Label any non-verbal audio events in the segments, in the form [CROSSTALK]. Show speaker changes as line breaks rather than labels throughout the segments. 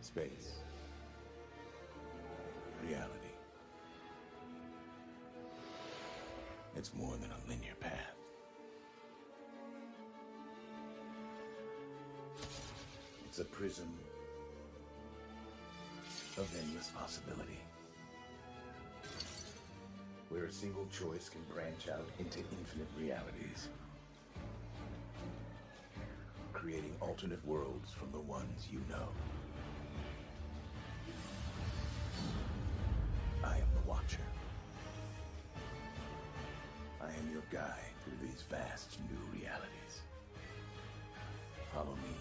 Space. Reality. It's more than a linear path. It's a prism of endless possibility. Where a single choice can branch out into infinite realities, creating alternate worlds from the ones you know. I am the Watcher. I am your guide through these vast new realities. Follow me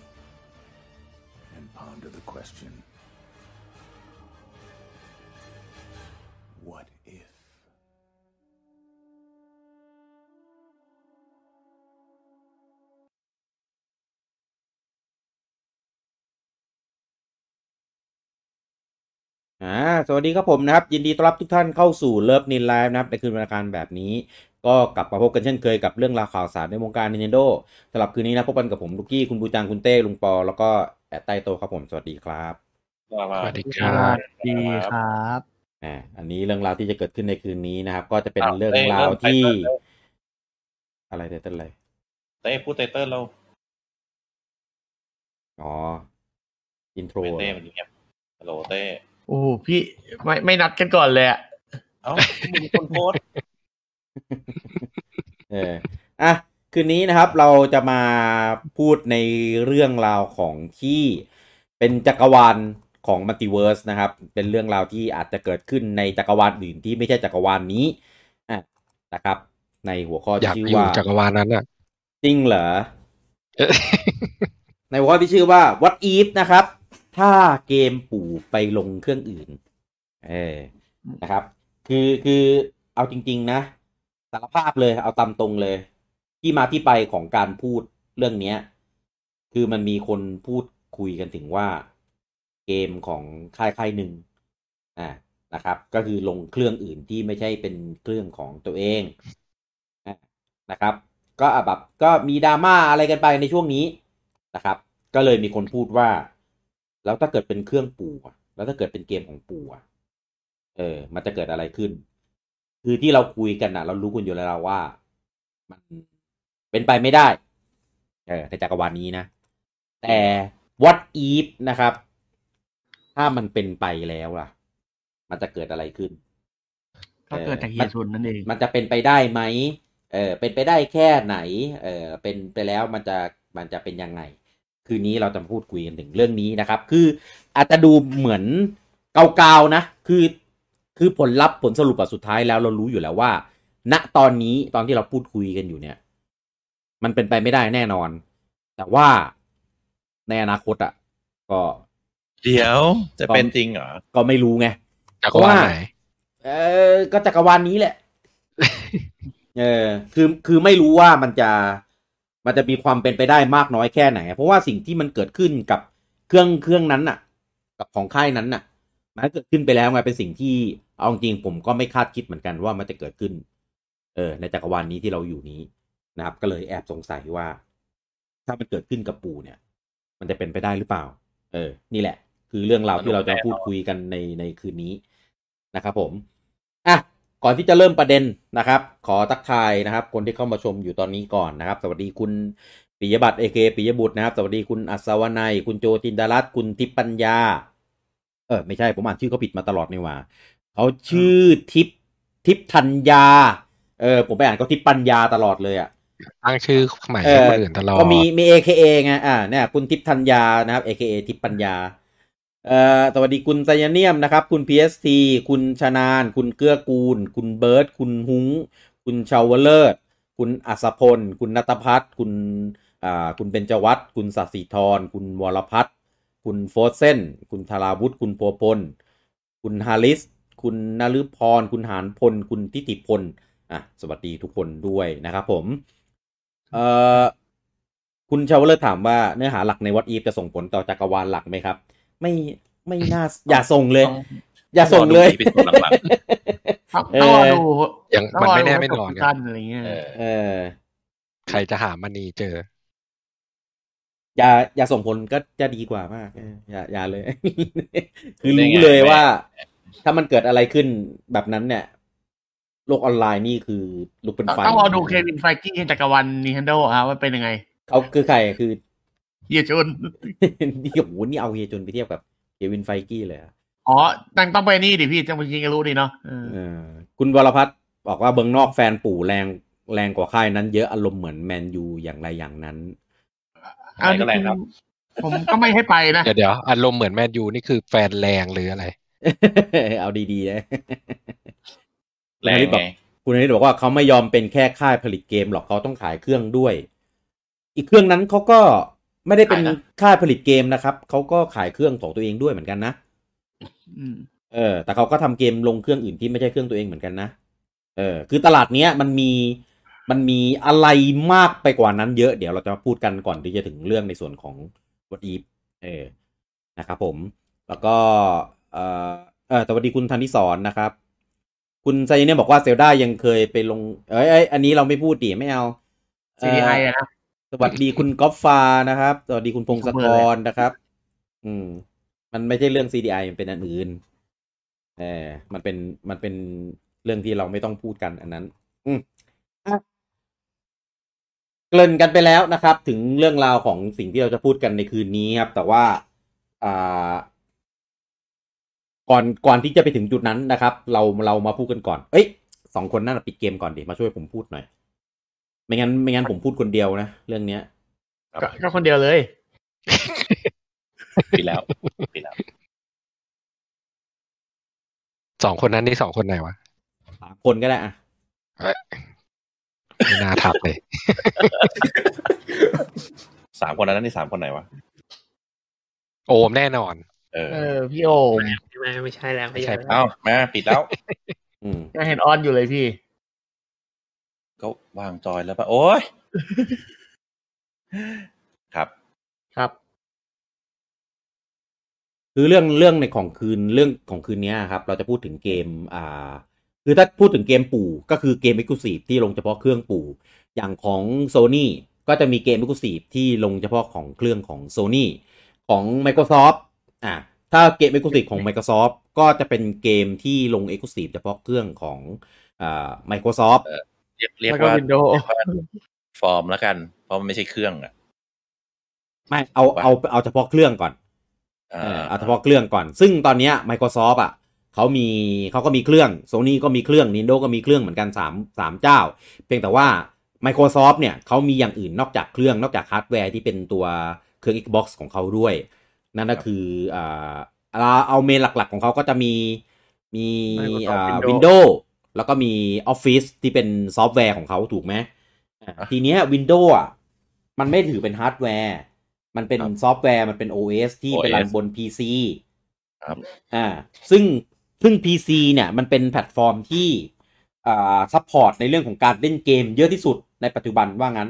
and ponder the question What if?
อ่าสวัสดีครับผมนะครับ ยินดีต้อนรับทุกท่านเข้าสู่เลิฟนินไลฟ์นะครับในคืนวันอังคารแบบนี้ ก็กลับมาพบกันเช่นเคยกับเรื่องราวข่าวสารในวงการ Nintendo สำหรับคืนนี้นะพบกันกับผมลูกกี้คุณบูจังคุณเต้ลุงปอ แล้วก็แอดไตโตครับผมสวัสดีครับ
สวัสดีค
ส
รับ
วัสดีครับ
อ่าอันนี้เรื่องราวที่จะเกิดขึ้นในคืนนี้นะครับ ก็จะเป็น
ครับ
เรื่องราว
เริ่ม
ที่อะไรเต้นอะไร
เต้พูดไตเติ้ลเรา
อ๋ออินโทร
เป็นเต้มันเงียบฮัลโหลเต้
โอ้โหพี่ไม่ไม่นัดกันก่อนเลยอะ
เอ้า
[LAUGHS]
มึงคนโพสต์
เอออ่ะคืนนี้นะครับเราจะมาพูดในเรื่องราวของที่เป็นจักรวาลของมัลติเวิร์สนะครับ เป็นเรื่องราวที่อาจจะเกิดขึ้นในจักรวาลอื่นที่ไม่ใช่จักรวาลนี้อ่ะนะครับ ในหัวข้อ
อ
ที่
ยาก
ชื่อ
อยู่
ว่า
จักรวาลนั้นอ่ะ
จริงเหรอ
เอ๊ะ
ในหัวข้อที่ชื่อว่า what if นะครับ ถ้าเกมปู่ไปลงเครื่องอื่น เออนะครับ คือคือเอาจริง ๆ นะสารภาพเลยเอาตามตรงเลย ที่มาที่ไปของการพูดเรื่องเนี้ย คือมันมีคนพูดคุยกันถึงว่าเกมของค่ายค่ายหนึ่งอ่านะครับ ก็คือลงเครื่องอื่นที่ไม่ใช่เป็นเครื่องของตัวเองอ่ะนะครับ ก็อ่ะแบบก็มีดราม่าอะไรกันไปในช่วงนี้นะครับ ก็เลยมีคนพูดว่า แล้วถ้าเกิดเป็นเครื่องปู่อะแล้วถ้าเกิดเป็นเกมของปู่อะเออ มันจะเกิดอะไรขึ้น คือที่เราคุยกันนะเรารู้กันอยู่แล้วว่า มันเป็นไปไม่ได้ เออในจักรวาลนี้นะ แต่ what if นะครับ ถ้ามันเป็นไปแล้วล่ะ มันจะเกิดอะไรขึ้น
ก็เกิดจากเหตุผลนั่นเอง
มันจะเป็นไปได้ไหม เออเป็นไปได้แค่ไหน เออเป็นไปแล้วมันจะมันจะเป็นยังไง คืนนี้เราจะมาพูดคุยกันถึงเรื่องนี้นะครับ คืออาจจะดูเหมือนเกาๆนะ คือ คือผลลัพธ์ผลสรุปอะสุดท้ายแล้วเรารู้อยู่แล้วว่า ณตอนนี้ตอนที่เราพูดคุยกันอยู่เนี่ย มันเป็นไปไม่ได้แน่นอน แต่ว่าในอนาคตอะก็
เดี๋ยว จะเป็นจริงเหรอ
ก็ไม่รู้ไง
จักรวาลไหน
เออก็จักรวาลนี้แหละ เออ คือ คือไม่รู้ว่ามันจะ มันจะมีความเป็นไปได้มากน้อยแค่ไหน เพราะว่าสิ่งที่มันเกิดขึ้นกับเครื่อง เครื่องนั้นน่ะ กับของค่ายนั้นน่ะ มันเกิดขึ้นไปแล้วไง เป็นสิ่งที่ เอาจริงๆผมก็ไม่คาดคิดเหมือนกันว่ามันจะเกิดขึ้น เออ ในจักรวาลนี้ที่เราอยู่นี้นะครับ ก็เลยแอบสงสัยว่า ถ้ามันเกิดขึ้นกับปู่เนี่ย มันจะเป็นไปได้หรือเปล่า เออ นี่แหละ คือเรื่องราวที่เราจะพูดคุยกันในในคืนนี้นะครับผม อ่ะ ก่อนที่จะเริ่มประเด็นนะครับ ขอทักทายนะครับ คนที่เข้ามาชมอยู่ตอนนี้ก่อนนะครับ สวัสดีคุณปิยบัตรเอเคปิยบุตรนะครับ สวัสดีคุณอัศวนัย คุณโจจินดารัตน์คุณทิพย์ปัญญา เออ ไม่ใช่ ผมอ่านชื่อเขาผิดมาตลอดนี่หว่า เขาชื่อทิพย์ทิพย์ธัญญา เออ ผมไปอ่านเขาทิพย์ปัญญาตลอดเลยอ่ะ
ตั้งชื่อใหม่
เอ
ให้
อ
คนอื่นตลอด
ก็มีมี AKA ไงอ่าเนี่ยคุณทิพย์ธัญญานะครับ AKA ทิพย์ปัญญา เอ่อสวัสดีคุณไซยาเนียมนะครับ คุณ PST คุณชนาน คุณเกื้อกูล คุณเบิร์ตคุณฮุ้ง คุณชาวเลิศคุณอัศพล คุณนัตพัฒน์คุณอ่าคุณเบญจวัฒน์คุณสัสิธร คุณวรพัฒน์คุณโฟสเซนคุณธาราวุฒิคุณพัวพล คุณฮาริส คุณนฤพร คุณหานพล คุณทิติพล อ่ะสวัสดีทุกคนด้วยนะครับผม เอ่อคุณชาวเลอร์ถามว่าเนื้อหาหลักในวัดอีฟจะส่งผลต่อจักรวาลหลักไหมครับ ไม่ไม่น่า อย่าส่งเลย
ต้อง
อย่าส่งเลย
ต้องรอดูปีเป็นคนหลัง
ต้อง
เออ
ต้องรอดู
ยัง
ต้อง
มัน
รอ
ไม่แน่ไม่น
ดูจ
อน
บ
ไง
สั้นอะไรเงี้ย
ๆเออ
เออ
ใครจะหามันีเจอ
อย่าอย่าส่งผลก็จะดีกว่ามากเอออย่าอย่าเลย [LAUGHS] คือ
ได้
รู้
ไง
เลย
แม่
ว่า ถ้ามันเกิดอะไรขึ้นแบบนั้นเนี่ย โลกออนไลน์นี่คือลุกเป็นไฟ
ต้องรอดูเควินไฟกี้จักรวาลนิฮันโดฮะว่าเป็นยังไง
เขาคือใครคือ [LAUGHS]
เฮียชน
นี่โอ้โหนี่เอาเฮียจุนไปเทียบกับเควินไฟกี้เลยอะ
อ๋อนังต้องไปนี่ดิพี่ต้องไปยิงกันรู้ดิเนาะเออ
เออ คุณวรพัฒน์บอกว่าเบืองนอกแฟนปู่แรงแรงกว่าค่ายนั้นเยอะอารมณ์เหมือนแมนยูอย่างไรอย่างนั้น [LAUGHS]
เอาจ
อะไร
ริง
ครับ
ๆผมก็ไม่ให้ไปนะ
เดี๋ยวเดี๋ยวอารมณ์เหมือนแมนยูนี่คือแฟนแรงหรืออะไร
เอาดีๆนะ
แรงไง
คุณอนิตบอกว่าเขาไม่ยอมเป็นแค่ค่ายผลิตเกมหรอกเขาต้องขายเครื่องด้วย อีกเครื่องนั้นเขาก็ไม่ได้เป็น
ขายนะ
ค่ายผลิตเกมนะครับเขาก็ขายเครื่องของตัวเองด้วยเหมือนกันนะ
อืม
เออ แต่เขาก็ทำเกมลงเครื่องอื่นที่ไม่ใช่เครื่องตัวเองเหมือนกันนะเออ คือตลาดเนี้ยมันมีมันมีอะไรมากไปกว่านั้นเยอะเดี๋ยวเราจะมาพูดกันก่อนที่จะถึงเรื่องในส่วนของวัดอีฟเออนะครับผม แล้วก็เออเออสวัสดีคุณธันทิสอนนะครับ คุณไซเนี่ยบอกว่าเซลดายังเคยไปลง เอ้ยเอ้ยอันนี้เราไม่พูดดิไม่เอาเอ่
ซี
อ
ดีไออะนะ
สวัสดีคุณก๊อฟฟ้านะครับ สวัสดีคุณพงศกรนะครับ อืม มันไม่ใช่เรื่อง CDI มันเป็นอันอื่นเออมันเป็นมันเป็นเรื่องที่เราไม่ต้องพูดกันอันนั้น อืมอ่ะเกริ่นกันไปแล้วนะครับ ถึงเรื่องราวของสิ่งที่เราจะพูดกันในคืนนี้ครับ แต่ว่า อ่า ก่อนก่อนที่จะไปถึงจุดนั้นนะครับ เราเรามาพูดกันก่อน เอ้ยสองคนนั่นนะปิดเกมก่อนดิมาช่วยผมพูดหน่อย ไม่งั้นไม่งั้นผมพูดคนเดียวนะเรื่องเนี้ย
ครับ
ก็ก็คนเดียวเลย
ปีแล้วปีแล้ว
สองคนนั้นนี่สองคนไหนวะ
สามคนก็ได้อะ
ไม่น่าทับเลย
สามคนนั้นนี่สามคนไหนวะ
โอมแน่นอน
เออ
เออ พี่โอม
ไม่ไม่ใช่แล้วไม่
ใช่
ใช่
เอ้ามาปิดแล้ว
อืม
ยังเห็นออนอยู่เลยพี่
ก็วางจอยแล้วปะโอ้ยครับ
ครับ
คือเรื่องเรื่องในของคืนเรื่องของคืนเนี้ยครับ เราจะพูดถึงเกมอ่า คือถ้าพูดถึงเกมปู่ก็คือเกม e x c l u s i v e ที่ลงเฉพาะเครื่องปู่ อย่างของ Sony ก็จะมีเกม e x c l u s i v e ที่ลงเฉพาะของเครื่องของ Sony ของ Microsoft อ่ะถ้าเกม e x c l u s i v e ของ Microsoft ก็จะเป็นเกมที่ลง e x c l u s i v e เฉพาะเครื่องของอ่า Microsoft
เรียกเรียก
แล้วก็
ว่า
วินโดว์
ฟอร์มแล้วกัน เพราะมันไม่ใช่เครื่องอ่ะ
ไม่เอาเอาเอาเฉพาะเครื่องก่อน
เอ
เออ
อ
เอาเฉพาะเครื่องก่อน ซึ่งตอนเนี้ย Microsoft อ่ะเขามีเขาก็มีเครื่อง Sony ก็มีเครื่อง Nintendo ก็มีเครื่องเหมือนกัน3มเจ้า เพียงแต่ว่า Microsoft เนี่ยเขามีอย่างอื่นนอกจากเครื่องนอกจากฮาร์ดแวร์ที่เป็นตัวเครื่อง Xbox ของเขาด้วย นั่นก็คืออ่าเอาเอาเมนหลักๆของเขาก็จะมีมีอ่า Windows แล้วก็มี Office ที่เป็นซอฟต์แวร์ของเขาถูกไหมอ่ะ
อ่ะ
ทีเนี้ย Windows อ่ะมันไม่ถือเป็นฮาร์ดแวร์ มันเป็น
ครับ
ซอฟต์แวร์มันเป็น OS ที่ไปรัน
OS
บน PC
ครับ
อ่า ซึ่งซึ่ง PC เนี่ยมันเป็นแพลตฟอร์มที่อ่าซัพพอร์ตในเรื่องของการเล่นเกมเยอะที่สุดในปัจจุบันว่างั้น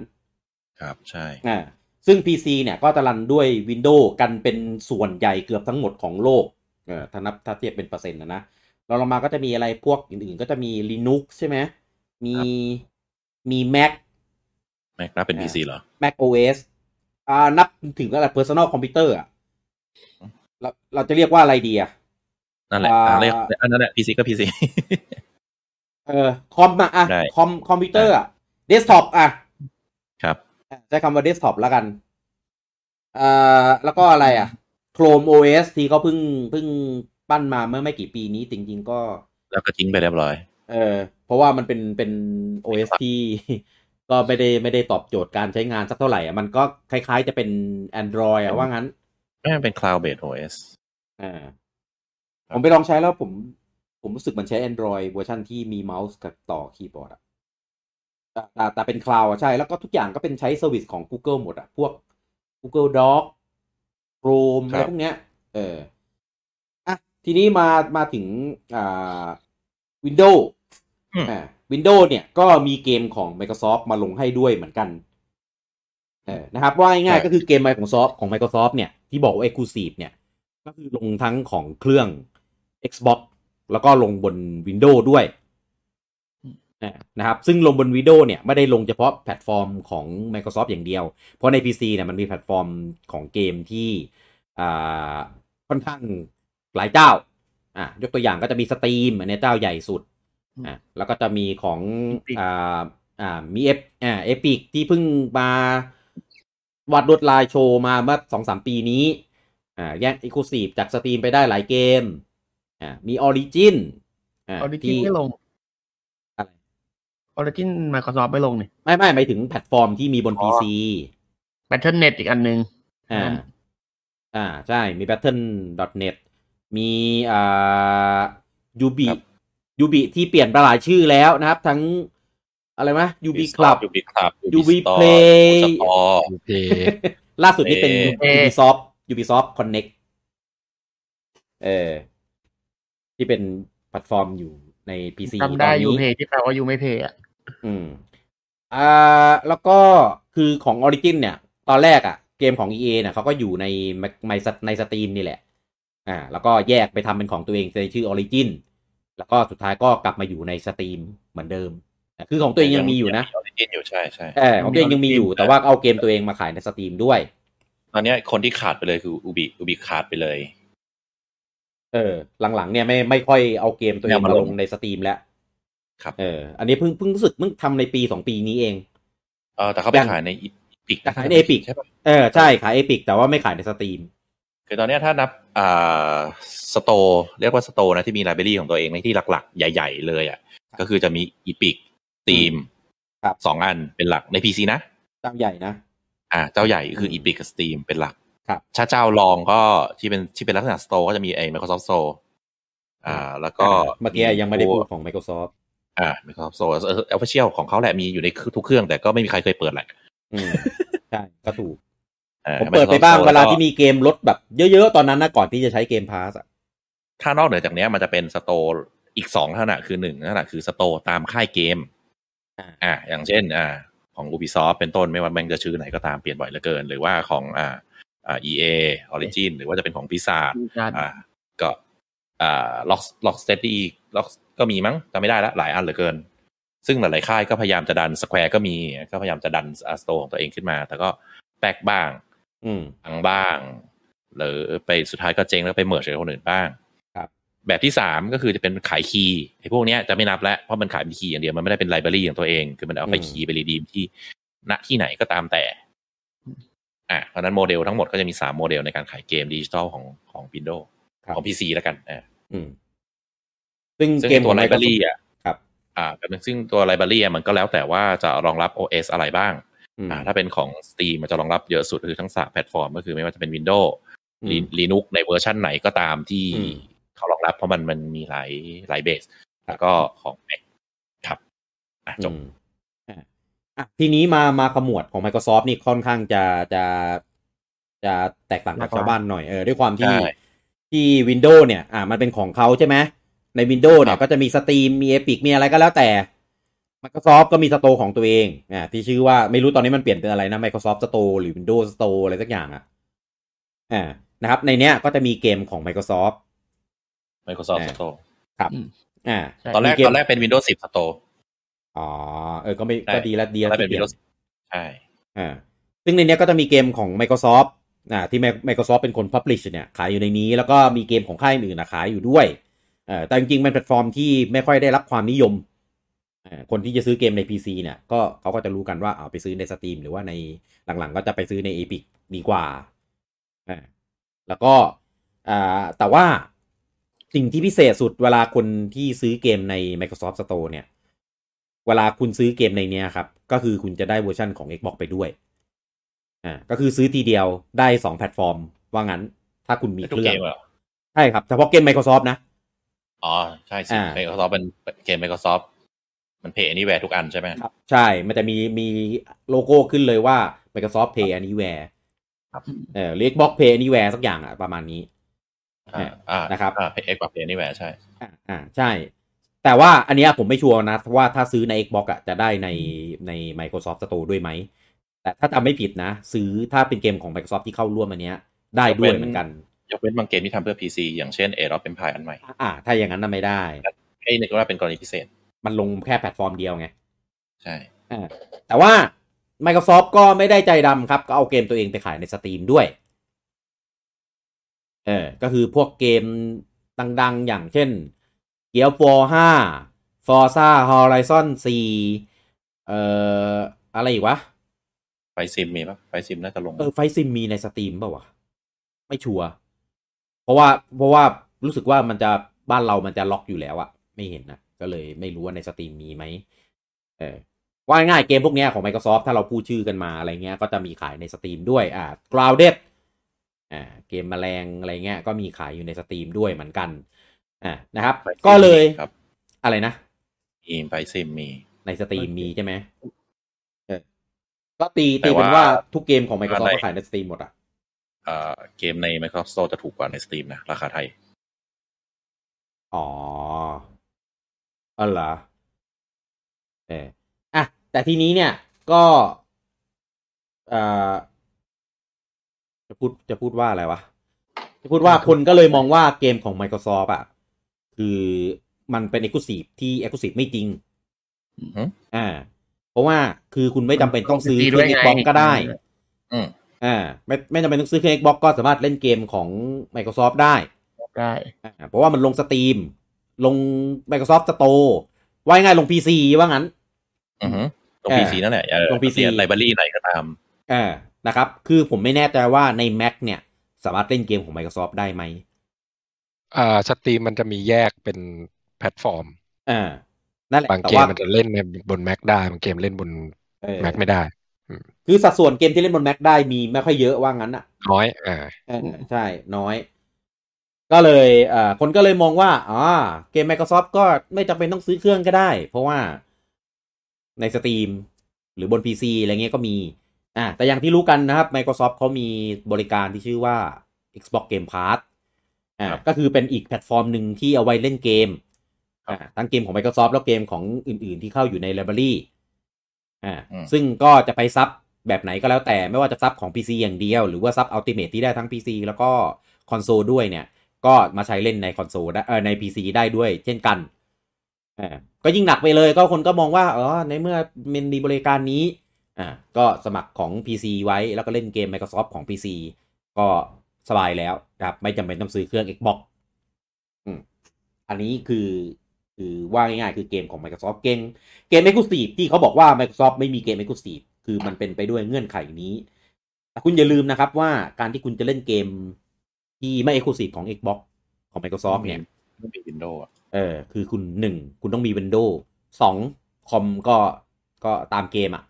ครับ ใช่
อ่า ซึ่ง PC เนี่ยก็จะรันด้วย Windows กันเป็นส่วนใหญ่เกือบทั้งหมดของโลก เออถ้านับถ้าเทียบเป็นเปอร์เซ็นต์นะนะแล้วเรามาก็จะมีอะไรพวกอื่นๆ ก็จะมี Linux ใช่ไหม มี มี Mac
แม็กนับเป็น
อ่า
พีซีเหรอ
Mac OS อ่า นับถึงก็อะไร Personal Computer อ่ะเราเราจะเรียกว่าอะไรดีอ่ะ
นั่นแหละ
อ่า
อ่าเรียกอันนั้นแหละพีซีก็พีซี [LAUGHS]
เออ คอมอะอ่ะ
ได้
คอม คอมพิวเตอร์อ่ะ เดสก์ท็อปอ่ะ
ครับ
อ่ะใช้คำว่าเดสก์ท็อปแล้วกันเอ่อแล้วก็อะไรอ่ะ Chrome OS ที่เขาเพิ่งเพิ่งปั้นมาเมื่อไม่กี่ปีนี้ จริง ๆ ก็
แล้วก็ทิ้งไปเรียบร้อย
เออเพราะว่ามันเป็นเป็น OS ที่ [LAUGHS] ก็ไม่ได้ไม่ได้ตอบโจทย์การใช้งานสักเท่าไหร่อ่ะ มันก็คล้ายๆจะเป็น Android อ่ะว่างั้น
ไม่มันเป็น cloud based OS
อ่าผมไปลองใช้แล้วผมผมรู้สึกมันใช้ Android เวอร์ชันที่มีเมาส์กับต่อคีย์บอร์ดอะแต่แต่แต่เป็นคลาวด์ใช่ แล้วก็ทุกอย่างก็เป็นใช้เซอร์วิสของ Google หมดอะพวก Google Doc Chrome
ครั
อะ
บ
ไรพวกเนี้ย เอออ่ะทีนี้มามาถึงอ่า Windows อ่า Windows เนี่ยก็มีเกมของ Microsoft มาลงให้ด้วยเหมือนกัน เออนะครับว่าง่ายๆก็คือเกม Microsoft ของ Microsoft เนี่ย ที่บอกว่า Exclusive เนี่ย ก็คือลงทั้งของเครื่อง Xbox แล้วก็ลงบน Windows ด้วย นะครับซึ่งลงบนวิดีโอเนี่ยไม่ได้ลงเฉพาะแพลตฟอร์มของ Microsoft อย่างเดียว เพราะใน PC เนี่ยมันมีแพลตฟอร์มของเกมที่อ่าค่อนข้างหลายเจ้าอ่ะยกตัวอย่างก็จะมีสตรีมอันเนี้ยเจ้าใหญ่สุดอ่ะแล้วก็จะมีของอ่าอ่ามีเอฟอ่าเอพิกที่เพิ่งมาวาดลวดลายโชว์มาเมื่อสองสามปีนี้ อ่าแย่งอีคูซีฟจากสตรีมไปได้หลายเกม อ่ามีออริจินอ่า
ออริจิน
ที่
ไม่ลง
อะไร
ออริจินมาคอซอฟไม่ลงนี่
ไม่ไม่หมายถึงแพลตฟอร์มที่มีบน PC
แบทเทิลเน็ตอีกอันหนึ่ง
อ่า
อืม
อ่า ใช่ มี battle.net มีอ่ายูบิ
ครับ
ยูบิที่เปลี่ยนไปหลายชื่อแล้วนะครับ ทั้งอะไรมะยูบิคลับ
ยูบีคลับ
UB Play
สตอ
โอเค
ล่าสุดนี่เป็น
เอ๊ะ
Ubisoft Ubisoft Connect เออที่เป็นแพลตฟอร์มอยู่ใน PC
จำได้
ตอน
ยู
นี้
เพย์ที่แปลว่ายูไม่เพย์อ่ะ
อืม อ่า แล้วก็คือของ Origin เนี่ย ตอนแรกอะ่ะ เกมของ EA เนี่ยเขาก็อยู่ในในในสตรีมนี่แหละ อ่า แล้วก็แยกไปทำเป็นของตัวเองในชื่อ Origin แล้วก็สุดท้ายก็กลับมาอยู่ในสตรีมเหมือนเดิมอ่ะคือของตัวเองยังมีอยู่นะ
งมีอยู่ใช่ใช่
เออของตัวเองยังมีอยู่ แต่ว่าเอาเกมตัวเองมาขายในสตรีมด้วย
ตอนเนี้ยคนที่ขาดไปเลยคืออูบิอูบิขาดไปเลย
เออ หลังๆเนี่ยไม่ไม่ค่อยเอาเกมตัวเอง
ไม่
มา
เอา
ล
มาล
ง
ง
ในสตรีมแล้ว
ครับ
เออ อันนี้เพิ่งเพิ่งรู้สึกเพิ่งทำในปีสองปีนี้เอง
เออแต่เขาไป
ยัง
ขายในอีพิก
ขายใน Epic
ใช่ปะ
เออ ใช่ ขายเอพิกแต่ว่าไม่ขายในสตรีม
คือตอนเนี้ยถ้านับอ่าสโตร์เรียกว่าสโตร์นะที่มีไลบรารีของตัวเองในที่หลักๆ ใหญ่ๆเลยอ่ะก็คือจะมีอีพิกตีม
ครับ
สองอันเป็นหลักใน PC นะ
ตามใหญ่นะ
อ่าเจ้าใหญ่คือ
ม
อีพิกกับสตรีมเป็นหลัก
ครับ
ถ้าเจ้ารองก็ที่เป็นที่เป็นลักษณะสโตร์ก็จะมีไอ้ Microsoft Store อ่า แล้วก็
เมื่อกี้ยังไม่ได้พูดของ Microsoft
อ่า Microsoft Store เออ official ของเขาแหละมีอยู่ในทุกเครื่องแต่ก็ไม่มีใครเคยเปิดแหละ
อืม
[LAUGHS]
ใช่ ก็ถูก
อ่า
ผมเปิดไปบ้าง
Microsoft Store
เวลา
แก็
ที่มีเกมลดแบบเยอะๆ ตอนนั้นนะก่อนที่จะใช้เกมพาสอ่ะ
ถ้านอกเหนือจากเนี้ยมันจะเป็นสโตร์อีกสองขนาดคือหนึ่งขนาดคือสโตร์ตามค่ายเกม
อ่า
อ่า อย่างเช่น อ่า ของ Ubisoft เป็นต้นไม่ว่าแบงค์จะชื่อไหนก็ตามเปลี่ยนบ่อยเหลือเกิน หรือว่าของอ่าอ่า EA Origin หรือว่าจะเป็นของพิซซ่า
มีการ
อ่าก็อ่าล็อกล็อกสเตตี้ล็อกก็มีมั้งจำไม่ได้ละหลายอันเหลือเกิน ซึ่งหลาย ๆ ค่ายก็พยายามจะดันสแควร์ก็มีก็พยายามจะดันสโตร์ของตัวเองขึ้นมา แต่ก็แปลกบ้าง
อืม
อังบ้าง หรือไปสุดท้ายก็เจ๊งแล้วไปเมิร์ชกับคนอื่นบ้าง
ครับ
แบบที่สามก็คือจะเป็นขายคีย์ไอ้พวกเนี้ยจะไม่นับแล้วเพราะมันขายเป็นคีย์อย่างเดียวมันไม่ได้เป็นไลบรารีของตัวเอง คือมันเอาไปคีย์ไปรีดีมที่ณที่ไหนก็ตามแต่ อ่ะเพราะฉะนั้นโมเดลทั้งหมดก็จะมีสามโมเดลในการขายเกมดิจิทัลของของ Windows
ครับ
ของ PC แล้วกันอ่า
อืม ซึ่ง
ซึ่ง
เกมข
ตั
อง
วไลบรารี
Microsoft
อ่ะ
ครับ
อ่าแบบนึงซึ่งตัวไลบรารีอ่ะมันก็แล้วแต่ว่าจะรองรับ OS อะไรบ้าง
อืม
อ่า ถ้าเป็นของ Steam มันจะรองรับเยอะสุดคือทั้งสามแพลตฟอร์มก็คือไม่ว่าจะเป็น Windows
อืม
ลินุกในเวอร์ชั่นไหนก็ตามที่
อืม
เขารองรับเพราะมันมันมีหลายหลายเบส
ครับ
แล้วก็ของ Mac ครับอ่ะจบ
อืมอ่ะอ่ะทีนี้มามาขมวดของ Microsoft นี่ค่อนข้างจะจะจะแตกต่างจากชาวบ้านหน่อยเออด้วยความที่
ใช่
ที่ Windows เนี่ย อ่ะมันเป็นของเขาใช่ไหมใน Windows เนี่ย
ครับ
ก็จะมีสตรีมมี Epic มีอะไรก็แล้วแต่ Microsoft ก็มีสโตร์ของตัวเองอ่ะที่ชื่อว่าไม่รู้ตอนนี้มันเปลี่ยนเป็นอะไรนะ Microsoft Store หรือ Windows Store อะไรสักอย่างอ่ะอ่านะครับ ในเนี้ยก็จะมีเกมของ Microsoft
Microsoft
อ่า
Store
อ่า
ใช่
ตอนแรก
มีเม
ตอนแรกเป็น Windows 10 Store
อ๋อเออก็ไม่
ใช่
ก็ดีละดี
ตอน
ละ
แรกเป็
ที่
น
เปลี่ยน
Windows 10ใช่
อ่าซึ่งในเนี้ยก็จะมีเกมของ Microsoft อ่าที่ Mac- Microsoft เป็นคน Publish เนี่ยขายอยู่ในนี้แล้วก็มีเกมของค่ายอื่นนะขายอยู่ด้วยเอ่อแต่จริงๆเป็นแพลตฟอร์มที่ไม่ค่อยได้รับความนิยมเอ่อคนที่จะซื้อเกมใน PC เนี่ยก็เขาก็จะรู้กันว่าเอาไปซื้อใน Steam หรือว่าในหลังๆ ก็จะไปซื้อใน Epic ดีกว่าอ่าแล้วก็อ่าแต่ว่าสิ่งที่พิเศษสุดเวลาคนที่ซื้อเกมใน Microsoft Store เนี่ย เวลาคุณซื้อเกมในเนี้ยครับ ก็คือคุณจะได้เวอร์ชันของ Xbox ไปด้วย อ่าก็คือซื้อทีเดียวได้สองแพลตฟอร์ม ว่างั้น ถ้าคุณมี
ไม่
เค
ทุก
รื่อ
เก
ง
มเหรอ
ใช่ครับเฉพาะเกม Microsoft นะ
อ๋อ ใช่สิ
อ่า
Microsoft เป็นเกม Microsoft มันเพย์นี่แวร์ทุกอันใช่ไหม
ครับใช่มันจะมีมีโลโก้ขึ้นเลยว่า Microsoft Play Anywhere
ครับ
เออเรียก Box Play Anywhere สักอย่างอ่ะประมาณนี้
อ่าอ่า
นะครับ
อ่าเอ็กซ์ปรับเพย์นี่แวร์ใช่
อ่าอ่าใช่ แต่ว่าอันเนี้ยผมไม่ชัวร์นะว่าถ้าซื้อใน Xbox อ่ะจะได้ในใน Microsoft Store ด้วยไหม แต่ถ้าจำไม่ผิดนะ ซื้อถ้าเป็นเกมของ Microsoft ที่เข้าร่วมอันเนี้ย ได้ด้วยเหมือนกัน
ยกเว้นบางเกมที่ทำเพื่อ PC อย่างเช่น a อร o อเป็นพายอันใหม่
อ่าถ้าอย่างนั้นน่ะไม่ได้
ไอ้นี่ก็ว่าเป็นกรณีพิเศษ
มันลงแค่แพลตฟอร์มเดียวไง
ใช่
อ่าแต่ว่า Microsoft ก็ไม่ได้ใจดำครับ ก็เอาเกมตัวเองไปขายในสตรีมด้วย เออ ก็คือพวกเกมดังๆ อย่างเช่น g e a r w a r 5 Forza Horizon 4 เอ่อ อะไรอีกวะ
ไฟซิมมีปะไฟซิมน่าจะลง
เออ ไฟซิมมีในสตรีมเปล่าวะ ไม่ชัวร์เพราะว่าเพราะว่ารู้สึกว่ามันจะบ้านเรามันจะล็อกอยู่แล้วอะไม่เห็นนะ ก็เลยไม่รู้ว่าในสตรีมมีไหมเออว่าง่ายๆเกมพวกเนี้ยของ Microsoft ถ้าเราพูดชื่อกันมาอะไรเงี้ย ก็จะมีขายในสตรีมด้วยอ่า Grounded อ่าเกมแมลงอะไรเงี้ย ก็มีขายอยู่ในสตรีมด้วยเหมือนกันอ่านะครับ
ไฟซิม
ก็เลย
ครับ
อะไรนะ
มีไฟซิมมี
ในสตรีมมีใช่ไหม
เออ
ก็ตีตีเป็นว่าทุกเกมของ Microsoft
อะไร
ก็ขายในสตรีมหมดอะ
เอ่อเกมใน Microsoft Store จะถูกกว่าใน Steam นะ ราคาไทย
อ๋ออ๋อเหรอเอออ่ะ แต่ทีนี้เนี่ยก็เอ่อจะพูดจะพูดว่าอะไรวะ จะพูดว่าคนก็เลยมองว่าเกมของ Microsoft อ่ะ คือมันเป็น e x c l u s i v e ที่ e x c l u s i v e ไม่จริง
อือฮึ
อ่า เพราะว่าคือคุณไม่จำเป็นต้องซื้อ
มัน
เค
ต้
รื่
อ
องง
ซื้อด้วยไง
Xbox ก็ได้
อืม
อ่าไม่ไม่จำเป็นต้องซื้อเครื่อง Xbox ก็สามารถเล่นเกมของ Microsoft ได้
ได้
อ่าเพราะว่ามันลงสตรีม ลง Microsoft Store ว่าง่ายๆลง PC ว่างั้น
อือฮึตรง
อ่า
PC นั่นแหละเออ
ตรง PC
ไลบรารีไหนก็ตาม
เออนะครับ คือผมไม่แน่ใจว่าใน Mac เนี่ย สามารถเล่นเกมของ Microsoft ได้ไหม
อ่าสตรีมมันจะมีแยกเป็นแพลตฟอร์ม
เออนั่นแหละ
บาง
แต่
เกม
ว่า
มันจะเล่นในบน Mac ได้บางเกมเล่นบน
เออ
Mac ไม่ได้
คือสัดส่วนเกมที่เล่นบน Mac ได้มีไม่ค่อยเยอะว่างั้นอ่ะ
น้อยอ่า
เออใช่น้อย ก็เลยเอ่อคนก็เลยมองว่าอ๋อเกม Microsoft ก็ไม่จำเป็นต้องซื้อเครื่องก็ได้ เพราะว่าในสตรีมหรือบน PC อะไรเงี้ยก็มี อ่าแต่อย่างที่รู้กันนะครับ Microsoft เขามีบริการที่ชื่อว่า Xbox Game Pass อ่า
ครับ
ก็คือเป็นอีกแพลตฟอร์มหนึ่งที่เอาไว้เล่นเกม
ครับ
อ่าทั้งเกมของ Microsoft แล้วเกมของอื่น ๆ ที่เข้าอยู่ใน Library อ่า
อืม
ซึ่งก็จะไปซับแบบไหนก็แล้วแต่ไม่ว่าจะซับของ PC อย่างเดียว หรือว่าซับ Ultimate ที่ได้ทั้ง PC แล้วก็คอนโซลด้วยเนี่ย ก็มาใช้เล่นในคอนโซลได้เออใน PC ได้ด้วยเช่นกันอ่าก็ยิ่งหนักไปเลยก็คนก็มองว่าอ๋อในเมื่อมันมีบริการนี้อ่าก็สมัครของ PC ไว้แล้วก็เล่นเกม Microsoft ของ PC ก็สบายแล้วนะครับไม่จำเป็นต้องซื้อเครื่อง Xbox อืมอันนี้คือคือว่าง่ายๆคือเกมของ Microsoft เกมเกม Exclusive ที่เขาบอกว่า Microsoft ไม่มีเกม Exclusive คือมันเป็นไปด้วยเงื่อนไขนี้ แต่คุณอย่าลืมนะครับว่าการที่คุณจะเล่นเกมที่ไม่ Exclusive ของ Xbox ของ Microsoft เนี่ย
ไม่มีวินโดว์
เออคือคุณหนึ่งคุณต้องมี Windows สองคอมก็ก็ตามเกมอะ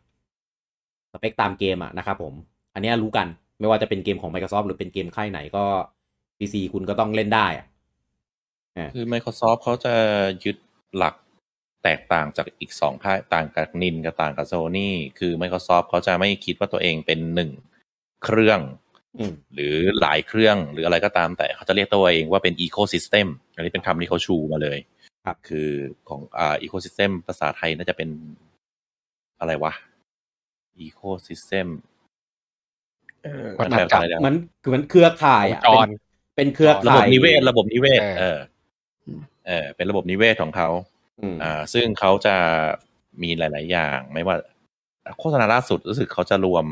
สเปคตามเกมอะนะครับผม อันเนี้ยรู้กันไม่ว่าจะเป็นเกมของ Microsoft หรือเป็นเกมค่ายไหนก็ PC คุณก็ต้องเล่นได้อะ
คือ Microsoft เขาจะยึดหลักแตกต่างจากอีกสองค่ายต่างกับนินกับต่างกับโซนี่คือ Microsoft เขาจะไม่คิดว่าตัวเองเป็นหนึ่งเครื่อง
อืม
หรือหลายเครื่องหรืออะไรก็ตามแต่เขาจะเรียกตัวเองว่าเป็น ecosystem อันนี้เป็นคำที่เขาชูมาเลย
ครับ
คือของอ่า ecosystem ภาษาไทยน่าจะเป็นอะไรวะ ecosystem
เออ
วัฏจักร
ะไะ
เหมือนเหมือนเครือข่ายอะ
วงจร
เป็นเป็นเครือ
ระบ
ข่า
บ
ย
นิเวศ ระบบนิเวศ
เอ
เอ
อ
อเออเป็นระบบนิเวศของเขา
อืม
อ่า ซึ่งเขาจะมีหลาย ๆ อย่าง ไม่ว่าโฆษณาล่าสุดรู้สึกเขาจะรวม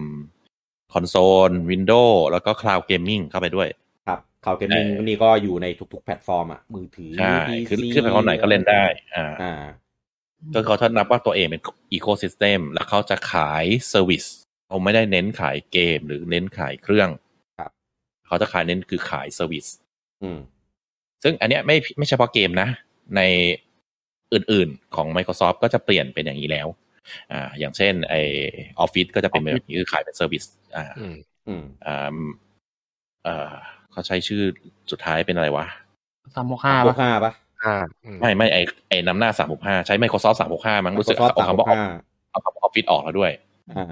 คอนโซล Windows แล้วก็ Cloud Gaming เข้าไปด้วย
ครับข่าวเกมมิ่ง
เออ
นี่ก็อยู่ในทุก ๆ แพลตฟอร์มอะมือถือ
ใช่
PC
คือขึ้นไปเขาไหนก็เล่นได้ อ่า
อ่า
ก็เขาจะนับว่าตัวเองเป็นอีโค y ิสเต็มแล้วเขาจะขายเซอร์วิสเขาไม่ได้เน้นขายเกมหรือเน้นขายเครื่อง
ครับ
เขาจะขายเน้นคือขายเซอร์วิส
อืม
ซึ่งอันเนี้ยไม่ไม่เฉพาะเกมนะ ในอื่นๆของ Microsoft ก็จะเปลี่ยนเป็นอย่างนี้แล้วอ่าอย่างเช่นไอออฟฟิศก็จะเป็นแบบนี้คือขายเป็นเซอร์วิสอ่า
อืม
อืม
อ่าเอ่อเขาใช้ชื่อสุดท้ายเป็นอะไรวะ
สามหกห้า
พว
ป่ะ
กห้าปะ
อ่าอืม
ไม่ไม่ไอไอนำหน้าสามหกห้าใช้ Microsoft สามหกห้ามั้งรู้สึก
Microsoft
เอาคำว่าออฟ
365
เอาคำว่าออฟฟิศออกแล้วด้วย
อ่า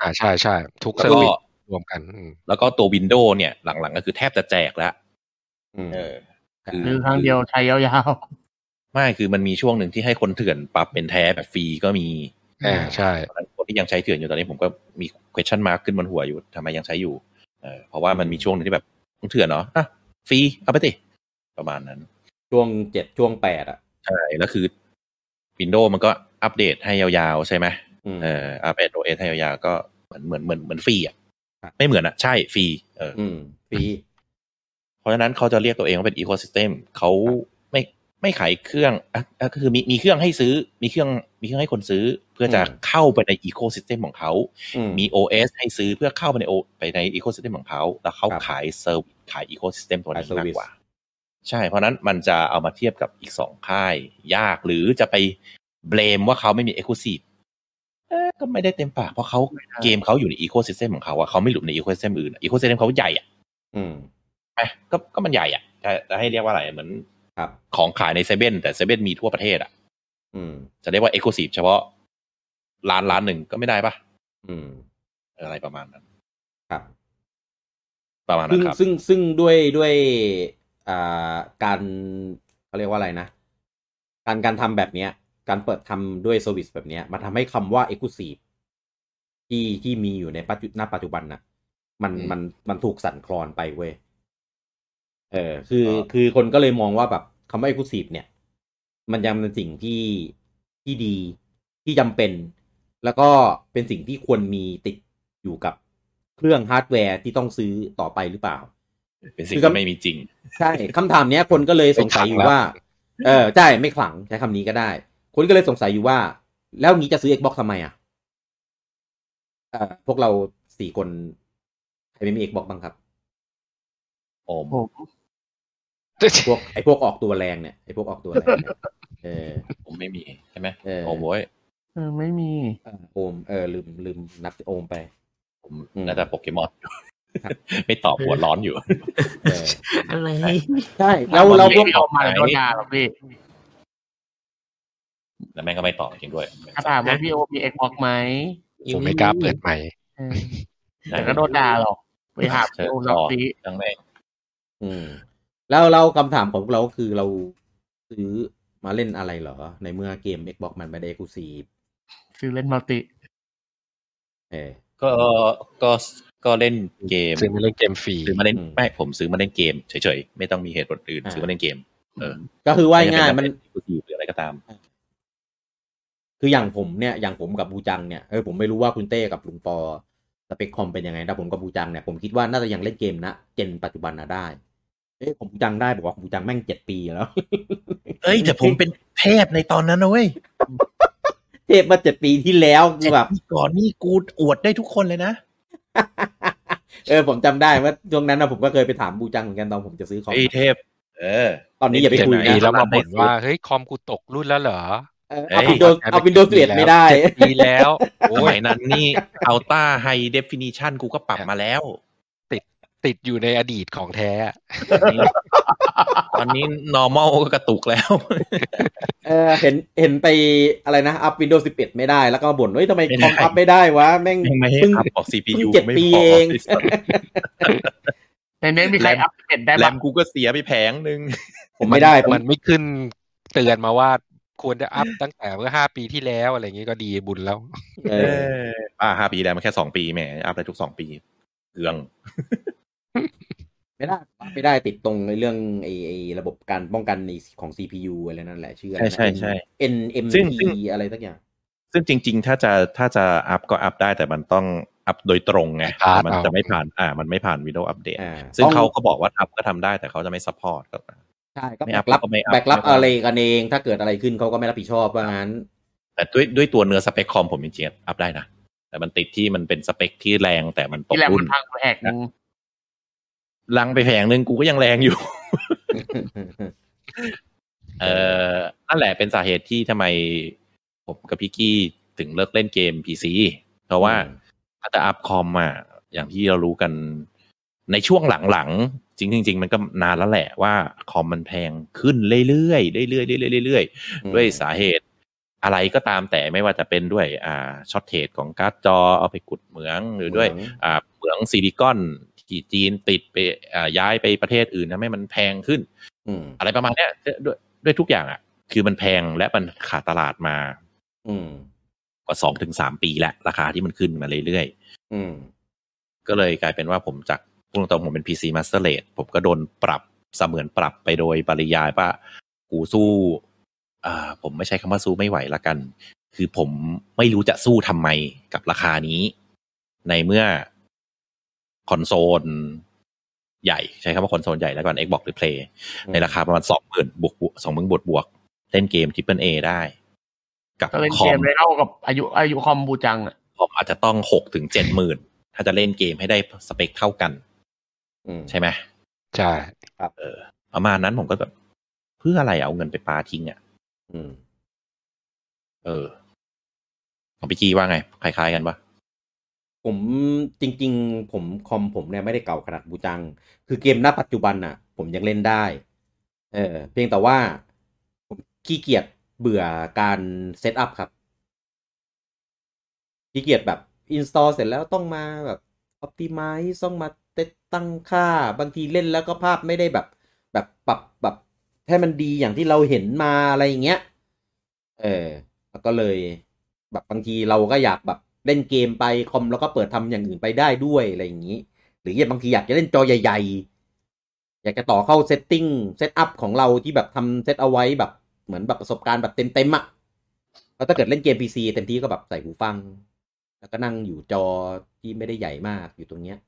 อ่าใช่ใช่ทุก
แล้
เซอ
ว
ร์
ก็
วิสรวมกันอืม
แล้วก็ตัว Windows เนี่ยหลังๆ ก็คือแทบจะแจกแล้ว
อืม
ซื้อครั้งเดียวใช้ยาว
ไม่คือมันมีช่วงหนึ่งที่ให้คนเถื่อนปรับเป็นแท้แบบฟรีก็มี
อ่าใช่
เพราะฉะนั้นคนที่ยังใช้เถื่อนอยู่ตอนนี้ผมก็มี question mark ขึ้นบนหัวอยู่ทำไมยังใช้อยู่เออเพราะว่ามันมีช่วงหนึ่งที่แบบมึงเถื่อนเนาะอ่ะฟรีเอาไปสิประมาณนั้น
ช่วงเจ็ดช่วงแปดอะ
ใช่แล้วคือ วินโดว์มันก็อัปเดตให้ยาวๆ ใช่ไหม
อืม
เอออัปเดตโอเอสให้ยาวๆ ก็เหมือนเหมือนเหมือนเหมือนฟรีอ่ะ
ครับ
ไม่เหมือนอ่ะ ใช่ฟรีเอออ
อืมฟรี
เพราะฉะนั้นเขาจะเรียกตัวเองว่าเป็นอีโค y ิสเต็มเขาไม่ไม่ขายเครื่องอ่ะอ่ะก็คือมีมีเครื่องให้ซื้อมีเครื่องมีเครื่องให้คนซื้อ เพื่อจะเข้าไปในอีโค y ิสเต็มของเขา
อื
มี OS ให้ซื้อเพื่อเข้าไปใน O- ไปในอีโค y ิสเต็มของเขา แล้วเขา
ครับ
ขายเซอร์วิสขายอีโค y ิสเต็มตัวนี้
ขาย service
มากกว่า ใช่ เพราะฉะนั้นมันจะเอามาเทียบกับอีกสองค่าย ยากหรือจะไปเบลมว่าเขาไม่มี e อ c l u s i v e เอ๊ะก็ไม่ได้เต็มปาก เพราะเขาเกมเขาอยู่ในอีโค y ิสเต็มของเขาอะเขาไม่หลุดในอีโค y ิสเต็มอื่นอีโค y ิสเต็มเขาใหญ่อะ
อืม
ไปก็ก็มันใหญ่อะจะจะให้เรียกว่าอะไรเหมือน
ครับ
ของขายในเซเว่นแต่เซเว่นมีทั่วประเทศอะ
อืม
จะเรียกว่า e อ c l u s i v e เฉพาะร้านร้านหนึ่งก็ไม่ได้ปะ
อืม
เอออะไรประมาณนั้น
ครับ
ประมาณนั้
ซึ่ง
นครับ
ซึ่งซึ่งด้วยด้วยอ่าการเขาเรียกว่าอะไรนะ การการทำแบบเนี้ย การเปิดทำด้วยเซอร์วิสแบบเนี้ยมันทำให้คำว่า e x c l u s i v e ที่ที่มีอยู่ในปัจจุณปัจจุบันนะมัน
อืม
มันมันถูกสั่นคลอนไปเว้ยเออคือ
ครับ
คือคนก็เลยมองว่าแบบคำว่า e x c l u s i v e เนี่ย มันยังเป็นสิ่งที่ที่ดีที่จำเป็น แล้วก็เป็นสิ่งที่ควรมีติดอยู่กับเครื่องฮาร์ดแวร์ที่ต้องซื้อต่อไปหรือเปล่า
เป็นสิ่ง
คือก็
ที่ไม่มีจริง
ใช่คำถามเนี้ยคนก็เลยสงสัยอยู่ว่า เออใช่ไม่ขลังใช้คำนี้ก็ได้ คนก็เลยสงสัยอยู่ว่า แล้วงี้จะซื้อ Xbox ทำไมอ่ะเออพวกเราสี่คนใครไม่มี Xbox บ้างครับ
โอม
ผม
พวกไอ้พวกออกตัวแรงเนี่ยไอ้พวกออกตัวแรงเนี่ยเออ
ผมไม่มีใช่ไหม
เออ
โอมโว้ย
เออไม่มี
โอมเออลืมลืมนับโอ [LAUGHS] มไป
ผม
อืม
น่าจะโปเกมอน
ครับ
ไม่ตอบหัวร้อนอยู่
เออ
อะไร
ใช่แล้ว
เรา
เรา
พ
พ
ว
วก
ก
ไม่ออกมาโดนด่าหรอกพี่
แล้วแม่งก็ไม่ตอบจริงด้วย
ถ้าถามว่าพี่โอมีเอ็กบอกไหม
ผมไม่กล้าเปิดใหม่
เออแต่ก็โดนด่าหรอกไปหาพี่โอรับซี
ทั้งแม่ง
อืมแล้วเราคำถามของพวกเราก็คือเราซื้อมาเล่นอะไรเหรอ ในเมื่อเกม Xbox มันไม่ได้ exclusive
ซื้อเล่นมัลติ
เออ
ก็ก็ก็เล่นเกม
ซื้อมาเล่นเกมฟรี
ซื้อมาเล่น
อืม
ไม่ผมซื้อมาเล่นเกมเฉยๆ ไม่ต้องมีเหตุผลอื่น
อ่า
ซื้อมาเล่นเกม เออ
ก็คือว่าง่ายๆมัน
กูอยู่หรืออะไรก็ตาม
คืออย่างผมเนี่ยอย่างผมกับบูจังเนี่ยเออผมไม่รู้ว่าคุณเต้กับลุงปอสเปคคอมเป็นยังไงแต่ผมกับบูจังเนี่ยผมคิดว่าน่าจะยังเล่นเกมนะเจนปัจจุบันนะได้ เอ้ยผมบูจังได้บอกว่าผมบูจังแม่งเจ็ดปีแล้ว [LAUGHS]
เอ้ยแต่ผมเป็นเทพในตอนนั้นนะเว้ย
เทพมาเจ็ดปีที่แล้วคือแบบ
ก่อนนี่กูอวดได้ทุกคนเลยนะ
เออผมจำได้ว่าช่วงนั้นนะผมก็เคยไปถามบูจังเหมือนกันตอนผมจะซื้อคอม
ไอ้เทพ เออ
ตอนนี้อย่าไป
เจ็ด
คุย
ปี
นะ
แล้วมาบ่นว่าเฮ้ยคอมกูตกรุ่นแล้วเหรอ
เออเอา
เอ้ย
วินโดว์เอาวินโดว์สิบเอ็ดไม่ได้
เจ็ปีแล้วโอ้
ส
ย
มัยนั้นนี่อัลต้าไฮเดฟินิชันกูก็ปรับมาแล้ว
[LAUGHS] ติดอยู่ในอดีตของแท้
ตอนนี้ normal ก็กระตุกแล้ว
เออเห็นเห็นไปอะไรนะ อัพ Windows 11 ไม่ได้แล้วก็บ่นว่าทำไม
ไม่
ค
ได้
อมอัพไม่ได้วะ แม่ง
ยังไม่ให้
เพิ่ง
อัพออก
เพิ่
CPU
งเจ็ด
ไม่
ปี
พอ
เอง
ในเน็ตมีใครอัพเดตได้
แร
บ้าง
มกูก็เสียไปแผงหนึ่ง
ผมไม่ได้ผม
มันไม่ขึ้นเตือนมาว่าควรจะอัพตั้งแต่เมื่อห้าปีที่แล้วอะไรอย่างงี้ก็ดีบุญแล้ว
เออ
อ่าห้าปีแล้วมันแค่สองปีแหมอัพได้ทุกสองปีเอือง
ไม่ได้ไม่ได้ติดตรงในเรื่องไอ้ไอ้ระบบการป้องกันในของ CPU อะไรนั่นแหละชื่ออะไรนะ
ใช่ใช่ใช่
NMT อะไรสักอย่าง
ซึ่งจริง ๆ ถ้าจะถ้าจะอัพก็อัพได้แต่มันต้องอัพโดยตรงไง
ครับ
มันจะไม่ผ่านอ่า มันไม่ผ่านวิดีโออัปเดต
อ่า
ซึ่ง
ต้อง
เขาก็บอกว่าทำก็ทำได้แต่เขาจะไม่ซัพพอร์ตก็
ใช่ก็
ไม่
แบ
อัพ
กรับ
ก็ไม่อัพ
แบกรับ
ไม่อัพ
อะไรกันเอง ถ้าเกิดอะไรขึ้นเขาก็ไม่รับผิดชอบว่างั้น
แต่ด้วยด้วยตัวเนื้อสเปคคอมผมจริงๆอัพได้นะแต่มันติดที่มันเป็นสเปคที่แรงแต่มันต
ที่
ก
แหลม
รุ่น
ทางแหกนึง
ลังไปแผงหนึ่งกูก็ยังแรงอยู่ เออนั่นแหละเป็นสาเหตุที่ทำไมผมกับพี่กี้ถึงเลิกเล่นเกม PC เพราะว่า
อืม
ถ้าจะอัพคอมอ่ะอย่างที่เรารู้กันในช่วงหลังๆ จริงๆจริงๆ มันก็นานแล้วแหละว่าคอมมันแพงขึ้นเรื่อยๆเรื่อยๆเรื่อยๆเรื่อยๆด้วยสาเหตุอะไรก็ตามแต่ไม่ว่าจะเป็นด้วยอ่าช็อตเทรดของการ์ดจอเอาไปกุดเหมืองหรือด้วย อ่าเหมืองซิลิคอนที่จีนติดไปอ่าย้ายไปประเทศอื่นทำให้มันแพงขึ้น
อืม
อะไรประมาณเนี้ยด้วยด้วยทุกอย่างอ่ะ คือมันแพงและมันขาดตลาดมา
อืม
กว่าสองถึงสามปีแล้ว ราคาที่มันขึ้นมาเรื่อย
อืม
ๆ ก็เลยกลายเป็นว่าผมจากพูดตรงๆผมเป็น PC Master Race ผมก็โดนปรับเสมือนปรับไปโดยปริยายว่า กูสู้ อ่า ผมไม่ใช้คำว่าสู้ไม่ไหวละกัน คือผมไม่รู้จะสู้ทำไมกับราคานี้ ในเมื่อคอนโซลใหญ่ใช้คำว่าคอนโซลใหญ่แล้วกัน Xbox หรือ Play ในราคาประมาณสองหมื่นบวกสองหมื่นบวกบวกๆเล่นเกม Triple A ได้ กับ
ก็เป็น
คอ
เกม
ม
เลยเท่ากับอายุอายุคอมบูจังอ่ะ
ผมอาจจะต้องหกถึงเจ็ดหมื่นถ้าจะเล่นเกมให้ได้สเปคเท่ากัน
อืม
ใช่ไหม
ใช่
ประมาณนั้นผมก็แบบเพื่ออะไรเอาเงินไปปาทิ้งอ่ะ
อืม
เออ ของพี่กี้ว่าไง คล้ายๆกันปะ
ผมจริง ๆ ผมคอมผมเนี่ยไม่ได้เก่าขนาดบูจัง คือเกมณปัจจุบันน่ะ ผมยังเล่นได้ เออ เพียงแต่ว่าผมขี้เกียจเบื่อการเซตอัพครับขี้เกียจแบบอินสตอลเสร็จแล้วต้องมาแบบออ t ติม z e ต้องมาเตดตั้งค่า บางทีเล่นแล้วก็ภาพไม่ได้แบบ แบบปรับแบบให้มันดีอย่างที่เราเห็นมาอะไรอย่างเงี้ย เออ แล้วก็เลยแบบบางทีเราก็อยากแบบเล่นเกมไปคอมแล้วก็เปิดทำอย่างอื่นไปได้ด้วยอะไรอย่างนี้ หรืออย่างบางทีอยากจะเล่นจอใหญ่ ๆ อยากจะต่อเข้าเซตติ้งเซตอัพของเราที่แบบทำเซตเอาไว้แบบเหมือนแบบประสบการณ์แบบเต็มๆอะ่ะแล้วถ้าเกิดเล่นเกม PC เต็มที่ก็แบบใส่หูฟัง แล้วก็นั่งอยู่จอที่ไม่ได้ใหญ่มากอยู่ตรงเนี้ย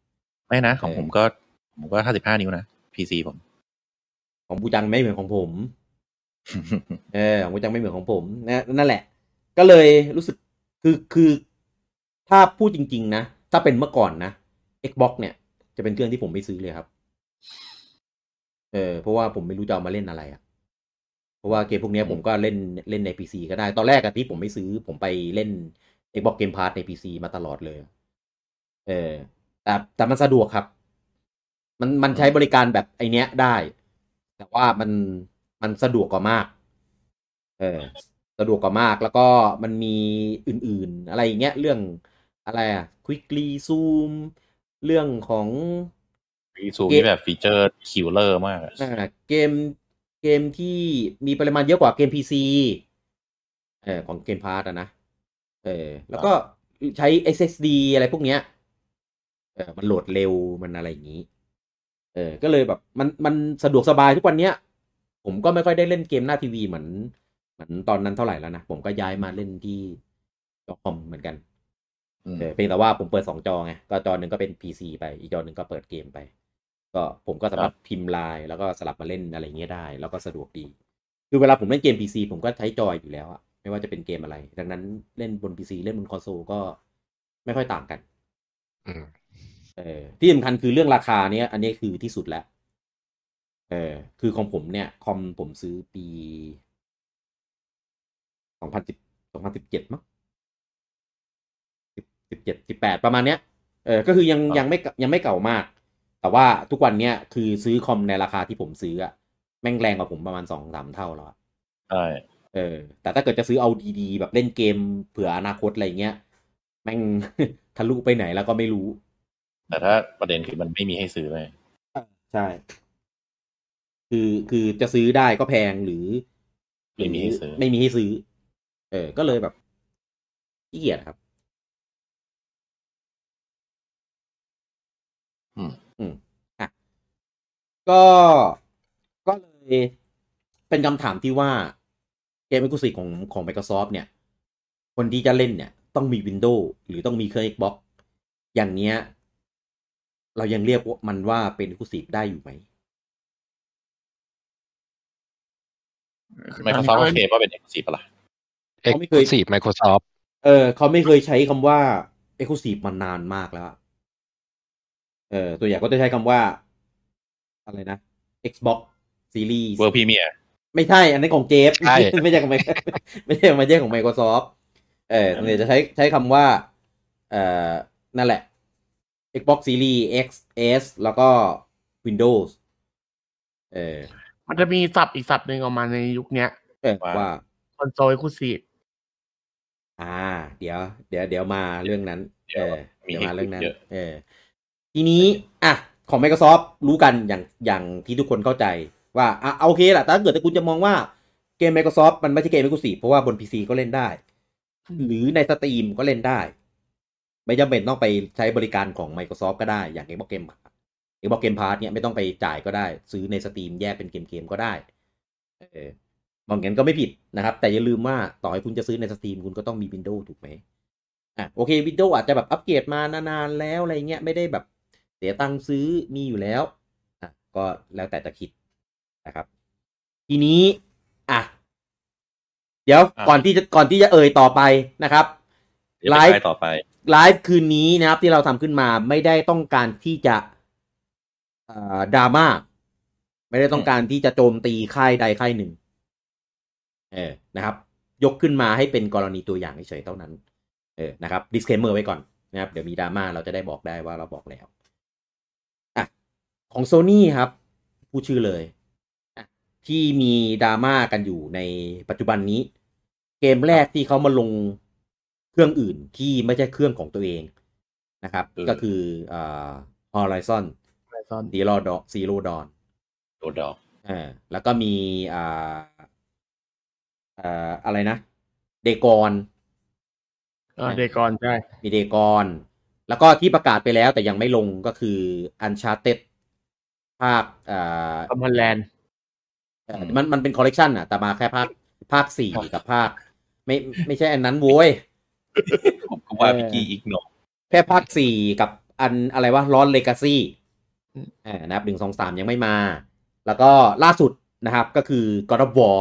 ไม่นะ ของผมก็ผมก็ห้าสิบห้านิ้วนะพีซีผม
ของบูจังไม่เหมือนของผม [LAUGHS] เออของกูจังไม่เหมือนของผมนะนั่นแหละ ก็เลยรู้สึกคือคือ ถ้าพูดจริง ๆ นะ ถ้าเป็นเมื่อก่อนนะ Xbox เนี่ย จะเป็นเครื่องที่ผมไม่ซื้อเลยครับ เออเพราะว่าผมไม่รู้จะเอามาเล่นอะไรอะ่ะ เพราะว่าเกมพวกเนี้ยผมก็เล่นเล่นใน PC ก็ได้ ตอนแรกอะที่ผมไม่ซื้อ ผมไปเล่น Xbox Game Pass ใน PC มาตลอดเลย เออแต่แต่มันสะดวกครับ มันมันใช้บริการแบบไอเนี้ยได้ แต่ว่ามันมันสะดวกกว่ามาก เออสะดวกกว่ามากแล้วก็มันมีอื่นๆ อะไรอย่างเงี้ย เรื่องอะไรอะ quickly zoom เรื่องของ
พีซูนี่แบบฟีเจอร์คิวเลอร์มากอะ
อ่าเกมเกมที่มีปริมาณเยอะกว่าเกม PC เออของเกมพาร์ตนะเออแล้วก็ใช้ SSD อะไรพวกเนี้ยเออมันโหลดเร็วมันอะไรอย่างนี้ เออก็เลยแบบมันมันสะดวกสบายทุกวันเนี้ย ผมก็ไม่ค่อยได้เล่นเกมหน้าทีวีเหมือนเหมือนตอนนั้นเท่าไหร่แล้วนะ ผมก็ย้ายมาเล่นที่จอคอมเหมือนกัน
อืม
เออเพียงแต่ว่าผมเปิดสองจอไงก็จอหนึ่งก็เป็น PC ไปอีกจอหนึ่งก็เปิดเกมไป ก็ผมก็สามารถพิมพ์ไลน์แล้วก็สลับมาเล่นอะไรอย่างเงี้ยได้ แล้วก็สะดวกดี คือเวลาผมเล่นเกม PC ผมก็ใช้จอยอยู่แล้วอะไม่ว่าจะเป็นเกมอะไร ดังนั้นเล่นบน PC เล่นบนคอนโซลก็ไม่ค่อยต่างกัน
อืม
เออที่สำคัญคือเรื่องราคาเนี้ยอันนี้คือที่สุดแล้ว เออคือของผมเนี่ย คอมผมซื้อปีสองพันสิบสองพันสิบเจ็ดมั้งสิบเจ็ดสิบแปดประมาณเนี้ยเออก็คือยังยังไม่ยังไม่เก่ามาก แต่ว่าทุกวันเนี้ยคือซื้อคอมในราคาที่ผมซื้ออะแม่งแรงกว่าผมประมาณสองสามเท่าแล้วอะ
ใช่
เออแต่ถ้าเกิดจะซื้อเอาดีๆ แบบเล่นเกมเผื่ออนาคตอะไรเงี้ยแม่ง [LAUGHS] ทะลุไปไหนแล้วก็ไม่รู้
แต่ถ้าประเด็นคือมันไม่มีให้ซื้อเลย
ใช่ คือคือจะซื้อได้ก็แพงหรือ
ไม่มีให้ซื้อ
ไม่มีให้ซื้อ เออ ก็เลยแบบขี้เกียจครับ
อืม
อืมอ่ะก็ก็เลยเป็นคำถามที่ว่าเกม e อ c l u s i v e ของของ Microsoft เนี่ย คนที่จะเล่นเนี่ย ต้องมี Windows หรือต้องมีเครื่อง Xbox อย่างเนี้ย เรายังเรียกว่ามันว่าเป็น e อ c l u s i v e ได้อยู่ไหม
ไม่เขาซ้อมโอเคว่าเป็นเอกสีปะล่ะ
เอ็ก
เขาไม่
ซ์
เคย
ซีไมโครซอฟท์
เออเขาไม่เคยใช้คำว่า e x c l u s i v e มานานมากแล้วอะเออตัวอย่างก็จะใช้คำว่า อะไรนะ Xbox Series
เวอร์พรีเมีย
ไม่ใช่ อันนั้นของเจฟ [LAUGHS] ไม่ใช่ของ Microsoft ไม่ใช่ไม่ใช่ของ Microsoft เออส่วนใหญ่จะใช้ใช้คำว่า เอ่อ นั่นแหละ Xbox Series X S แล้วก็ Windows เออ
มันจะมีศัพท์อีกศัพท์หนึ่งออกมาในยุคเนี้ย
เออว่า
คอนโซลคูซี
อ่า เดี๋ยว เดี๋ยวเดี๋ยวมาเรื่องนั้น
เดี๋
เอ
ยว
อเดี๋ยว
มี
มาเรื่องนั้น
เยอะ
เออ ทีนี้ อ่ะ ของ Microsoft รู้กันอย่างอย่างที่ทุกคนเข้าใจ ว่าอ่ะโอเคแหละแต่ถ้าเกิดคุณจะมองว่าเกม Microsoft มันไม่ใช่เกม Exclusive เพราะว่าบน PC ก็เล่นได้ หรือในสตรีมก็เล่นได้ ไม่จำเป็นต้องไปใช้บริการของ Microsoft ก็ได้ อย่าง Xbox Game Pass Xbox Game Pass เนี่ยไม่ต้องไปจ่ายก็ได้ ซื้อในสตรีมแยกเป็นเกมๆก็ได้ เออ มองงั้นก็ไม่ผิดนะครับ แต่อย่าลืมว่าต่อให้คุณจะซื้อในสตรีมคุณก็ต้องมี Windows ถูกไหมอ่ะโอเค Windows อาจจะแบบอัปเกรดมานานๆแล้วอะไรเงี้ยไม่ได้แบบเสียตังค์ซื้อมีอยู่แล้วอ่ะก็แล้วแต่จะคิดนะครับ ทีนี้อ่ะเดี๋ยว
อ่ะ
ก่อนที่จะก่อนที่จะเอ่ยต่อไปนะครับ
เดี๋ยวไป
ไลฟ์
ไลฟ์ต่อไป
ไลฟ์คืนนี้นะครับที่เราทำขึ้นมาไม่ได้ต้องการที่จะเอ่อดราม่าไม่ได้ต้องการที่จะโจมตีค่ายใดค่ายหนึ่งเออนะครับ ยกขึ้นมาให้เป็นกรณีตัวอย่างเฉยๆเท่านั้น เออนะครับ disclaimer ไว้ก่อนนะครับ เดี๋ยวมีดราม่าเราจะได้บอกได้ว่าเราบอกแล้วอ่ะของโซ n y ครับ ผู้ชื่อเลยอ่ะที่มีดราม่ากันอยู่ในปัจจุบันนี้ เกมแรกที่เขามาลงเครื่องอื่นที่ไม่ใช่เครื่องของตัวเองนะครับ
เออ
ก็คืออ่า Horizon
ไรซอน
Zero Dawn Zero Dawn
โดดดอก
เออแล้วก็มีอ่าอ่าอะไรนะ เดกอน
เออเดกอนใช่
มีเดกอน แล้วก็ที่ประกาศไปแล้วแต่ยังไม่ลงก็คือ Uncharted ภาคเอ่อ
คอมพอนแลนด์
เอ่อมันมันเป็นคอลเลกชันอะแต่มาแค่ภาคภาคสี่กับภาค ไม่ไม่ใช่อันนั้นโว้ย
ผมก็ว่า
เออ
พี่กี้อีกหนอ
แค่ภาคสี่กับอันอะไรวะร้อนเลกาซี่อ่านะครับหนึ่งสองสามยังไม่มา แล้วก็ล่าสุดนะครับก็คือ God of War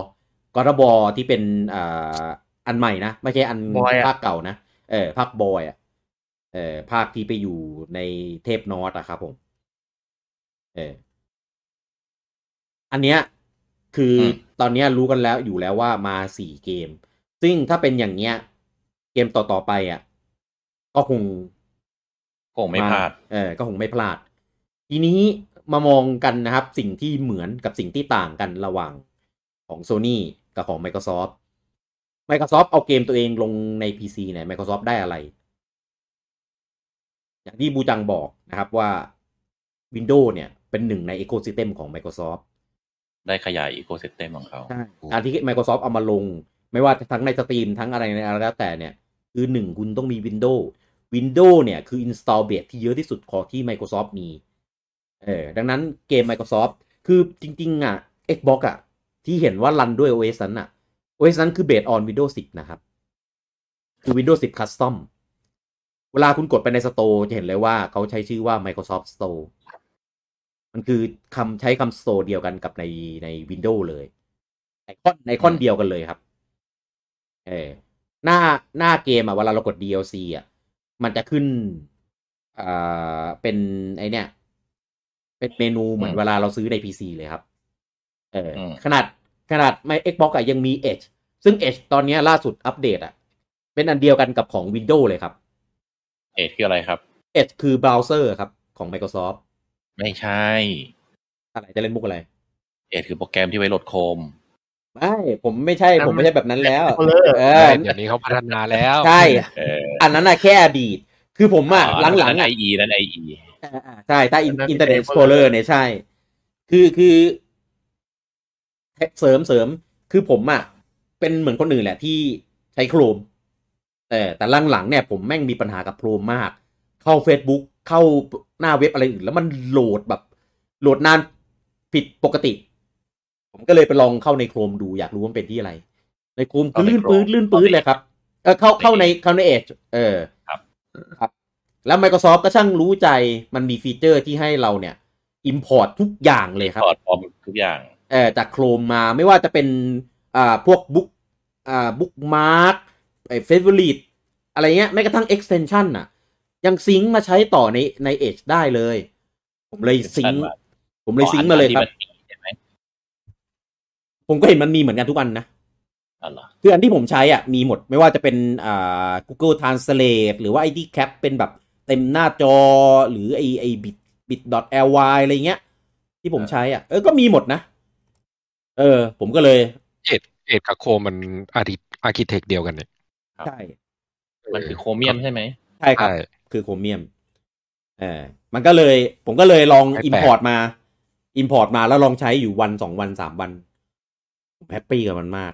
God of War ที่เป็นอ่าอันใหม่นะ ไม่ใช่อัน
บอยอะ
ภาคเก่านะ เออภาคบอยอ่ะเออภาคที่ไปอยู่ในเทพนอตอะครับผมเอออันเนี้ยคืออตอนเนี้ยรู้กันแล้วอยู่แล้วว่ามาสี่เกม ซึ่งถ้าเป็นอย่างเนี้ย เกมต่อ ๆ ไปอ่ะ ก็คง
คงไม่พลาด
เออก็คงไม่พลาด ทีนี้มามองกันนะครับ สิ่งที่เหมือนกับสิ่งที่ต่างกันระหว่างของ Sony กับของ Microsoft Microsoft เอาเกมตัวเองลงใน PC เนี่ย Microsoft ได้อะไร อย่างที่บูจังบอกนะครับว่า Windows เนี่ย เป็นหนึ่งใน Ecosystem ของ Microsoft
ได้ขยายอีโคเซ t e m ของเขา
ใช่การที่ Microsoft เอามาลง ไม่ว่าทั้งในสตรีมทั้งอะไรในอะไรแล้วแต่เนี่ย คือหนึ่งคุณต้องมี Windows Windows เนี่ย คือ install base ที่เยอะที่สุดของที่ Microsoft มี เออ ดังนั้นเกม Microsoft คือจริง ๆ อ่ะ Xbox อ่ะ ที่เห็นว่ารันด้วย OS นั้นอ่ะ OS นั้นคือ based on Windows 10 นะครับ คือ Windows 10 Custom เวลาคุณกดไปในสโตร์จะเห็นเลยว่าเขาใช้ชื่อว่า Microsoft Store มันคือคำใช้คำ Store เดียวกันกับในใน Windows เลย ไอคอนไอคอนเดียวกันเลยครับ เออหน้าหน้าเกมอ่ะเวลาเรากด DLC อ่ะ มันจะขึ้นอ่าเป็นไอเนี่ย เป็นเมนูเหมือน
อืม
เวลาเราซื้อใน PC เลยครับ เอออ
ม
ขนาดขนาดไม่ Xbox อ่ะยังมี Edge ซึ่ง Edge ตอนเนี้ยล่าสุดอัปเดตอ่ะ เป็นอันเดียวกันกับของ Windows เลยครับ
เอ็ดคืออะไรครับ
Edge คือเบราว์เซอร์ครับ ของ Microsoft
ไม่ใช่
อะไรจะเล่นมุกอะไร
เอ็ดคือโปรแกรมที่ไว้โหลดโคม
ไม่ ผมไม่ใช่ ผมไม่ใช่แบบนั้นแล้ว
เอาเลย
เอ
เอ
อ
อเดี๋ยวนี้เขาพัฒนาแล้ว
ใช่
เออ
อันนั้นอะแค่อดีต คือผมอะหลังๆ
ไอ
อะ
อีนั่นไออี
อ่าๆใช่ใต้
นั่น
อินเทอร์เน็ต
Explorer
โซเลอร์เนี่ยใช่ คือคือเสริมเสริมคือผมอะเป็นเหมือนคนอื่นแหละที่ใช้โครม แต่แต่หลังๆเนี่ยผมแม่งมีปัญหากับโครมมาก เข้า Facebook เข้าหน้าเว็บอะไรอื่น แล้วมันโหลดแบบ โหลดนานผิดปกติ ผมก็เลยไปลองเข้าในโครมดูอยากรู้ว่ามันเป็นที่อะไร ในโครมคือลื่นปื้ดลื่นปื้ดเลยครับ เออเข้าเข้าในเข้าในเอจเออครับ แล้ว Microsoft ก็ช่างรู้ใจมันมีฟีเจอร์ที่ให้เราเนี่ย Import ทุกอย่างเลยครับ
พอร์ตพร้อมทุกอย่าง
เอ่อจากโครมมาไม่ว่าจะเป็นอ่าพวกบุ๊กอ่าบุ๊กมาร์กไอ้เฟเวอริตอะไรเงี้ยแม้กระทั่ง extension น่ะ ยังซิงค์มาใช้ต่อในใน Edge ได้เลย ผมเลยซิงค์
Extension
ผมเลยซิงค์มาเลยครับ
อ๋ออันที่มันมีใช่ไหม
ผมก็เห็นมันมีเหมือนกันทุกอันนะ
อ๋อเหรอ
คืออันที่ผมใช้อ่ะมีหมดไม่ว่าจะเป็นอ่า Google Translate หรือว่าไอ้ที่แคปเป็นแบบเต็มหน้าจอหรือไอ้ไอ้บิตบิต .ly อะไรเงี้ย ที่ผมใช้อ่ะเออก็มีหมดนะ เออ ผมก็เลย
เอ็ดเอ็ดกับโคมมันอาร์ติอาร์คิเทคเดียวกันเนี่ย
ใช่
มันคือโครเมียมใช่ไหม
ใช่ครับ
ใช่
คือโครเมียม เออ มันก็เลย ผมก็เลยลอง
ไม่แปลก
import มา import มาแล้วลองใช้อยู่วันสองวันสามวันผมแฮปปี้กับมันมาก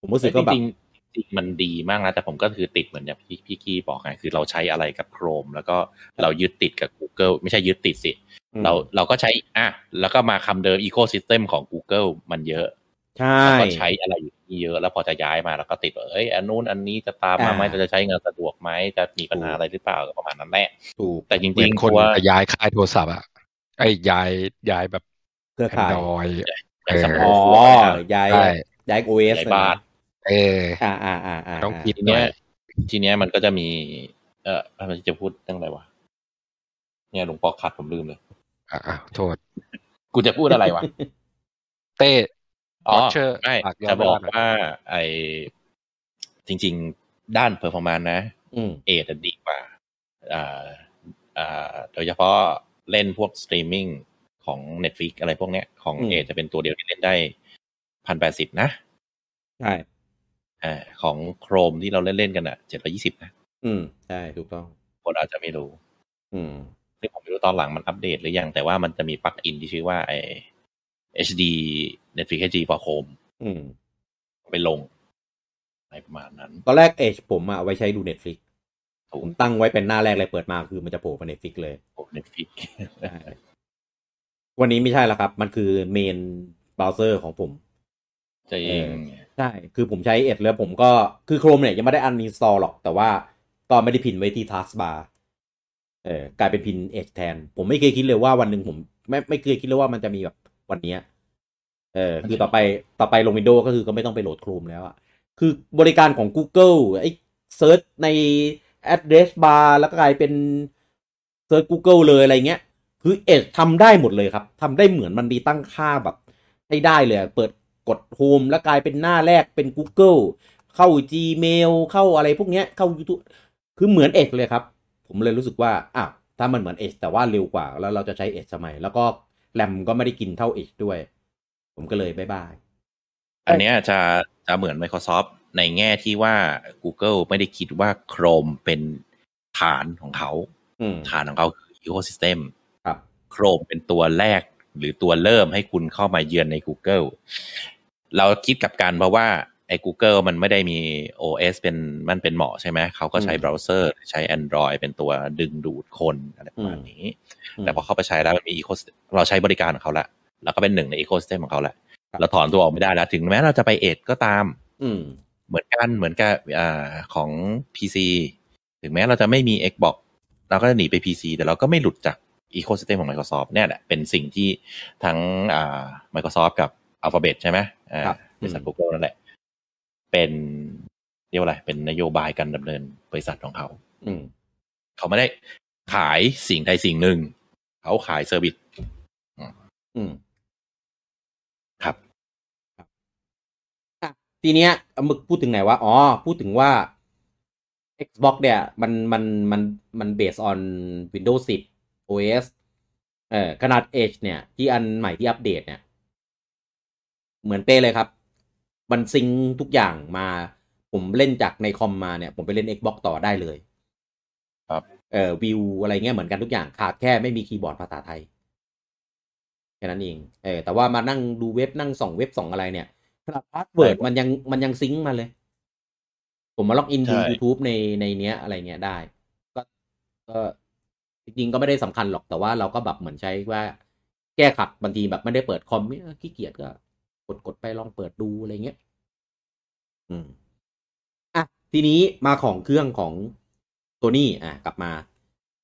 ผมรู้สึกก็แบบ
จริงๆจริงๆมันดีมากนะ แต่ผมก็คือติดเหมือนอย่างพี่พี่กี้บอกไงคือเราใช้อะไรกับโครม แล้วก็เรายึดติดกับ Google ไม่ใช่ยึดติดสิ เราเราก็ใช้อ่ะแล้วก็มาคำเดิม ecosystem ของ Google มันเยอะ
ใช่
ก็ใช้อะไรอยู่ที่เยอะแล้วพอจะย้ายมาแล้วก็ติดว่าเอ้ยอันนู้นอันนี้จะตามมาไหมเราจะใช้งานสะดวกไหมจะมีปัญหาอะไรหรือเปล่าก็ประมาณนั้นแหละ
ถูก
แต่จ
เหมื
ริ
อน
ง
คน
ๆว่า
ย้ายค่ายโทรศัพท์อะไอ้ยย้ายย้ายแบบ
เครือ
แอน
ข่าย
ดรอย
อย่างสม
อ๋อ
อง
ย้าย
ใช่
ย้ายโอเอส
ใหญ่บ้าน
เออ
อ่าอ่าอ่าา
ต้องคิด
ที
หน่
เนี้
อย ย
ทีเนี้ยมันก็จะมี เอ่ออะไรจะพูดเรื่องอะไรวะเนี่ยหลวงปอขัดผมลืมเลย
อ่ะอ่ะโทษ
กูจะพูดอะไร
[LAUGHS]
วะ
เต้
อ๋อ
Roger
ไม่
ฝากย้อน
จะบอก
เวลาหน่อย
ว่า ไอจริง ๆ ด้านเพอร์ฟอร์มานนะ
อืม
เอทดีกว่าอ่าอ่าโดยเฉพาะเล่นพวกสตรีมมิ่งของ Netflix อะไรพวกเนี้ยของเอทจะเป็นตัวเดียวที่เล่นได้พันแปดสิบนะ
ใช่
อ่าของโครมที่เราเล่นเล่นๆกันอ่ะเจ็ดร้อยี่สิบนะ
อืมใช่ถูกต้อง
คนอาจจะไม่รู้
อืม
ซึ่งผมไม่รู้ตอนหลังมันอัปเดตหรือยัง แต่ว่ามันจะมีปลั๊กอินที่ชื่อว่าไอ HD Netflix HD for Chrome
อืม
ไปลงอะไรประมาณนั้น
ตอนแรกเอชผมอะเอาไว้ใช้ดูเน็ตฟลิก
ถูก
ผมตั้งไว้เป็นหน้าแรกเลยเปิดมาคือมันจะโผล่มาเน็ตฟลิกเลย
โอ้ Netflix
วันนี้ไม่ใช่แล้วครับ มันคือเมนเบราว์เซอร์ของผม
จะเอง
ใช่ คือผมใช้เอ็ดแล้วผมก็ คือโครมเนี่ยยังไม่ได้อันนี้สตอหรอก แต่ว่าก็ไม่ได้พินไว้ที่ทัสบาร์เออกลายเป็นพินเอ็ดแทน ผมไม่เคยคิดเลยว่าวันหนึ่งผม ไม่ไม่เคยคิดเลยว่ามันจะมีแบบวันเนี้ยเออ คือต่อไปต่อไปลงวินโดว์ก็คือก็ไม่ต้องไปโหลดโครมแล้วอะคือบริการของ Google ไอ้เซิร์ชใน address bar แล้วก็กลายเป็นเซิร์ช Google เลยอะไรเงี้ย คือเอ็ดทำได้หมดเลยครับทำได้เหมือนมันมีตั้งค่าแบบ ให้ได้เลยอะเปิดกดโฮมแล้วกลายเป็นหน้าแรกเป็น Google เข้า Gmail เข้าอะไรพวกเนี้ยเข้า YouTube คือเหมือนเอ็เลยครับ ผมเลยรู้สึกว่าอ้าวถ้ามันเหมือนเอ็แต่ว่าเร็วกว่า แล้วเราจะใช้เอ็สมัย แล้วก็แรมก็ไม่ได้กินเท่าเอ็ด้วย ผมก็เลยบายบาย
อันเนี้ยจะจะเหมือน Microsoft ในแง่ที่ว่า Google ไม่ได้คิดว่า Chrome เป็นฐานของเขา
อืม
ฐานของเขาคือ Ecosystem
ครับ
โครมเป็นตัวแรกหรือตัวเริ่มให้คุณเข้ามาเยือนใน Google เราคิดกลับการเพราะว่าไอ้ Google มันไม่ได้มี OS เป็นมันเป็นเหมาะใช่ไหมเขาก็ใช้
อืม
เบราว์เซอร์ ใช้ Android เป็นตัวดึงดูดคนอะไรประมาณ
อืม
นี้ แต่พอเข้าไปใช้แล้วมันมี Eco เราใช้บริการของเขาละแล้วก็เป็นหนึ่งใน Ecosystem ของเขาละ
ครับ
เราถอนตัวออกไม่ได้แล้ว ถึงแม้เราจะไปเอ็ดก็ตาม
อืม
เหมือนกันเหมือนกับอาของ PC ถึงแม้เราจะไม่มี Xbox เราก็จะหนีไป PC แต่เราก็ไม่หลุดจาก Ecosystem ของ Microsoft เนี่ยแหละ เป็นสิ่งที่ทั้งอ่า Microsoft กับ Alphabet ใช่ไหมอ่า
ครับ
บริษัท Google นั่นแหละ เป็นเรียกว่าอะไร เป็นนโยบายการดำเนินบริษัทของเขา
อืม
เขาไม่ได้ขายสิ่งใดสิ่งหนึ่ง เขาขายเซอร์วิส
อืม
ครับ
ครับอ่ะทีเนี้ยเอามึกพูดถึงไหนวะอ๋อ พูดถึงว่า Xbox เนี่ย มันมันมันมันเบสออน Windows 10 OS เอ่อขนาด Edge เนี่ย ที่อันใหม่ที่อัปเดตเนี่ย เหมือนเป้เลยครับ มันซิงค์ทุกอย่างมา ผมเล่นจากในคอมมาเนี่ย ผมไปเล่น Xbox ต่อได้เลย
ครับ
เอ่อวิวอะไรเงี้ยเหมือนกันทุกอย่างขาดแค่ไม่มีคีย์บอร์ดภาษาไทย แค่นั้นเอง เออ แต่ว่ามานั่งดูเว็บนั่งส่องเว็บส่องอะไรเนี่ยขนาดพาสเวิร์ดมันยังมันยังซิงค์มาเลย ผมมาล็อกอินดู
ใช่
YouTube ในในเนี้ยอะไรเงี้ยได้ ก็ก็จริงๆก็ไม่ได้สำคัญหรอกแต่ว่าเราก็แบบเหมือนใช้ว่า แก้ขัดบางทีแบบไม่ได้เปิดคอมเอ้ยขี้เกียจก็ กดกดไปลองเปิดดูอะไรเงี้ย อืม อ่ะ ทีนี้มาของเครื่องของตัวนี้อ่ะ กลับมา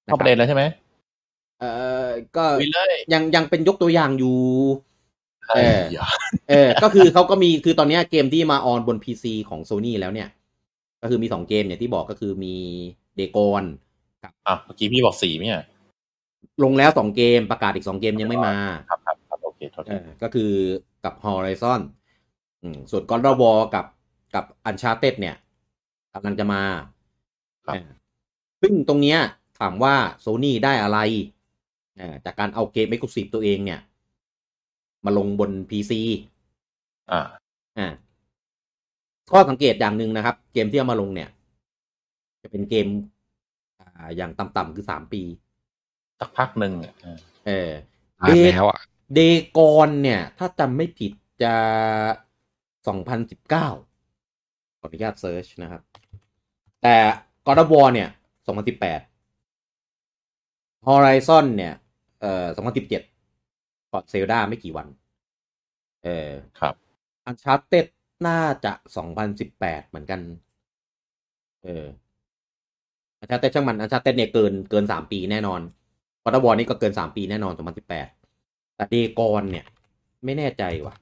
นะค
เข้า
บ
ประเด็นแล้วใช่ไหม
เออก็
คุยเลย
ยังยังเป็นยกตัวอย่างอยู่ เออ
เดี๋ยว
เออ ก็คือเขาก็มี คือตอนเนี้ยเกมที่มาออนบน PC ของ Sony แล้วเนี่ย ก็คือมีสองเกมเนี่ยที่บอกก็คือมีเดกอน
อ่ะเมื่อกี้พี่บอกสีไหมอ่ะ
ลงแล้วสองเกมประกาศอีกสองเกมยังไม่มา
ครับครับครับโอเคโทษ
เอ
ที
อก็คือกับ Horizon อืมส่วน God of War กับกับ Uncharted เนี่ยกำลังจะมาเออซึ่งตรงเนี้ยถามว่า Sony ได้อะไรเออจากการเอาเกม Exclusive ตัวเองเนี่ย มาลงบน PC
อ่า
อ่าข้อสังเกตอย่างหนึ่งนะครับ เกมที่เอามาลงเนี่ย จะเป็นเกม อ่าอย่างต่ำๆคือสามปี
สักพักหนึ่งอ่ะ
เออ
นานแล้วอ่ะ
เดกอนเนี่ย ถ้าจำไม่ผิดจะสองพันสิบเก้าขออนุญาตเซิร์ชนะครับ แต่กอร์ดวอเนี่ยสองพันสิบแปดฮอริซอนเนี่ย เอ่อสองพันสิบเจ็ดก่อนเซลดาไม่กี่วัน เออ
ครับ
อันชาร์เต็ดน่าจะสองพันสิบแปดเหมือนกัน เอออันชาร์เต็ดช่างมันอันชาร์เต็ดเนี่ยเกินเกินสามปีแน่นอนวอตวอนี่ก็เกินสามปีแน่นอนสองพันสิบแปดแต่เดกอนเนี่ย ไม่แน่ใจว่ะ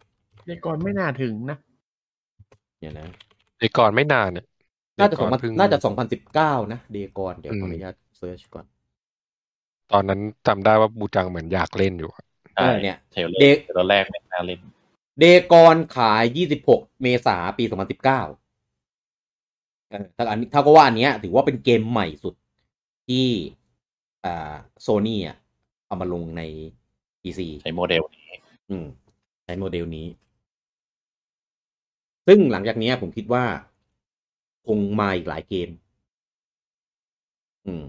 เดกอนไม่น่าถึงนะ
เดี๋ยวนะ
เดี๋ยวก่อนไม่นานเนี่ย
น่าจะส
เดี๋ย
อ
ว
ง
ก่
พั
อน เพิ่ง
น่าจะสองพันสิบเก้านะเดกอนเดี๋ยว
อืม
ขออนุญาตเซิร์ชก่อน
ตอนนั้นจำได้ว่าบูจังเหมือนอยากเล่นอยู่อะ
เอ
ใช่
อเนี่ย
เทรลเลอ
เด็ก
ร์เทรลเลอร์แรกไม่น่าเล่น
เดกอนขาย 26 เมษาปี 2019เออถ้าอันนี้ถ้าก็ว่าอันเนี้ย ถือว่าเป็นเกมใหม่สุดที่อ่าโซนี่อ่ะ เอามาลงใน PC
ใช้โมเดลนี้
อืมใช้โมเดลนี้ ซึ่งหลังจากเนี้ยผมคิดว่า คงมาอีกหลายเกม อืม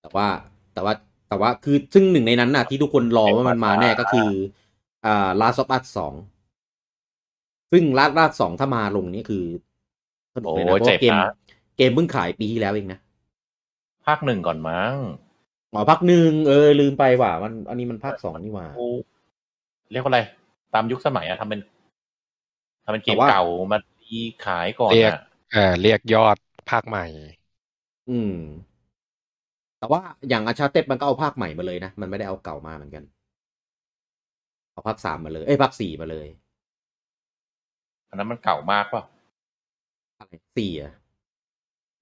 แต่ว่า แต่ว่า แต่ว่าคือซึ่งหนึ่งในนั้นน่ะ ที่ทุกคนรอว่ามันมาแน่ก็คืออ่าลาสอปัสสองซึ่งลาดลาดสองถ้ามาลงนี่คือสนุก
โอ้
เลยนะเพ
ย
ราะ
เจ็
ว่าเกม
บนะ
เกมเพิ่งขายปีที่แล้วเองนะ
ภาคหนึ่งก่อนมั้ง
อ๋อพักหนึ่งเออ ลืมไปว่ะมัน อันนี้มันภาคสองนี่หว่า
กูเรียกว่าอะไร ตามยุคสมัยอะทำเป็นทำเป็นเกม
แต่ว่า
เก่ามาตีขายก่อน
เรียก
อะ
เอ่อเรียกยอดภาคใหม่
อืม แต่ว่าอย่างอาชาเต็ดมันก็เอาภาคใหม่มาเลยนะ มันไม่ได้เอาเก่ามาเหมือนกัน เอาภาคสามมาเลย เอ้ยภาคสี่มาเลย
อันนั้นมันเก่ามากเปล่ะ
อะไรสี่อะ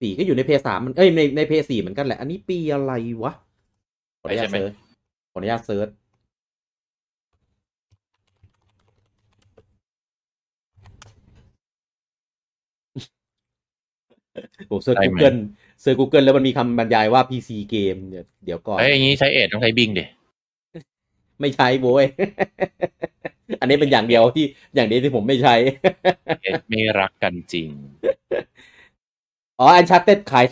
สี่ก็อยู่ในเพย์สามมันเอ้ยในในเพย์สี่เหมือนกันแหละ อันนี้ปีอะไรวะขออนุญาตเซิร์ชขออนุญาตเซิร์ชผมเซิร์ชกูเกิลเซิร์ชกูเกิลแล้วมันมีคำบรรยายว่า PC เกมเดี๋ยวเดี๋ยวก่อน
เอ้ยอย่างนี้ใช้เอ็ดต้องใช้บิงดิ
ไม่ใช้โว้ย [LAUGHS] อันนี้เป็นอย่างเดียวที่อย่างเดียวที่ผมไม่ใช้ [LAUGHS]
เอ็ดไม่รักกันจริง
อ๋อ อันชาเต็ดขาย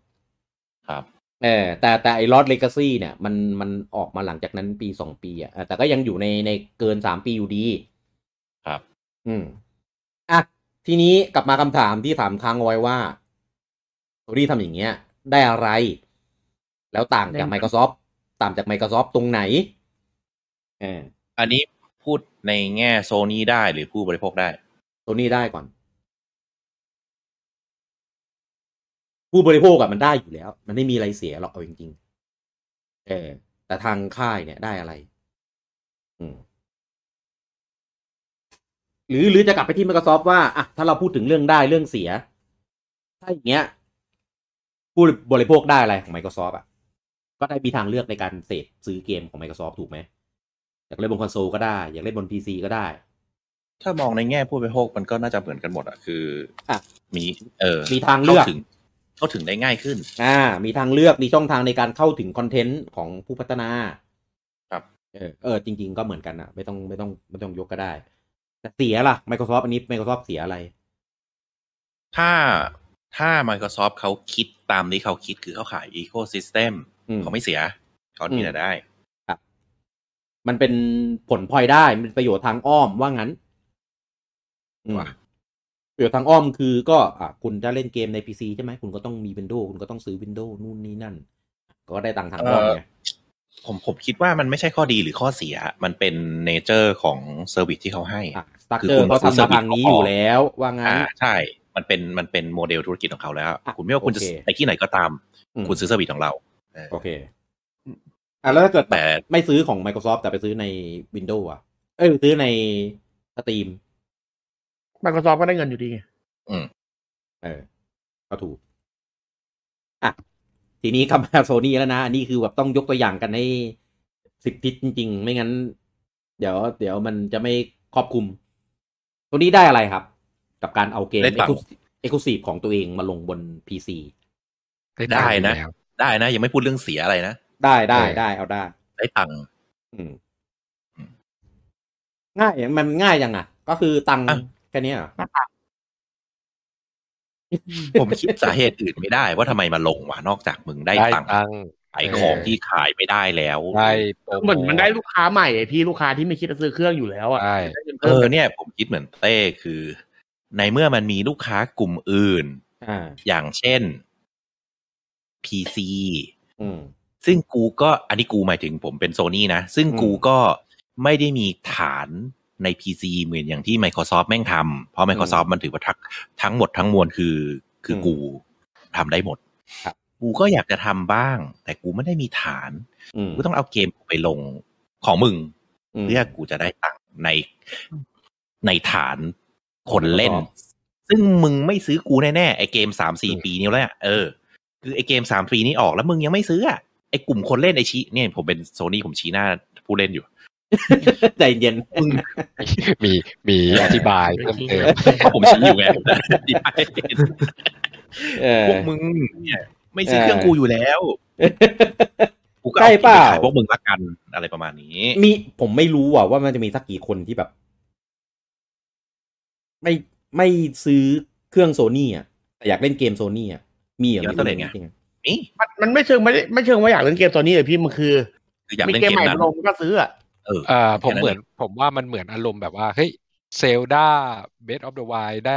2016
ครับ
เออ แต่แต่ไอ้ลอ d เลกาซี่เนี่ย มันมันออกมาหลังจากนั้นปี 2 ปีอ่ะเออแต่ก็ยังอยู่ในในเกิน 3 ปีอยู่ดี
ครับ
อืม อ่ะ ทีนี้กลับมาคำถามที่ถามค้างเอาไว้ว่าโซนี่ทำอย่างเงี้ย ได้อะไร แล้วต่างจาก Microsoft ต่างจาก Microsoft ตรงไหนเออ
อันนี้พูดในแง่โซนี่ได้หรือผู้บริโภคได้
โซนี่ได้ก่อน ผู้บริโภคอะมันได้อยู่แล้ว มันไม่มีอะไรเสียหรอกเอาจริงๆเออ แต่ทางค่ายเนี่ยได้อะไร อืม หรือหรือจะกลับไปที่ Microsoft ว่าอ่ะถ้าเราพูดถึงเรื่องได้เรื่องเสีย ถ้าอย่างเงี้ย ผู้บริโภคได้อะไรของ Microsoft อ่ะ ก็ได้มีทางเลือกในการเสพซื้อเกมของ Microsoft ถูกไหมอยากเล่นบนคอนโซลก็ได้ อยากเล่นบน PC ก็ได้
ถ้ามองในแง่ผู้บริโภคมันก็น่าจะเหมือนกันหมดอะคืออะ มีเออ
มีทางเลือก
ถึงเข้าถึงได้ง่ายขึ้น
อ่า มีทางเลือก มีช่องทางในการเข้าถึงคอนเทนต์ของผู้พัฒนา
ครับ
เออ เออ จริง ๆ ก็เหมือนกันนะไม่ต้องไม่ต้องไม่ต้องยกก็ได้ แต่เสียล่ะ Microsoft อันนี้ Microsoft เสียอะไร
ถ้าถ้า Microsoft เขาคิดตามที่เขาคิดคือเขาขาย Ecosystem
อืม
เขาไม่เสีย เขามีรายได้
มันเป็นผลพลอยได้ มันเป็นประโยชน์ทางอ้อมว่างั้นอืม
ว่ะ
ประโยชน์ทางอ้อมคือก็อ่ะคุณจะเล่นเกมใน PC ใช่ไหม คุณก็ต้องมี Windows คุณก็ต้องซื้อ Windows นู่นนี่นั่น ก็ได้ตังค์ทางอ้อมไง
ผมผมคิดว่ามันไม่ใช่ข้อดีหรือข้อเสีย มันเป็นเนเจอร์ของเซอร์วิสที่เขาให้
อ่ะสตั๊ก
คือ
เจอ
คุ
ร์
ณ
เขาทำมา
ซื้อ service
ทางนี้อยู่แล้ว ว่างั้น
อ่าใช่ มันเป็นมันเป็นโมเดลธุรกิจของเขาแล้ว
อ่ะ
คุณไม่ว่าคุณจะ
โอเค
ไปที่ไหนก็ตาม
ม
คุณซื้อเซอร์วิสของเรา
โอเคอ่ะแล้วถ้าเกิด
แต่
ไม่ซื้อของ Microsoft แต่ไปซื้อใน Windows อ่ะ เอ้ยซื้อในสตรีม
มันก็ซอฟก็ได้เงินอยู่ดีไง
เออ ก็ถูก อ่ะ ทีนี้กลับมาโซ [LAUGHS] นี่แล้วนะ อันนี้คือแบบต้องยกตัวอย่างกันให้สิบทิศจริง ๆ ไม่งั้น เดี๋ยว เดี๋ยวมันจะไม่ครอบคลุม ตัวนี้ได้อะไรครับ กับการเอาเกม
ได้ตังค์
เอ็กซ์คลูซีฟของตัวเองมาลงบน PC
ตังค์
ได้นะ
อยู่แล้ว
ได้นะ ยังไม่พูดเรื่องเสียอะไรนะ
ได้ได้ได้เอาได้
ได้ตังค์
อืม
อืม
ง่ายมันง่ายยังอ่ะ ก็คือตังค์
อ่ะ
แค่เนี้ยเหรอ
ผมคิดสาเหตุอื่นไม่ได้ว่าทำไมมาลงวะนอกจากมึงได้
ได้
ตังค์
ตังค์
ขายของ
เออ
ที่ขายไม่ได้แล้ว
ได้โปรโท
เหมือนมันได้ลูกค้าใหม่ไอ้พี่ลูกค้าที่ไม่คิดจะซื้อเครื่องอยู่แล้วอ่ะ
ใช่
ได้เงิน
เอ
เพิ่ม
อเนี่ยผมคิดเหมือนเต้คือ ในเมื่อมันมีลูกค้ากลุ่มอื่น
อ่า
อย่างเช่น PC
อืม
ซึ่งกูก็อันนี้กูหมายถึงผมเป็นโซนี่นะ ซึ่ง
อืม
กูก็ไม่ได้มีฐาน ใน PC เหมือนอย่างที่ Microsoft แม่งทำเพราะ Microsoft มันถือว่าทั้งทั้งหมดทั้งมวลคือ คืออ
ม
กูทำได้หมด
ครับ
กูก็อยากจะทำบ้าง แต่กูไม่ได้มีฐาน
อืม
กูต้องเอาเกมกูไปลงของมึง
ม
เพื่อกูจะได้ตังค์ในในฐานคนเล่น ซึ่งมึงไม่ซื้อกูแน่ๆไอเกมสามสี่
อืม
ปีนี้แล้วเนี่ยเออ คือไอเกมสามปีนี้ออกแล้วมึงยังไม่ซื้ออะไอกลุ่มคนเล่นไอชี้เนี่ยผมเป็นโซนี่ผมชี้หน้าผู้เล่นอยู่
[LAUGHS] ใจเย็น
มีมีอธิบายเพิ่มเติม
เพราะผมชี้อยู่ไงผมจะอธิบายให้เห็น
เออ
พวกมึงเนี่ยไม่ซื้อเครื่องกูอยู่แล้วกูก็
ใช่
เอา
เปล่า
ขายพวกมึงละกันอะไรประมาณนี้
มีผมไม่รู้ว่าว่ามันจะมีสักกี่คนที่แบบ ไม่ไม่ซื้อเครื่องโซนี่อ่ะแต่อยากเล่นเกมโซนี่อ่ะมีเหรอ
เดี๋ยว
มี
เท่าไหร่
จ
ไง
ริงๆอะ
นี่
มันมันไม่เชิงไม่ได้ไม่เชิงว่าอยากเล่นเกมตัวนี้เลยพี่มันคือ
คืออยาก
มี
เล่น
เกม
เก
ให
ม
ม่
นั้
มาน ลงก็ซื้ออ่ะ
เออ
เอ่อผมเหมือนผมว่ามันเหมือนอารมณ์แบบว่า เฮ้ยเซลดาเบสออฟเดอะไวได้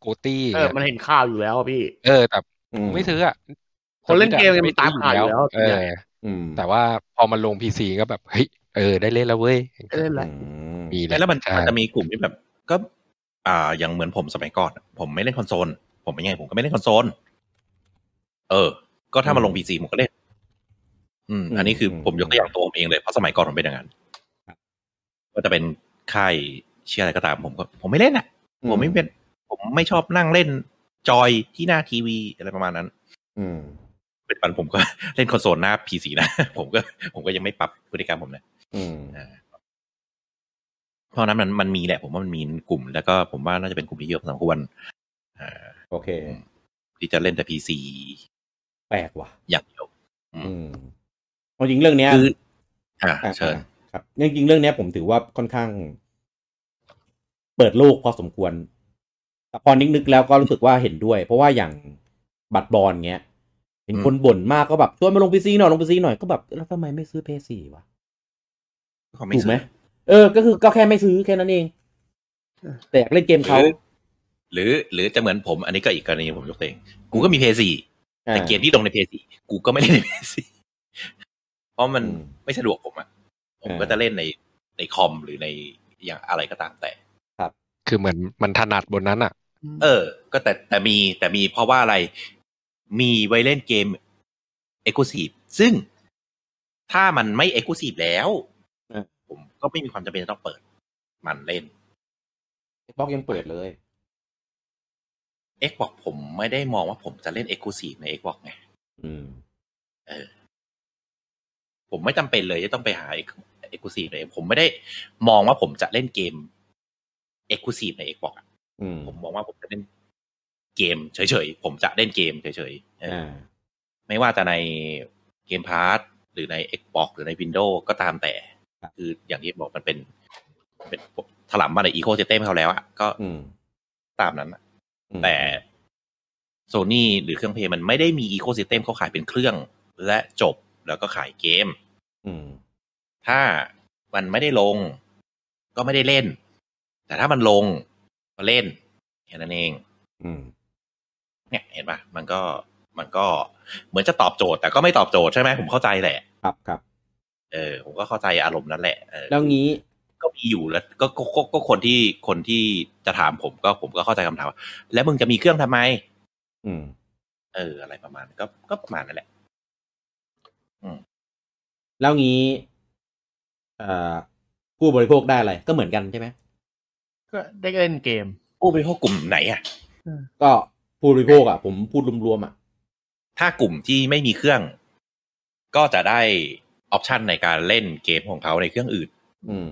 โกตี้
เออมันเห็นข่าวอยู่แล้วอะพี่
เออ แต่
อืม
ไม่ซื้ออ่ะ
คนเล่นเกมยังมีตามหาอยู่แล้ว
เออ
อืม
แต่ว่าพอมันลงพีซีก็แบบเฮ้ยเออได้เล่นแล้วเว้ย
ได้เล่นแล้ว
อืม
มี
แล้วแล้วมัน
ใช่
มันจะมีกลุ่มที่แบบ ก็ อ่าอย่างเหมือนผมสมัยก่อน ผมไม่เล่นคอนโซล ผมไม่ไงผมก็ไม่เล่นคอนโซล เออ ก็ถ้ามาลงพีซีผมก็เล่น อืม อันนี้คือผมยกตัวอย่างตัวผมเองเลยเพราะสมัยก่อนผมเป็นอย่างนั้นก็จะเป็นค่ายเชื่ออะไรก็ตามผมก็ ผมไม่เล่นอ่ะ ผมไม่เป็น ผมไม่ชอบนั่งเล่นจอยที่หน้าทีวีอะไรประมาณนั้น
อืม
เป็นปันผมก็ [LAUGHS] เล่นคอนโซลหน้าพีซีนะ [LAUGHS] ผมก็ ผมก็ยังไม่ปรับพฤติกรรมผมนะ
อืม
เพราะฉะนั้นมันมันมีแหละ ผมว่ามันมีกลุ่ม แล้วก็ผมว่าน่าจะเป็นกลุ่มที่เยอะพอสมควรอ่า
โอเค
ที่จะเล่นแต่พีซี
แปลกว่ะ
อย่างเดียว
อืมเอาจริงเรื่องเนี้ย
คือ อ่า
อ่ะ
เชิญ
อ่ะครับจริงๆเรื่องเนี้ยผมถือว่าค่อนข้าง เปิดโลกพอสมควร แต่พอนึกๆแล้วก็รู้สึกว่าเห็นด้วย เพราะว่าอย่างบัตรบอลเงี้ย เห็นคนบ่นมากก็แบบชวนมาลงพีซีหน่อยลงพีซีหน่อยก็แบบแล้วทำไมไม่ซื้อเพย์สี่วะ
เขา
ถูกไหม
ซื้อ
เออ ก็คือก็แค่ไม่ซื้อแค่นั้นเอง แต่อยากเล่นเกมเขา
หรือ หรือจะเหมือนผม อันนี้ก็อีกกรณีผมยกตัวเอง กูก็มีเพซี
อ่า
แต่เกมที่ลงในเพซีกูก็ไม่เล่นในเพซี [LAUGHS] เพราะมัน
อืม
ไม่สะดวกผมอ่ะ ผม
อ่า
ก็จะเล่นในในคอมหรือในอย่างอะไรก็ตามแต่
คือเหมือนมันถนัดบนนั้นอ่ะ
เออ ก็แต่แต่มีแต่มีเพราะว่าอะไร มีไว้เล่นเกมเอ็กซ์คลูซีฟซึ่งถ้ามันไม่เอ็กซ์คลูซีฟแล้ว
เออ
ผมก็ไม่มีความจำเป็นจะต้องเปิด มันเล่น
บล็อกยังเปิดเลย
เอ็กบอกผมไม่ได้มองว่าผมจะเล่นเอ็กซ์คลูซีฟในเอ็กบอกไง
อืม
ผมไม่จำเป็นเลยจะต้องไปหาเอ็กซ์คลูซีฟใน Xbox ผมไม่ได้มองว่าผมจะเล่นเกมเอ็กซ์คลูซีฟในเอ็กบอก
อืม
ผมมองว่าผมจะเล่นเกมเฉยๆ ผมจะเล่นเกมเฉยๆเออ
อ่า
ไม่ว่าจะในเกมพาร์ทหรือใน Xbox หรือใน Windows ก็ตามแต่
ครับ
คืออย่างที่บอกมันเป็น เป็นถลำมาในอีโคเจเต็มเขาแล้วอะก็
อืม
ตามนั้นอะ
อืม
แต่โซ n y หรือเครื่องเพลย์มันไม่ได้มีอีโคเจเต็มเขาขายเป็นเครื่อง และจบแล้วก็ขายเกม
อืม
ถ้ามันไม่ได้ลง ก็ไม่ได้เล่น แต่ถ้ามันลง ก็เล่น แค่นั้นเอง
อืม
เนี่ยเห็นปะมันก็มันก็เหมือนจะตอบโจทย์แต่ก็ไม่ตอบโจทย์ใช่ไหมผมเข้าใจแหละ
ครับครับ
เออผมก็เข้าใจอารมณ์นั้นแหละเออ
แล้วงี้
ก็มีอยู่แล้วก็ก็ก็ก็คนที่คนที่จะถามผมก็ผมก็เข้าใจคำถามว่าแล้วมึงจะมีเครื่องทำไม
อืม
เออ อะไรประมาณก็ก็ประมาณนั่นแหละ
แล้วงี้เอ่อผู้บริโภคได้อะไร ก็เหมือนกันใช่ไหม
ก็ได้เล่นเกม
ผู้บริโภคกลุ่มไหนอ่ะ
ก็ผู้บริโภคอ่ะ ผมพูดรวมๆอ่ะ
ถ้ากลุ่มที่ไม่มีเครื่อง ก็จะได้ออปชันในการเล่นเกมของเขาในเครื่องอื่น
อืม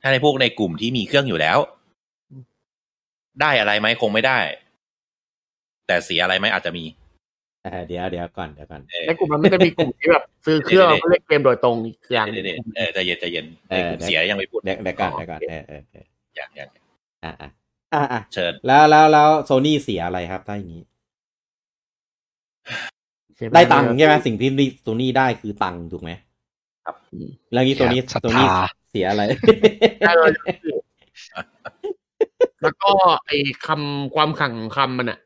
ถ้าในพวกในกลุ่มที่มีเครื่องอยู่แล้ว ได้อะไรไหมคงไม่ได้ แต่เสียอะไรไหมอาจจะมี
เอ่อเดี๋ยวเดี๋ยวก่อนเดี๋ยวก่อน
เออ
ในกลุ่มมันไม่ได้มีกลุ่มที่แบบซื้อเครื่องแล้วก็เล่นเกมโดยตรงอีกอย่างห
เดี๋ยว
นึ่ง
ๆเออใจเย็นใจเย็น
เออ
ในกลุ่มเสียยังไม่พูด
เดี๋ยวเดี๋ยวก่อนเดี๋ยวก่อนเออเออเออ
อย่างอย่าง
อ่ะอ่ะอ่ะอ่ะ
เชิญ
แล้วแล้วแล้วโซนี่เสียอะไรครับถ้าอย่างนี้ ได้ตังค์ใช่ไหมสิ่งที่โซนี่ได้คือตังค์ถูกไหม
ครับ
แล้วงี้โซนี่
ศรัทธา
โซนี่เสียอะไร
ได้เลย แล้วก็ไอ้คำความขลังของคำมันอ่ะ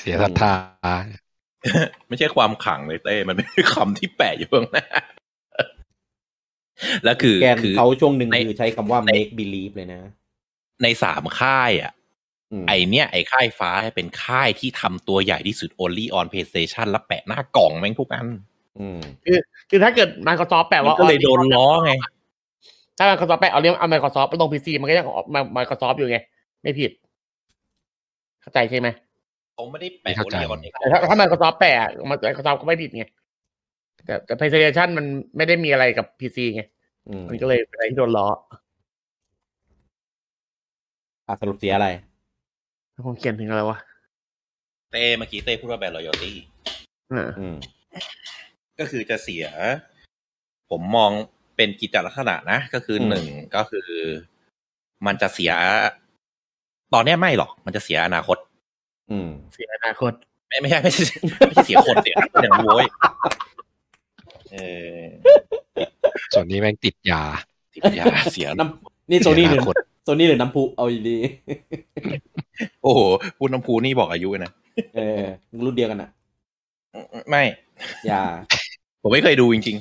เสียศรัทธา
[LAUGHS] ไม่ใช่ความขลังเลยเต้มันเป็นคำที่แปะอยู่ข้างหน้า แล้วคือ
แกน
คือ
เขาช่วงหนึ่ง
ใน
คือใช้คำว่า make believe เลยนะ
ในสามค่ายอ่ะ
ม
ไอเนี้ยไอค่ายฟ้าเนี่ยเป็นค่ายที่ทำตัวใหญ่ที่สุด only on PlayStation แล้วแปะหน้ากล่องแม่งทุกอัน
อืม
คือถ้าเกิด Microsoft แปล
มั
ว่า
นก็เลยโดนล้อไง
ถ้า Microsoft แปลเอาเรียกเอา Microsoft ไปลง PC มันก็ยังออกมา Microsoft อยู่ไง ไม่ผิด เข้าใจใช่ไหม
เขาไม่ได้แปะ
ไม่เข้าใจ
only on ในกล่
แต่ถ้า
อง
ถ้า Microsoft แปลมัน Microsoft ก็ไม่ผิดไง แต่แต่ PlayStation มันไม่ได้มีอะไรกับ PC ไง
อืม
มันก็เลยเป็นอะไรที่โดนล้อ
อ่ะสรุปเสียอะไร
ผมเขียนถึงอะไรวะ
เต้เมื่อกี้เต้พูดว่าแบรนด์ loyalty
อ่า
อืม
ก็คือจะเสีย ผมมองเป็นกิจลักษณะนะ ก็คืออ
ม
หนึ่งก็คือ มันจะเสีย ตอนเนี้ยไม่หรอก มันจะเสียอนาคต
อืม
เสียอนาคต
ไม่ไม่ใช่ไม่ใช่ไม่ใช่เสียคนเสียอนาคตอย่างนั้นโว้ยเออ
ส่วนนี้แม่งติดยา
ติดยาเสีย
น้ำนี่โซนี่หรือ
อนาคต
โซนี่หรือน้ำพุเอาดี
โอ้โหพูดน้ำพูนี่บอกอายุนะ
ๆเออรุ่นเดียวกันอ่ะ
ไม่
อย่า
ผมไม่เคยดูจริง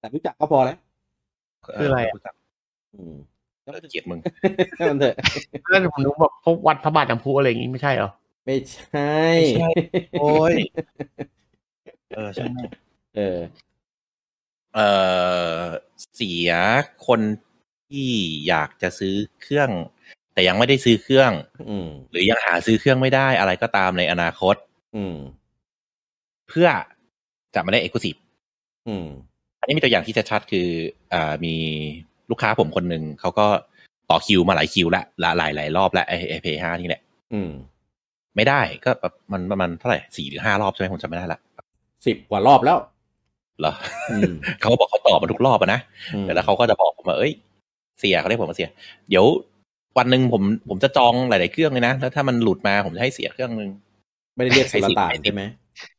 แต่รู้จักก็พอแล้ว
ๆ
คืออะไรอะ
อืม
เออเกลียดมึง
ให้มันเถอะ
แล้วผมนึกบอกพวกวัดพระบาทน้ำพุอะไรอย่างนี้ไม่ใช่เหรอ
ไม่ใช่
ไม่ใช่ โอ้ยเออใช่
เออ
เออเสียคนที่อยากจะซื้อเครื่อง แต่ยังไม่ได้ซื้อเครื่อง
อืม
หรือยังหาซื้อเครื่องไม่ได้อะไรก็ตามในอนาคต
อืม
เพื่อจะมาได้เอก u s i ิ e
อืม
อันนี้มีตัวอย่างที่ชัดๆคืออ่ามีลูกค้าผมคนหนึ่งเขาก็ต่อคิวมาหลายคิวละหลายหลายๆรอบละไอไอเพย์ห้านี่แหละ
อืม
ไม่ได้ก็แบบมันประมาณเท่าไหร่สี่หรือห้ารอบใช่ไหมผมจำไม่ได้ละ
สิบกว่ารอบแล้ว
เหรอ [LAUGHS]
อืม
เขาก็บอกเขาตอบมาทุกรอบอะนะ
อืม
แต่แล้วเขาก็จะบอกผมว่าเอ้ย เสียเขาเรียกผมว่าเสีย เดี๋ยววันหนึ่งผมผมจะจองหลาย ๆ เครื่องเลยนะ แล้วถ้ามันหลุดมาผมจะให้เสียเครื่องหนึ่ง
ไม่ได้เรียกสุลต่าน
ใครสิ
ใช่ไหม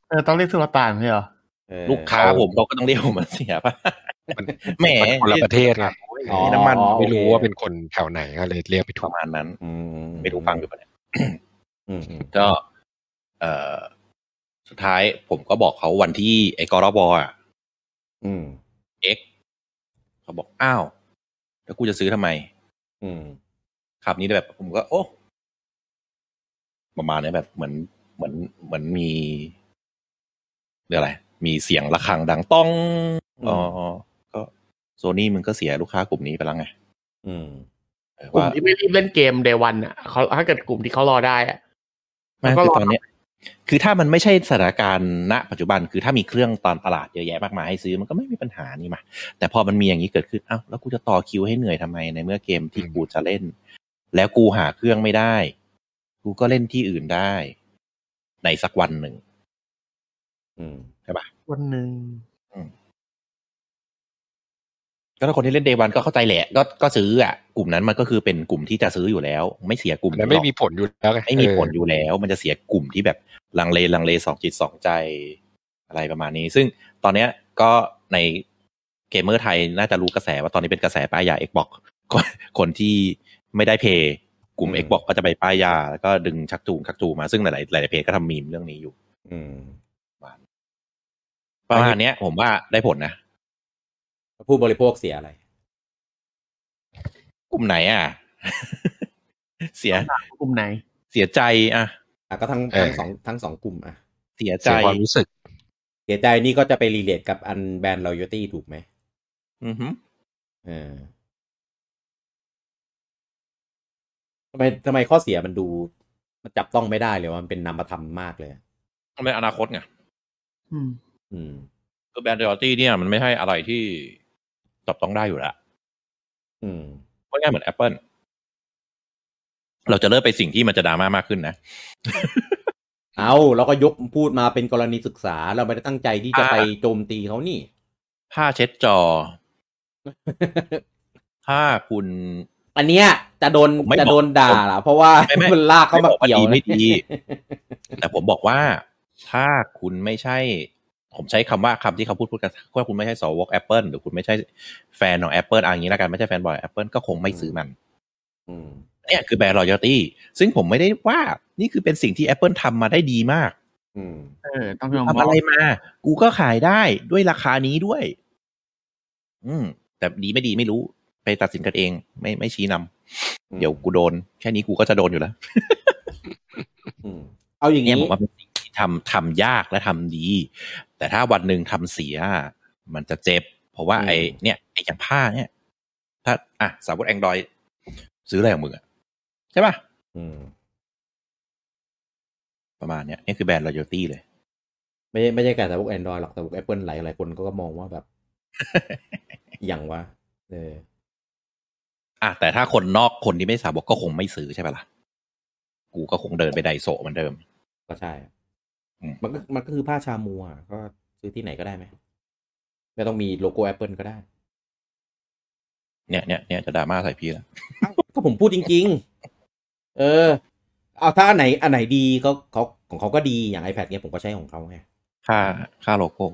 เออต้องเรียกสุลต่านใช่เหรอ
เออ
ลูกค้าผมเขาก็ต้องเรียกผมมาเสียป่ะ
มัน
แหม
มันคนละประเทศไง
อ๋อ
น้ำมัน
อ๋อโอค
ไม่รู้ว่าเป็นคนแถวไหนก็เลยเรียกไป
ป
ถูก
ระมาณนั้น
อืม
ไม่รู้ฟังอยู่ปะเนี่ย
อืมอืม
ก็ เออสุดท้ายผมก็บอกเขาวันที่ไอ้กรบอ่ะ
อืม
X เขาบอกอ้าวแล้วกูจะซื้อทำไม
อืม
คำนี้แบบผมก็ โอ้ประมาณนี้แบบเหมือนเหมือนเหมือนมีเรื่องอะไร มีเสียงระฆังดังต้อง
อืม
อ๋อก็โซนี่มึงก็เสียลูกค้ากลุ่มนี้ไปแล้วไง
อืม
เออก
ลุ่ม
ว่า
ที่ไม่รีบเล่นเกมเดวันอ่ะเขาถ้าเกิดกลุ่มที่เขารอได้อ่ะ
ไม่
ก็
คือ
รอ
ตอนเนี้ย คือถ้ามันไม่ใช่สถานการณ์ณ ปัจจุบันคือถ้ามีเครื่องตอนตลาดเยอะแยะมากมายให้ซื้อมันก็ไม่มีปัญหานี่มา แต่พอมันมีอย่างนี้เกิดขึ้นอ้าวแล้วกูจะต่อคิวให้เหนื่อยทำไมในเมื่อเกมที่กูจะเล่น แล้วกูหาเครื่องไม่ได้ กูก็เล่นที่อื่นได้ ในสักวันหนึ่ง
อืม
วันหนึ่ง
ก็ถ้าคนที่เล่นเดวันก็เข้าใจแหละ ก็ก็ซื้ออ่ะ กลุ่มนั้นมันก็คือเป็นกลุ่มที่จะซื้ออยู่แล้ว ไม่เสียกลุ่ม
แล้
ห
ว
ร
ไม่
อก
มีผลอยู่แล้วง
ไม่มีผล
เ
อยู่แล้ว มันจะเสียกลุ่มที่แบบลังเลลังเลสองจิตสองใจอะไรประมาณนี้ ซึ่งตอนเนี้ยก็ในเกมเมอร์ไทยน่าจะรู้กระแสว่าตอนนี้เป็นกระแสป้ายยา Xbox คนคนที่ไม่ได้เพย์กลุ่ม
อืม
Xbox ก็จะไปป้ายยา แล้วก็ดึงชักจูงชักจูงมาซึ่งหลายๆหลายๆเพจก็ทำมีมเรื่องนี้อยู่
อืม
ประมาณเนี้ย ผมว่าได้ผลนะ
ผู้บริโภคเสียอะไร
กลุ่มไหนอ่ะ [LAUGHS] เสีย
กลุ่มไหน
เสียใจอ่ะ
อ่ะก็ทั้ง
เออ
ทั้งสองทั้งสองกลุ่มอ่ะ
เสียใจ
เสียความรู้สึก
เสียใจนี่ก็จะไปรีเลทกับอันแบรนด์ loyalty ถูกไหม
อือฮึ
เออทำไมทำไมข้อเสียมันดู มันจับต้องไม่ได้เลยว่ามันเป็นนามธรรมมากเลยอะ
มันเป็นอนาคตไง
อืม
อืม
คือแบรนด์เรอตี้เนี่ยมันไม่ใช่อะไรที่จับต้องได้อยู่แล้ว
อืม
ก็ง่ายเหมือน Apple เราจะเลิกไปสิ่งที่มันจะดราม่ามากขึ้นนะ
เอาเราก็ยกพูดมาเป็นกรณีศึกษา เราไม่ได้ตั้งใจที่จะ
อ่า
ไปโจมตีเขานี่ [LAUGHS]
ผ้าเช็ดจอ ถ้าคุณ
อันเนี้ยจะโดน
ผมไม่
จะโดนด่า
บอก
ล่ะเพราะว่า
ไม่ไม่
มันลากเข้ามาเกี่ยว
ไม่บอกว่าดีไม่
[LAUGHS]
ดี
นะ
แต่ผมบอกว่า ถ้าคุณไม่ใช่ ผมใช้คำว่าคำที่เขาพูดพูดกันว่าคุณไม่ใช่สวกแอปเปิลหรือคุณไม่ใช่แฟนของ Apple อะไรอย่างนี้แล้วกันไม่ใช่แฟนบอยแอปเปิลก็คงไม่ซื้อมัน
อืม
เนี่ยคือแบรนด์รอยัลตี้ซึ่งผมไม่ได้ว่า นี่คือเป็นสิ่งที่ Apple ทำมาได้ดีมาก
อืม
เออ ต้องยอม
ทำอะไรมา กูก็ขายได้ด้วยราคานี้ด้วย อืม แต่ดีไม่ดีไม่รู้ไปตัดสินกันเอง ไม่ไม่ชี้นำเดี๋ยวกูโดน แค่นี้กูก็จะโดนอยู่แล้ว
อืมเอาอย่าง
เนี่ย
นี้
ผมว่าเป็นสิ่งที่ทำทำยากและทำดี แต่ถ้าวันหนึ่งทำเสีย มันจะเจ็บ เพราะว่าไอ้
อืม
เนี่ยไอ้อย่างผ้าเนี่ย ถ้าอ่ะสาวกแองดรอยซื้ออะไรของมึงอะใช่ป่ะ
อืม
ประมาณเนี้ยนี่คือแบรนด์ loyalty เลย
ไม่ใช่ไม่ใช่แค่สาวกแอนดรอยหรอกสาวกแอปเปิลหลายหลายคนก็มองว่าแบบ
[LAUGHS]
อย่างว่าเออ
อ่ะแต่ถ้าคนนอกคนที่ไม่สาวกก็คงไม่ซื้อใช่ปะล่ะ กูก็คงเดินไปไดโซะเหมือนเดิม
ก็ใช่อะ
อืม
มันก็มันก็คือผ้าชามัวอะก็ซื้อที่ไหนก็ได้ไหมไม่ต้องมีโลโก้ Apple ก็ได้
เนี่ยเนี่ยเนี่ยจะดราม่าใส่พี่แล้ว
เอ้าก็ผมพูดจริง ๆ เออ เอาถ้าอันไหนอันไหนดีก็เขาของเขาก็ดีอย่าง iPad เนี้ยผมก็ใช้ของเขาไง
ค่าค่าโลโก้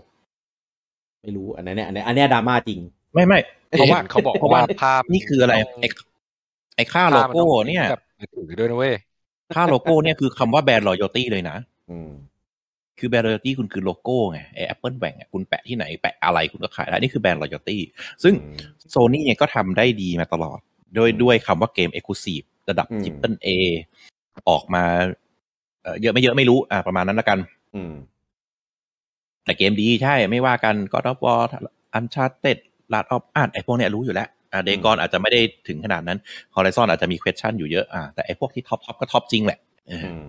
ไม่รู้อันนั้นเนี่ยอันนี้อันเนี้ยดราม่าจริง
ไม่ไม่
เพราะว่าเขาบอก
เพราะว่า
ว่าภาพ
นี่คืออะไรไอ้ไอ้ค่าโล
ภาพมัน
โก้
ต้องลิงก์
เนี่ย
กับมือถือด้วยนะเว้ย
ค่าโลโก้เนี่ยคือคำว่าแบรนด์ loyalty เลยนะ
อืม
คือแบรนด์ loyalty คุณคือโลโก้ไงไอ้ Apple แบ่งอ่ะคุณแปะที่ไหนแปะอะไรคุณก็ขายได้นี่คือแบรนด์ loyalty ซึ่ง โซนี่เนี่ยก็ทำได้ดีมาตลอด โดย
อืม
ด้วยคำว่าเกม Exclusive ระดับ
อืม
Triple A ออกมาเอ่อเยอะไม่เยอะไม่รู้อ่ะประมาณนั้นละกัน
อืม
แต่เกมดีใช่ไม่ว่ากันก็ o อ w วอ r อันชาเต็ดลาดออฟอาร์ไอพวกเนี้ยรู้อยู่แล้วอ่าเดกอนอาจจะไม่ได้ถึงขนาดนั้นฮอ r ิซอนอาจจะมี question อยู่เยอะอ่าแต่ไอพวกที่ท็อปท็อปก็ท็อปจริงแหละเออ
อืม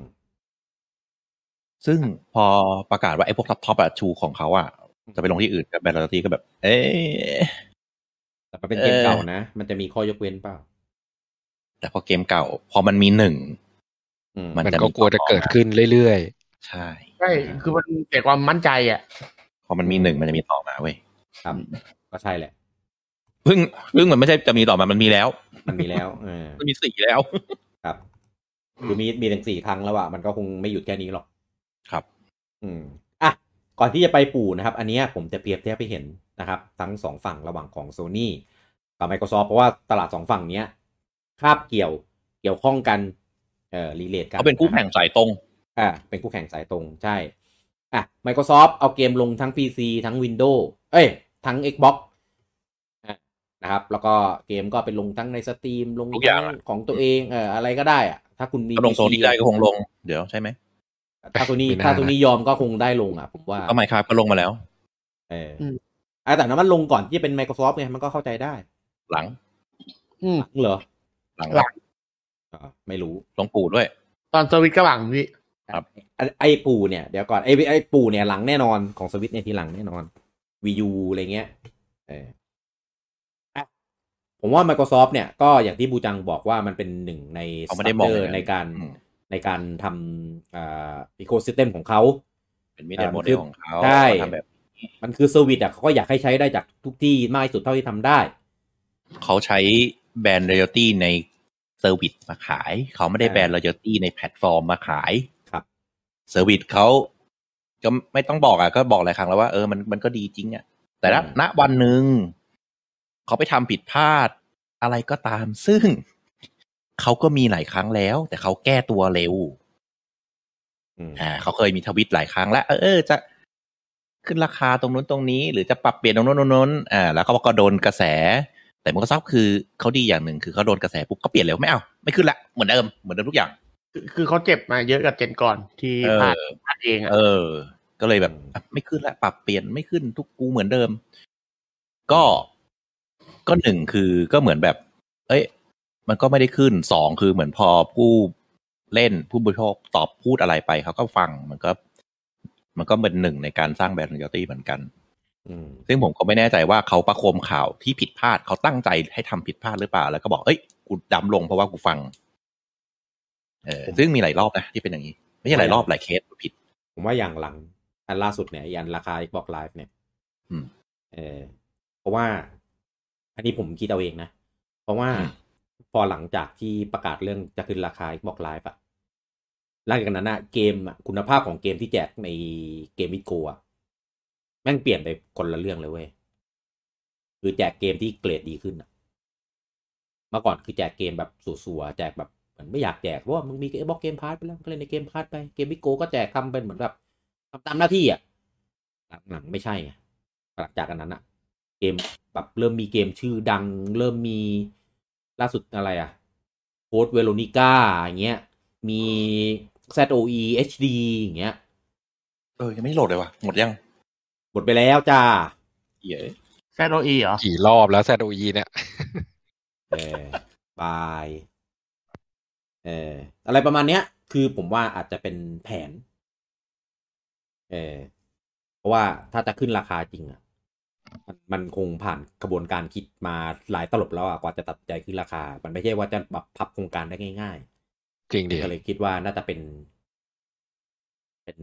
ซึ่งพอประกาศว่าไอพวกท็อปท็อปอะชูของเขาอ่ะจะไปลงที่อื่นกับแบรนด์ทีก็แบบ เอ๊ะ
แต่มันเป็นเกม
เออ
เก่านะ มันจะมีข้อยกเว้นเปล่า
แต่พอเกมเก่า พอมันมีหนึ่ง
อืม
มั
มันก็กลัวจะเกิดขึ้นเรื่อย
ใช่
ใช่คือมันเสียความมั่นใจอ่ะ
พอมันมีหนึ่งมันจะมีต่อมาเว้ย
ครับก็ใช่แหละ
เพิ่งเพิ่งมันไม่ใช่จะมีต่อมา มันมีแล้ว
มันมีแล้วเออ
มันมีสี่แล้ว
ครับคือมีมีถึงสี่ครั้งแล้วอะมันก็คงไม่หยุดแค่นี้หรอก
ครับ
อืมอ่ะ ก่อนที่จะไปปู่นะครับ อันเนี้ยผมจะเปรียบเทียบไปเห็นนะครับ ทั้งสองฝั่งระหว่างของ Sony กับ Microsoft เพราะว่าตลาดสองฝั่งเนี้ยคาบเกี่ยวเกี่ยวข้องกันเอ่อรีเลทกัน
เขาเป็นคู่แข่ง
ะรับ
สายตรง
อ่าเป็นคู่แข่งสายตรงใช่ อ่ะ Microsoft เอาเกมลงทั้ง PC ทั้ง Windows เอ้ย ทั้ง Xbox อ่ะนะครับ แล้วก็เกมก็เป็นลงทั้งในสตรีมลง
ทุกอย่าง
ทั้
อะ
ของตัวเองเอ่ออะไรก็ได้อะถ้าคุณมี
ก็ลง
PC
โซนี่ได้ก็คงลง เดี๋ยวใช่ไหม
ถ้าตัวนี้ถ้าตัวนี้ยอมก็คงได้ลงอ่ะผมว่า
ก็ไมค์ครับก็ลงมาแล้ว
เอออ
ม
อ่ะแต่นั้นมันลงก่อนที่จะเป็น Microsoft ไงมันก็เข้าใจได้
หลัง
อืม
เหรอ
หลัง
หลัง
อ่ะไม่รู้
หลวงปู่ด้วย
ตอนสวิตช์ก็หลังพี่
อ่ะไอ้ปู่เนี่ยเดี๋ยวก่อนไอ้ไอ้ปู่เนี่ยหลังแน่นอนของสวิตเนี่ยทีหลังแน่นอน VU อะไรเงี้ยเอออ่ะผมว่า Microsoft เนี่ยก็อย่างที่บูจังบอกว่ามันเป็นหนึ่งใน
เขาไม่ได้มอง
structure ในการ
อืม
ในการทำอ่าอีโคซิสเต็มของเขา
เป็นมิเดิล
อ่า
โมเดลของเขา
ใช่
ทำแบบ
มันคือเซอร์วิสอ่ะเขาก็อยากให้ใช้ได้จากทุกที่มากที่สุดเท่าที่ทำได้
เขาใช้แบรนด์ loyalty ในเซอร์วิสมาขาย เขาไม่ได้แบรนด์ loyalty ในแพลตฟอร์มมาขาย
ครับ
เซอร์วิสเขาก็ไม่ต้องบอกอ่ะก็บอกหลายครั้งแล้วว่าเออมันมันก็ดีจริงอ่ะ แต่ถ้าณวันหนึ่งเขาไปทำผิดพลาดอะไรก็ตาม ซึ่งเขาก็มีหลายครั้งแล้ว แต่เขาแก้ตัวเร็ว
อืม
อ่าเขาเคยมีทวิตหลายครั้งแล้ว เออเออจะขึ้นราคาตรงนู้นตรงนี้ หรือจะปรับเปลี่ยนตรงนู้นตรงนู้นอ่าแล้วเขาก็โดนกระแส แต่มันก็ซับคือเขาดีอย่างหนึ่งคือเขาโดนกระแสปุ๊บเขาเปลี่ยนเร็วไม่เอาไม่ขึ้นละเหมือนเดิมเหมือนเดิมทุกอย่าง
คือคือเขาเจ็บมาเยอะกับเจนก่อนที่
เออ
พลาดพลาดเองอ่ะ
เออ ก็เลยแบบอ่ะไม่ขึ้นละปรับเปลี่ยนไม่ขึ้นทุกกูเหมือนเดิม ก็ก็หนึ่งคือก็เหมือนแบบ เอ้ย มันก็ไม่ได้ขึ้นสองคือเหมือนพอผู้เล่นผู้บริโภคตอบพูดอะไรไปเขาก็ฟังมันก็ มันก็เป็นหนึ่งในการสร้างแบรนด์ loyalty เหมือนกัน
อืม
ซึ่งผมก็ไม่แน่ใจว่าเขาประโคมข่าวที่ผิดพลาดเขาตั้งใจให้ทำผิดพลาดหรือเปล่า แล้วก็บอกเอ้ยกูดำลงเพราะว่ากูฟัง เออซึ่งมีหลายรอบนะที่เป็นอย่างนี้ ไม่ใช่หลายรอบหลายเคสผิด
ผมว่าอย่างหลัง อันล่าสุดเนี่ยยันราคา Xbox Live เนี่ย
อืม
เออเพราะว่า อันนี้ผมคิดเอาเองนะ เพราะว่า
อืม
พอหลังจากที่ประกาศเรื่องจะขึ้นราคา Xbox Live อะหลังจากนั้นอะเกมอะคุณภาพของเกมที่แจกในเกมวิดโกอะแม่งเปลี่ยนไปคนละเรื่องเลยเว้ย คือแจกเกมที่เกรดดีขึ้นอะเมื่อก่อนคือแจกเกมแบบสัวๆแจกแบบเหมือนไม่อยากแจกเพราะว่ามึงมีเอ็กบอกเกมพาร์ไปแล้วก็เล่นในเกมพาร์ไปเกมวิดโกก็แจกทำเป็นเหมือนแบบทำตามหน้าที่อะหลังๆไม่ใช่ไงหลังจากอันนั้นอะเกม แบบเริ่มมีเกมชื่อดัง เริ่มมีล่าสุดอะไรอะโคดเวโรนิก้าอย่างเงี้ย มี ZOE HD อย่างเงี้ย
เออยังไม่โหลดเลยว่ะหมดยัง
หมดไปแล้วจ้า
เหี้ย
แซดโรอีเหรอ
กี่รอบแล้วแซดอีเนี่ย
เออบายเอออะไรประมาณเนี้ย คือผมว่าอาจจะเป็นแผน เออเพราะว่าถ้าจะขึ้นราคาจริงอ่ะมันมันคงผ่านกระบวนการคิดมาหลายตลบแล้วอ่ะกว่าจะตัดใจขึ้นราคา มันไม่ใช่ว่าจะแบบพับโครงการได้ง่าย
จริงดิ
ๆก็เลยคิดว่าน่าจะเป็น เป็น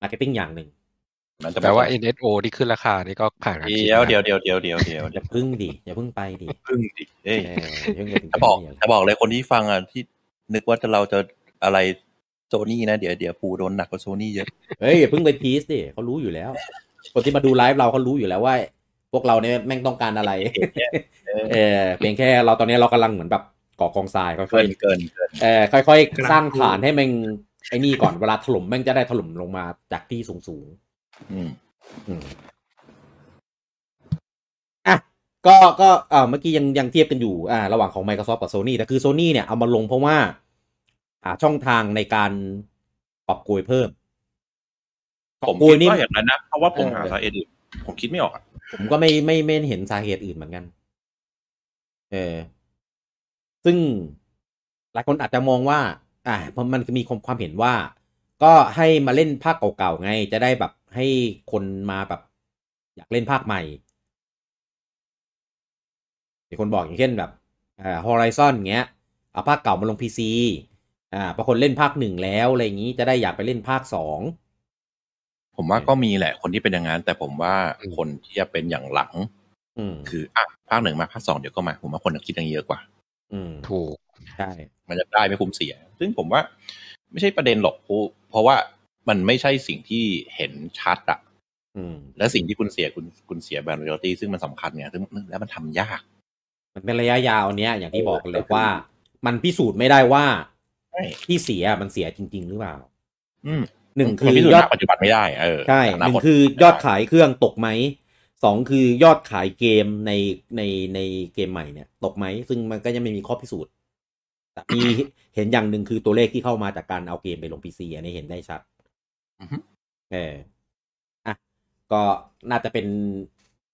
มาร์เก็ตติ้งอย่างหนึ่ง
มันจะ
แต่ว่า NSO ที่ขึ้นราคานี่ก็ผ่านการคิ
เดี๋ยว
มา
เดี๋ยวเดี๋ยวเดี๋ยวเดี๋ยวเดี๋ยว
อย่าพึ่งดิอย่าพึ่งไปดิ
พึ่งดิเอ้ย
เอออย่าพึ่งไปถึง
[LAUGHS] จะบอก
เรื่อง
จะบอกเลยคนที่ฟังอ่ะที่นึกว่าจะเราจะอะไรโซนี่นะเดี๋ยวเดี๋ยวปูโดนหนักกว่าโซนี่เยอะ
เฮ้ยอย่าพึ่งไปพีซดิเขารู้อยู่แล้ว คนที่มาดูไลฟ์เราเขารู้อยู่แล้วว่า พวกเราเนี่ยแม่งต้องการอะไร เออเพียงแค่เราตอนนี้เรากำลังเหมือนแบบก่อกองทรายค่
เกิ
อย
นเกินเกิน
ๆเออค่อยๆ สร้างฐานให้แม่งไอ้นี่ก่อนเวลาถล่มแม่งจะได้ถล่มลงมาจากที่สูง
อืม
ๆอืมอ่ะก็ก็เออเมื่อกี้ยังยังเทียบกันอยู่อ่าระหว่างของ Microsoft กับ Sony แต่คือ Sony เนี่ยเอามาลงเพราะว่าหาช่องทางในการปรับโกยเพิ่ม
ผม
ปู
คิด
นี่
ว่าอย่างนั้นนะเพราะว่าผมหาสาเหตุอื่นผมคิดไม่ออกอะ
ผมก็ไม่ไม่ไม่เห็นสาเหตุอื่นเหมือนกัน เออ ซึ่งหลายคนอาจจะมองว่า อ่าเพราะมันมีความความเห็นว่า ก็ให้มาเล่นภาคเก่าๆไง จะได้แบบให้คนมาแบบ อยากเล่นภาคใหม่มีคนบอกอย่างเช่นแบบอ่า Horizon เงี้ยเอาภาคเก่ามาลง PC อ่าพอคนเล่นภาคหนึ่งแล้วอะไรอย่างนี้จะได้อยากไปเล่นภาคสอง
ผมว่าก็มีแหละคนที่เป็นอย่างนั้นแต่ผมว่าคนที่จะเป็นอย่างหลัง
อืม
คืออ่ะภาคหนึ่งมาภาคสองเดี๋ยวก็มา ผมว่าคนคิดอย่างนี้เยอะกว่า
อืม
ถูก
ใช่
มันจะได้ไม่คุ้มเสีย ซึ่งผมว่าไม่ใช่ประเด็นหรอกเพราะเพราะว่ามันไม่ใช่สิ่งที่เห็นชัดอะ
อืม
และสิ่งที่คุณเสียคุณคุณเสียแบรนด์ o รตี้ซึ่งมันสำคัญไงซึ่งแล้วมันทำยาก
มันเป็นระยะยาวเนี้ยอย่างที่บอกเลย
เออ
ว่า มันพิสูจน์ไม่ได้ว่า
ใช่
ที่เสียมันเสียจริง ๆ หรือเปล่า
อืม
หนึ่งคื
มั
อ
พิสูจ
ยอ
น์ณ
ด
ปัจจุบันไม่ได้เออ
ใช่
ณ
ห
ณ
นึ่ง
ปัจจุบั
คือยอดขายเครื่องตกไหมสองคือยอดขายเกมในในในเกมใหม่เนี่ย ตกไหมซึ่งมันก็ยังไม่มีข้อพิสูจน์แต่
[COUGHS]
มี เห็นอย่างหนึ่งคือตัวเลขที่เข้ามาจากการเอาเกมไปลงพีซีอันนี้เห็นได้ชัด
อือฮึ
เอออ่ะ ก็น่าจะเป็น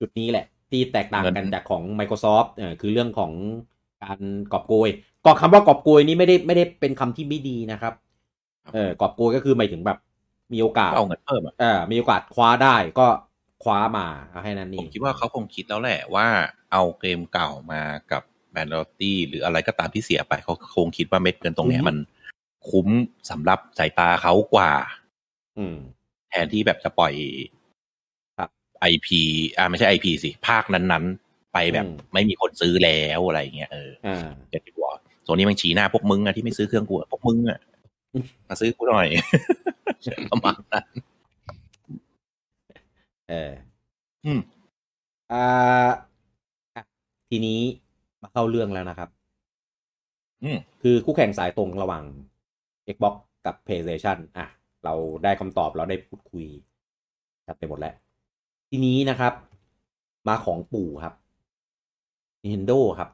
จุดนี้แหละ ที่แตกต่างกันจากของ Microsoft เออคือเรื่องของการกอบโกยก็คำว่ากอบโกยนี่ไม่ได้ไม่ได้เป็นคำที่ไม่ดีนะครับ เออกอบโกยก็คือหมายถึงแบบ มีโอกาส
ก็เอาเงินเพิ่มอะ
เออมีโอกาสคว้าได้ก็คว้ามาเอาให้นั่น
ผ
นี่
มคิดว่าเขาคงคิดแล้วแหละว่าเอาเกมเก่ามากับแบรนด์ o รตี้หรืออะไรก็ตามที่เสียไปเขาคงคิดว่าเม็ดเงินตรงเนี้ยมันคุ้มสำหรับสายตาเขากว่า
อืม
แทนที่แบบจะปล่อย
ครับ
ไอพีอ่าไม่ใช่ไอพีสิ ภาคนั้นๆ ไปแบบ ไม่มีคนซื้อแล้วอะไรอย่างเงี้ยเออ
อ่า
อย่างที่บอกโซนี่มันชี้หน้าพวกมึงอะที่ไม่ซื้อเครื่องกูอะพวกมึง [LAUGHS] อะ
อืม
มาซื้อกูห [LAUGHS] น่อย ประมาณนั้น
เออ
อืม
อ่าอ่ะทีนี้มาเข้าเรื่องแล้วนะครับ
อืม
คือคู่แข่งสายตรงระหว่าง Xbox กับ PlayStation อ่ะ เราได้คำตอบเราได้พูดคุยกันไปหมดแล้ว ทีนี้นะครับ มาของปู่ครับ Nintendo ครับ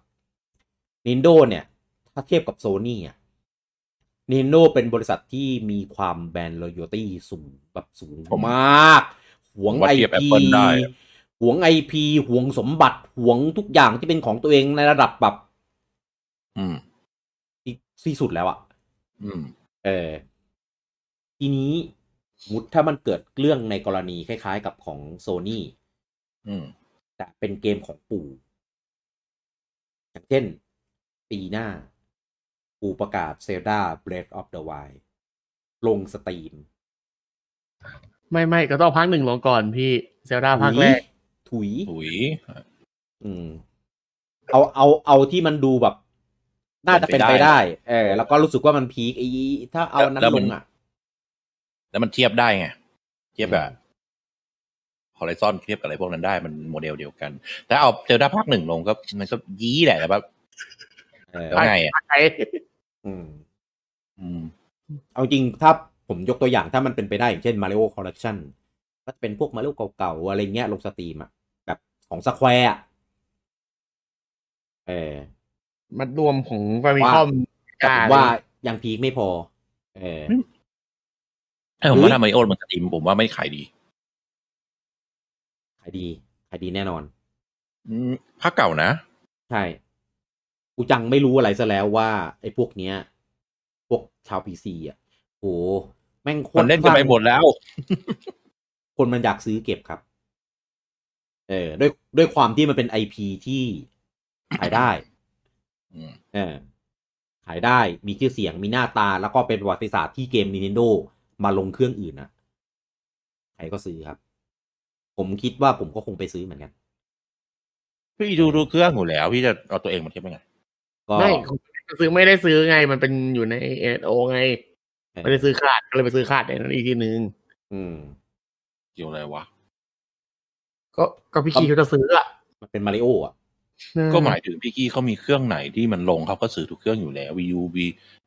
Nintendo เนี่ย ถ้าเทียบกับ Sony อ่ะ Nintendo เป็นบริษัทที่มีความแบรนด์ loyalty สูงแบบสูงมาก หวง
ว่า
ไอ
เทียบ
พี
Apple ได้
หวงไอพีหวงสมบัติหวงทุกอย่างที่เป็นของตัวเองในระดับแบบ
อืม
ที่ที่สุดแล้วอะ
อืม
เออทีนี้สมมุติถ้ามันเกิดเรื่องในกรณีคล้ายๆกับของโซนี่
อืม
แต่เป็นเกมของปู่ อย่างเช่น ปีหน้า ปู่ประกาศ Zelda Breath of the Wild ลงสตรีม
ไม่ไม่ก็ต้องพักหนึ่งลงก่อนพี่เซลดาพักแรก
ถุยถุย
อุ๋ย
อืม เอาเอาเอาที่มันดูแบบ น่าจะเป็นไป
เป็นไปได้
ได้ เออ แล้วก็รู้สึกว่ามันพีคไอ้ถ้าเอาอันนั้นลงอ่ะ
แล้วมันเทียบได้ไง เทียบกับฮอ r ิซอนเทียบกับอะไรพวกนั้นได้มันโมเดลเดียวกัน แต่เอาเจอด้าภาคหนึ่งลงก็มันก็ยี้แหละแต่แบบ
เออ
แล้วไงอ่ะ
ไอ้
อืม
อืม
เอาจริงถ้าผมยกตัวอย่างถ้ามันเป็นไปได้อย่างเช่น Mario Collection ก็จะเป็นพวกมาริโอเก่าๆ อะไรเงี้ยลงสตรีมอะแบบของสแควร์ เออ
มัดรวมของฟามิคอม
แต่ผมว่ายังพีคไม่พอ เออ
เออผมว่า
หรือ
ทำมาริโอบนสตรีมผมว่าไม่ขายดี
ขายดีขายดีแน่นอน
อืมภาคเก่านะ
ใช่ กูจังไม่รู้อะไรซะแล้วว่า ไอ้พวกเนี้ย พวกชาวพีซีอ่ะโหแม่งโคตร
มันเล่นกันไปหมดแล้ว
คนมันอยากซื้อเก็บครับ เออ ด้วยด้วยความที่มันเป็นไอพีที่ขายได้
อืม
เออ ขายได้ มีชื่อเสียง มีหน้าตา แล้วก็เป็นประวัติศาสตร์ที่เกม Nintendo มาลงเครื่องอื่นนะใครก็ซื้อครับ ผมคิดว่าผมก็คงไปซื้อเหมือนกัน
พี่ดูดูเครื่องอยู่แล้ว พี่จะเอาตัวเองมาเทียบยังไง
ก็
ไม่ของซื้อไม่ได้ซื้อไง มันเป็นอยู่ในเอโอไง ไม่ได้ซื้อขาดก็เลยไปซื้อขาดในนั้นอีกทีนึง
อืม
เกี่ยวอะไรวะ
ก็ก็พี่คีเขาจะซื้ออะ
มันเป็นมาริโออ่ะ
ก็หมายถึงพี่กี้เขามีเครื่องไหนที่มันลงเขาก็ซื้อทุกเครื่องอยู่แล้ว Wii U V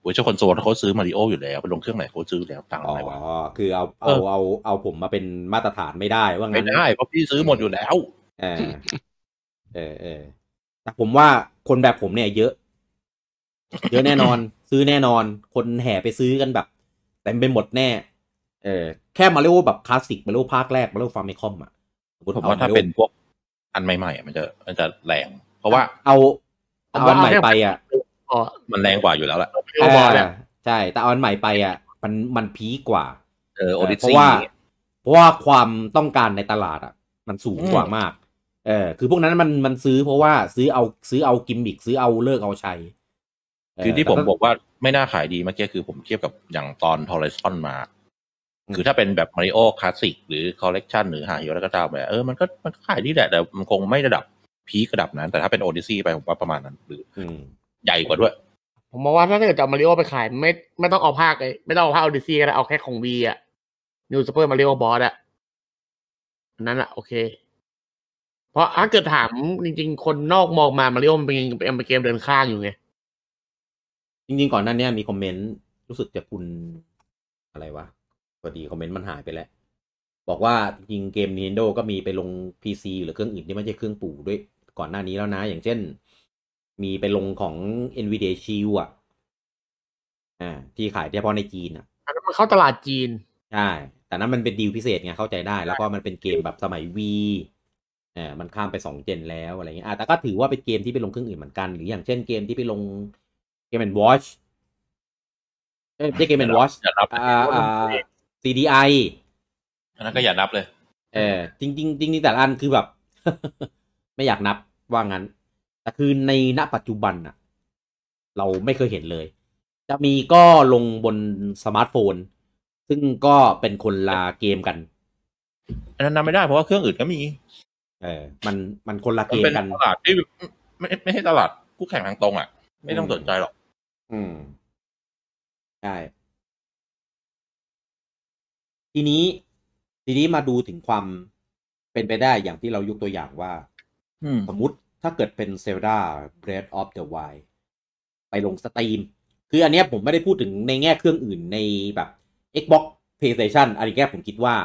เวอร์ชันคอนโซลเขาซื้อมาริโออยู่แล้ว ไปลงเครื่องไหนเขาซื้ออยู่แล้วต่าง
อ๋
อะไรวะ
อ คือเอา
เอ
เอา
อ
เอาเอาผมมาเป็นมาตรฐานไม่ได้ว่า
ไม่
งั้น
ได้เพราะพี่ซื้อหมดอยู่แล้ว
เออเออเออแต่ผมว่าคนแบบผมเนี่ยเยอะ เยอะแน่นอน
[LAUGHS]
ซื้อแน่นอน คนแห่ไปซื้อกันแบบเต็มไปหมดแน่ เออ แค่มาริโอแบบคลาสสิกมาริโอภาคแรกมาริโอฟาร์มคอมอ่ะสติ
ผมว่า
อ
ถ้า
Mario
เป็นพวกอันใหม่ๆอ่ะมันจะมันจะแรง เพราะว่า
เอาเอาอันใหม่ไปอ่ะ
พอ
มันแรงกว่าอยู่แล้วแหละ
พี่ก็บอกแหละ
เออใช่แต่เอาอันใหม่ไปอ่ะ มันมันพีคกว่า
เออโอดิ
เพ
ซี
ราะว่าเพราะว่าความต้องการในตลาดอ่ะ มันสูงกว่ามาก เออ คือพวกนั้นมันมันซื้อเพราะว่าซื้อเอาซื้อเอากิมมิกซื้อเอาเลิกเอาใช้เ
คือที่ผม
แต่ถ้า
บอกว่าไม่น่าขายดีเมื่อกี้คือผมเทียบกับอย่างตอน Horizon มา
อืม
คือถ้าเป็นแบบ Mario Classic หรือ Collection หรือหายอยู่แล้วก็ตามไปเออมันก็มันก็ขายดีแหละ แต่มันคงไม่ระดับพีคระดับนั้น แต่ถ้าเป็น Odyssey ไปผมว่าประมาณนั้น หรือ
อืม
ใหญ่กว่าด้วย
ผมมองว่าถ้าเกิดจะเอามาริโอไปขายไม่ไม่ต้องเอาภาคเลยไม่ต้องเอาภาคออดิซี่ก็ได้เอาแค่ของวีอะนิวซูเปอร์มาริโอบอสอะอันนั้นอะโอเค เพราะถ้าเกิดถามจริง ๆ คนนอกมองมามาริโอมันเป็นเป็นเกมเดินข้างอยู่ไง
จริงๆ ก่อนหน้าเนี้ยมีคอมเมนต์รู้สึกจะคุณอะไรวะพอดีคอมเมนต์มันหายไปแล้ว บอกว่าจริงๆเกม Nintendo ก็มีไปลง PC หรือเครื่องอื่นที่ไม่ใช่เครื่องปู่ด้วยก่อนหน้านี้แล้วนะ อย่างเช่น มีไปลงของ Nvidia Shield อ่ะ อ่า ที่ขายเฉพาะในจีนอ่ะ
อันนั้นมันเข้าตลาดจีน
ใช่ แต่นั้นมันเป็นดีลพิเศษไง เข้าใจได้ แล้วก็มันเป็นเกมแบบสมัยวีอ่ามันข้ามไปสองเจนแล้วอะไรเงี้ยอ่ะแต่ก็ถือว่าเป็นเกมที่ไปลงเครื่องอื่นเหมือนกัน หรืออย่างเช่นเกมที่ไปลงเกมแอนด์วอชเอ้ยไม่ใช่เกมแอนด์วอช
อย่านับ
อ่าอ่า CDI
อันนั้นก็อย่านับเลย
เออจริงจริงจริงๆแต่ละอันคือแบบ [LAUGHS] ไม่อยากนับว่างั้น แต่คือในณปัจจุบันอะเราไม่เคยเห็นเลย จะมีก็ลงบนสมาร์ทโฟน ซึ่งก็เป็นคนลาเกมกัน
อันนั้นนับไม่ได้เพราะว่าเครื่องอื่นก็มี
เออ มันมันคนละ
มั
เก
น
ม
เป็น
กัน
ตลาดที่ไม่ไม่ใช่ตลาดคู่แข่งทางตรงอ่ะ ไม่ต้องสนใจหรอก
อืมใช่ทีนี้ ทีนี้มาดูถึงความเป็นไปได้อย่างที่เรายกตัวอย่างว่า
อืม
สมมติถ้าเกิดเป็น Zelda Breath of the Wild ไปลงสตรีม คืออันเนี้ยผมไม่ได้พูดถึงในแง่เครื่องอื่นในแบบ Xbox PlayStation อันนี้แค่ผมคิดว่า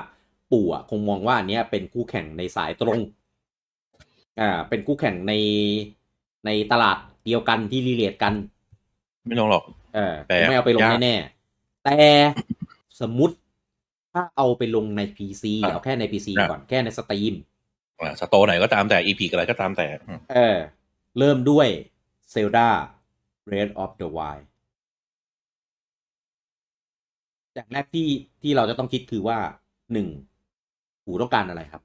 ปู่อะคงมองว่าอันเนี้ยเป็นคู่แข่งในสายตรง อ่า เป็นคู่แข่งในในตลาดเดียวกันที่รีเลทกัน
ไม่ต้องหรอก
เออ
แต่
ไม่เอาไปลง
ยาก
แน่ๆ แต่ สมมุติถ้าเอาไปลงใน PC
อ่ะ
เอาแค่ใน PC
อ่ะ
ก่อนแค่ในสตรีม
อ่าสโตร์ไหนก็ตามแต่อีพีอะไรก็ตามแต่อืม
เออ เริ่มด้วย Zelda Breath of the Wild อย่างแรกที่ที่เราจะต้องคิดคือว่าหนึ่งหูต้องการอะไรครับ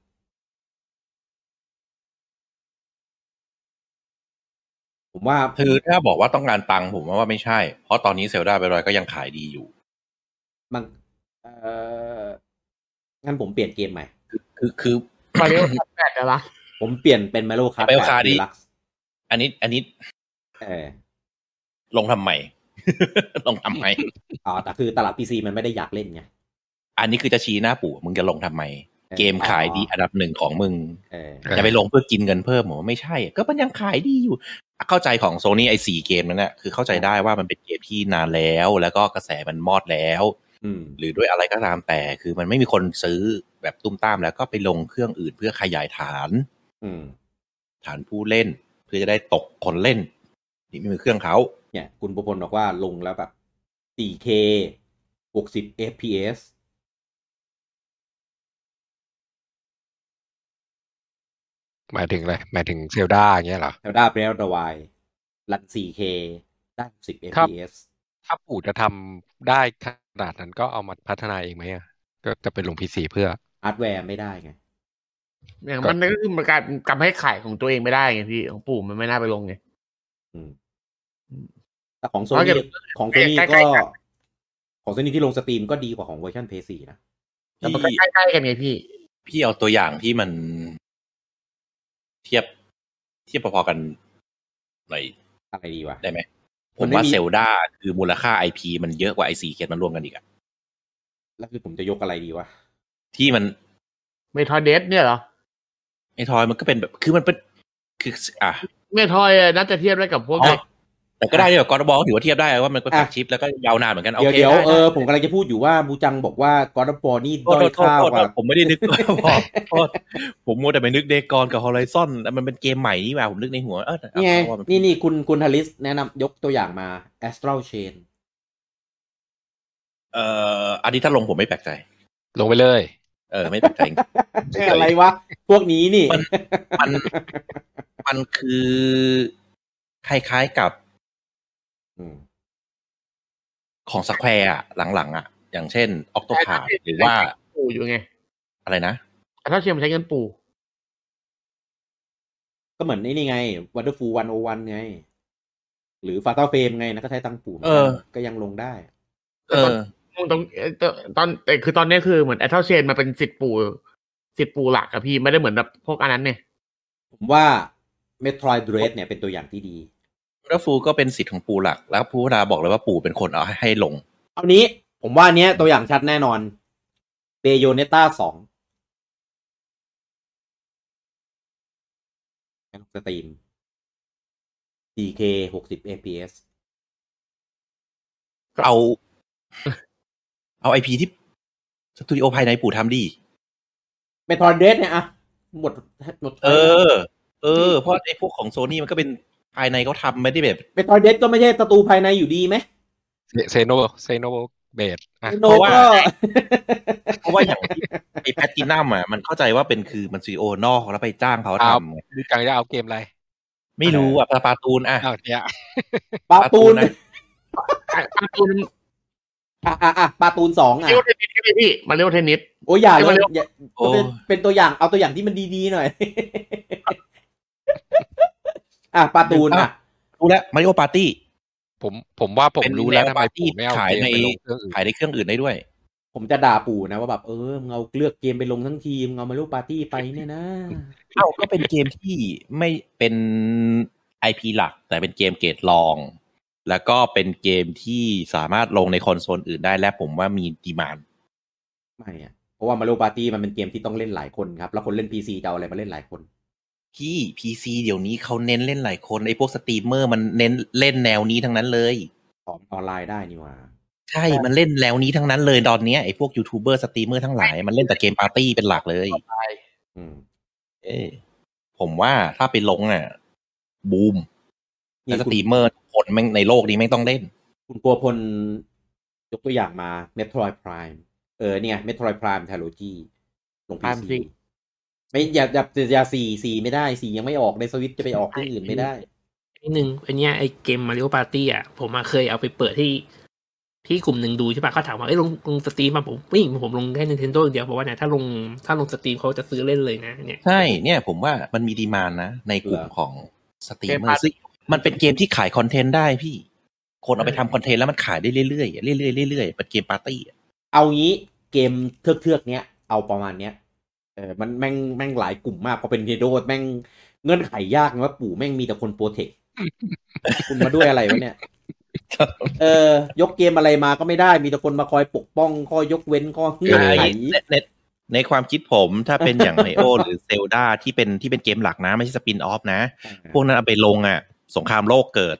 ผมว่า
คือถ้าบอกว่าต้องการตังค์ผมว่าไม่ใช่ เพราะตอนนี้เซลดาไปรอยก็ยังขายดีอยู่
มันเอองั้นผมเปลี่ยนเกมใหม่
คือคือ
มาริโอแปดแล้วล่ะ
ผมเปลี่ยนเป็น Mario Kart
ไปเอาคาดิ
ดีลัก
อันนี้อันนี้
เออ
ลงทำใหม่ [LAUGHS] ลงทำใหม่
อ๋อแต่คือตลาด PC มันไม่ได้อยากเล่นไง
อันนี้คือจะชี้หน้าปู่มึงจะลงทำไม
ออ
เกมขายดีอันดับหนึ่งของมึง
เออ
เออ
จะไปลงเพื่อกินเงินเพิ่มผมว่าไม่ใช่ ก็มันยังขายดีอยู่ เข้าใจของโซนี่ไอสี่เกมนั้นนะคือเข้าใจได้ว่ามันเป็นเกมที่นานแล้ว แล้วก็กระแสมันมอดแล้ว
อืม
หรือด้วยอะไรก็ตามแต่ คือมันไม่มีคนซื้อแบบตุ้มตามแล้วก็ไปลงเครื่องอื่นเพื่อขยายฐาน
อืม
ฐานผู้เล่น เพื่อจะได้ตกคนเล่น นี่มือเครื่องเขา
เนี่ย คุณประพลบอกว่าลงแล้วแบบ 4K 60 FPS
หมายถึงอะไรหมายถึงเซลดาอย่างเงี้ยเหรอ
แถวด้าเปรี้ยวตะวายรัน 4K ได้60
ครับ
FPS
ถ้าปู่จะทำได้ขนาดนั้นก็เอามาพัฒนาเองไหมอะก็จะเป็นลงพีซีเพื่อ
ฮาร์ดแวร์ไม่ได้ไง
เนี่ย
ก็
มันก็คือมันการกำให้ขายของตัวเองไม่ได้ไงพี่ของปู่มันไม่น่าไปลงไง
อืมแต่ของโซ
เอาเก็
นี่
บ
ของโซนี่
ใกล้ๆ
ก็
กัน
ของโซนี่ที่ลงสตรีมก็ดีกว่าของเวอร์ชันเพย์สี่นะ
แต่มันก็
พี่
ใกล้ๆกันไงพี่
พี่เอาตัวอย่างที่มันเทียบเทียบพอๆกันหน่อย
อะไรดีวะ
ได้ไหมผ
มัน
ม
ไม่
ว่า
มี
เซลดาคือมูลค่าไอพีมันเยอะกว่าไอซีเคมันรวมกันอีกอะ
แล้วคือผมจะยกอะไรดีวะ
ที่มัน
เมทอยเดสเนี่ยเหรอ
ไอทอยมันก็เป็นแบบคือมันเป็นคืออ่ะ
เมทอยน่าจะเทียบได้กับพวก
อ๋อแต่ก็ได้เนี่ยกอร์บอลถือว่าเทียบได้ว่ามันก็
อ่ะ
แท็กชิปแล้วก็ยาวนานเหมือนกันโอ
เดี๋ยว
เค
เดี๋ยว
ได้
เออ
ได้
ผมกำลังจะพูดอยู่ว่าบูจังบอกว่า God of War นี่
โทษ
ด้อย
โทษโทษ
ค่า
โทษ
กว่า
ผมไม่ได้นึก กอร์บ [LAUGHS] อลผมมัวแต่ไปนึกเดกอนกับฮอล i ซอนแล้วมันเป็นเกมใหม่นี่หว่าผมนึกในหัวเออ
นี่ไง
เอาว่ามั
นี่นี่คุณคุณฮาริสแนะนำยกตัวอย่างมา Astral Chain
เอ่ออันนี้ถ้าลงผมไม่แปลกใจ
ลงไปเลย
เออไม่แปลกใจจริง
อะไรวะ พวกนี้นี่
มัน มันมันคือคล้ายๆกับ
อืม
ของสแควร์หลังๆ อ่ะ อย่างเช่นออกต p พาหรือว่า
ปู่อยู่ไง
อะไรนะ
อ่ะถ้าเทียบมันใช้เงินปู่
ก็เหมือนนี่นี่ไง Wonderful 101 ไง หรือ Fatal Frame ไงนะก็ใช้ตังค์ปู่หมืน
เอ
กั
อ
นก็ยังลงได้
เออ
ตรงเอ่อตอนแต่คือตอนนี้คือเหมือนแอทเทลเชนมันเป็นสิทธิ์ปู่สิทธิ์ปู่หลักอะพี่ไม่ได้เหมือนแบบพวกอันนั้นเนี่ย
ผมว่า Metroid Dread เนี่ยเป็นตัวอย่างที่ดี
แล้วฟูก็เป็นสิทธิ์ของปู่หลัก แล้วผู้พัฒนาบอกเลยว่าปู่เป็นคนเอาให้ให้ลง
เอานี้ผมว่าอันเนี้ยตัวอย่างชัดแน่นอน Bayonetta 2สตรีม 4K 60 FPS
เอา เอาไอพีที่สตูดิโอภายในปู่ทำดี
เมทรอนเดสเนี่ยอะหมดหมด
เออ เออ เพราะไอพวกของโซนี่มันก็เป็นภายในเขาทำไม่ได้
[LAUGHS]
แบบ
เมทรอนเดสก็ไม่ใช่ประตูภายในอยู่ดีไหม
เซโนเซโนเบดอ่ะ
โน
เพราะว่า
ก็
เพราะว่าอย่างที่ไอแพตตินัมอ่ะมันเข้าใจว่าเป็นคือมันสตูดิโอนอกแล้วไปจ้างเขาทำไง
ดูจังจะเอาเกมอะไร
ไม่รู้อ่ะปลาปาตูนอ่ะ
อ้าวเนี่ย
ปาตูน
ปาตูนนะ
อ่ะ
อ่ะปาตูน
อ่ะอ่ะปาตูนสองอ่ะ
เรียกว่าเทนนิสก็ได้พี่มาเรียกว่าเทนนิส
โอ้ยอย่าเลย
เร็ว
อย่า
โอ้
เป็นเป็นตัวอย่างเอาตัวอย่างที่มันดีๆหน่อย อ่ะปาตูนอ่ะ
รู้แล้วมาริโอปาร์ตี้
ผมผมว่าผม
เป็น
รู้แล้ว
แนว
ทำไม
ปาร์ตี้
ปู่ไม่เอา
ขาย
เกม
ใน
ไปลงเครื่องอื่น
ขายในเครื่องอื่นได้ด้วย
ผมจะด่าปู่นะว่าแบบเออมึงเอาเลือกเกมไปลงทั้งทีมมึงเอามาลูกปาร์ตี้ไปเนี่ยนะ
เอ้าก็เป็นเกมที่ไม่เป็นไอพีหลัก แต่เป็นเกมเกรดรอง แล้วก็เป็นเกมที่สามารถลงในคอนโซลอื่นได้และผมว่ามีดีมานด์
ไม่อ่ะเพราะว่ามาลูกปาร์ตี้มันเป็นเกมที่ต้องเล่นหลายคนครับ แล้วคนเล่นพีซีจะเอาอะไรมาเล่นหลายคน
ที่พีซีเดี๋ยวนี้เขาเน้นเล่นหลายคนไอพวกสตรีมเมอร์มันเน้นเล่นแนวนี้ทั้งนั้นเลย
ออนออนไลน์ได้นี่หว่า
ใช่มันเล่นแนวนี้ทั้งนั้นเลยตอนเนี้ยไอพวกยูทูบเบอร์สตรีมเมอร์ทั้งหลายมันเล่นแต่เกมปาร์ตี้เป็นหลักเลย
อืม
เออผมว่าถ้าไปลงอ่ะ บูม
นี่
และส
คุณ
ตรีมเมอร์ทุกคนแม่งในโลกนี้แม่งต้องเล่น
คุณกลัวพลยกตัวอย่างมา Metroid Prime เออเนี่ย Metroid Prime Trilogy ลง
Prime
พีซีไม่อย่าอย่าอย่าสี่สี่ไม่ได้สี่ยังไม่ออกในสวิตจะไปออกที่อื่นไม่ได้
นิดนึงอันเนี้ยไอเกมมาริโอปาร์ตี้อ่ะ ผมมาเคยเอาไปเปิดที่ ที่กลุ่มหนึ่งดูใช่ปะเขาถามว่าเอ้ยลงลงสตรีมมาผมวิ่งผมลงแค่ Nintendo อย่างเดียวบอกว่าเนี่ยถ้าลงถ้าลงสตรีมเขาจะซื้อเล่นเลยนะเนี่ย
ใช่เนี่ยผมว่ามันมีดีมานนะ ในกลุ่ม
เหรอ
ของสตรีมเม
เกม
อ
พาร์
ร์
ท
ซึ่งมันเป็นเกมที่ขายคอนเทนต์ได้พี่ คนเอาไปทำคอนเทนต์แล้วมันขายได้เรื่อยๆเรื่อยๆเรื่อยๆเป็นเกมปาร์ตี้อะ
เอางี้เกมเทือกเทือกๆเนี้ยเอาประมาณเนี้ยเออมันแม่งแม่งหลายกลุ่มมากพอเป็นเทโดแม่งเงื่อนไขยากนะว่าปู่แม่งมีแต่คนโปรเทค คุณมาด้วยอะไรวะเนี่ย เออ ยกเกมอะไรมาก็ไม่ได้มีแต่คนมาคอยปกป้องข้อยกเว้นข้อเงื่อนไข
ในในในความคิดผมถ้าเป็น
[LAUGHS]
อย่างไนโอ หรือเซลดาที่เป็นที่เป็นเกมหลักนะ ไม่ใช่สปินออฟนะ พวกนั้นเอาไปลงอ่ะ สงครามโลกเกิด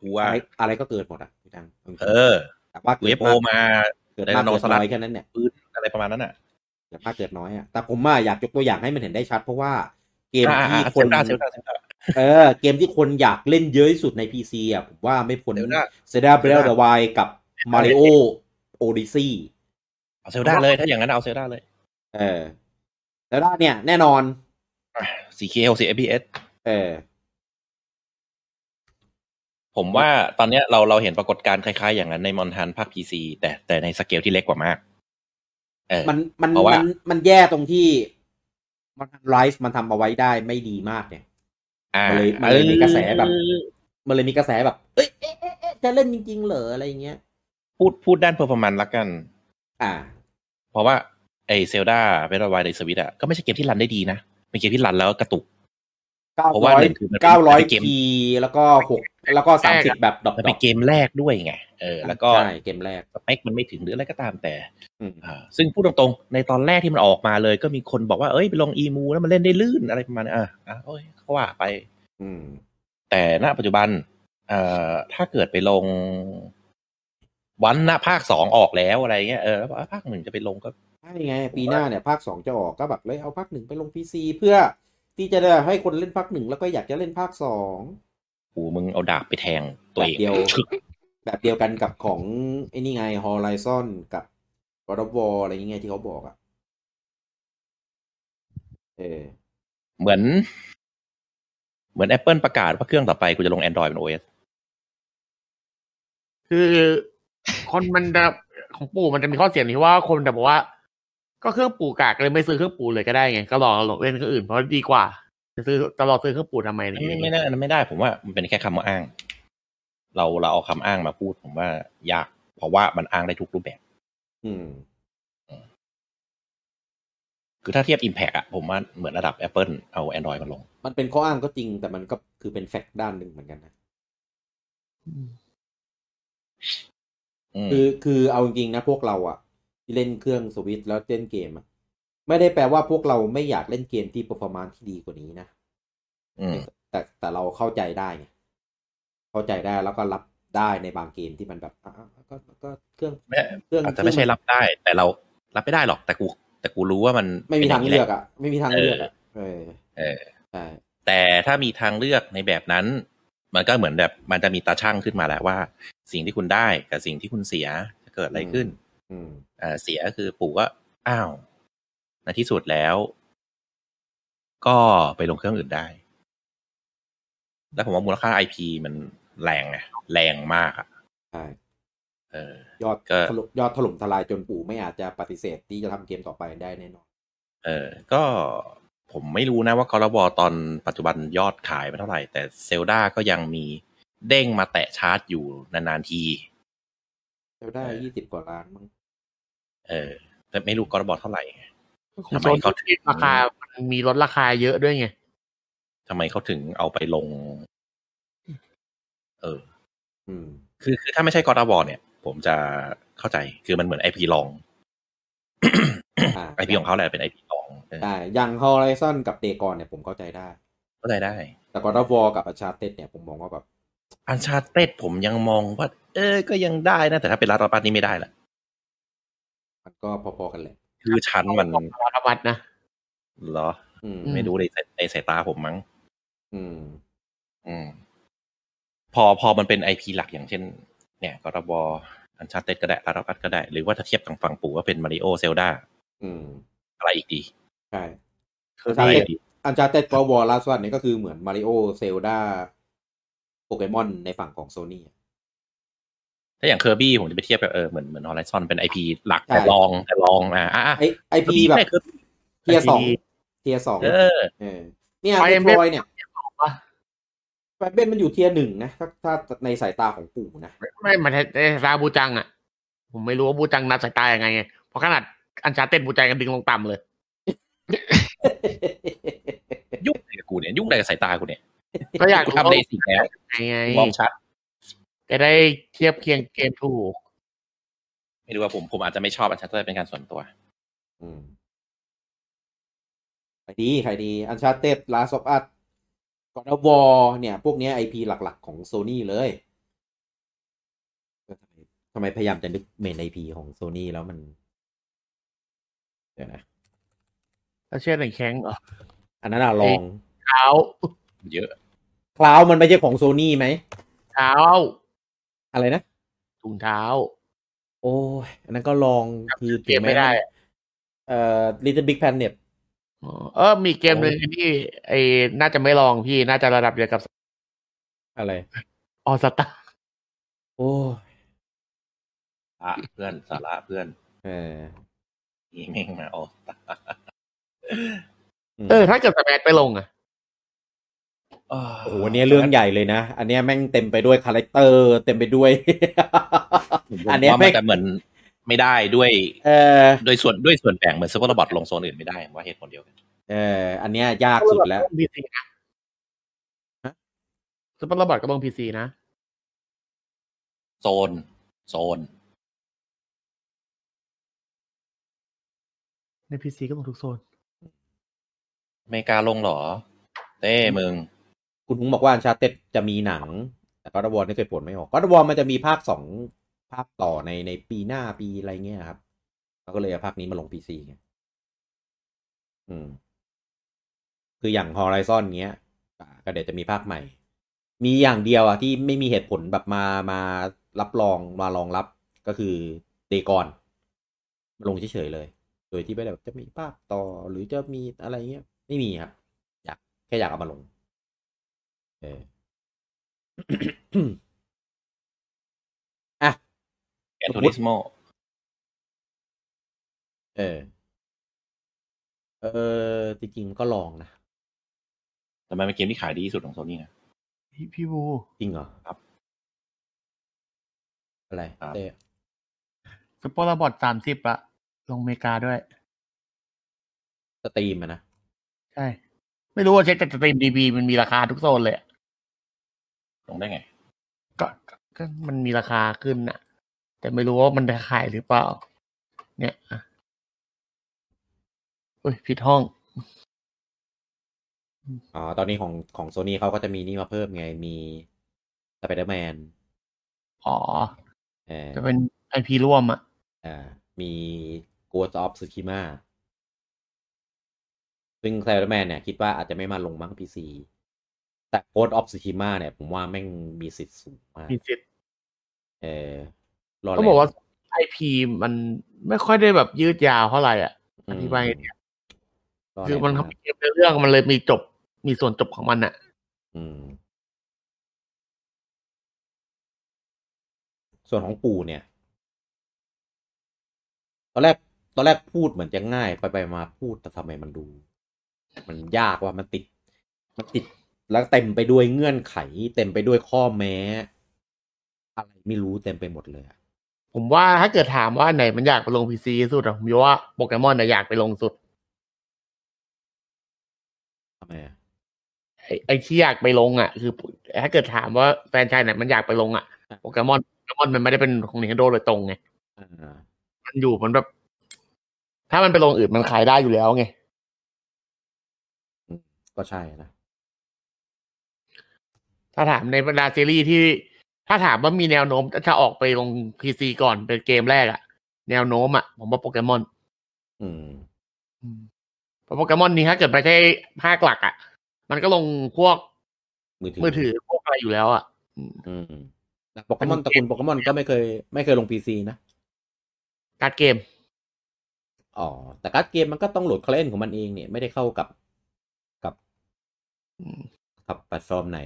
กูว่า
อะไรอะไรก็เกิดหมดอ่ะพี่ดัง
เออ
แต่ว่าเกิด
UFO มา
เกิดมาก
ไดโน
เกิด
เสาร์
น้อยแค่นั้นเนี่ย
ปืนอะไรประมาณนั้นอ่ะ
เกิดมากเกิดน้อยอ่ะแต่ผมว่าอยากยกตัวอย่างให้มันเห็นได้ชัด เพราะว่า เกม
อ่า
ที่
อ่า
คน
เซลดาเซลดาเซลดา
เออเกมที่คนอยากเล่นเยอะที่สุดใน PC อ่ะผมว่าไม่พ้น
Zelda
Zelda Breath of the Wild กับ Mario Odyssey
เอาเซลดาเลยถ้าอย่างนั้นเอาเซลดาเลย
เออ Zelda เนี่ยแน่นอน
สี่เคเอลสี่เอพีเอส
เออ
ผมว่าตอนเนี้ยเราเราเห็นปรากฏการณ์คล้ายๆ อย่างนั้นในมอนทันภาคพีซีแต่แต่ในสเกลที่เล็กกว่ามาก เออ
มันมัน
เพราะว่ามั
มันมันแย่ตรงที่มันไลฟ์มันทำเอาไว้ได้ไม่ดีมากเนี่ย
อ่า
มันเลยมันเลยมีกระแสแบบ มันเลยมีกระแสแบบ เอ้ยเอ๊ะเอ๊ะเอ๊ะจะเล่นจริง ๆ เหรออะไรอย่างเงี้ย
พูดพูดด้านเพอร์ฟอร์มันละกัน
อ่า
เพราะว่าไอเซลดาเบรดวายในสวิตอะก็ไม่ใช่เกมที่รันได้ดีนะเป็นเกมที่รันแล้วกระตุก
เก้า
เพราะ
ร้
ว่า
อย
หนึ่งคือมันเป็น
เก้าร้อย
เกม
ทีแล้วก็หกแล้วก็สามสิบแบบดอก
มันเป็นเกมแรกด้วยไงเออแล้วก็
ใช่เกมแรก
สเปคมันไม่ถึงหรืออะไรก็ตามแต่
อืม
อ่าซึ่งพูดตรงๆ ในตอนแรกที่มันออกมาเลย ก็มีคนบอกว่าเอ้ยไปลองอีมูแล้วมันเล่นได้ลื่นอะไรประมาณนี้อ่ะอ่ะโอ้ยเขาว่าไป
อืม
แต่ณปัจจุบันเอ่อถ้าเกิดไปลง วันณภาคสองออกแล้วอะไรเงี้ยเออแล้วบอกว่าภาคหนึ่งจะไปลงก็
ใช่ไง ปีหน้าเนี่ยภาคสองจะออกก็แบบเลยเอาภาคหนึ่งไปลงพีซีเพื่อที่จะได้ให้คนเล่นภาคหนึ่งแล้วก็อยากจะเล่นภาคสอง
กูมึงเอาดาบไปแทงตัว
แบ
เอบ ง
เดียว
ชึก
แบบเดียวกันกับของไอ้นี่ไง Horizon กับ God of War อะไรอย่างเงี้ยที่เขาบอกอ่ะเออ
เหมือน เหมือน Apple ประกาศว่าเครื่องต่อไปกูจะลง Android เป็น OS
คือคนมันจะของปู่มันจะมีข้อเสียที่ว่าคนจะบอกว่า ก็เครื่องปู่กากเลยไม่ซื้อเครื่องปู่เลยก็ได้ไง ก็รอหลบเล่นเครื่องอื่นเพราะดีกว่า จะซื้อจะรอซื้อเครื่องปู่ทำไมอะไรอย่าง
ไม่
เงี้ย
ไม่น่าไม่ได้ ผมว่ามันเป็นแค่คำอ้าง เราเราเอาคำอ้างมาพูด ผมว่ายาก เพราะว่ามันอ้างได้ทุกรูปแบบ
อืม
คือถ้าเทียบ Impact อะผมว่าเหมือนระดับ Apple เอา Android มาลง
มันเป็นข้ออ้างก็จริง แต่มันก็คือเป็นแฟกต์ด้านหนึ่งเหมือนกันนะ
อืม
คือคือเอาจริงๆนะพวกเราอะที่เล่นเครื่องสวิตช์แล้วเล่นเกมอะไม่ได้แปลว่าพวกเราไม่อยากเล่นเกมที่เปอร์ฟอร์มานซ์ที่ดีกว่านี้นะ
อืม
แต่แต่เราเข้าใจได้ไงเข้าใจได้แล้วก็รับได้ในบางเกมที่มันแบบอ่ะอ่ะก็ก็ก็เครื่อง
ไม่
เครื่อง
อาจจะไม่ใช่รับได้ แต่เรารับไม่ได้หรอกแต่กู แต่กูรู้ว่ามัน
ไม่มี
ป็นย่
ทาง
นี้
เลื
แหะ
อกอ่ะ ไม่มีทางเลือกอ่ะเออ
เออ
ใช่
แต่ถ้ามีทางเลือกในแบบนั้น มันก็เหมือนแบบมันจะมีตาช่างขึ้นมาแหละว่า สิ่งที่คุณได้กับสิ่งที่คุณเสียจะเกิดอะไรขึ้น
อืม
เอ่อเสียก็คือปู่ก็อ้าวในที่สุดแล้ว ก็ไปลงเครื่องอื่นได้ แล้วผมว่ามูลค่าไอพีมันแรงไงแรงมากอะ
ใช่
เออ
ยอด
ก็
ถล่มยอดถล่มทลายจนปู่ไม่อาจจะปฏิเสธที่จะทำเกมต่อไปได้แน่นอน
เออ ก็ผมไม่รู้นะว่าคอร์บอตอนปัจจุบันยอดขายมันเท่าไหร่ แต่เซลดาก็ยังมีเด้งมาแตะชาร์จอยู่นานๆที
เจ้าได้
เออ
ยี่สิบกว่าล้านมั้ง
เออแต่ไม่รู้กรบอเท่าไหร่
ของ
ทำไม
โซน
เขา
เขา
ถึง
ราคามันมีลดราคาเยอะด้วยไง
ทำไมเขาถึงเอาไปลง เออ
อืม
คือคือถ้าไม่ใช่กรบอเนี่ย ผมจะเข้าใจ คือมันเหมือนไอพีลอง
อ่า
[COUGHS] ไอพีของเขาแหละเป็นไอพีลองเออ
ได้อย่าง h อ r i z o n กับเดกอนเนี่ยผมเข้าใจได้
เข้าใจได้
แต่กอร์วอกับอาชาเต็ดเนี่ยผมมองว่าแบบ
อันชาเต้ผมยังมองว่า เออ ก็ยังได้นะ แต่ถ้าเป็นรัฐบาลนี่ไม่ได้ละ
มันก็พอๆกันแหละ
คือชั้นมัน
สารวัตรนะ
เหรอ
อืม
ไม่รู้ในสายในสายตาผมมั้ง
อืม
อืม พอพอมันเป็นไอพีหลักอย่างเช่น เนี่ยกรบออันชาเต็ก็ได้ลารับก็ได้ หรือว่าถ้าเทียบทางฝั่งปู่ว่าเป็นมาริโอเซลดา
อืม
อะไรอีกดี
ใช่
คือ
อะไร
มี
อีกดี
อันชาเต็ดกอร์วอลาสวันเนี่ยก็คือเหมือนมาริโอเซลดาโปเกมอนในฝั่งของโซนี่
ถ้าอย่างเคอร์บี้ผมจะไปเทียบกับเออเหมือนเหมือนฮอลไลซอนเป็นไอพีหลัก
ใช่
แต่ลองแต่ลองอ่าอ่า
ไอไอพีแบบเทียสองเทียสอง
เออ
เออเนี่ย
ไป
ไอ
เอ็ม
พ
เบ
ล
ฟ
อยเนี่ยไปเบนมันอยู่เทียหนึ่งนะถ้าถ้าในสายตาของปู่นะ [LAUGHS]
ไม่มาในสายตาบูจังอ่ะ ผมไม่รู้ว่าบูจังนับสายตายังไงไงเพราะขนาดอันชาเต้นบูจังกันดึงลงต่ำเลย
ยุ่งอะไรกับกูเนี่ย ยุ่งอะไรกับสายตากูเนี่ย
ก็อยาก
กู
รู้
ทำ
ว่า
เลสิกแล้ว
ยังไง
มองชัด
จะได้เทียบเคียงเกมถูก
ไม่รู้ว่าผมผมอาจจะไม่ชอบอันชัดเลยเป็นการส่วนตัว
อืมใครดีใครดีอันชาเต็ดลาซอฟอัตกอร์วอเนี่ย พวกเนี้ยไอพีหลักๆของโซนี่เลยทำไมพยายามจะนึกเมนไอพีของโซนี่แล้วมัน เดี๋ยวนะ
ถ้าเชื่อหนึ่งแข้งเหรอ
อันนั้นอะลอง
เช้า
เยอะ
คลาวมันไม่ใช่ของโซนี่ไหม
เช้า
อะไรนะ
ถุงเท้า
โอ้ยอันนั้นก็ลองคือ
เกมไม่ได้
เอ่อ Little Big Planet
เออ มีเกมหนึ่งที่ไอ้น่าจะไม่ลองพี่น่าจะระดับเดียวกับ
อะไร
ออสตา
โอ้ย
อ่ะเพื่อนสาระเพื่อน
เออ
นี่แม่งมาออกตา
อืม
เออ ถ้าเกิดสแมทไปลงอ่ะ
โอ้โหอันเนี้ยเรื่องใหญ่เลยนะ อันเนี้ยแม่งเต็มไปด้วยคาแรคเตอร์ เต็มไปด้วย [LAUGHS] อันเนี้ย
ว่ามั
แม่ง
นจะเหมือนไม่ได้ด้วย
เออ
ด้วยส่วนด้วยส่วนแบ่งเหมือนซูเปอร์โรบอทลงโซนอื่นไม่ได้ผมว่าเหตุผลเดียวกัน
เอออันเนี้ยยากสุดแล้ว
พีซีนะซุปเปอร์โรบอทก็ลงพีซีนะ
โซน โซน
ในพีซีก็ลงทุกโซน
อเมริกาลงเหรอ เต้มึง
คุณฮุงบอกว่าอันชาเต็ดจะมีหนัง แต่ก็อดวอร์นี่เคยผลไม่ออกก็อดวอร์มันจะมีภาคสองภาคต่อในในปีหน้าปีอะไรเงี้ยครับเราก็เลยเอาภาคนี้มาลงพีซีไงอืม คืออย่างฮอ r i ซอนเงี้ยอ่าก็เดี๋ยวจะมีภาคใหม่ มีอย่างเดียวอะที่ไม่มีเหตุผลแบบมามารับรองมารองรับก็คือเดกอนมาลงเฉยๆเลย โดยที่ไม่ได้แบบจะมีภาคต่อหรือจะมีอะไรเงี้ย ไม่มีครับ อยากแค่อยากเอามาลง เออ อ่ะ
แอนโทนิสโม
เออ เออ จริงๆก็ลองนะ
แต่มันเป็นเกมที่ขายดีที่สุดของโซนี่นะ
พี่พี่บู
จริงเหรอ
ครับ
อะไร
ครับ
เต้
ซุปเปอร์โรบอทสามสิบละลงอเมริกาด้วย
สตรีมอะนะ
ใช่ ไม่รู้ว่าเช็คจากสตรีมดีบีมันมีราคาทุกโซนเลยอะ
ลงได้ไง
ก็ก็ก็มันมีราคาขึ้นอะแต่ไม่รู้ว่ามันจะขายหรือเปล่า เนี่ยอ่ะอุ้ยผิดห้อง
อ๋อ ตอนนี้ของของโซนี่เขาก็จะมีนี่มาเพิ่มไง มีสไปเดอร์แมน
อ๋อ
เออ
จะเป็นไอพีร่วมอะ
อ่า มีโกสออฟซูชิมาซึ่งสไปเดอร์แมนเนี่ย คิดว่าอาจจะไม่มาลงมั้งพีซีแต่โกสออฟซูชิมาเนี่ย ผมว่าแม่งมีสิทธิ์สูงมาก
มีสิทธิ์
เออรอ
ต้องบอกว่าไอพีมันไม่ค่อยได้แบบยืดยาวเท่าไหร่อ่ะ อธิบายไงเนี่ย
ม
คือมัน
รด
ทำเกมในเรื่องมันเลยมีจบ มีส่วนจบของมันอะ
อืม ส่วนของปู่เนี่ย ตอนแรก ตอนแรกพูดเหมือนจะง่ายไปไปมาพูดแต่ทำไมมันดู มันยากว่ามันติด มันติดแล้วเต็มไปด้วยเงื่อนไข เต็มไปด้วยข้อแม้ อะไรไม่รู้เต็มไปหมดเลยอะ
ผมว่าถ้าเกิดถามว่าไหนมันอยากไปลงพีซีสุดอะผมว่าโปเกมอนอะอยากไปลงสุด
ทำไมอะ
ไอ้ไอ้ที่อยากไปลงอ่ะ คือถ้าเกิดถามว่าแฟรนไชายไหนมันอยากไปลงอ่ะโปเกมอนโปเกมอนมันไม่ได้เป็นของ n ิ n t e n d o โดยตรงไง
อ่า
มันอยู่มันแบบ ถ้ามันไปลงอื่นมันขายได้อยู่แล้วไง
ก็ใช่นะ
ถ้าถามในบรรดาซีรีส์ที่ ถ้าถามว่ามีแนวโน้มจะออกไปลงพีซีก่อนเป็นเกมแรกอ่ะ แนวโน้มอ่ะผมว่าโปเกมอน
อืม
เพราะโปเกมอนนี้ถ้าเกิดไม่ใช่ภาคหลักอ่ะ มันก็ลงพวก
มือถื
มือถือพวกอะไรอยู่แล้วอ่ะ
อืมโปเกมอน
มัน
ตระ
เก
กู
ม
ลโปเกมอนก็ไม่เคย ไม่เคยลงพีซีนะ
การ์ดเกม
อ๋อ แต่การ์ดเกมมันก็ต้องโหลดคลเอนของมันเองเนี่ย ไม่ได้เข้ากับกับ
อืม
กับแพลตฟอร์มไหน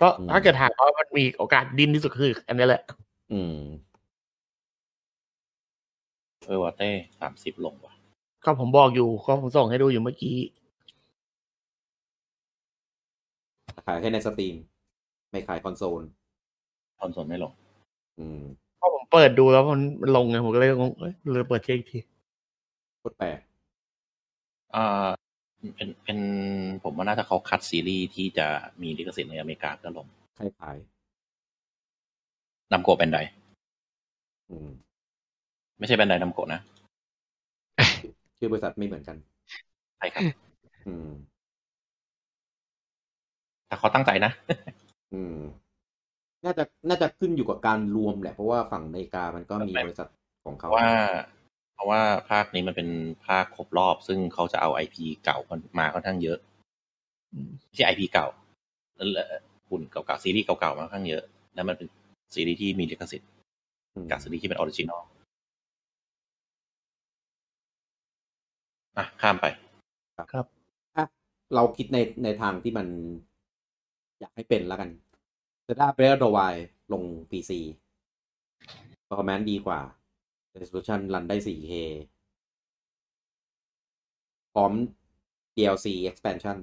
ก็
อืม
ถ้าเกิดถามว่ามันมีโอกาสดินที่สุดคือ อันนี้แหละ
อืม
เออว่าเต้สามสิบลงว่ะ
ก็ผมบอกอยู่ก็ผมส่งให้ดูอยู่เมื่อกี้
ขายแค่ในสตรีม ไม่ขายคอนโซล
คอนโซลไม่ลง
อืม
พอผมเปิดดูแล้วมันมันลงไงผมก็เลยงงเอ้ยเลยเปิดเช็คอีกที
โคตรแปลก
อ่า เป็น เป็น ผมว่าน่าจะเขาคัดซีรีส์ที่จะมีลิขสิทธิ์ในอเมริกาก็ลง
ใครขาย
นำโกะแบนได
อืม
ไม่ใช่แบนไดนำโกะนะ
ชื่อบริษัทไม่เหมือนกัน
ใช่ครับ
อืม
ถ้าเขาตั้งใจนะ
อืม น่าจะ น่าจะขึ้นอยู่กับการรวมแหละ เพราะว่าฝั่งอเมริกามันก็มีบริษัทของ
เพ
เขา
ราะว่า เพราะว่าภาคนี้มันเป็นภาคครบรอบ ซึ่งเขาจะเอาไอพีเก่ามาค่อนข้างเยอะ ไม่ใช่ไอพีเก่าแล้วเอ่อหุ่นเก่าๆซีรีส์เก่าๆมาค่อนข้างเยอะ แล้วมันเป็นซีรีส์ที่มีลิขสิทธิ์
อืม
กับซีรีส์ที่เป็นออริจินอลอ่ะข้ามไป
เราคิดในในทางที่มัน อยากให้เป็นแล้วกันเซด้าเบรดวายลง PC ปอร์แมนดีกว่า Resolution รันได้ 4K พร้อม DLC expansion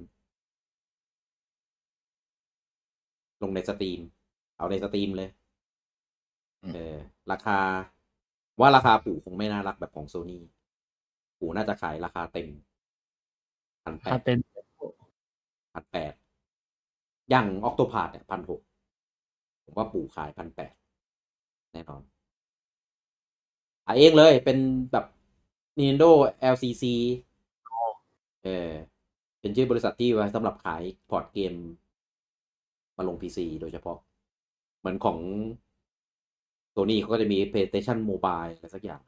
ลงในสตรีม เอาในสตรีมเลย
อืม
เออ ราคา ว่าราคาปู่คงไม่น่ารักแบบของโซนี่ปู่น่าจะขายราคาเต็มพันแป
ถ้า
ด
เต็ม
พันแปดอย่างออกโตพาดเนี่ยพันหกผมว่าปู่ขายพันแปดแน่นอนขายเองเลยเป็นแบบ Nintendo LCC เออเป็นชื่อบริษัทที่ไว้สำหรับขายพอร์ตเกม มาลง PC โดยเฉพาะ เหมือนของโ o นี่เขาก็จะมี PlayStation Mobile อะไรสักอย่าง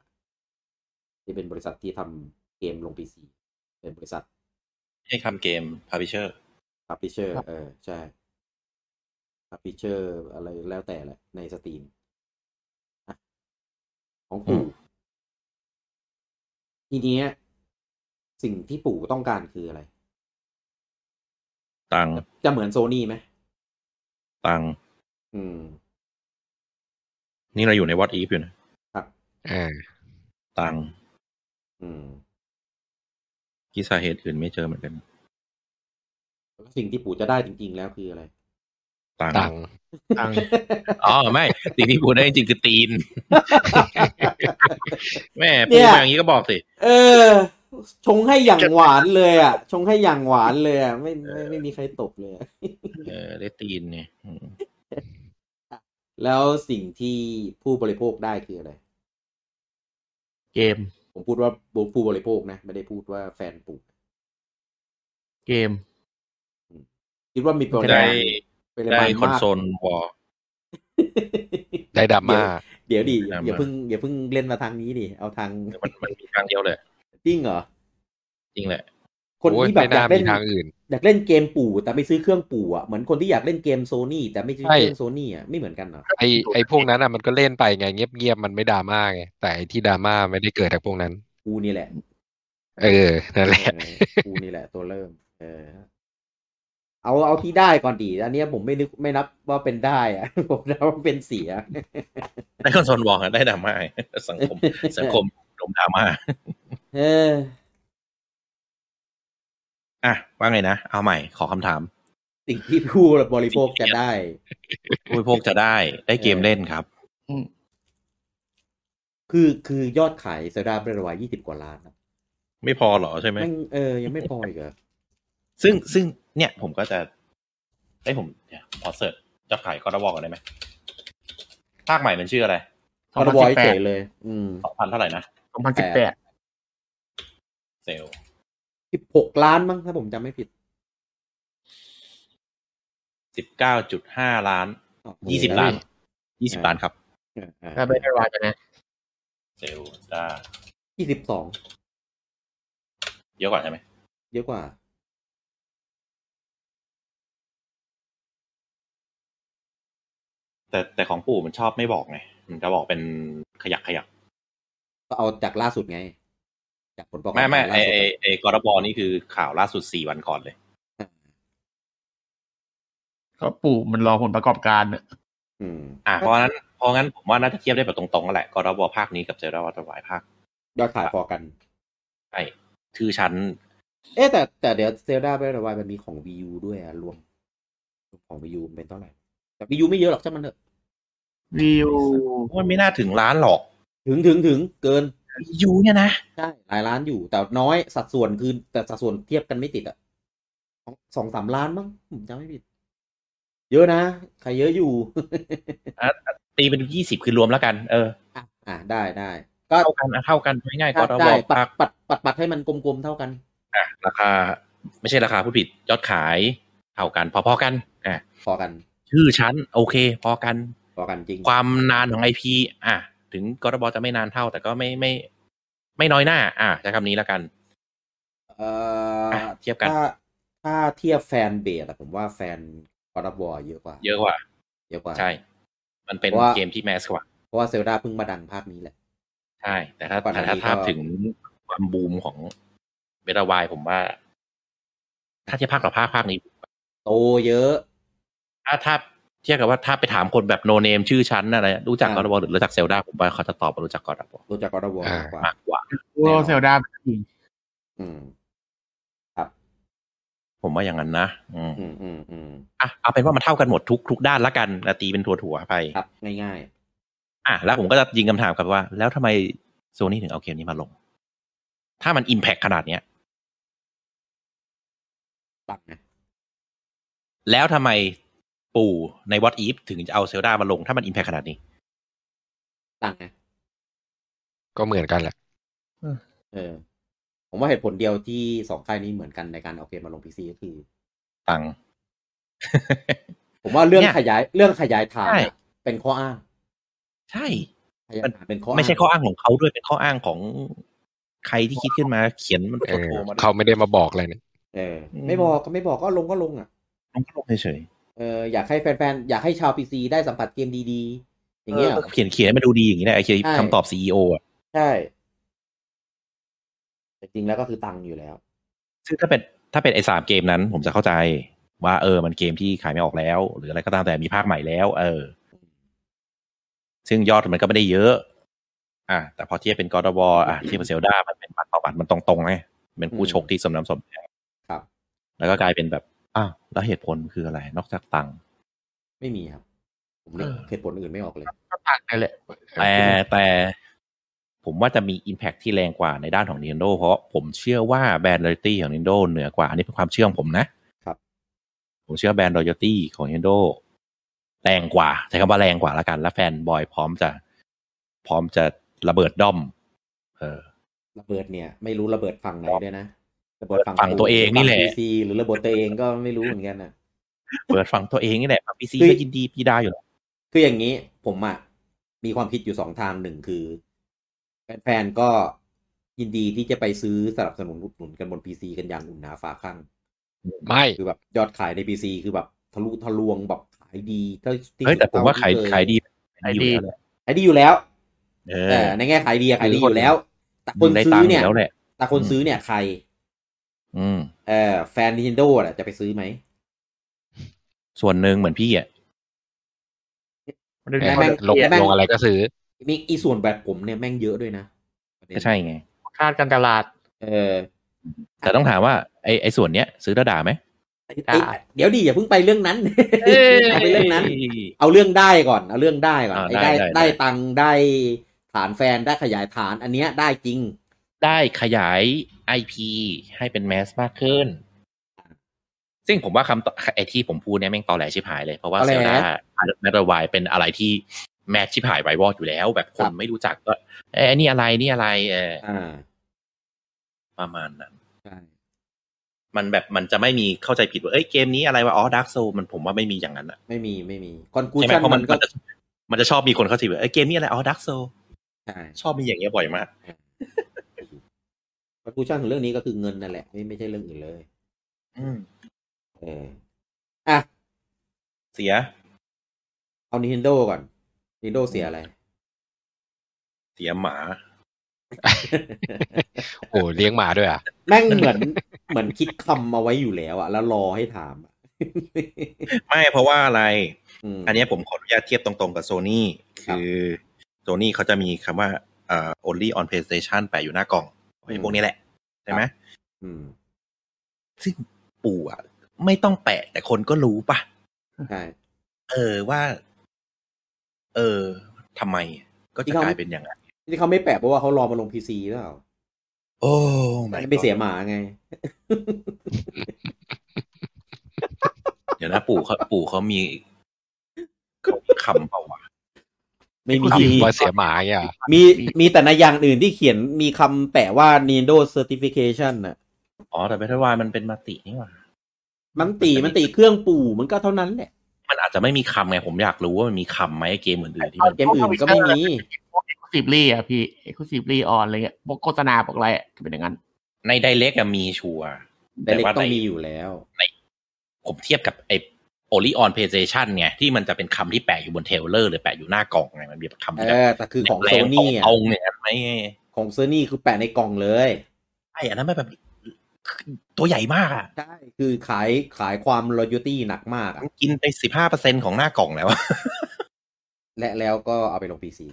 ที่เป็นบริษัทที่ทำเกมลง PC เป็นบริษัท
ไม่ใช่คำเกมพา b ิเชอร์
Publisher เออ ใช่ Publisher อะไรแล้วแต่แหละ ในสตรีมอ่ะของปู่ ทีเนี้ย สิ่งที่ปู่ต้องการคืออะไร
ตังค์
จะเหมือนโซนี่ไหม
ตังค์
อืม
นี่เราอยู่ในวอตอีฟอยู่นะ
เออ
ตังค์
อืม
ที่สาเหตุอื่นไม่เจอเหมือนกัน
แล้วสิ่งที่ปู่จะได้จริง ๆ แล้วคืออะไร
ตัง
ตัง
ค์
ค์
ตังค์
อ๋อ ไม่สิ่งที่พูดได้จริงๆคือตีน แม่
เนี่
พูด
ย
มาอย่างนี้ก็บอกสิ
เออ ชงให้อย่างหวานเลยอ่ะ ชงให้อย่างหวานเลยอ่ะไม่ไม่ไม่มีใครตบเลยอะ
เออ ได้ตีนเนี่ยอืม
แล้วสิ่งที่ผู้บริโภคได้คืออะไร
เกม
ผมพูดว่าผู้บริโภคนะ ไม่ได้พูดว่าแฟนปู่
เกม
คิดว่ามีปริมา
ได้
ณปริ
ได้
มาณ
คอน
มาก
โซลวอล
ได้ดราม่า
เดี๋ยวดิ
ได้มา
อย่าเพิ่งอย่าเพิ่งเล่นมาทางนี้ดิเอาทาง
มันมันมีทางเดียวแหละ
จริงเหรอ
จริงแหละ
คน
โอ้ย
ที่แบบ
ไม่
อากเล่น
น่ายมีทางอื่น
อยากเล่นเกมปู่แต่ไม่ซื้อเครื่องปู่อ่ะเหมือนคนที่อยากเล่นเกมโซนี่แต่ไม่ซื้อเครื่องโซนี่อ่ะไม่เหมือนกันเหรอ
ไอไอพวกนั้นอ่ะมันก็เล่นไปไงเงียบเงียบๆมันไม่ดราม่าไงแต่ไอที่ดราม่าไม่ได้เกิดจากพวกนั้น
กูนี่แหละ
เออนั่นแหละ
เออกูนี่แหละตัวเริ่ม เออ เอาเอาที่ได้ก่อนดี อันเนี้ยผมไม่นึกไม่นับว่าเป็นได้อะ [LAUGHS] ผมนับว่าเป็นเสีย
ได้คอนโซลวอลได้ดราม่ [LAUGHS] า สังคม สังคมโดมดราม่า
เออ
อ่ะ ว่าไงนะ เอาใหม่ ขอคำถาม
สิ่งที่ผู้บริโภคจะได้
ผู้บริโภคจะได้ได้เกมเล่นครับ
คือคือยอดขายเซดาเบรวายยี่สิบกว่าล้านนะ
ไม่พอเหรอใช่ไหม
แม่งเออ ยังไม่พออีกเหรอ
ซึ่งซึ่งเนี่ยผมก็จะไอ้ยผมเนี่ยวขอเสิร์ชจะขายคอร์ดวอลก่อนได้ไหมภาคใหม่มันชื่ออะไร
คอนวอย
2018
เฉยเลย อืม
สองพันเท่าไหร่นะ
สองพันสิบแปด
เซลล
สิบหกล้านมั้งถ้าผมจำไม่ผิด
สิบเก้าจุดห้าล้าน ยี่สิบล้าน ยี่สิบล้านครับ
แล้วไปได้รายกันนะ
เซลลได้
ยี่สิบสอง
เยอะกว่าใช่ไหม
เยอะกว่า
แต่แต่ของปู่มันชอบไม่บอกไง มันจะบอกเป็นขยักขยัก
ก็เอาจากล่าสุดไง จากผลประกอบ
ไม่ไม่
การ
ไอ
ล่าสุด
ไอไอคอร์ดวอลนี่คือข่าวล่าสุดสี่วันก่อนเลย
ก็ปู่มันรอผลประกอบการเนี่ย
อืม
อ่ะเพราะงั้นเพราะงั้นผมว่าน่าจะเทียบได้แบบตรงๆกันแหละคอร์ดวอลภาคนี้กับเซลล์วอลตวายภาค
ยอดขายพอกัน
ใช่ชื่อชั้น
เอ๊ะแต่แต่เดี๋ยวเซลดาเบรดวายมันมีของ Wii U ด้วยอะรวมของ Wii U เป็นเท่าไหร่ แต่ Wii U ไม่เยอะหรอกใช่างมันเถอะ
วิว
มันไม่น่าถึงล้านหรอก
ถึงถึงถึงเกิน
ยูเนี่ยนะ
ใช่ หลายล้านอยู่ แต่น้อยสัดส่วนคือแต่สัดส่วนเทียบกันไม่ติดอะสองสองสามล้านมั้งผมจำไม่ผิด เยอะนะ ใครเยอะอยู่
ตีเป็นยี่สิบคือรวมแล้วกัน เออ
อ่ะอ่ะได้ได้ก็
เท่ากันอ่ะเท่ากันง่ายๆก็
ถ้า
เราบ
ได้
อก
ปั
ภา
ด
ค
ปัดปัดปัดให้มันกลมๆเท่ากัน
อ่ะราคา ไม่ใช่ราคาผู้ผิดยอดขายเท่ากัน พอๆกันอ่ะ
พอกัน
ชื่อชั้น โอเค พอกัน
พอกันจริง
ความนานของไอพีอ่ะ ถึงกรบจะไม่นานเท่า แต่ก็ไม่ไม่ ไม่น้อยหน้า อ่ะใช้คำนี้แล้วกัน
เอ่อ
เทียบกัน
ถ้า ถ้าเทียบแฟนเบสอะผมว่าแฟนกอร์ดบอเยอะกว่า
เยอะกว่า
เยอะกว่า
ใช่ มันเป็น
เพราะว่า
เกมที่แมสกว่า
เพราะว่าเซลดาเพิ่งมาดังภาคนี้แหละ
ใช่ แต่ถ้า
ก่อนหน้า
แต่ถ้า
นี้ก็
ภาพถึงความบูมของเบตาวายผมว่า ถ้าเทียบภาคต่อภาคภาคนี้
โตเยอะ
ถ้าถ้าเทียบกับว่าถ้าไปถามคนแบบโนเนมชื่อชั้นอะไรรู้จัก
อ่า
กอร์ดบอลหรือรู้จักเซลดาผมว่าเขาจะตอบว่ารู้จักกอร์ดบอล
รู้จักกอร์ดบอ
อ่าม
ากกว่า
มากกว่า
โอ้เซลดาเป็นผู้หญิง
อืม
ผมว่าอย่างนั้นนะอืม
อืมอืมอืม
อ่ะเอาเป็นว่ามันเท่ากันหมดทุกทุกด้านละกันอ่ะตีเป็นถั่วๆไป
ครับง่าย
อ่ะแล้วผมก็จะยิงคำถามกลับว่า แล้วทำไมโซนี่ถึงเอาเกมนี้มาลง ถ้ามันอิมแพคขนาดเนี้ย
ๆปังนะ
แล้วทำไมปู่ใน What If ถึงจะเอาเซลดามาลง ถ้ามันอิมแพคขนาดนี้
ปังนะ
ก็เหมือนกันแหละ
เออ ผมว่าเหตุผลเดียวที่สองค่ายนี้เหมือนกันในการเอาเกมมาลงพีซีก็คือ
ตัง
ผมว่าเรื่อง
เนี่ย
ขยายเรื่องขยายฐาน
ใช่
อะเป็นข้ออ้าง
ใช่
ขยายฐานเป็นข้ออ้าง
ไม่ใช่ข้ออ้างของเขาด้วยเป็นข้ออ้างของใครที่คิดขึ้นมาเขียนมัน
เอ
โผ
อ
ล่มา
เขาไม่ได้มาบอกอะไรเนี่ย
เออไม่บอกก็ไม่บอกก็ลงก็ลงอ่ะ
มันก็ลงเฉย
เอออยากให้แฟนๆ อยากให้ชาวพีซีได้สัมผัสเกมดีๆ อ
ๆ
ย่างเงี้ยเหรอ
เขียนเขียนให้มันดูดีอย่างนี้แหละไอ้เขียน
ใช่
คำตอบซีอีโออ่ะ
ใช่แต่จริงแล้วก็คือตังค์อยู่แล้ว
ซึ่งถ้าเป็นถ้าเป็นไอ้สามเกมนั้น ผมจะเข้าใจ ว่าเออมันเกมที่ขายไม่ออกแล้ว หรืออะไรก็ตามแต่มีภาคใหม่แล้ว เออ ซึ่งยอดมันก็ไม่ได้เยอะ อ่ะแต่พอเทียบเป็นกอร์ดวออ่ะเทียบเป็นเซลดามันเป็นบัตรต่อบัตรมันตรงๆไงเป็นผู้ชกที่สมน้ำสมเนื้อ
ครับ
แล้วก็กลายเป็นแบบอ้าวแล้วเหตุผลคืออะไร นอกจากตังค์
ไม่มีครับ ผมนึก
เออ
เหตุผลอื่นไม่ออกเลย
ก็ต่างกันแหละ
แต่แต่ผมว่าจะมี Impact ที่แรงกว่าในด้านของ Nintendo เพราะผมเชื่อว่าแบรนด์ loyalty ของ Nintendo เหนือกว่า อันนี้เป็นความเชื่อของผมนะครับ ผมเชื่อแบรนด์ loyalty ของ Nintendo แรงกว่าใช้คำว่าแรงกว่าละกัน และแฟนบอยพร้อมจะ พร้อมจะระเบิดด้อม เออ
ระเบิดเนี่ย ไม่รู้ระเบิดฝั่งไหนด้วยนะระเบิดฝั่ง
ฝั่งตัวเองนี่แหละ
พีซีหรือระเบิดตัวเองก็ไม่รู้เหมือนกันนะ
เปิดฟังตัวเองนี่แหละพีซี
คือ
ก็ยินดีพีดาอยู่แล้ว
คืออย่างนี้ผมอะมีความคิดอยู่สองทางหนึ่งคือ แฟนๆก็ยินดีที่จะไปซื้อสนับสนุนอุดหนุนกันบนพีซีกันอย่างอุ่นหนาฝาข้าง
ไม่
คือแบบยอดขายในพีซีคือแบบทะลุทะลวงแบบขายดีเท่าที่
เฮ้ยแต่ผมว่าขาย
เท่ที่เค
ขายดีอยู่แล้วแหละ
ขายดีอยู่แล้ว
เอ
แต่
อ
ในแง่ขายดีอะขายดีอ
คน
ยู่แล้ว แต่คน
ได้
ซื้อ
ตั
ง
ค์อ
เนี่ย
ยู่แล้วแหละ
แต่คน
อืม
ซื้อเนี่ยใคร
อืม
เออแฟน Nintendo น่ะจะไปซื้อไหม
ส่วนหนึ่งเหมือนพี่อ่ะ
มันเป็น
แม่ง
คน
ลง
เกียด
ลงอะไรก็ซื้อ
มีอีส่วนแบบผมเนี่ยแม่งเยอะด้วยนะประเด็น
ก็ใช่ไง
คาดการตลาด
เออ
แต่ต้องถามว่าไอ้ไอ้ส่วนเนี้ย ซื้อแล้วด่าไหม
ได้
เอ้ยเดี๋ยวดีอย่าเพิ่งไปเรื่องนั้น
เอ้ย
อย่าไปเรื่องนั้น
ย
เอาเรื่องได้ก่อน เอาเรื่องได้ก่อน
อ่า
ไอ้ได้
ได้ได้
ได้ตังค์ได้ฐานแฟนได้ขยายฐาน อันเนี้ยได้จริง
ได้ขยาย IP ให้เป็นแมสมากขึ้น ซึ่งผมว่าคำตอบไอ้ที่ผมพูดเนี่ยแม่งตอแหลชิบหายเลย เพราะว่า
ตอ
เซ
แหล
ลดาแมทวายเป็นอะไรที่แมสชิบหายวายวอดอยู่แล้ว แบบคนไม่รู้จักก็เอ้ยอันนี่อะไรนี่อะไรเออ
อ่า
ประมาณนั้น
ใช่
มันแบบมันจะไม่มีเข้าใจผิดว่าเอ้ยเกมนี้อะไรวะอ๋อดาร์กโซมันผมว่าไม่มีอย่างนั้นอะ
ไม่มีไม่มีคอนกู
ใช่ไหม
ชั่น
เพราะมั
มันนก็
มันจะมันจะชอบมีคนเข้าใจผิดว่าเอ้ยเกมนี้อะไรอ๋อดาร์กโซ
ใช่
ชอบมีอย่างเงี้ยบ่อยมาก
คอนกูชั่นของเรื่องนี้ก็คือเงินนั่นแหละ ไม่ไม่ใช่เรื่องอื่นเลย
อืม
เอออ่ะ
เสีย
เอา Nintendo ก่อน Nintendo เสียอะไร
เสียหมา
โอ้เลี้ยงหมาด้วยอ่ะ
แม่งเหมือนเหมือนคิดคำเอาไว้อยู่แล้วอะแล้วรอให้ถามอะ
ไม่เพราะว่าอะไร
ม
อันเนี้ยผมขออนุญาตเทียบตรงๆกับโซ n y
ครั
คื
บ
อโซ n y เขาจะมีคำว่าเอ่อ only on PlayStation แปะอยู่หน้ากล่องไอ้พวกนี้แหละ ใช่ไหม
ครับ อืม
ซึ่งปู่อะไม่ต้องแปะแต่คนก็รู้ป่ะ
ใช่
เออว่า เออทำไมก็จะกลายเป็นอย่างนั้น
ที่เขาไม่แปะเพราะว่าเขารอมาลงพีซีหรือเปล่า
โอ้
อัน
my
นี้
god
ไปเสียหมาไง
เดี๋ยวนะปู่เขาปู่เขามีเขามีคำเปล่าวะ
ไม่มี
ทำว่าเสียหมาเงี้ยเหรอ
มีมีแต่ในอย่างอื่นที่เขียนมีคำแปะว่า Nintendo Certification น่ะ
อ๋อ แต่เบทวายมันเป็นมาตินี่หว่า
มันตีมันตีเครื่องปู่มันก็เท่านั้นแหละ
มันอาจจะไม่มีคำไงผมอยากรู้ว่ามันมีคำไหมเกมอื่นๆที่มัน
เกมอื่นก็ไม่มี
เอ็กซ์คลูซีฟลี่อ่ะพี่เอ็กซ์คลูซีฟลี่ออนอะไรเงี้ยพวกโฆษณาพวกอะไรอะจะเป็นอย่างนั้น
ในไดเล็กอะมีชัวร์
แต่เล็ก
ว่า
ต้อ
ใน
งมีอยู่แล้ว
ผมเทียบกับไอโอลิออนเพลย์สเตชันไงที่มันจะเป็นคำที่แปะอยู่บนเทรลเลอร์หรือแปะอยู่หน้ากล่องไงมันมีคำ
เอ
ที่แบบ
อแต่คือของ
แร
โซนี่อ่ะ
ตรงๆเนี่ยไม่
ของโซนี่คือแปะในกล่องเลย
ไอ้อันนั้นไม่แบบตัวใหญ่มากอ่ะ
ใช่ คือขายขายความรอยูตี้หนักมากอะ
มันกินไปสิบห้าเปอร์เซ็นของหน้ากล่องแล้วอะ
และแล้วก็เอาไปลงพีซี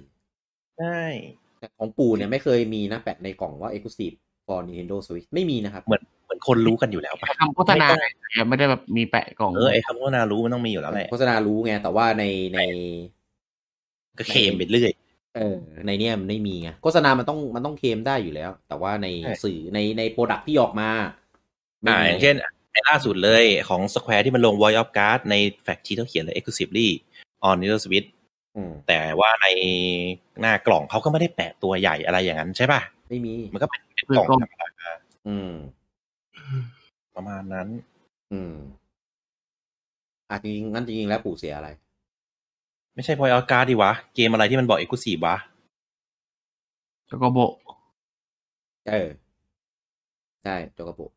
ใช่
แต่ของปู่เนี่ยไม่เคยมีนะแปะในกล่องว่า Exclusive for Nintendo Switch ไม่มีนะครับ
เหมือนคนรู้กันอยู่แล้วปะ
คำโฆษณาแต่ไม่ได้แบบมีแปะกล่อง
เออไอคำโฆษณารู้มันต้องมีอยู่แล้วแหละ
โฆษณารู้ไง แต่ว่าในใน
ก็เคลมไปเรื่อย
เออในเนี้ยมันไม่มีไงโฆษณามันต้องมันต้องเคลมได้อยู่แล้ว แต่ว่าใน
ใช่
สื่อในในโปรดักที่ออกมาไม่
อ่า
มี
อย่างเช่นไอ้ล่าสุดเลยของ Square ที่มันลง Void of Card ในแฟกชีเขาเขียนเลย Exclusively on Nintendo Switch
อืม
แต่ว่าในหน้ากล่องเขาก็ไม่ได้แปะตัวใหญ่อะไรอย่างนั้นใช่ป่ะ
ไม่มี
มันก็เป็นเป็นกล่องธรรมดา
อืม
ประมาณนั้น
อืมอ่ะจริงๆงั้นจริงๆแล้วปู่เสียอะไร
ไม่ใช่ Void of Card ดีวะ เกมอะไรที่มันบอก Exclusive วะ
แล้วก็โบะ
เออใช่โจกระปุก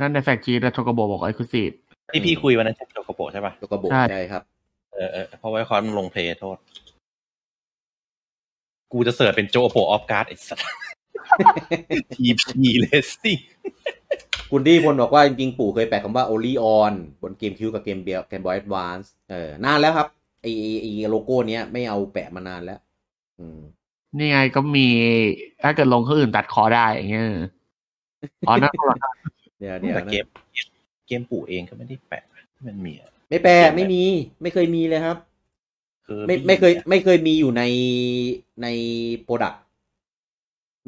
นั่นในแฟกชีและโทกโบะบอกไอ้คุสีบ
ที่พี่คุยวันนั้นใช่โจโกโปะใช่ป่ะ
โจกระปุก
ใช่
ใช่ครับ
เออเออเพราะไว้คอนมันลงเพลย์โทษ กูจะเสิร์ชเป็นโจโปออฟการ์ดไอ้สัส TP Racing
คุณดีพลบอกว่าจริงๆ ปู่เคยแปะคำว่า only on บนเกมคิวกับเกมเบียเกมบอยแอดวานซ์เออนานแล้วครับไอไอ้ไอโลโก้เนี้ยไม่เอาแปะมานานแล้ว อืม
นี่ไงก็มี ถ้าเกิดลงเขาอื่นตัดคอได้อย่างเงี้ยอ๋อนั่นก็หรอ
เดี๋ยวเดี๋ยว
แต่
นะ
เกมเกมปู่เองก็ไม่ได้แปะที่มันมีอะ
ไม่แปะไม่มี ไม่เคยมีเลยครับ
คือ
ไม่ไม่เคยไม่เคยมีอยู่ในในโปรดัก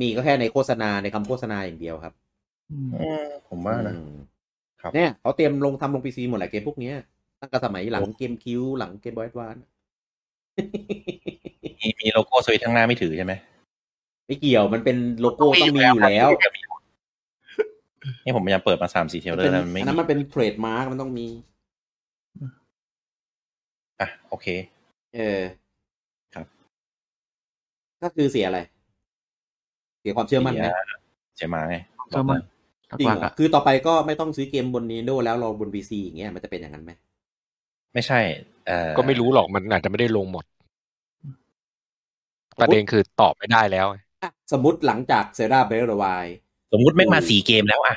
มีก็แค่ในโฆษณาในคำโฆษณาอย่างเดียวครับ
อืมผมว่านะ
อืม
ครับ
เนี่ยเขาเตรียมลงทำลงพีซีหมดแหละเกมพวกเนี้ยตั้งแต่สมัยหลังเกมคิวหลังเกมบอยด์วาน
มีมีโลโก้สวิตช์ข้างหน้าไม่ถือใช่ไหม
ไม่เกี่ยวมันเป็นโลโก้ต้องมีอยู่แล้ว
นี่ผมพยายามเปิดมาสามสี่เทรลเลอ
เป็
ร์
น
แล้วมันไม่
อันนั้นมันเป็นเทรดมาร์กมันต้องมี
อ่ะโอเค
เออ
ครับ
ก็คือเสียอะไร เสียความเชื่อมั่นไหม
เสียมาไง
เชื่อมัน
จริง
หลัก
เหรอ
ๆอ่ะ
คือต่อไปก็ไม่ต้องซื้อเกมบน Nintendo แล้วรอบน PC อย่างเงี้ยมันจะเป็นอย่างนั้นไหม
ไม่ใช่เอ่อ
ก็ไม่รู้หรอกมันอาจจะไม่ได้ลงหมด ประเด็นคือตอบไม่ได้แล้ว
อ่ะสมมติหลังจากเซราเบลรวาย
สมมุติไม่งมาสี่เกมแล้วอ่ะ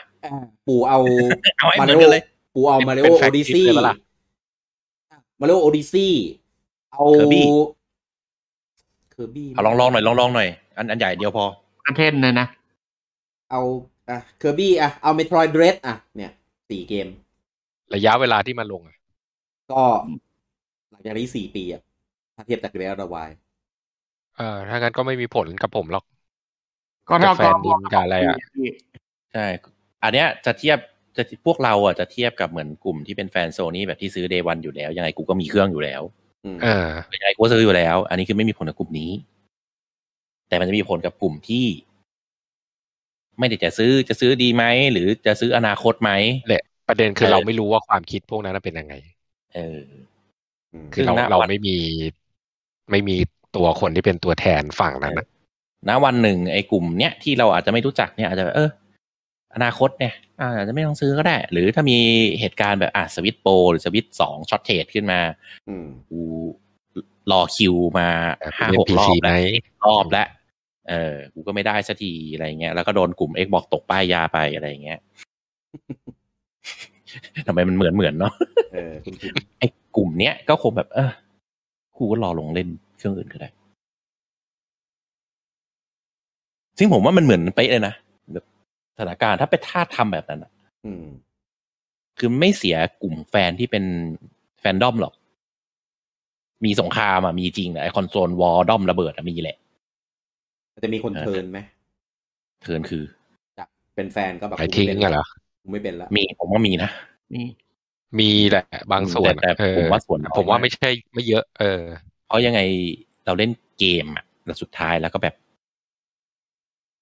ปู่เอา
เอาให้เห
มา
มื
ริโอ
อนกันเลย
ปู่เอามาริโอ
เป็น
โอ
fact
ดิซี่
sheet เลยปะล่ะ
มาริโอโอดิซี่ เอา
Kirby
เคอร์บี้
เอาลองลองหน่อยลองลองหน่อยอันอันใหญ่เดียวพอ
ประเทศเลยนะ
เอาอ่ะเคอร์บี้อ่ะ เอาเมโทรยเดรสอ่ะ เนี่ยสี่เกม
ระยะเวลาที่มันลงอะ
ก็หลังจากนี้สี่ปีอ่ะ ถ้าเทียบจากเบลรวาย
เออถ้างั้นก็ไม่มีผลกับผมหรอก
ก็เท่า
กับแฟนดินกับอะไรอ่ะ
ใช่ อันเนี้ยจะเทียบจะพวกเราอ่ะจะเทียบกับเหมือนกลุ่มที่เป็นแฟนโซนี่แบบที่ซื้อเดย์วันอยู่แล้ว ยังไงกูก็มีเครื่องอยู่แล้ว
อืม
เออ
ยังไงกูก็ซื้ออยู่แล้ว อันนี้คือไม่มีผลกับกลุ่มนี้ แต่มันจะมีผลกับกลุ่มที่ ไม่ได้จะซื้อจะซื้อดีไหม หรือจะซื้ออนาคตไหม
แหละ ประเด็นคือ
เออ
เราไม่รู้ว่าความคิดพวกนั้นนะเป็นยังไง
เออ
ม
คือเรา
ซึ่งณ
เรา
วัน
ไม่มีไม่มีตัวคนที่เป็นตัวแทนฝั่งนั้นนะ
ณวันหนึ่งไอ้กลุ่มเนี้ยที่เราอาจจะไม่รู้จักเนี่ยอาจจะแบบเอออนาคตเนี่ยอาจจะไม่ต้องซื้อก็ได้ หรือถ้ามีเหตุการณ์แบบอ่ะสวิตโปรหรือสวิตสองช็อตเทรดขึ้นมา
อืม
กูรอคิวมาห้า
เล่
ห
น
ก
พี
รอ
ซี
บ
ไหม
แล้ว รอบแล้ว เออ กูก็ไม่ได้สักทีอะไรเงี้ย แล้วก็โดนกลุ่ม Xbox ตกป้ายยาไปอะไรเงี้ย ทำไมมันเหมือนเหมือนเนาะ
เออคุณคิด
ไอ้กลุ่มเนี้ยก็คงแบบ เออ กูก็รอลงเล่นเครื่องอื่นก็ได้ ซึ่งผมว่ามันเหมือนเป๊ะเลยนะแบบสถานการณ์ถ้าไปท่าทำแบบนั้นอะ
อืม
คือไม่เสียกลุ่มแฟนที่เป็นแฟนดอมหรอก มีสงครามอะมีจริงแต่ไอคอนโซลวอลดอมระเบิดอะมีแหละ
จะมีคนเทิร์นไหม
เทิร์นคือ
จากเป็นแฟนก็แบบ
หมายทิ้งอะเหรอ
กูไม่เป็นละ
มีผมว่ามีนะ
นี่
มีแหละ บางส่วน
แต่
อะ
แต่
เออ
ผมว่าส่วนน้อย
ผมว่าไม่ใช่ไม่เยอะ เออ
เพราะยังไงเราเล่นเกมอะแล้วสุดท้ายแล้วก็แบบ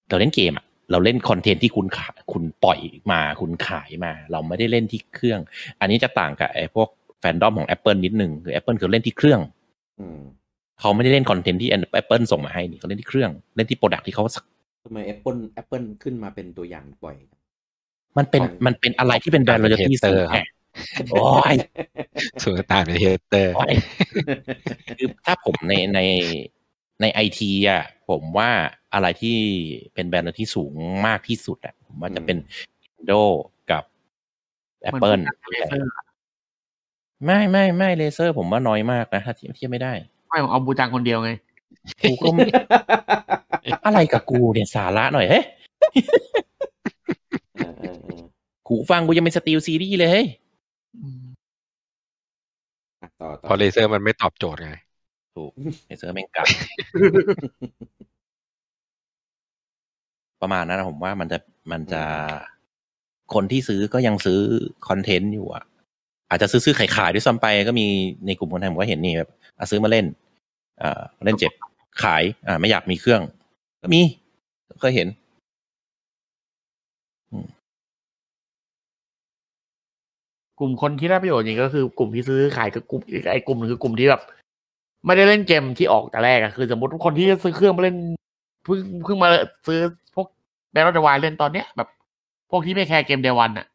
เราเล่นเกมอะเราเล่นคอนเทนต์ที่คุณขาคุณปล่อยมาคุณขายมา เราไม่ได้เล่นที่เครื่อง อันนี้จะต่างกับไอ้พวกแฟนดอมของ Apple นิดนึงคือ Apple เขาเล่นที่เครื่อง
อืม
เขาไม่ได้เล่นคอนเทนต์ที่ Apple ส่งมาให้นี่เขาเล่นที่เครื่อง เล่นที่โปรดักที่เขาสัก
[LAUGHS]
ทำไมแอปเปิลแอปเปิลขึ้นมาเป็นตัวอย่างบ่อย [LAUGHS]
มันเป็นมันเป็นอะไรที่เป็นแบรนด์โรตี
เตอร์ครับ
แน่โอ้ย
ส่วนต่างเป็นเฮเตอร์
โอ้ยคือถ้าผมในในในไอทีอ่ะผมว่าอะไรที่เป็นแบรนด์โรตีสูงมากที่สุดอ่ะผมว่าจะเป็น Windows กับ Apple ไม่ไม่ไม่เลเซอร์ผมว่าน้อยมากนะถ้าเทียบเทียบไม่ได้
ไม่ผมเอาบูจังคนเดียวไง
กูก็ไม่ อะไรกับกูเนี่ยสาระหน่อยเฮ้ย
เออเออเออ
กูฟังกูยังเป็นสตีลซีรีส์เลยเฮ้ย
อ่ะต่อต่
พ
อ
อเลเซอร์มันไม่ตอบโจทย์ไง
ไอเซอร์แม่งกลับ ประมาณนั้นนะผมว่ามันจะมันจะคนที่ซื้อก็ยังซื้อคอนเทนต์อยู่อะอาจจะซื้อซื้อขายขายๆด้วยซ้ำไปก็มีในกลุ่มคนไทยผมก็เห็นนี่แบบอ่ะซื้อมาเล่นอ่าเล่นเจ็บขาย อ่า ไม่อยากมีเครื่อง ก็มีเคยเห็น
กลุ่มคนที่ได้ประโยชน์จริงก็คือกลุ่มที่ซื้อขายกับกลุ่มอีกไอ้กลุ่มหนึงคือกลุ่มที่แบบไม่ได้เล่นเกมที่ออกแต่แรกอะคือสมมติคนที่ซื้อเครื่องมาเล่นเพิ่งเพิ่งมาซื้อพวกแบล็คดวายเล่นตอนเนี้ยแบบ พวกที่ไม่แคร์เกมเดวันอะ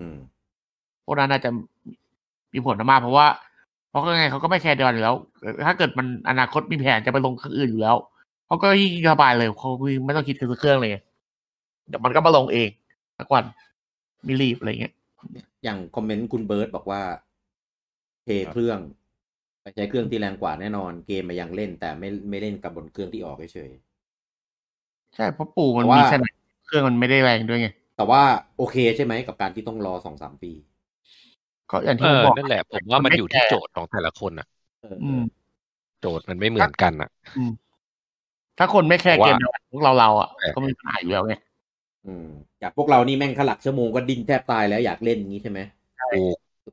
อืม
พวกนั้นน่าจะมีผลมากเพราะว่าเพราะยังไงเขาก็ไม่แคร์เดวันอยู่แล้ว ถ้าเกิดมันอนาคตมีแผนจะไปลงเครื่องอื่นอยู่แล้วเขาก็ยิ่งสบายเลยเขาไม่ต้องคิดซื้อเครื่องเลยไงเดี๋ยวมันก็มาลงเองสักวันมีรีบอะไรเงี้ย
อย่างคอมเมนต์คุณเบิร์ตบอกว่าเทเครื่องไปใช้เครื่องที่แรงกว่าแน่นอน เกมมายังเล่น แต่ไม่ไม่เล่นกับบนเครื่องที่ออกเฉย
ใช่เพราะปู่มัน
แต่ว่ามี
มีขนาดเครื่องมันไม่ได้แรงด้วยไง
ๆแต่ว่าโอเคใช่ไหมกับการที่ต้องรอสองสามปี
ก็อย่างที่
เอ
ผม
อ
บอก
นั่นแหละ ผมว่ามัน
มันไม่
อยู่ที่
แก่
โจทย์ของแต่ละคนอะ
เออ
อืม
โจทย์มันไม่เหมือนกันอะ
ถ้าคนไม่แคร์
ว่า
เกมเดียวกับพวกเราเราอ่ะ
เออ
ก็ไมมีปัญหาอยู่แล้วไง
อืมอยากพวกเรานี่แม่งขลักชั่วโมงก็ดิ้นแทบตายแล้วอยากเล่นอย่างนี้ใช่ไหม
กู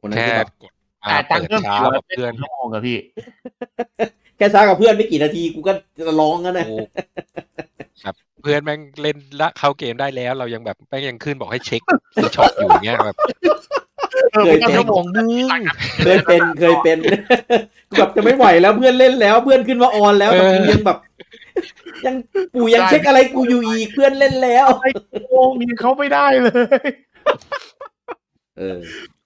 คนนั้น
แค่
ก็แบบ
กดมา
แต่ายตัง
เปิ
ค์
ด
เรื่อง
ช้าแบบเพื่อน น
กี่ร้อยเพื่อชั่วโมงอะพี่
แค่ช้ากับเพื่อนไม่กี่นาทีกูก็จะร้องแล้วนะ
กูแบบเพื่อนแม่งเล่นละเข้าเกมได้แล้ว เรายังแบบแม่งยังขึ้นบอกให้เช็คที่ช็อปอยู่อย่างเงี้ยแบบ
เออไม่ต้องชั่วโมงนึง
เคยเป็นเคยเป็น [LAUGHS] แบบจะไม่ไหวแล้วเพื่อนเล่นแล้ว เพื่อนขึ้นมาออนแล้วแต่กูยังแบบ ยังกูยังเช็คอะไรกูอยู่อีกเพื่อนเล่นแล้ว
ชั่วโมงนี้เขาไม่ได้เลย
เออ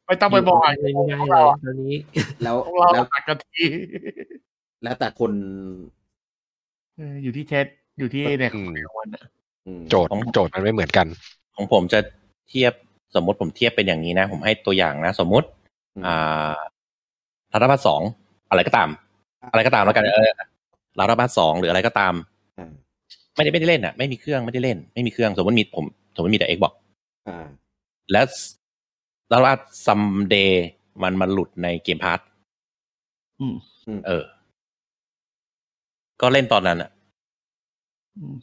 ไปต้องไปบอก
ไม่ได้เลยตอนนี้
แล้ว
พวกเรา
แล้ว
ตัดกันที
แล้วแต่คน
เอออยู่ที่เทสอยู่ที่ในของแต่ละวันอะ
อืม
โจทย์โจทย์มันไม่เหมือนกัน
ของผมจะเทียบสมมติผมเทียบเป็นอย่างนี้นะ ผมให้ตัวอย่างนะ สมมติ อ่าลาดาบ้าสองอะไรก็ตาม อะไรก็ตามแล้วกันเออลาดาบ้าสองหรืออะไรก็ตาม
อ่า
ไม่ได้ไม่ได้เล่นอ่ะ ไม่มีเครื่องไม่ได้เล่น ไม่มีเครื่องสมมติมีผมสมมติมีแต่ Xbox
อ่า
และลาดาบ้าซัมเดย์มันมันหลุดในเกมพาร์ทเออ ก็เล่นตอนนั้นอ่ะ
อืม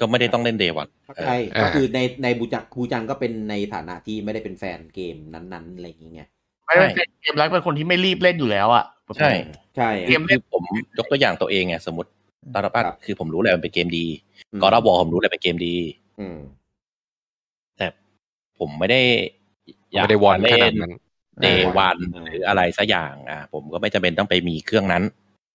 ก็ไม่ได้ต้องเล่นเดย์วัน
เข้าใจ
เออ
ก็คือในในบูจักบูจังก็เป็นในฐานะที่ไม่ได้เป็นแฟนเกมนั้นๆอะไรอย่างเงี้ย
ไม่ได้เป็นเกมรักเป็นคนที่ไม่รีบเล่นอยู่แล้วอ่ะ
ใช่
ใช่
เกม
คือผมยกตัวอย่างตัวเองไงสมมติลาดาบ้าคือผมรู้แหละมันเป็นเกมดี
ม
กอร์ดวอผมรู้แหละเป็นเกมดี
อืม
ผมไม่ได้ยาก
ไม่ได้วอนข
เล่
นาด
น
นั้น
เดวัน
อ่า
หรืออะไรสักอย่าง อ่า ผมก็ไม่จำเป็นต้องไปมีเครื่องนั้น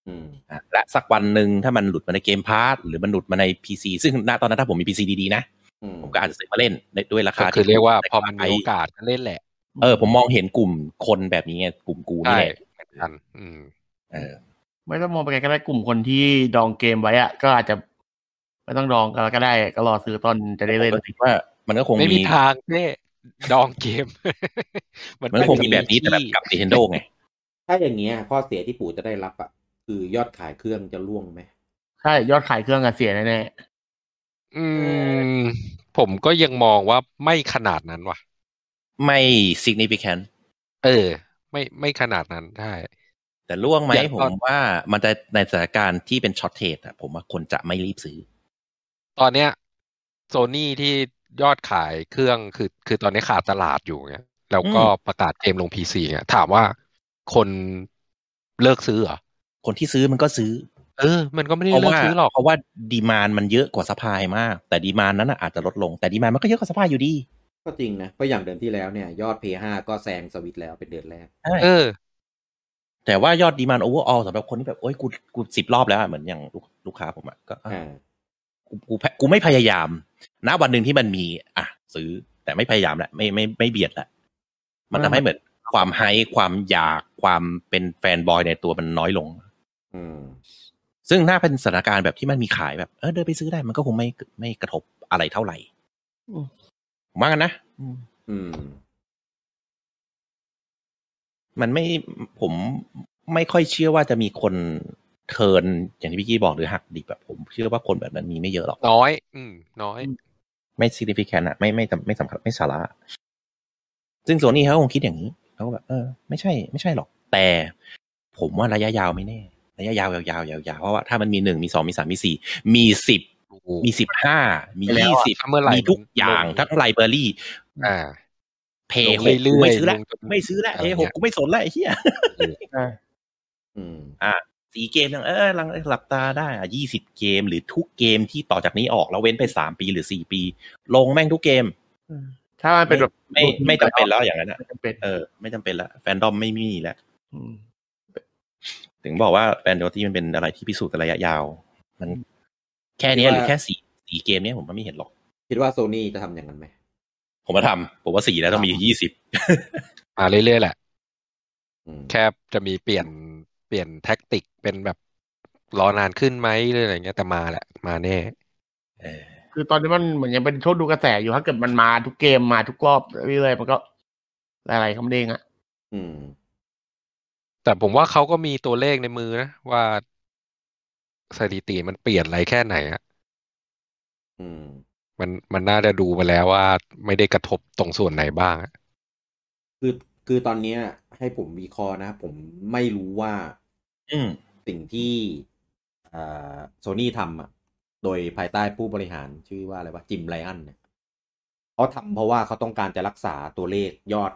อืม
อ่ะและสักวันหนึ่งถ้ามันหลุดมาในเกมพาร์ทหรือมันหลุดมาใน PC ซึ่งณตอนนั้นถ้าผมมี PC ดีๆนะ
อืม
ผมก็อาจจะซื้อมาเล่นได้ด้วยรา
ก็
คา
คือเรียกว่าพอมัน
ไ
มีโอกาสก็เล่นแหละ
เออผมมองเห็นกลุ่มคนแบบนี้ไงกลุ่มกูนี่
ใช่
แหละ
เหมือนกันอืม
เออ
ไม่ต้องมองไปไกลก็ได้กลุ่มคนที่ดองเกมไว้อ่ะ ก็อาจจะ ไม่ต้องดองก็ได้ก็รอซื้อตอนจะได้
ผ
เล่
ม
น
ก็คิดว่ามันก็คง
ไม่
มี
มีทางเน่ดองเกม [LAUGHS]
มันก็คงมีแบบนี้แต่แบบกับ Nintendo ไง
ถ้าอย่างเงี้ยข้อเสียที่ปู่จะได้รับอ่ะคือยอดขายเครื่องจะล่วงไหม
ใช่ ยอดขายเครื่องอะเสียแน่
อืม ผมก็ยังมองว่าไม่ขนาดนั้นว่ะ
ไม่ significant
เออ ไม่ไม่ขนาดนั้นใช่
แต่ล่วงไหม
อย่าง
ผ
ตอน
มว่ามันจะในสถานการณ์ที่เป็นช็อตเทรดอ่ะผมว่าคนจะไม่รีบซื้อ
ตอนเนี้ยโซนี่ที่ยอดขายเครื่องคือ คือตอนนี้ขาดตลาดอยู่เงี้ยแล้วก็
อืม
ประกาศเกมลงพีซีเงี้ยถามว่าคนเลิกซื้อเหรอ
คนที่ซื้อมันก็ซื้อ
เออ มันก็ไม่ได้
เพราะ
เลิก
ว่า
ซื้อหรอก
เพราะว่าดีมานมันเยอะกว่าสปายมาก แต่ดีมานนั้นน่ะอาจจะลดลงแต่ดีมานมันก็เยอะกว่าสปายอยู่ดี
ก็จริงนะเพราะอย่างเดือนที่แล้วเนี่ย ยอด P5 ก็แซงสวิตแล้วเป็นเดือนแรก
เออ
แต่ว่ายอดดีมานโอเวอร์ออลสำหรับคนที่แบบ โอ้ยกูกูสิบรอบแล้วอะเหมือนอย่างลูกลูกค้าผมอะก็อ่ะ
อ่า
กูกูกูไม่พยายาม ณวันหนึ่งที่มันมี อ่ะ ซื้อ แต่ไม่พยายามละไม่ไม่ไม่เบียดละมันทำให้เหมือนความไฮความอยากความเป็นแฟนบอยในตัวมันน้อยลง
อืม
ซึ่งถ้าเป็นสถานการณ์แบบที่มันมีขายแบบเออเดินไปซื้อได้มันก็คงไม่ไม่กระทบอะไรเท่าไหร่
อืม
ผมว่ากันนะ
อืม
มันไม่ผมไม่ค่อยเชื่อว่าจะมีคนเทิร์นอย่างที่พี่กี้บอกหรือหักดิบแบบผมเชื่อว่าคนแบบนั้นมีไม่เยอะหรอก
น้อย อืม น้อย
ไม่ significant อะไม่ไม่ไม่ไม่สำคัญไม่สาระ ซึ่งโซนี่เขาคงคิดอย่างนี้เขาก็แบบ เออ ไม่ใช่ ไม่ใช่หรอก แต่ผมว่าระยะยาวไม่แน่ ระยะยาวยาวยาวยาวยาวเพราะว่าถ้ามันมีหนึ่งมีสองมีสามมีสี่มีสิบมีสิบห้ามี
ไปแล้ว
ยี่
อะ
สิบ
ถ้าเมื่อไหร่
มีทุกอย่าง
ลง
ทั้งไลบรารี
อ่า
เพย์ห
ล
ก
งเรื่
กู
อยๆ
ไม่ซื้อละ
ลงจน
ไม่ซื้อละ
อะไร
เพ
เงี้
ย์
ย
หกกูไม่สนละไอ้เหี้ย
อืม
สี่เกมยังเออลังหลับตาได้อะยี่สิบเกม หรือทุกเกมที่ต่อจากนี้ออกแล้วเว้นไปสามปีหรือสี่ปี ลงแม่งทุกเกม
ถ้ามันเป็นแบบ
ไม่ไม่จำเป็นแล้วอย่างนั้นอะ
ไม่จำเป็น
เออไม่จำเป็นละแฟนดอมไม่มีแล้ว
อืม
ถึงบอกว่าแฟนดอมที่มันเป็นอะไรที่พิสูจน์กันระยะยาว มันแค่เนี้ย
คิดว่า
หรือแค่สี่สี่เกมเนี้ยผมว่าไม่เห็นหรอก
คิดว่าโซนี่จะทำอย่างนั้นไหม
ผมมาทำผมว่าสี่แล้วต้องมียี่สิบ
มาเรื่อยๆแหละ
อืม
แค่จะมีเปลี่ยนเปลี่ยนแท็กติกเป็นแบบรอนานขึ้นไหมหรืออะไรเงี้ยแต่มาแหละ มาแน่
เออ
คือตอนนี้มันเหมือนยังเป็นช่วงดูกระแสอยู่ถ้าเกิดมันมาทุกเกมมาทุกรอบเรื่อยๆมันก็อะไรคำเด้งอะ
อืม
แต่ผมว่าเขาก็มีตัวเลขในมือนะ ว่าสถิติมันเปลี่ยนอะไรแค่ไหนอะ
อืม
มันมันน่าจะดูมาแล้วว่าไม่ได้กระทบตรงส่วนไหนบ้างอะ
คือคือตอนเนี้ย ให้ผมวิเคราะห์นะ ผมไม่รู้ว่า
อืม
สิ่งที่โซนี่ทำอะโดยภายใต้ผู้บริหารชื่อว่าอะไรวะจิมไลอันเนี่ยเขาทำเพราะว่าเขาต้องการจะรักษาตัวเลขยอด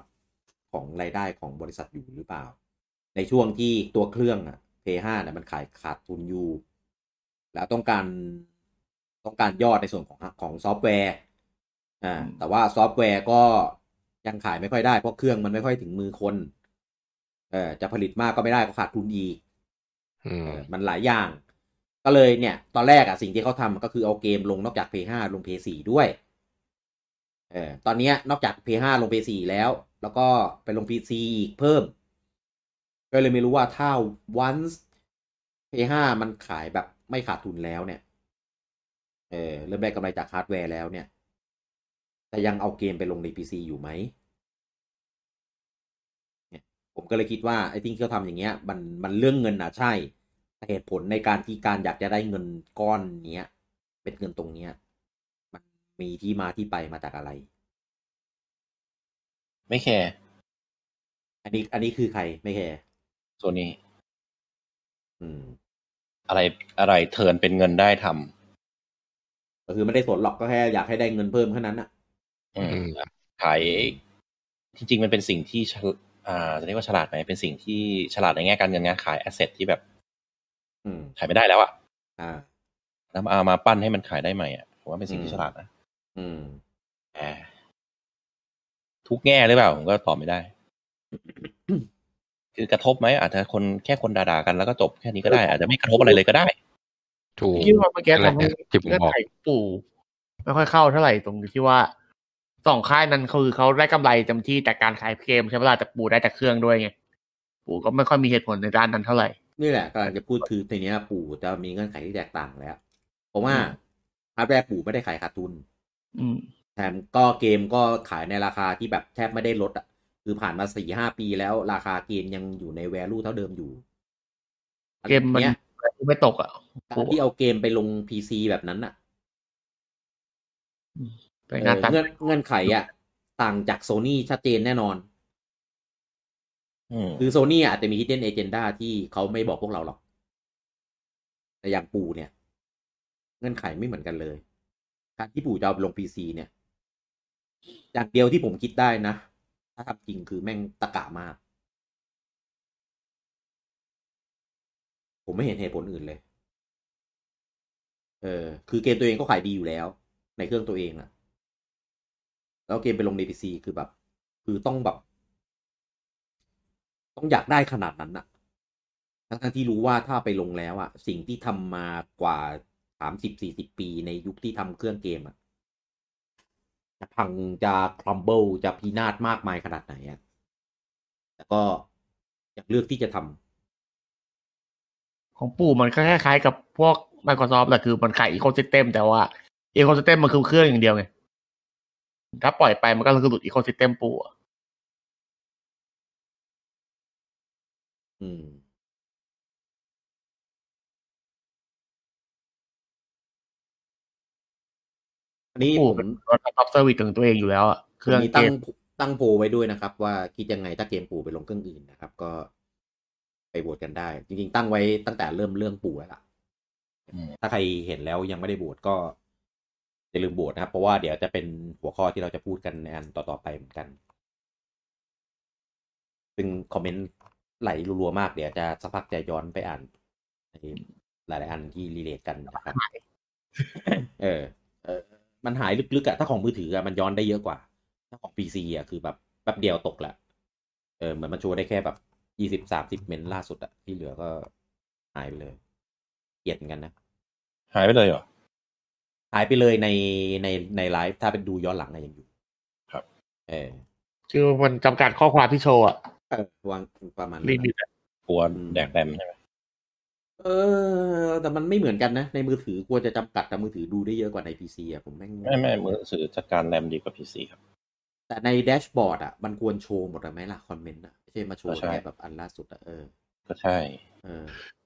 ของรายได้ของบริษัทอยู่หรือเปล่า ในช่วงที่ตัวเครื่องอะ P5 เนี่ยมันขายขาดทุนอยู่ แล้วต้องการต้องการยอดในส่วนของของซอฟต์แวร์อ่าแต่ว่าซอฟต์แวร์ก็ยังขายไม่ค่อยได้เพราะเครื่องมันไม่ค่อยถึงมือคนเออจะผลิตมากก็ไม่ได้ก็ขาดทุนอีก
อืม
เออมันหลายอย่าง ก็เลยเนี่ย ตอนแรกอะสิ่งที่เขาทำก็คือเอาเกมลงนอกจาก P5 ลง P4 ด้วยเออตอนเนี้ยนอกจาก P5 ลง P4 แล้ว แล้วก็ไปลง PC อีกเพิ่ม ก็เลยไม่รู้ว่าถ้า once P5 มันขายแบบไม่ขาดทุนแล้วเนี่ย เออเริ่มได้กำไรจากฮาร์ดแวร์แล้วเนี่ย แต่ยังเอาเกมไปลงใน PC อยู่ไหม ผมก็เลยคิดว่าไอ้ที่เขาทำอย่างเงี้ยมันมันเรื่องเงินนะใช่ แต่เหตุผลในการที่การอยากจะได้เงินก้อนเนี้ย เป็นเงินตรงเนี้ย มันมีที่มาที่ไปมาจากอะไร
ไม่แคร์
อันนี้อันนี้คือใครไม่แคร์
ส่วนนี้
อืม
อะไรอะไรเทิร์นเป็นเงินได้ทำ
ก็คือไม่ได้สนหรอกก็แค่อยากให้ได้เงินเพิ่มแค่นั้นน่ะ
อืม
อืม
ขายจริง ๆ มันเป็นสิ่งที่ฉลอ่าจะเรียกว่าฉลาดไหมเป็นสิ่งที่ฉลาดในแง่การเงินงานขายแอสเซทที่แบบ
อืม
ขายไม่ได้แล้วอะ
อ่า
แล้วเอามาปั้นให้มันขายได้ใหม่อะผมว่าเป็นสิ่งที่ฉลาดนะ
อืม
อ่าทุกแง่หรือเปล่าผมก็ตอบไม่ได้ [COUGHS] คือกระทบไหมอาจจะคนแค่คนด่าๆกันแล้วก็จบแค่นี้ก็ [COUGHS] ได้ อาจจะไม่กระทบอะไรเลยก็ได้
ถูก
คิดว่าเมื่อกี้
อะไร
ทำ
เนี่
ให้
ยที่ผม
เลือด
บอก
ไข่ปู่ไม่ค่อยเข้าเท่าไหร่ตรงที่ว่าสองค่ายนั้นคือเขาได้กำไรเต็มที่จากการขายเกมใช่ไหมล่ะแต่ปู่ได้จากเครื่องด้วยไงปู่ก็ไม่ค่อยมีเหตุผลในด้านนั้นเท่าไหร่
นี่แหละกำลังจะพูดคือในเนี้ย ปู่จะมีเงื่อนไขที่แตกต่างแล้ว เพราะว่า
อืม
ฮาร์ดแวร์ปู่ไม่ได้ขายขาดทุน
อืม
แถมก็เกมก็ขายในราคาที่แบบแทบไม่ได้ลดอ่ะ คือผ่านมาสี่ห้าปีแล้วราคาเกมยังอยู่ในแวลูเท่าเดิมอยู่
เกมมัน
เนี้ย
ไม่ตกอ่ะ
การที่เอาเกมไปลงพีซีแบบนั้นอ่ะ
เป็นงานตัด
เออเงื่อนเงื่อนไขอ่ะ ต่างจากโซนี่ชัดเจนแน่นอน
อืม
คือโซนี่อาจจะมี hidden agenda ที่เขาไม่บอกพวกเราหรอก แต่อย่างปู่เนี่ย เงื่อนไขไม่เหมือนกันเลย การที่ปู่จะเอาลงพีซีเนี่ย อย่างเดียวที่ผมคิดได้นะ ถ้าทำจริงคือแม่งตะกะมาก ผมไม่เห็นเหตุผลอื่นเลย เออ คือเกมตัวเองก็ขายดีอยู่แล้ว ในเครื่องตัวเองอะแล้วเกมไปลงในพีซีคือแบบ คือต้องแบบ ต้องอยากได้ขนาดนั้นอะทั้งๆที่รู้ว่าถ้าไปลงแล้วอะสิ่งที่ทำมากว่าสามสิบสี่สิบปีในยุคที่ทำเครื่องเกมอะ จะพังจะคลัมเบิลจะพินาศมากมายขนาดไหนอะแต่ก็อยากเลือกที่จะท
ของปู่มันก็คล้ายๆกับพวก Microsoft แหละคือมันขายอีโค y ิสเต็มแต่ว่าอีโค y ิสเต็มมันคือเครื่องอย่างเดียวไง ถ้าปล่อยไปมันก็คือหลุดอีโค y ิสเต็มปู่
ำ
อะ
อืม อันนี้
ปู่
ผ
เป็น
ม
รถรับเซอร์วิสของตัวเองอยู่แล้วอะเครื่อง
มี
เก
ตั้ง
ม
ตั้งโพลไว้ด้วยนะครับ ว่าคิดยังไงถ้าเกมปู่ไปลงเครื่องอื่นนะครับ ก็ไปโหวตกันได้ จริงๆ ตั้งไว้ตั้งแต่เริ่มเรื่องปู่แล้วล่ะ
อืม
ถ้าใครเห็นแล้วยังไม่ได้โหวตก็อย่าลืมโหวตนะครับ เพราะว่าเดี๋ยวจะเป็นหัวข้อที่เราจะพูดกันในอันต่อๆไปเหมือนกัน ซึ่งคอมเมนต์ไหลรัวๆมากเดี๋ยวจะสักพักจะย้อนไปอ่านในหลายๆอันที่รีเลทกันนะครับ เออ เออ มันหายลึกๆอะถ้าของมือถืออะมันย้อนได้เยอะกว่า ถ้าของพีซีอะคือแบบแป๊บเดียวตกละ เออเหมือนมันโชว์ได้แค่แบบยี่สิบสามสิบเมนล่าสุดอะที่เหลือก็หายไปเลยเกลียดเหมือนกันนะ
หายไปเลยเหรอ
หายไปเลยในในในไลฟ์ถ้าเป็นดูย้อนหลังอะยังอยู่
ครับ
เออ
คือมันจำกัดข้อความที่โชว์อะ
เออวางประมาณนั้น
ลิ
นะ
มิตอะ
กลัวแดกแต้มใช่ไหม
เออ แต่มันไม่เหมือนกันนะ ในมือถือควรจะจำกัดแต่มือถือดูได้เยอะกว่าในพีซีอะผมแม่ง
ไม่ไม่มือถือจัดการแรมดีกว่าพีซีครับ
แต่ในแดชบอร์ดอ่ะมันควรโชว์หมดหรือไหมล่ะ คอมเมนต์อ่ะไม่ใช่มาโชว์
ใช่
แค่แบบอันล่าสุดอ่ะเออ
ก็ใช่
เออ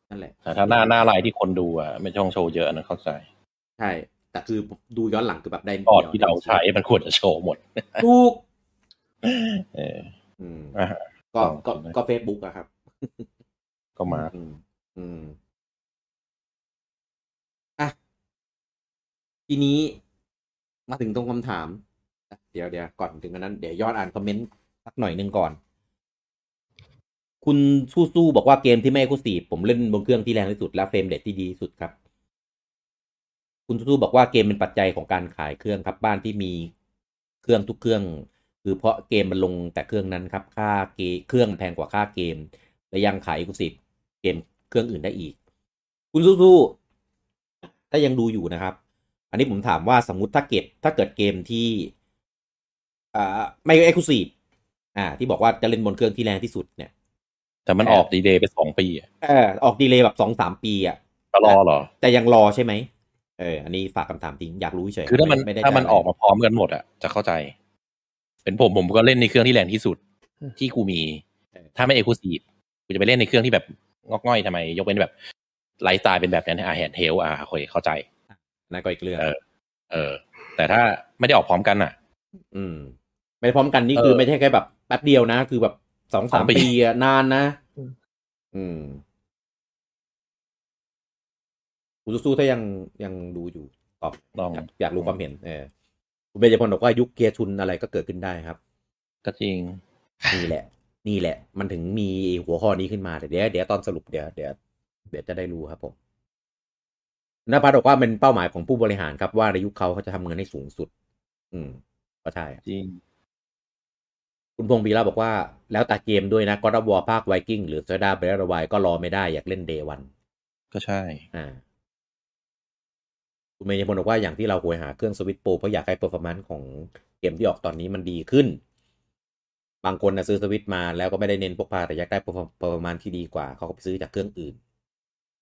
นั่นแหละ
แต่ถ้าหน้าหน้าไลน์ที่คนดูอ่ะไม่ช่องโชว์เยอะอันนั้นเข้าใจ
ใช่ แต่คือดูย้อนหลังคือแบบได้นิด
บอร์ด
ยว
ที่เราใช้มันควรจะโชว์หมด
ถูก
เออ
อืม
อ่าฮะ
ก็
ต่
ก็
อไป
ก็เฟซบุ๊กอะครับ
ก็มา
อืมอืมอ่ะทีนี้มาถึงตรงคำถาม เดี๋ยวเดี๋ยวก่อนถึงอันนั้น เดี๋ยวย้อนอ่านคอมเมนต์สักหน่อยหนึ่งก่อน คุณสู้ๆบอกว่าเกมที่ไม่กูสีผมเล่นบนเครื่องที่แรงที่สุด และเฟรมเรทที่ดีที่สุดครับ คุณสู้ๆบอกว่าเกมเป็นปัจจัยของการขายเครื่องครับบ้านที่มีเครื่องทุกเครื่อง คือเพราะเกมมันลงแต่เครื่องนั้นครับ ค่าเกมเครื่องแพงกว่าค่าเกม และยังขายกูสีเกมเครื่องอื่นได้อีก คุณสู้ๆถ้ายังดูอยู่นะครับ อันนี้ผมถามว่าสมมติถ้าเก็บถ้าเกิดเกมที่ อ่าไม่เอ็กซ์คลูซีฟอ่า ที่บอกว่าจะเล่นบนเครื่องที่แรงที่สุดเนี่ย
แต่มันออกดีเดย์ไปสองปีอะ
เออออกดีเลย์แบบสองสามปีอ่ะ
ก็รอเหรอ
แต่ยังรอใช่ไหมเออ อันนี้ฝากคำถามทิ้งอยากรู้เฉย
คือถ้ามัน
ไได้
ถ้ามัน
จะะไร
ออกมาพร้อมกันหมดอ่ะจะเข้าใจ เป็นผมผมก็เล่นในเครื่องที่แรงที่สุดที่กูมี ถ้าไม่เอ c ู u s ี v กูจะไปเล่นในเครื่องที่แบบงอกง่อยทำไม ยกเป็นแบบไลฟ์สไตล์เป็นแบบนั้นอาแฮนเฮลอ่ะโอเคเข้าใจ
นั่นก็อีกเรื่อง
เออ เออ แต่ถ้าไม่ได้ออกพร้อมกันอ่ะ
อืม ไม่พร้อมกันนี่คือ
เออ
ไม่ใช่แค่แบบแป๊บเดียวนะ คือแบบสองสาม
สองปี
ปีอะนานนะ อืมคุณสู้ๆถ้ายังยังดูอยู่ตอบ
ลอง
อยากอยากรู้ความเห็นเออคุณเบญจพลบอกว่ายุคเกียร์ชุนอะไรก็เกิดขึ้นได้ครับ
ก็จริง
นี่แหละ นี่แหละ มันถึงมีหัวข้อนี้ขึ้นมาแต่เดี๋ยวเดี๋ยวตอนสรุปเดี๋ยวเดี๋ยวเดี๋ยวจะได้รู้ครับผมนภัสบอกว่าเป็นเป้าหมายของผู้บริหารครับ ว่าในยุคเขาเขาจะทำเงินให้สูงสุด อืม ก็ใช่อะ
จริง
คุณพงศ์ปีระบอกว่า แล้วแต่เกมด้วยนะก็รับวอภาคไวกิ้งหรือเซดาเบรดวายก็รอไม่ได้อยากเล่นเดวัน
ก็ใช่
อ่าคุณเมย์พลบอกว่าอย่างที่เราโหวยหาเครื่องสวิตโปรเพราะอยากให้เปอร์ฟอร์แมนซ์ของเกมที่ออกตอนนี้มันดีขึ้น บางคนนะซื้อสวิตมาแล้วก็ไม่ได้เน้นพกพาแต่อยากได้เปอร์ฟอร์แมนซ์ที่ดีกว่า เขาก็ไปซื้อจากเครื่องอื่น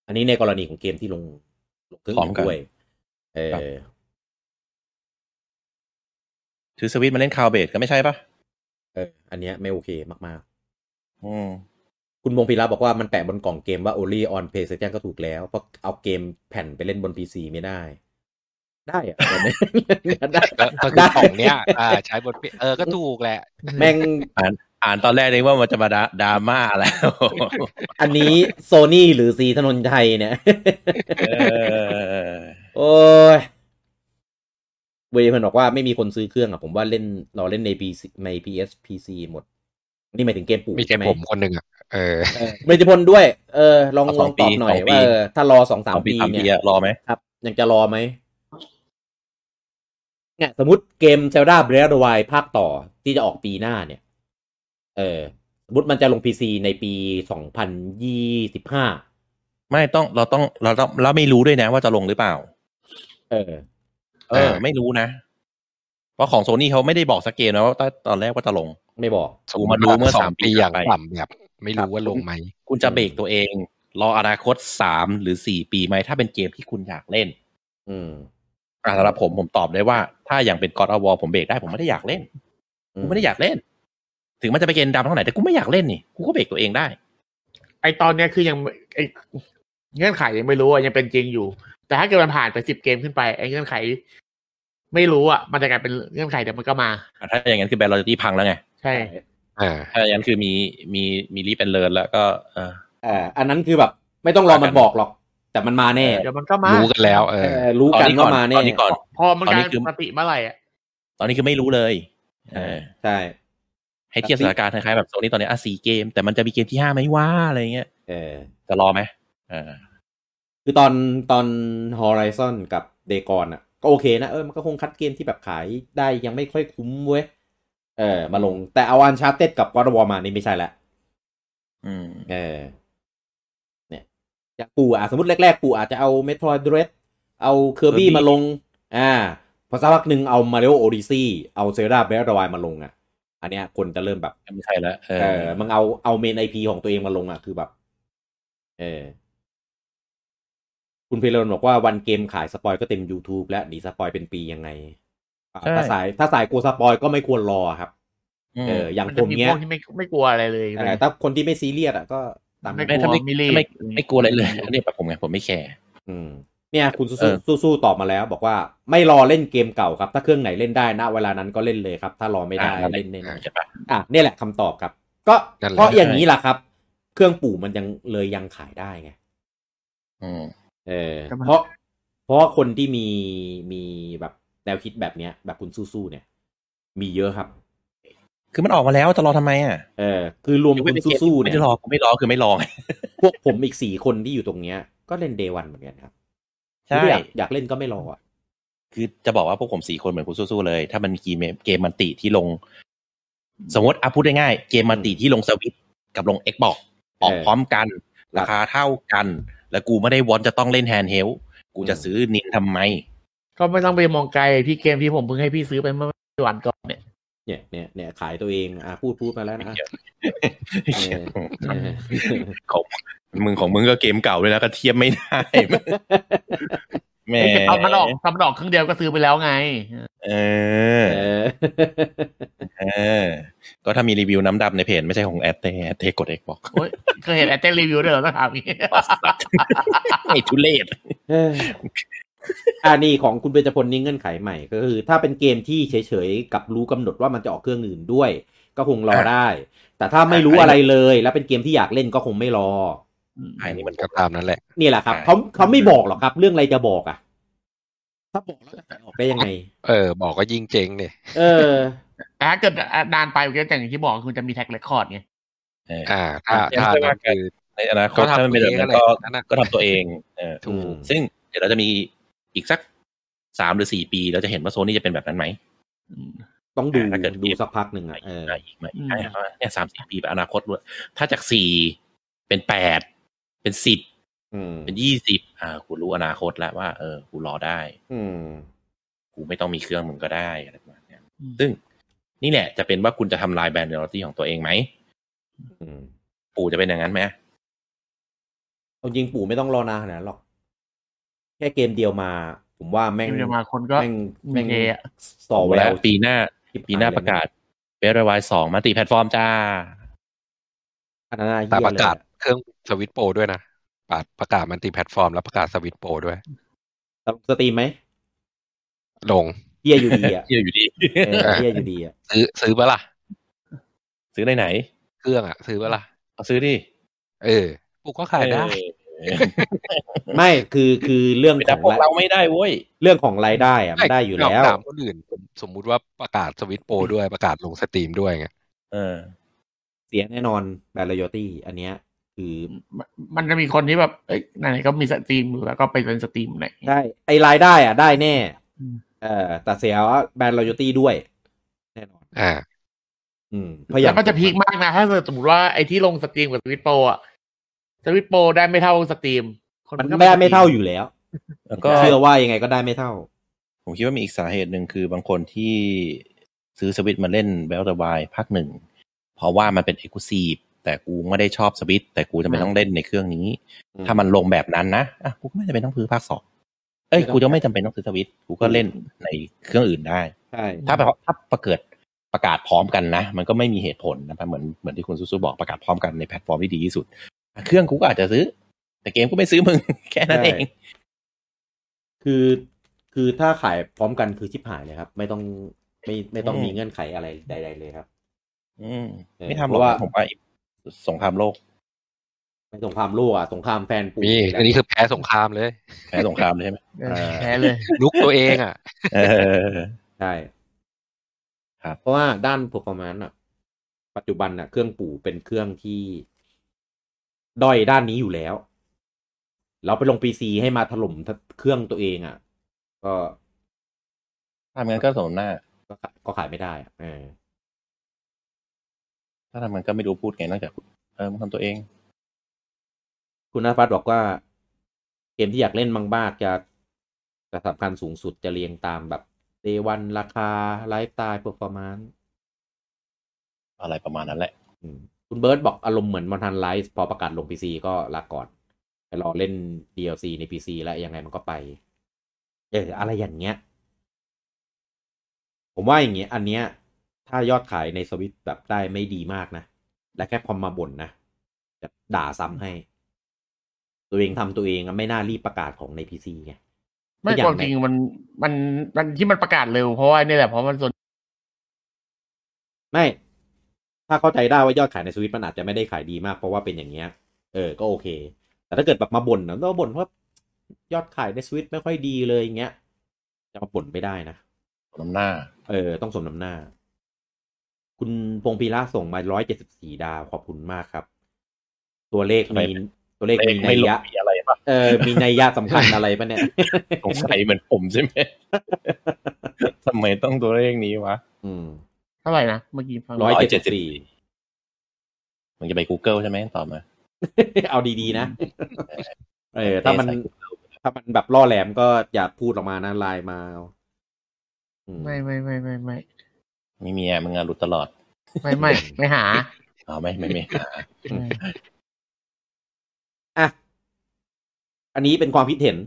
อันนี้ในกรณีของเกมที่ลงลงเครื่อง
พร้
อื่
อ
น
มกัน
ด้วยเอ
ครับ
อ
ถือสวิตช์มาเล่นคาวเบดก็ไม่ใช่ปะ
เออ อันเนี้ยไม่โอเคมาก
อืม
ๆ คุณพงศ์พีระบอกว่ามันแปะบนกล่องเกมว่า only on PlayStation ก็ถูกแล้วเพราะเอาเกมแผ่นไปเล่นบน PC ไม่ได้ ได้อะ [LAUGHS] ได้
ก็ก็คือของเนี้ยอ่าใช้บทเออก็ถูกแหละ
แม่ง
อ่านตอนแรกนึกว่ามันจะมาดราดราม่าแล้ว [LAUGHS]
อันนี้โซนี่หรือซีถนนชัยเนี่ย [LAUGHS]
เออ
โอ้ยเวย์มันบอกว่าไม่มีคนซื้อเครื่องอ่ะ ผมว่าเล่นเราเล่นใน PC ใน PS PC หมด นี่หมายถึงเกมปู่
มีแค่
ใช่ไหม
ผมคนหนึ่งอ่ะเออ
เออเบญจพลด้วย เออ ลอง
เอา
ล
ส
อ
อง ง
ตอบ
ปี
หน่อย
สองปี
ว่าเออถ้ารอสองสา
สาม มปี
ปี
สามปี
เนี่ย
อะรอไหม
ครับ ยังจะรอไหมเนี่ยสมมติเกม Zelda Breath of the Wild ภาคต่อที่จะออกปีหน้าเนี่ย เออ สมมติมันจะลง PC ในปีสองพันยี่สิบห้า
ไม่ต้องเราต้องเราต้องเราไม่รู้ด้วยนะว่าจะลงหรือเปล่า
เออ
เออ ไม่รู้นะ เพราะของโซนี่เขาไม่ได้บอกสักเกมนะว่าตอนตอนแรกว่าจะลง
ไม่บอก
กูมารู้เมื่อสามปี
สอย่าง
ไป
ต่ำแบบไม่รู้ว่าลงไหม
คุณจะเบรกตัวเอง รออนาคตสามหรือสี่ปีไหมถ้าเป็นเกมที่คุณอยากเล่น
อืม
อ่ะสำหรับผมผมตอบได้ว่าถ้าอย่างเป็นกอดอวอผมเบรกได้ผมไม่ได้อยากเล่นกูไม่ได้อยากเล่น ถึงมันจะไปเกณฑ์ดำเท่าไหร่แต่กูไม่อยากเล่นนี่กูก็เบรกตัวเองได้
ไอตอนเนี้ยคือยังไอเงื่อนไขยังไม่รู้อะยังเป็นจริงอยู่ แต่ถ้าเกิดมันผ่านไปสิบเกมขึ้นไปไอเงื่อนไข ไม่รู้อ่ะมันจะกลายเป็นเงื่อนไขเดี๋ยวมันก็มา
อ่ะถ้าอย่างนั้นคือแบรนด์ลอจิตี้พังแล้วไง
ใช่
อ่า
ถ้าอย่างนั้นคือมีมีมีรีบเป็นเลินแล้วก็เอ่อ
อ่าอันนั้นคือแบบ ไม่ต้องรอมันบอกหรอก แต่มันมาแน่
เดี๋ยวมันก็มา
รู้กันแล้ว เอ
เอ
อ
อรู้กัน
ต
ก็
อน
มา
นี้
แน่
ก่อนตอนนี้ก่อน
พอมันกลา
ตอน
ย
นี้คื
เป็น
อ
ปกติเมื่อไหร่อ่ะ
ตอนนี้คือไม่รู้เลยเออ
ใช่
ให้เทียบสถานการณ์คล้ายๆแบบโซนี่ตอนนี้อ่ะสี่เกม แต่มันจะมีเกมที่ห้าไหมว่าอะไรเงี้ย
เออ
จะรอไหมเออ
คือตอนตอน Horizon กับ d a y กอนอ่ะ ก็โอเคนะ เออมันก็คงคัดเกมที่แบบขายได้ยังไม่ค่อยคุ้มเว้ย เออ มาลงแต่เอาอันชาเต็ดกับ God of War มานี่ไม่ใช่ละ
อืม
เออเนี่ยจากปู่อ่ะสมมติแรกๆ ปู่อาจจะเอา Metroid Dread เอา Kirby
Kirby
มาลง อ่าพอสักพักหนึ่งเอา Mario Odyssey เอา Zelda Breath of the Wild มาลงอ่ะ อันเนี้ยคนจะเริ่มแบบ
ไม่ใช่แล้วเอ
เอ
อ
อมึงเอาเอาเมนไอพีของตัวเองมาลงอ่ะ คือแบบ เออ คุณเพลนบอกว่าวันเกมขายสปอยก็เต็ม YouTube แล้วหนีสปอยเป็นปียังไงอ่ะถ้าสายถ้าสายกลัวสปอยก็ไม่ควรรอครับ
อืม
เออ อย่าง
มัน
ผ
จะ
ม
มี
เนี้
พ
ยว
กที่ไม่ไม่กลัวอะไรเลย
เออถ้าคนที่ไม่ซีเรียสอ่ะก็ตาม
ไม่
ไม่
ก
ถ้า
ลัว
ไม่
ไม่รีบ
ไม่ไม่กลัวอะไรเลยอันนี้แบบผมไงผมไม่แคร์
อืม เนี่ย คุณ
เออ
สู้สู้ตอบมาแล้ว บอกว่าไม่รอเล่นเกมเก่าครับ ถ้าเครื่องไหนเล่นได้ณเวลานั้นก็เล่นเลยครับ ถ้ารอไม่ได้
อ่ะ
เล่นแน่นอน
ใช่ปะ
อ่ะเนี่ยแหละคำตอบครับ ก็
นั่นแหละ
เพราะอย่างนี้แหละครับ เครื่องปู่มันยังเลยยังขายได้ไง
อืม
เออ
ก็มัน
เพราะเพราะคนที่มีมีแบบแนวคิดแบบเนี้ย แบบคุณสู้ๆเนี่ย มีเยอะครับ
คือมันออกมาแล้วจะรอทำไมอ่ะ
เออ คือรวม
ยก
คุ
เว้น
ณ
ไอ้เกม
สู้ๆ
ไม่
เนี่ย
ได้รอกูไม่รอคือไม่รอไง
พวกผมอีกสี่คนที่อยู่ตรงเนี้ย ก็เล่นเดวันเหมือนกันครับ
ใช่
คืออยากอยากเล่นก็ไม่รออ่ะ
คือจะบอกว่าพวกผมสี่คนเหมือนคุณสู้ๆเลย ถ้ามันมีเกมเกมมันติที่ลง สมมติอ่ะพูดง่ายๆเกมมันติที่ลงสวิตกับลง Xbox ออกพร้อมกัน ราคาเท่ากัน แล้วกูไม่ได้วอนจะต้องเล่นแฮนด์เฮลกูจะซื้อนินทำไม
ก็ไม่ต้องไปมองไกลพี่เกมที่ผมเพิ่งให้พี่ซื้อไปเมื่อไม่กี่วันก่อนเนี่ย
เนี่ยเนี่ยเนี่ยขายตัวเองอ่ะพูดพูดมาแล้วนะ เออ
ของมึงของมึงก็เกมเก่าด้วยนะก็เทียบไม่ได้ แหม
ไอ้เก็บตอนมันออกตอนมันออกครึ่งเดียวก็ซื้อไปแล้วไง
เออ
เออ
เออ ก็ถ้ามีรีวิวน้ำดำในเพจไม่ใช่ของแอดเต้แอดเต้กดเอกบอก
โอ้ยเคยเห็นแอตเต้รีวิวด้วยเหรอต้องถามอย่างงี้
ไอ้ทุเลศ
เอ้ย [LAUGHS] อันนี้ของคุณเบญจพลนี่เงื่อนไขใหม่ก็คือ ถ้าเป็นเกมที่เฉยๆกับรู้กำหนดว่ามันจะออกเครื่องอื่นด้วย ก็คงรอได้ แต่ถ้าไม่รู้อะไรเลย แล้วเป็นเกมที่อยากเล่นก็คงไม่รอ
ไอ้นี่มัน
ก็ตามนั้นแหละ
นี่แหละครับเขาเขาไม่บอกหรอกครับ เรื่องอะไรจะบอกอ่ะ ถ้าบอกแล้วจะขายออกได้ยังไง
เออ บอกก็ยิ่งเจ๊งเนี่ย
เออ
แต่ถ้าเกิดนานไปก็อย่างที่บอกคือจะมีแท็กเรคคอร์ดไง
เออ
อ่า ถ้าถ้า
เจ๊ง
นั่น
ใช่
คือ
ไหม ในอนาคตถ้ามันเป็นแบบนั้นก็
นั่นน่ะ
ก็ทำตัวเองเออ
ถูก
ซึ่งเดี๋ยวเราจะมีอีกสักสามหรือสี่ปี เราจะเห็นว่าโซนี่จะเป็นแบบนั้นไหม
ต้องดู
ถ้าเกิดเกม
ดูสักพักหนึ่ง
มา
อ่ะ
อีก
เออ
มาอีกมาอีก
อืม
ใช่ครับเนี่ยสามสี่ปีแบบอนาคตด้วยถ้าจากสี่เป็นแปดเป็นสิบ
อืม
เป็นยี่สิบอ่ากูรู้อนาคตแล้วว่าเออกูรอได้
อืม
กูไม่ต้องมีเครื่องมึงก็ได้อะไรประมาณเนี้ย
อืม
ซึ่งนี่แหละจะเป็นว่าคุณจะทำลายแบรนด์เดอร์ตี้ของตัวเองไหม
อืม
ปู่จะเป็นอย่างนั้นไหม
เอาจริงปู่ไม่ต้องรอนานขนาดนั้นหรอก แค่เกมเดียวมา ผมว่าแม่ง
เดี๋ยวมาคนก็
แม่ง
โอเค
แม่ง
อะ
สอแว
แล้ว วปีหน้า ปีหน้าประกาศเบรวายสองมาติแพลตฟอร์มจ้า
อันนั้นน่เหี้ย
แต่ประกาศ
เลยอ
เครื่องสวิตช์โปรด้วยนะปาดประกาศมันติแพลตฟอร์ม แล้วประกาศสวิตช์โปรด้วย
แต่สตรีมไหม
ลง
เฮียอยู่ดีอ่ะ
เหี้ยอยู่ดี
เออเฮียอยู่ดีอ่ะ
ซื้อซื้อปะล่ะ
ซื้อได้ไหน
เครื่องอ่ะ ซื้อปะล่ะ
เอาซื้อดิ
เออกูก็ขายได้
เออ
ไม่คือคือเรื่อง
เป็น
ข
ดั
อบ ง
พวก
ราย
เราไม่ได้เว้ย
เรื่องของรายได้อ่ะมันได้อยู่แล้ว
ถามคนอื่นผมสมมุติว่าประกาศสวิตช์โปรด้วยประกาศลงสตรีมด้วยไง
เออ
เสียแน่นอนแบรโยตี้อันเนี้ย คือ
มันจะมีคนที่แบบเอ้ยไหนๆก็มีสตรีมอยู่แล้วก็ไปเป็นสตรีมไหน
ได้ไอรายได้อ่ะได้แน่
อืม
เออแต่เสียแบรนด์รอยัลตี้ด้วย แน่นอน
อ่า
อืมเพราะอ
แล้
ย่าง
วก็จะพีคมากนะ ถ้าสมมติว่าไอ้ที่ลงสตรีมกับสวิตโปรอะสวิตโปรได้ไม่เท่าสตรีม คน
มัน
ก็
ได้
สตรี
ไม่เท่าอยู่แล้ว
แล้วก็
เชื่อว่ายังไงก็ได้ไม่เท่า
ผมคิดว่ามีอีกสาเหตุหนึ่งคือบางคนที่ซื้อสวิตช์มาเล่นแบลตวายภาคหนึ่ง เพราะว่ามันเป็นเอกลูซีฟแต่กูไม่ได้ชอบสวิตช์แต่กูจะไม่ต้องเล่นในเครื่องนี้ ถ้ามันลงแบบนั้นนะอ่ะกูก็ไม่จำเป็นต้องซื้อภาคสองเอ้ยกูจะไม่จำเป็นต้องซื้อสวิตช์กูก็เล่นในเครื่องอื่นได้
ใช่
ถ้าแบบถ้าประเกิดประกาศพร้อมกันนะ มันก็ไม่มีเหตุผลนะครับเหมือนเหมือนที่คุณซูซูบอกประกาศพร้อมกันในแพลตฟอร์มที่ดีที่สุด เครื่องกูก็อาจจะซื้อ แต่เกมกูไม่ซื้อมึง [LAUGHS] แค่นั้นเอง
คือคือถ้าขายพร้อมกันคือชิบหายเลยครับ ไม่ต้องไม่ไม่ต้อง
อืม
มีเงื่อนไขอะไรใด ๆ เลยครับ
อืม
เออ
ไม่ทำห
เพ
รอ
ราะ
ก
ว่า
ผมว่าสงครามโลก
ในสงครามโลกอ่ะสงครามแฟนปู
มีอันนี้คือแพ้สงครามเลย
แพ้สงครามเลยใช่ไหม [LAUGHS]
เออ
อ่า
แพ้เลย
ลุกตัวเองอ่ะ
เออ
ใช่
ครับ
เพราะว่าด้าน performance อ่ะ ปัจจุบันอ่ะ เครื่องปู่เป็นเครื่องที่ด้อยด้านนี้อยู่แล้ว เราไปลงปีซีให้มาถล่มเครื่องตัวเองอ่ะ ก็
ถ้าทำงั้นก็สมหน้า
ก็ขายก็ขายไม่ได้อะเออ
ถ้าทำงั้นก็ไม่รู้พูดไงนอกจากเออมึงทำตัวเอง
คุณนภัสบอกว่า เกมที่อยากเล่นมังบ้ากจะจะสำคัญสูงสุดจะเรียงตามแบบเดวันราคา ไลฟ์สไตล์เปอร์ฟอร์มานซ์
อะไรประมาณนั้นแหละ
คุณเบิร์ตบอกอารมณ์เหมือนมอนทันไลฟ์พอประกาศลง PC ก็ลาก่อนไปรอเล่น DLC ใน PC แล้วยังไงมันก็ไป เอออะไรอย่างเงี้ย ผมว่าอย่างเงี้ย อันเนี้ย ถ้ายอดขายในสวิตแบบได้ไม่ดีมากนะ และแค่คอมมาบ่นนะจะด่าซ้ำให้ ตัวเองทำตัวเองอะไม่น่ารีบประกาศของใน PC ไง
ไม่ความจริงมันมันมันที่มันประกาศเร็วเพราะว่านี่แหละเพราะมันส่วน
ไม่ ถ้าเข้าใจได้ว่ายอดขายในสวิตมันอาจจะไม่ได้ขายดีมากเพราะว่าเป็นอย่างเงี้ย เออ ก็โอเค แต่ถ้าเกิดแบบมาบ่นนะก็บ่นว่ายอดขายในสวิตไม่ค่อยดีเลยอย่างเงี้ย จะมาบ่นไม่ได้นะ
สมน้ำหน้า
เออ ต้องสมน้ำหน้า คุณพงพีระส่งมา 174 ดาว ขอบคุณมากครับ ตัวเลข
ทำไม
มีตัวเลขมีนั
ไม่
ย
หล
ยะ
บมีอะไรปะ
เออ มีนัยยะสำคัญอะไรปะเนี่ย
สงสัยเหมือนผมใช่ไหม [LAUGHS] ทำไมต้องตัวเลขนี้วะ
อืม
เท่าไหร่นะเมื่อกี้ฟัง
ร้อยเจ็ดสิบสี่
174 มึงจะไป Google ใช่ไหมตอบมา
เอาดีๆนะ เออ ถ้ามัน ถ้ามันแบบล่อแหลมก็อย่าพูดออกมานะไลน์มาอืม
ไม่ไม่ไม่ไม่ไม่
ไม่มีอ่ะมึงงานหลุดตลอด
ไม่ไม่ไม่หา
อ๋อไม่ไม่มี
อ่ะ อันนี้เป็นความคิดเห็น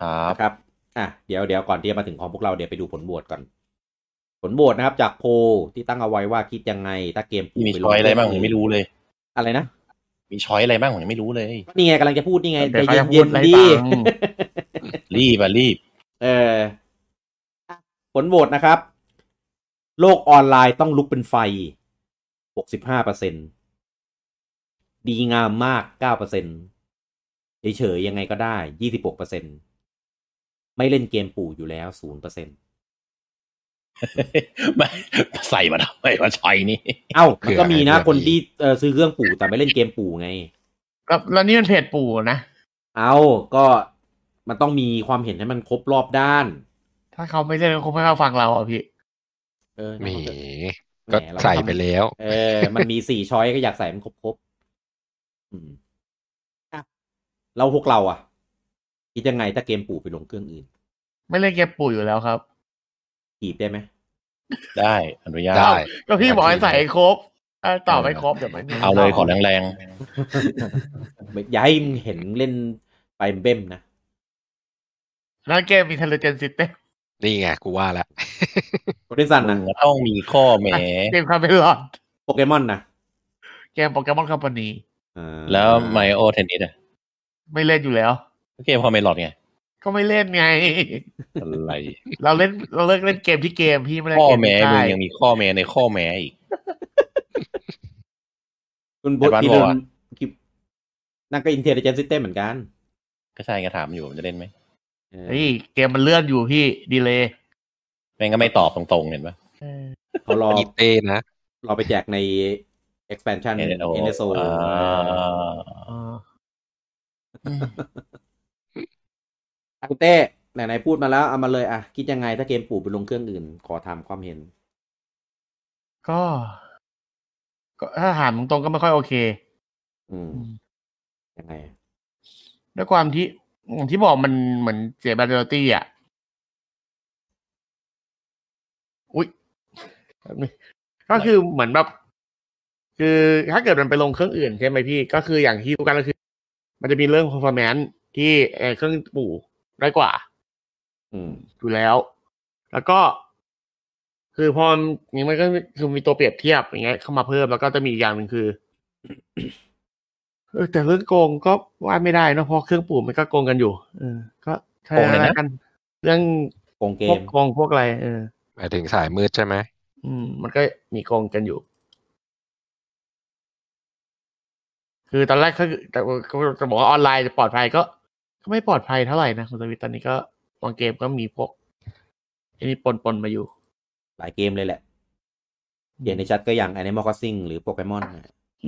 ครับ
นะครับ อ่ะ เดี๋ยวเดี๋ยวก่อนที่จะมาถึงของพวกเราเดี๋ยวไปดูผลโหวตก่อน ผลโหวตนะครับ จากโพลที่ตั้งเอาไว้ว่าคิดยังไง ถ้าเกม
มีช้อยอะไรบ้างผมยังไม่รู้เลย
อะไรนะ
มีช้อยอะไรบ้างผมยังไม่รู้เลย
นี่ไงกำลังจะพูดนี่ไง
เดี๋ยว
ใจ
เขาจะพู
เย็
ด
น
ไล่
ๆดี
ตาม
รีบอ่ะรีบ [LAUGHS]
เอออ่ะผลโหวตนะครับ โลกออนไลน์ต้องลุกเป็นไฟ 65เปอร์เซ็นดีงามมาก 9เปอร์เซ็นเฉยๆยังไงก็ได้ 26เปอร์เซ็นไม่เล่นเกมปู่อยู่แล้ว0เปอร์เซ็น
ไม่ใส่มาทำไมว่าช้อยนี้
เอ้า
คือ
ก็มีนะ
อะไร
คนที่เอ่อซื้อเครื่องปู่แต่ไม่เล่นเกมปู่ไง
แล้วแล้วนี่มันเพจปู่นะ
เอ้าก็มันต้องมีความเห็นให้มันครบรอบด้าน
ถ้าเขาไม่ได้เขาคงไม่เข้าฟังเราอ่ะพี่
เออ
แหม
แหม
ก็
เราทำ
ใส่ไปแล้ว
เออ มันมีสี่ช้อยก็อยากใส่มันครบครบๆอืมอ่ะเราพวกเราอ่ะคิดยังไงถ้าเกมปู่ไปลงเครื่องอื่น
ไม่เล่นเกมปู่อยู่แล้วครับ
ถีบได้ไหม
ได้อนุญาต
ได้
ก็พี่บอกให้ใส่ให้ครบเออตอบไม่ครบเดี๋ยวมัน
เอาเลยขอแรง
ไม่อย่าให้มึงเห็นเล่นไปเบ้มนะ
แล้วเกม Intelligent System
นี่ไงกูว่าละ
โปเกมอน
ๆมึ
นะ
งก็ต้องมีข้อแหม
เกมคาเมลอน
โปเกมอนนะ
เกมโปเกมอนคัมพานี
อ่า
แล้วไมโอเทนนิสอ่ะ
ไม่เล่นอยู่แล้ว
ก็เกมพอเมลอดไง
ก็ไม่เล่นไง
อะไร
เราเล่นเราเลิกเล่นเกมที่เกมพี่ไม่เล่น
ข้อ
เกม
แหมมึ
ที่ค่าง ย
ยังมีข้อแหมในข้อแหมอีก
คุณบ
แต่บ้าน
พี่
บ
โด
อก
น
อะ
นั่นก็อินเทลเจนซิสเต็มเหมือนกัน
ก็ใช่ก็ถามอยู่มันจะเล่นไหม
เออ
เฮ้ยเกมมันเลื่อนอยู่พี่ดีเลย
แม่งก็ไม่ตอบตรงๆเห็นปะ
เขารอ
อีเต้นะ
รอไปแจกใน expansion
NSO
NSO
อ่า
อากุเต้ ไหนๆพูดมาแล้วเอามาเลยอ่ะ คิดยังไงถ้าเกมปู่ไปลงเครื่องอื่น ขอถามความเห็น
ก็ ก็ถ้าถามตรงๆก็ไม่ค่อยโอเค
อืมยังไง
ด้วยความที่อย่างที่บอกมันเหมือนเสียแบตเตอรี่อ่ะ อุ้ยแป๊บนึงก็คือเหมือนแบบ คือถ้าเกิดมันไปลงเครื่องอื่นใช่ไหมพี่ ก็คืออย่างที่รู้กันก็คือ มันจะมีเรื่อง performance ที่เอ่อเครื่องปู่น้อยกว่า
อืม
อยู่แล้ว แล้วก็ คือพอมันอย่างนี้มันก็คือมีตัวเปรียบเทียบอย่างเงี้ยเข้ามาเพิ่มแล้วก็จะมีอีกอย่างหนึ่งคือ [COUGHS] เออแต่เรื่องโกงก็ว่าไม่ได้เนอะเพราะเครื่องปลูกมันก็โกงกันอยู่ เออ ก็ใช่
โกงอะไรนะ
แล้วกัน เรื่อง
โกงเก
พวก
ม
โกงพวกอะไร เออ
หมายถึงสายมืดใช่ไหม
อืม มันก็มีโกงกันอยู่ คือตอนแรกเขาแต่ว่าเขาจะบอกว่าออนไลน์จะปลอดภัยก็ก็ไม่ปลอดภัยเท่าไหร่นะคุณสวิตตอนนี้ก็บางเกมก็มีพวกอันนี้ปนปนๆมาอยู่
หลายเกมเลยแหละ อย่างในชัดก็อย่าง Animal Crossing หรือโปเกมอน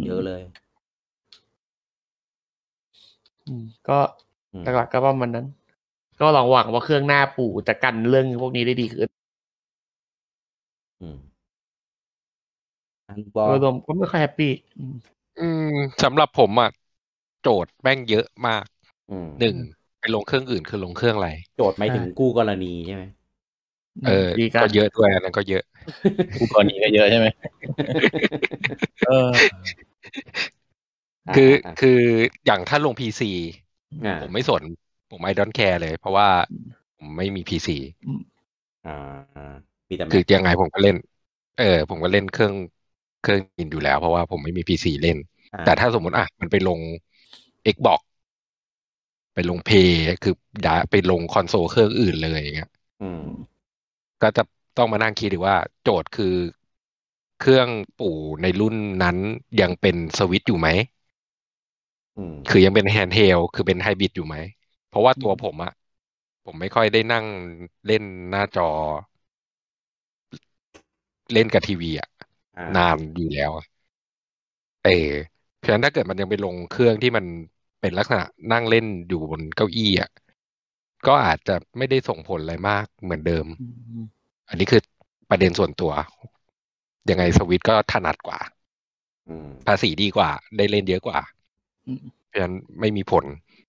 เยอะเลย
อืมก็
อืม
หลักๆก็ประมาณนั้น ก็ลองหวังว่าเครื่องหน้าปู่จะกันเรื่องพวกนี้ได้ดีขึ้น
อืมอันบอ
โดยรวมก็ไม่ค่อยแฮปปี้อืม
อืมสำหรับผมอ่ะโจทย์แม่งเยอะมาก
อืม
หนึ่งไปลงเครื่องอื่นคือลงเครื่องอะไร
โจทย์ไม่ถึงกู้กรณีใช่ไหม
เออ
ดีกัน
ก็เยอะด้วยอันนั้นก็เยอะ
ผู้กรณีก็เยอะใช่ไหม [LAUGHS] เออ
อ่า
คือ
อ่า
คืออย่างถ้าลงพีซี
อ่า
ผมไม่สน ผมไม่ดอนแคร์เลย เพราะว่าผมไม่มีพีซี
อ่าอ่ามีแต่
คือ
แม่
ยังไงผมก็เล่น เออ ผมก็เล่นเครื่องเครื่องอินอยู่แล้ว เพราะว่าผมไม่มีพีซีเล่น
อ่
แต่ถ้าสมมติอ่ะมันไปลง Xbox ไปลงเพย์คือย้ายไปลงคอนโซลเครื่องอื่นเลยอย่างเงี้ย
อืม
ก็จะต้องมานั่งคิดดีกว่าโจทย์คือเครื่องปู่ในรุ่นนั้นยังเป็นสวิตช์อยู่ไหม
อืม
คือยังเป็นแฮนด์เฮลคือเป็นไฮบริดอยู่ไหม เพราะว่าตัวผมอะผมไม่ค่อยได้นั่งเล่นหน้าจอ เล่นกับทีวีอะ
อ่าน
านอยู่แล้วอะเออเพราะฉะนั้นถ้าเกิดมันยังไปลงเครื่องที่มันเป็นลักษณะนั่งเล่นอยู่บนเก้าอี้อะก็อาจจะไม่ได้ส่งผลอะไรมากเหมือนเดิม
อืม
อันนี้คือประเด็นส่วนตัว ยังไงสวิตช์ก็ถนัดกว่า
อืม
ภาษีดีกว่า ได้เล่นเยอะกว่า
อืม
เพราะฉะนั้นไม่มีผล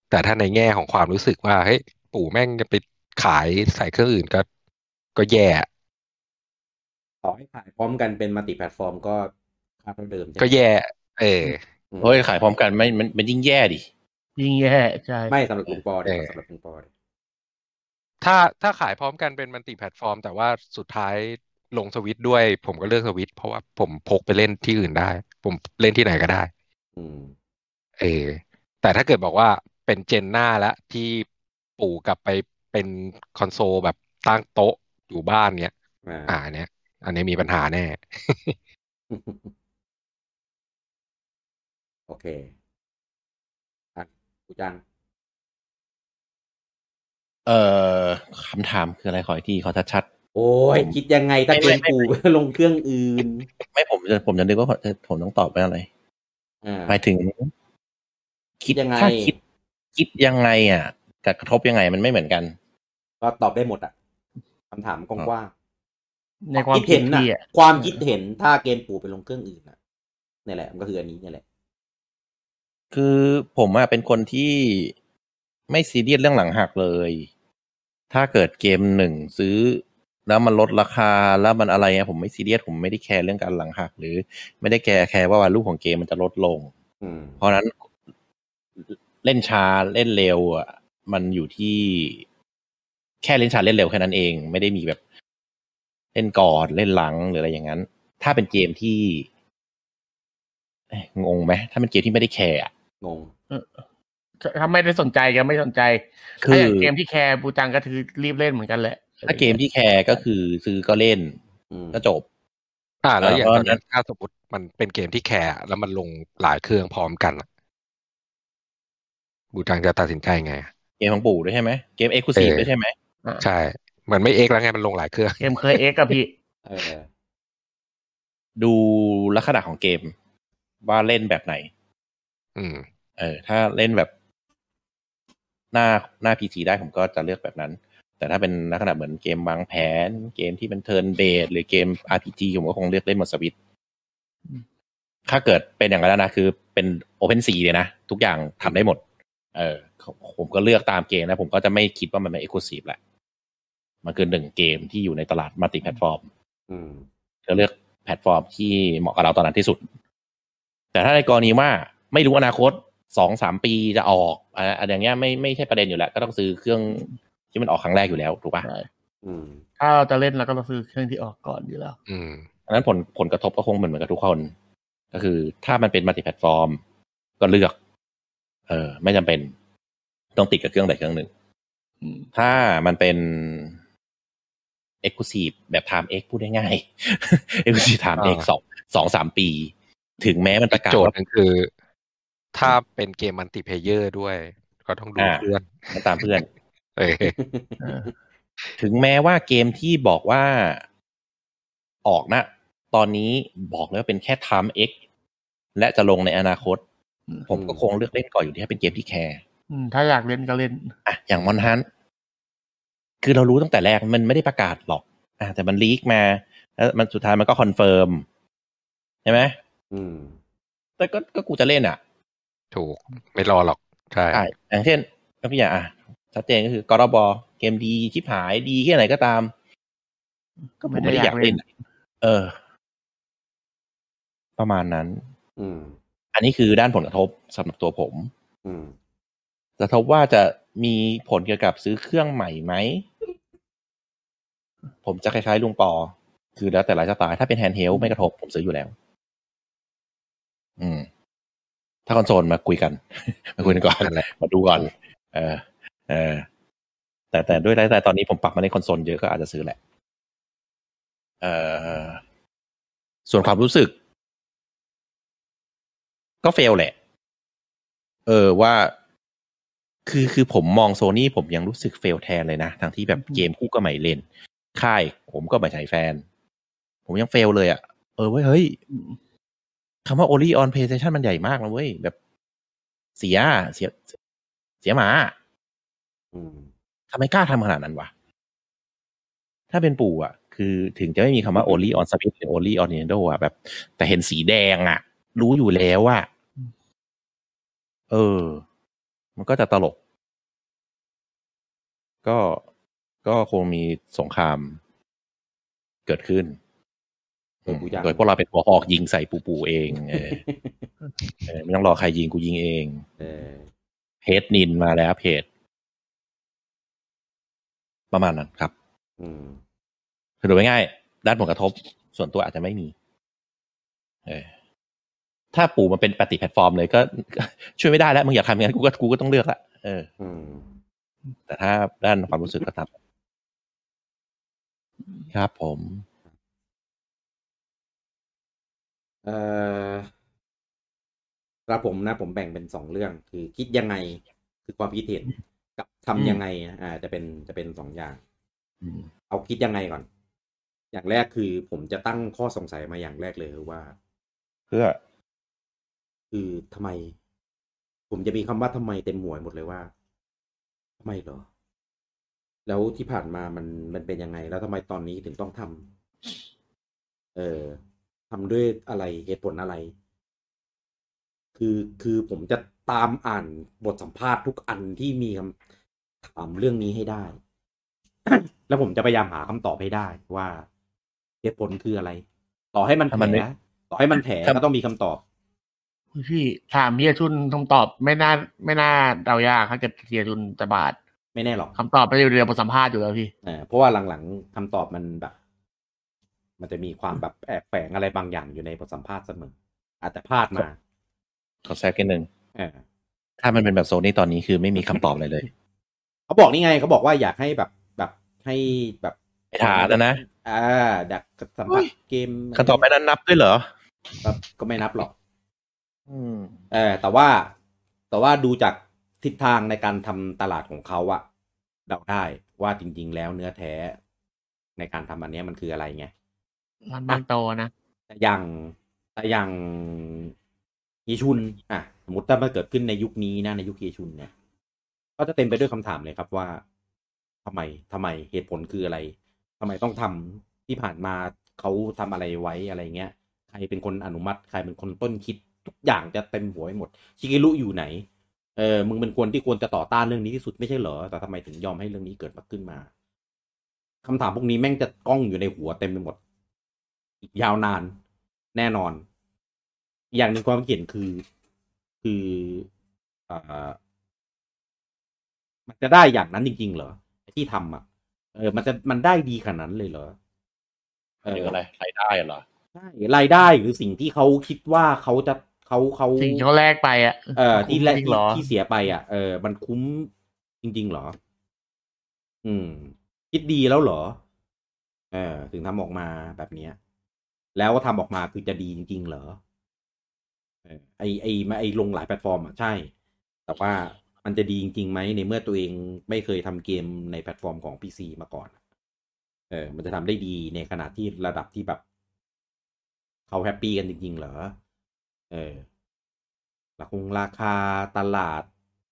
แต่ถ้าในแง่ของความรู้สึกว่าเฮ้ยปู่แม่งจะไปขายใส่เครื่องอื่นก็ ก็แย่
ต่อให้ขายพร้อมกันเป็นมัลติแพลตฟอร์มก็ค่าเท่าเดิมใช่ไหม
ก็แย่ เออ
อืม
โอ้ยขายพร้อมกันไม่มันมันยิ่งแย่ดิ
ยิ่งแย่ใช่
ไม่สำหรับคุณปอเดี๋ยว
เออ
สำหรับคุณปอเดี๋ยว
ถ้าถ้าขายพร้อมกันเป็นมัลติแพลตฟอร์ม แต่ว่าสุดท้ายลงสวิตช์ด้วย ผมก็เลือกสวิตช์เพราะว่าผมพกไปเล่นที่อื่นได้ ผมเล่นที่ไหนก็ได้
อืม
เออ แต่ถ้าเกิดบอกว่าเป็นเจนหน้าแล้วที่ปู่กลับไปเป็นคอนโซลแบบตั้งโต๊ะอยู่บ้านเนี้ย
อ่า
อ่าอันเนี้ย อันนี้มีปัญหาแน่
[LAUGHS] โอเคอ่ะกูจัง
เออคำถามคืออะไรขออีกทีขอชัด
โอ้ย
ผม
คิดยังไงถ้าเกม
ไม่ไม่
กู
ไม่
[LAUGHS] ลงเครื่องอื่น
ๆไม่ผมจะผมจะนึกว่าผมผมต้องตอบไปอะไร
อ่า
หมายถึง คิด
ยังไง
ถ้าคิด คิดยังไงอ่ะกับกระทบยังไงมันไม่เหมือนกัน
ก็ตอบได้หมดอ่ะคำถามกว้าง
ในความ
คิดเห็นน่ะ
พี่อะ
ความคิดเห็นถ้าเกมปูไปลงเครื่องอื่นน่ะนี่แหละ มันก็คืออันนี้นี่แหละ
คือผมอะเป็นคนที่ไม่ซีเรียสเรื่องหลังหักเลย ถ้าเกิดเกมหนึ่งซื้อ แล้วมันลดราคาแล้วมันอะไรอะผมไม่ซีเรียสผมไม่ได้แคร์เรื่องการหลังหัก หรือไม่ได้แคร์แคร์ว่าวันลูกของเกมมันจะลดลง
อืม
เพราะฉะนั้นเล่นช้าเล่นเร็วอ่ะมันอยู่ที่แค่เล่นช้าเล่นเร็วแค่นั้นเอง ไม่ได้มีแบบ เล่นก่อนเล่นหลังหรืออะไรอย่างนั้น ถ้าเป็นเกมที่เอ๊ะงงไหมถ้าเป็นเกมที่ไม่ได้แคร์อะ
งง
ถ้าไม่ได้สนใจก็ไม่สนใจ
คือ
ถ้าย่างเกมที่แคร์บูจังก็คือรีบเล่นเหมือนกันแหละ
ถ้าเกมที่แคร์ก็คือซื้อก็เล่น
อืม
ก็จบ
อ่า แล้วอย่าง
เออ
ตอนนั้น
เพราะฉะนั้น
ถ้าสมมติมันเป็นเกมที่แคร์แล้วมันลงหลายเครื่องพร้อมกันอะบูจังจะตัดสินใจไงอะ
เกมของปู่ด้วยใช่ไหมเกมเอ็กซ์คลูซีฟด้วยใช่ไหม
ใช่ มันไม่เอ็กแล้วไงมันลงหลายเครื่อง
เกมเคยเอ็กกับพี่
เออ
ดูลักษณะของเกม ว่าเล่นแบบไหน
อืม
เออ ถ้าเล่นแบบหน้าหน้าพีซีได้ผมก็จะเลือกแบบนั้น แต่ถ้าเป็นลักษณะเหมือนเกมวางแผน เกมที่เป็นเทิร์นเบสหรือเกม RPG ผมก็คงเลือกเล่นบนสวิตช์
อืม
ถ้าเกิดเป็นอย่างนั้นนะคือเป็น Open ซ a เลยนะ ทุกอย่างทำได้หมด เออผมผมก็เลือกตามเกมนะผมก็จะไม่คิดว่ามันเป็นเอกลูซีฟแหละ มันคือหนึ่งเกมที่อยู่ในตลาดมัลติแพลตฟอร์ม
อืม
จะเลือกแพลตฟอร์มที่เหมาะกับเราตอนนั้นที่สุด แต่ถ้าในกรณีว่าไม่รู้อนาคตสองสามปีจะออกอะอะไรอย่างเงี้ยไม่ไม่ใช่ประเด็นอยู่แล้ว ก็ต้องซื้อเครื่องที่มันออกครั้งแรกอยู่แล้วถูกปะ
ใช่
อืม
ถ้าเราจะเล่นเราก็ต้องซื้อเครื่องที่ออกก่อนอยู่แล้ว
อืม
อันนั้นผลผลกระทบก็คงเหมือนเหมือนกับทุกคน ก็คือถ้ามันเป็นมัลติแพลตฟอร์ม ก็เลือก เออ ไม่จำเป็นต้องติดกับเครื่องใดเครื่องหนึ่ง
อืม
ถ้ามันเป็น Exclusive แบบ Time X พูดได้ง่าย [LAUGHS] Exclusive Time X
อ่า
สองสองสามปี ถึงแม้มันประกาศ
โจท
ว่า
ย์หนึงคือ ถ้าเป็นเกมมัลติเพเยอร์ด้วย ก็ต้องดู
อ่า
เพื่อน
มันตามเพื่อน
เออ
ถึงแม้ว่าเกมที่บอกว่าออกนะ ตอนนี้บอกเลยว่าเป็นแค่ Time X และจะลงในอนาคต
อืม
ผมก็คงเลือกเล่นก่อนอยู่ที่ถ้าเป็นเกมที่แคร์
อืมถ้าอยากเล่นก็เล่น
อะอย่างมอนฮันคือเรารู้ตั้งแต่แรกมันไม่ได้ประกาศหรอกอ่ะแต่มันลีกมา แล้วมันสุดท้ายมันก็คอนเฟิร์มใช่ไหม
อืม
แต่ก็ก็กูจะเล่นอ่ะ
ถูก ไม่รอหรอก ใช่
ใช่อย่างเช่นยก็พี่อย่างอ่ะชัดเจนก็คือกรบอเกมดีชิบหายดีแค่ไหนก็ตาม
ก็
ผ
ไม่
ม
ได้
ไม่ได้อ
อาย
ยาก ก
เล่
เล่
น
นอะเออ ประมาณนั้น
อืม
อันนี้คือด้านผลกระทบสำหรับตัวผม
อืม
กระทบว่าจะมีผลเกี่ยวกับซื้อเครื่องใหม่ไหม ผมจะคล้ายๆลุงปอ คือแล้วแต่ไลฟ์สไตล์ถ้าเป็นแฮนด์เฮลไม่กระทบ ผมซื้ออยู่แล้ว อืม ถ้าคอนโซลมาคุยกัน [LAUGHS] มาคุยกันก่อน
นั่นแหละ
มาดูก่อน เออ เออ แต่แต่ด้วยไลฟ์สไตล์ตอนนี้ผมปรับมาในคอนโซลเยอะก็อาจจะซื้อแหละ เออ ส่วนความรู้สึก ก็เฟลแหละ เออว่า คือคือผมมองโซนี่ผมยังรู้สึกเฟลแทนเลยนะทั้งที่แบบ
อืม
เกมคู่ก็ไม่เล่น ค่ายผมก็ไม่ใช่แฟน ผมยังเฟลเลยอะ่ะ เออเว้ยเฮ้ยคำว่า Only on PlayStation มันใหญ่มากนะเว้ย แบบเสียเสีย เสียหมา
อืม
ทำไมกล้าทำขนาดนั้นวะ ถ้าเป็นปู่อ่ะ คือถึงจะไม่มีคำว่า Only on Switch หรือ Only on Nintendo อ่ะแบบ แต่เห็นสีแดงอ่ะ รู้อยู่แล้วอ่ะ เออ มันก็จะตลก ก็ก็คงมีสงครามเกิดขึ้น
โดยปู่ย่า
โดยพวกเราเป็นหัวหอกยิงใส่ปูปูเองเออเออไม่ต้องรอใครยิงกูยิงเอง
เออ
เพจนินมาแล้วเพจ ประมาณนั้นครับ
อืม
คือโดยง่ายๆด้านผลกระทบส่วนตัวอาจจะไม่มี เออ ถ้าปู่มันเป็นปฏิแพลตฟอร์มเลยก็ [LAUGHS] ช่วยไม่ได้แล้วมึงอยากทำงั้นกูก็กูก็ต้องเลือกละเออ
อืม
แต่ถ้าด้านความรู้สึกก็ตามครับผม
เอ่อครับผมนะ ผมแบ่งเป็นสองเรื่อง คือคิดยังไง คือความคิดเห็นกับทำยังไงนะอ่า จะเป็นจะเป็นสองอย่าง
อืม
เอาคิดยังไงก่อน อย่างแรกคือผมจะตั้งข้อสงสัยมาอย่างแรกเลยคือว่า
เพื่อ
คือทำไม ผมจะมีคำว่าทำไมเต็มหัวหมดเลยว่าทำไมเหรอ แล้วที่ผ่านมามันมันเป็นยังไง แล้วทำไมตอนนี้ถึงต้องทำเออทำด้วยอะไรเหตุผลอะไร คือคือผมจะตามอ่านบทสัมภาษณ์ทุกอันที่มีคำถามเรื่องนี้ให้ได้ [COUGHS] แล้วผมจะพยายามหาคำตอบให้ได้ว่าเหตุผลคืออะไร ต่อให้มันแผ
ถ้ามัน
ล
ไม่
ต่อให้มันแผล
ถ้า
ก็ต้องมีคำตอบ
พี่ถามเฮียชุนคำตอบไม่น่าไม่น่าเดายากถ้าเกิดเฮียชุนจะบาด
ไม่แน่หรอก
คำตอบไม่ได้อยู่ในบทสัมภาษณ์อยู่แล้วพี่
เออเพราะว่าหลังๆคำตอบมันแบบ มันจะมีความแบบแอบแฝงอะไรบางอย่างอยู่ในบทสัมภาษณ์เสมอ อาจจะพลาดมา
ขอแทรกนิดนึง
เออ
ถ้ามันเป็นแบบโซนี่ตอนนี้คือไม่มีคำตอบเลยเลย
เขาบอกนี่ไงเขาบอกว่าอยากให้แบบแบบให้แบบ
ไอ้ถาดอะนะ
อ่าดักสัมผัสเกม
คำตอบไม่นั้นนับด้วยเหรอ
แบบก็ไม่นับหรอก
อืม
เออแต่ว่าแต่ว่าดูจากทิศทางในการทำตลาดของเขาอะเดาได้ว่าจริง ๆ แล้วเนื้อแท้ในการทำอันเนี้ยมันคืออะไรไง
ร้านบางโตนะ
แต่อย่างแต่อย่างเยชุน อ่ะ สมมติถ้ามันเกิดขึ้นในยุคนี้นะ ในยุคเยชุนเนี่ย ก็จะเต็มไปด้วยคำถามเลยครับว่าทำไมทำไมเหตุผลคืออะไรทำไมต้องทำที่ผ่านมาเขาทำอะไรไว้อะไรเงี้ย ใครเป็นคนอนุมัติ ใครเป็นคนต้นคิดทุกอย่างจะเต็มหัวไปหมด ชิกิรุอยู่ไหน เออ มึงเป็นคนที่ควรจะต่อต้านเรื่องนี้ที่สุดไม่ใช่เหรอ แต่ทำไมถึงยอมให้เรื่องนี้เกิดมาขึ้นมาคำถามพวกนี้แม่งจะกล้องอยู่ในหัวเต็มไปหมด อีกยาวนานแน่นอน อย่างหนึ่งความเห็นคือคือเอ่อมันจะได้อย่างนั้นจริง ๆ เหรอไอ้ที่ทำอ่ะ เออ มันจะมันได้ดีขนาดนั้นเลยเหรอเ
หรืออะไรรายได้เหรอ
ใช่รายได้หรือสิ่งที่เขาคิดว่าเขาจะเขาเขา
สิ่งที่เขาแลกไปอ่ะ
เอ่อที่แลก
จริงเหรอ
ที่เสียไป อ่ะเออมันคุ้มจริง ๆ เหรอ อืม คิดดีแล้วเหรอ เออ ถึงทำออกมาแบบเนี้ย แล้วทำออกมาคือจะดีจริง ๆ เหรอเออไอไอมาไอลงหลายแพลตฟอร์มอ่ะใช่ แต่ว่ามันจะดีจริงๆไหมในเมื่อตัวเองไม่เคยทำเกมในแพลตฟอร์มของ PC มาก่อน เออ มันจะทำได้ดีในขนาดที่ระดับที่แบบ เขาแฮปปี้กันจริง ๆ เหรอ เออหลักคงราคาตลาด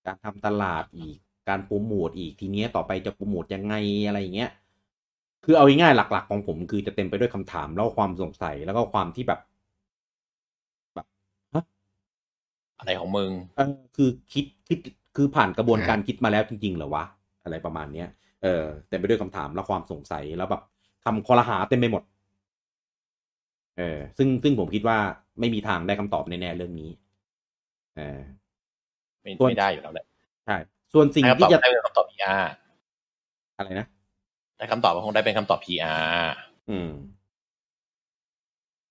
การทำตลาดอีก การโปรโมทอีกทีเนี้ยต่อไปจะโปรโมทยังไงอะไรอย่างเงี้ย คือเอาง่ายๆหลัก ๆ ของผมคือจะเต็มไปด้วยคำถามแล้วก็ความสงสัยแล้วก็ความที่แบบ
อะไรของมึง
เออคือคิดคิดคือผ่านกระบวนการคิดมาแล้วจริงๆเหรอวะ อะไรประมาณเนี้ยเออเต็มไปด้วยคำถามและความสงสัยแล้วแบบคำคอรหาเต็มไปหมด เออซึ่งซึ่งผมคิดว่าไม่มีทางได้คำตอบแน่ๆเรื่องนี้ เออ
ไม่
ส่วน
ไม่ได้อยู่แล้วแหละ
ใช่ส่วนสิ่ง
ได้คำต
ที่
อบ
จะ
ได้เป็นคำตอบ PR
อะไรนะ
ได้คำตอบก็คงได้เป็นคำตอบ PR
อืม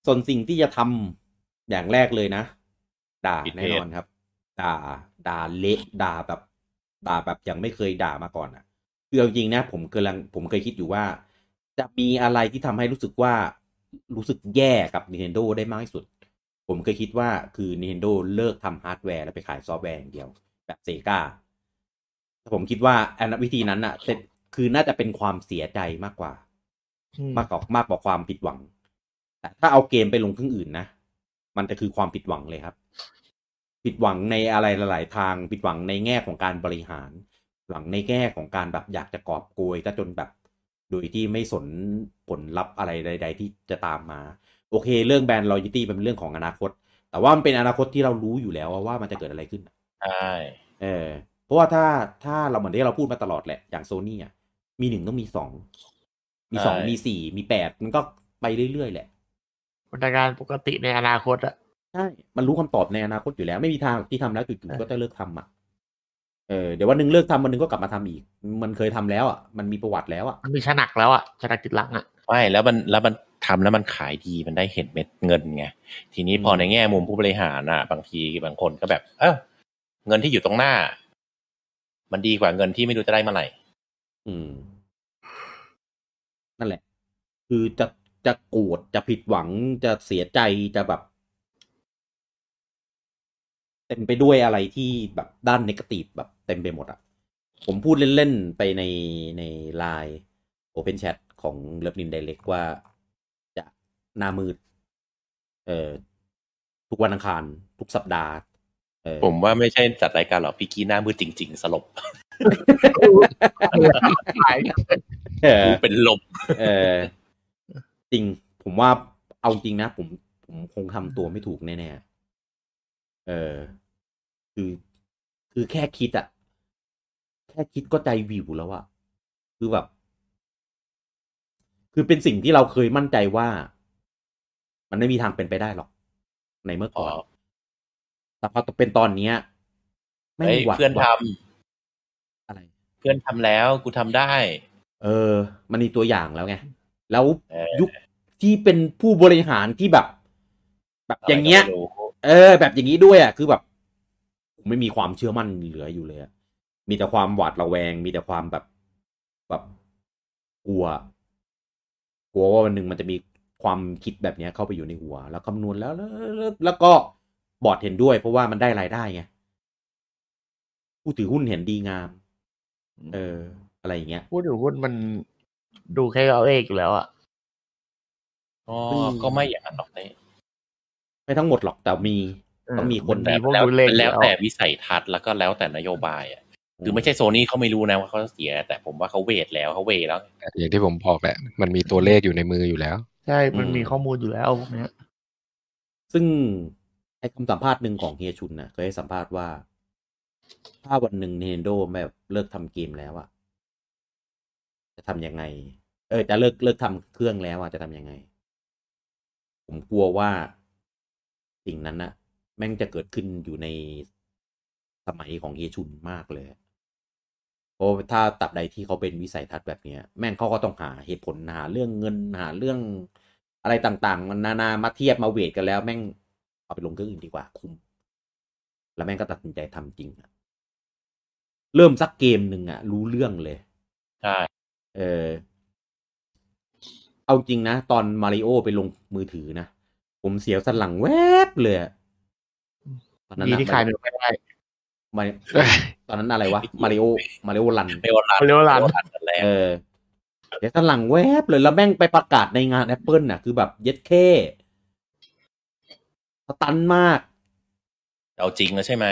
ส่วนสิ่งที่จะทำอย่างแรกเลยนะ ด่า
ปิดเพจ
แน่นอนครับ ด่า ด่าเละด่าแบบด่าแบบยังไม่เคยด่ามาก่อนอะ่ะคือเอาจริงนะ ผมกำลังผมเคยคิดอยู่ว่า จะมีอะไรที่ทำให้รู้สึกว่ารู้สึกแย่กับ Nintendo ได้มากที่สุด ผมเคยคิดว่าคือ Nintendo เลิกทำฮาร์ดแวร์ แล้วไปขายซอฟต์แวร์อย่างเดียว แบบเซกาแต่ผมคิดว่าอันวิธีนั้นอ่ะเป็นคือน่าจะเป็นความเสียใจมากกว่า
อืม
มากกว่ามากกว่าความผิดหวัง แต่ถ้าเอาเกมไปลงเครื่องอื่นนะ มันจะคือความผิดหวังเลยครับ ผิดหวังในอะไรหลาย ๆ ทาง ผิดหวังในแง่ของการบริหาร หวังในแง่ของการแบบอยากจะกอบโกยซะจนแบบ โดยที่ไม่สนผลลัพธ์อะไรใด ๆ ที่จะตามมา โอเค เรื่องแบรนด์ลอยิตี้เป็นเรื่องของอนาคต แต่ว่ามันเป็นอนาคตที่เรารู้อยู่แล้วว่ามันจะเกิดอะไรขึ้น
ใช่
เออเพราะว่าถ้าถ้าเราเหมือนที่เราพูดมาตลอดแหละ อย่างโซนี่อ่ะ มีหนึ่งต้องมีสอง มีสองมีสี่มีแปดมันก็ไปเรื่อยๆแหละ
พัฒนาการปกติในอนาคตอะ
ใช่ มันรู้คำตอบในอนาคตอยู่แล้ว ไม่มีทางที่ทำแล้วจู่
เออ
ๆก็จะเลิกทำอ่ะ เออเดี๋ยววันหนึ่งเลิกทำวันหนึ่งก็กลับมาทำอีก มันเคยทำแล้วอ่ะ มันมีประวัติแล้วอ่ะ
มันมีชนักแล้วอะชนักติดหลัง
[LAUGHS]
อะ
ไม่แล้วมันแล้วมันทำแล้วมันขายดีมันได้เห็นเม็ดเงินไงทีนี้พอ
อืม
ในแง่มุมผู้บริหารอ่ะ บางทีบางคนก็แบบ เออเงินที่อยู่ตรงหน้า มันดีกว่าเงินที่ไม่รู้จะได้เมื่อไหร่
อืม นั่นแหละ คือจะจะโกรธจะผิดหวังจะเสียใจจะแบบ เต็มไปด้วยอะไรที่แบบด้านนกาตีฟแบบเต็มไปหมดอะผมพูดเล่น ๆ ไปในในไลน์ Open Chat ของเลิฟนินไดเล็กว่าจะหน้ามืด เอ่อทุกวันอังคาร ทุกสัปดาห์ เออ
ผมว่าไม่ใช่จัดรายการหรอกพี่กี้หน้ามืดจริง ๆ สลบ
ขาย
เออ
เป็นลม
เออจริงผมว่าเอาจริงนะ ผมผมคงทำตัวไม่ถูกแน่ๆเออ คือคือแค่คิดอะแค่คิดก็ใจวิวแล้วอะคือแบบ คือเป็นสิ่งที่เราเคยมั่นใจว่า มันไม่มีทางเป็นไปได้หรอก ในเมื่อก่อน
อ๋อ
แต่พอเป็นตอนเนี้ยแม่ง
เฮ้ย
หวาด
เพื่อน
หวั่น
ทำ
อะไร
เพื่อนทำแล้วกูทำได้
เออ มันมีตัวอย่างแล้วไง แล้ว
เออ
ยุคที่เป็นผู้บริหารที่แบบ แบบอย่างเงี้ย
รก็ไม่รู้
เออ แบบอย่างนี้ด้วยอ่ะ คือแบบผมไม่มีความเชื่อมั่นเหลืออยู่เลยอะมีแต่ความหวาดระแวง มีแต่ความแบบแบบกลัว กลัวว่าวันหนึ่งมันจะมีความคิดแบบเนี้ยเข้าไปอยู่ในหัว แล้วคำนวณแล้วแล้วแล้วแล้วก็บอร์ดเห็นด้วย เพราะว่ามันได้รายได้ไงผู้ถือหุ้นเห็นดีงาม เออ อะไรอย่างเงี้ย
พูดถึงหุ้นมันดูแค่เอาเลขอยู่แล้วอะ
อ๋อก็ไม่อย่างนั้นหรอกเนี่ย
ไม่ทั้งหมดหรอกแต่มี ต้องมีคน
น
แบ
มี
บ
พวก
แล้ว
ดูเลขอยู่
แล้ว
อะ
แต่วิสัยทัศน์แล้วก็แล้วแต่นโยบายอ่ะคือไม่ใช่โซนี่เขาไม่รู้นะว่าเขาเสีย แต่ผมว่าเขาเวทแล้วเขาเวทแล้ว
อย่างที่ผมบอกแหละ มันมีตัวเลขอยู่ในมืออยู่แล้ว
ใช่ มันมีข้อมูลอยู่แล้วพวกเนี้ย
ซึ่งไอ้คำสัมภาษณ์หนึ่งของเฮียชุนนะเคยให้สัมภาษณ์ว่า ถ้าวันหนึ่ง Nintendo แบบเลิกทำเกมแล้วอะจะทำยังไง เออ จะเลิกเลิกทำเครื่องแล้วอะจะทำยังไง ผมกลัวว่าสิ่งนั้นนะแม่งจะเกิดขึ้นอยู่ในสมัยของเฮชุนมากเลย เพราะถ้าตับใดที่เขาเป็นวิสัยทัศน์แบบเนี้ย แม่งเขาก็ต้องหาเหตุผลหาเรื่องเงินหาเรื่องอะไรต่างๆมันนานามาเทียบมาเวทกันแล้ว แม่งเอาไปลงเครื่องอื่นดีกว่าคุ้ม แล้วแม่งก็ตัดสินใจทำจริงอะเริ่มสักเกมหนึ่งอะรู้เรื่องเลย
ใช่
เออเอาจริงนะ ตอนมาริโอไปลงมือถือนะ ผมเสียวสันหลังแวบเลยอะตอนนั้น
ดี
อะ
ที่ขายมันไม่ได้
มาตอนนั้นอะไรวะ มาริโอมาริโอรัน
ไปออนไลน์
เรียกว่าร้าน
ออนไลน์กันแล้ว
เออเดี๋ยวสันหลังแวบเลย แล้วแม่งไปประกาศในงาน Apple น่ะ คือแบบเย็ดเค้สตันมาก
เอาจริงแล้วใช่ไหม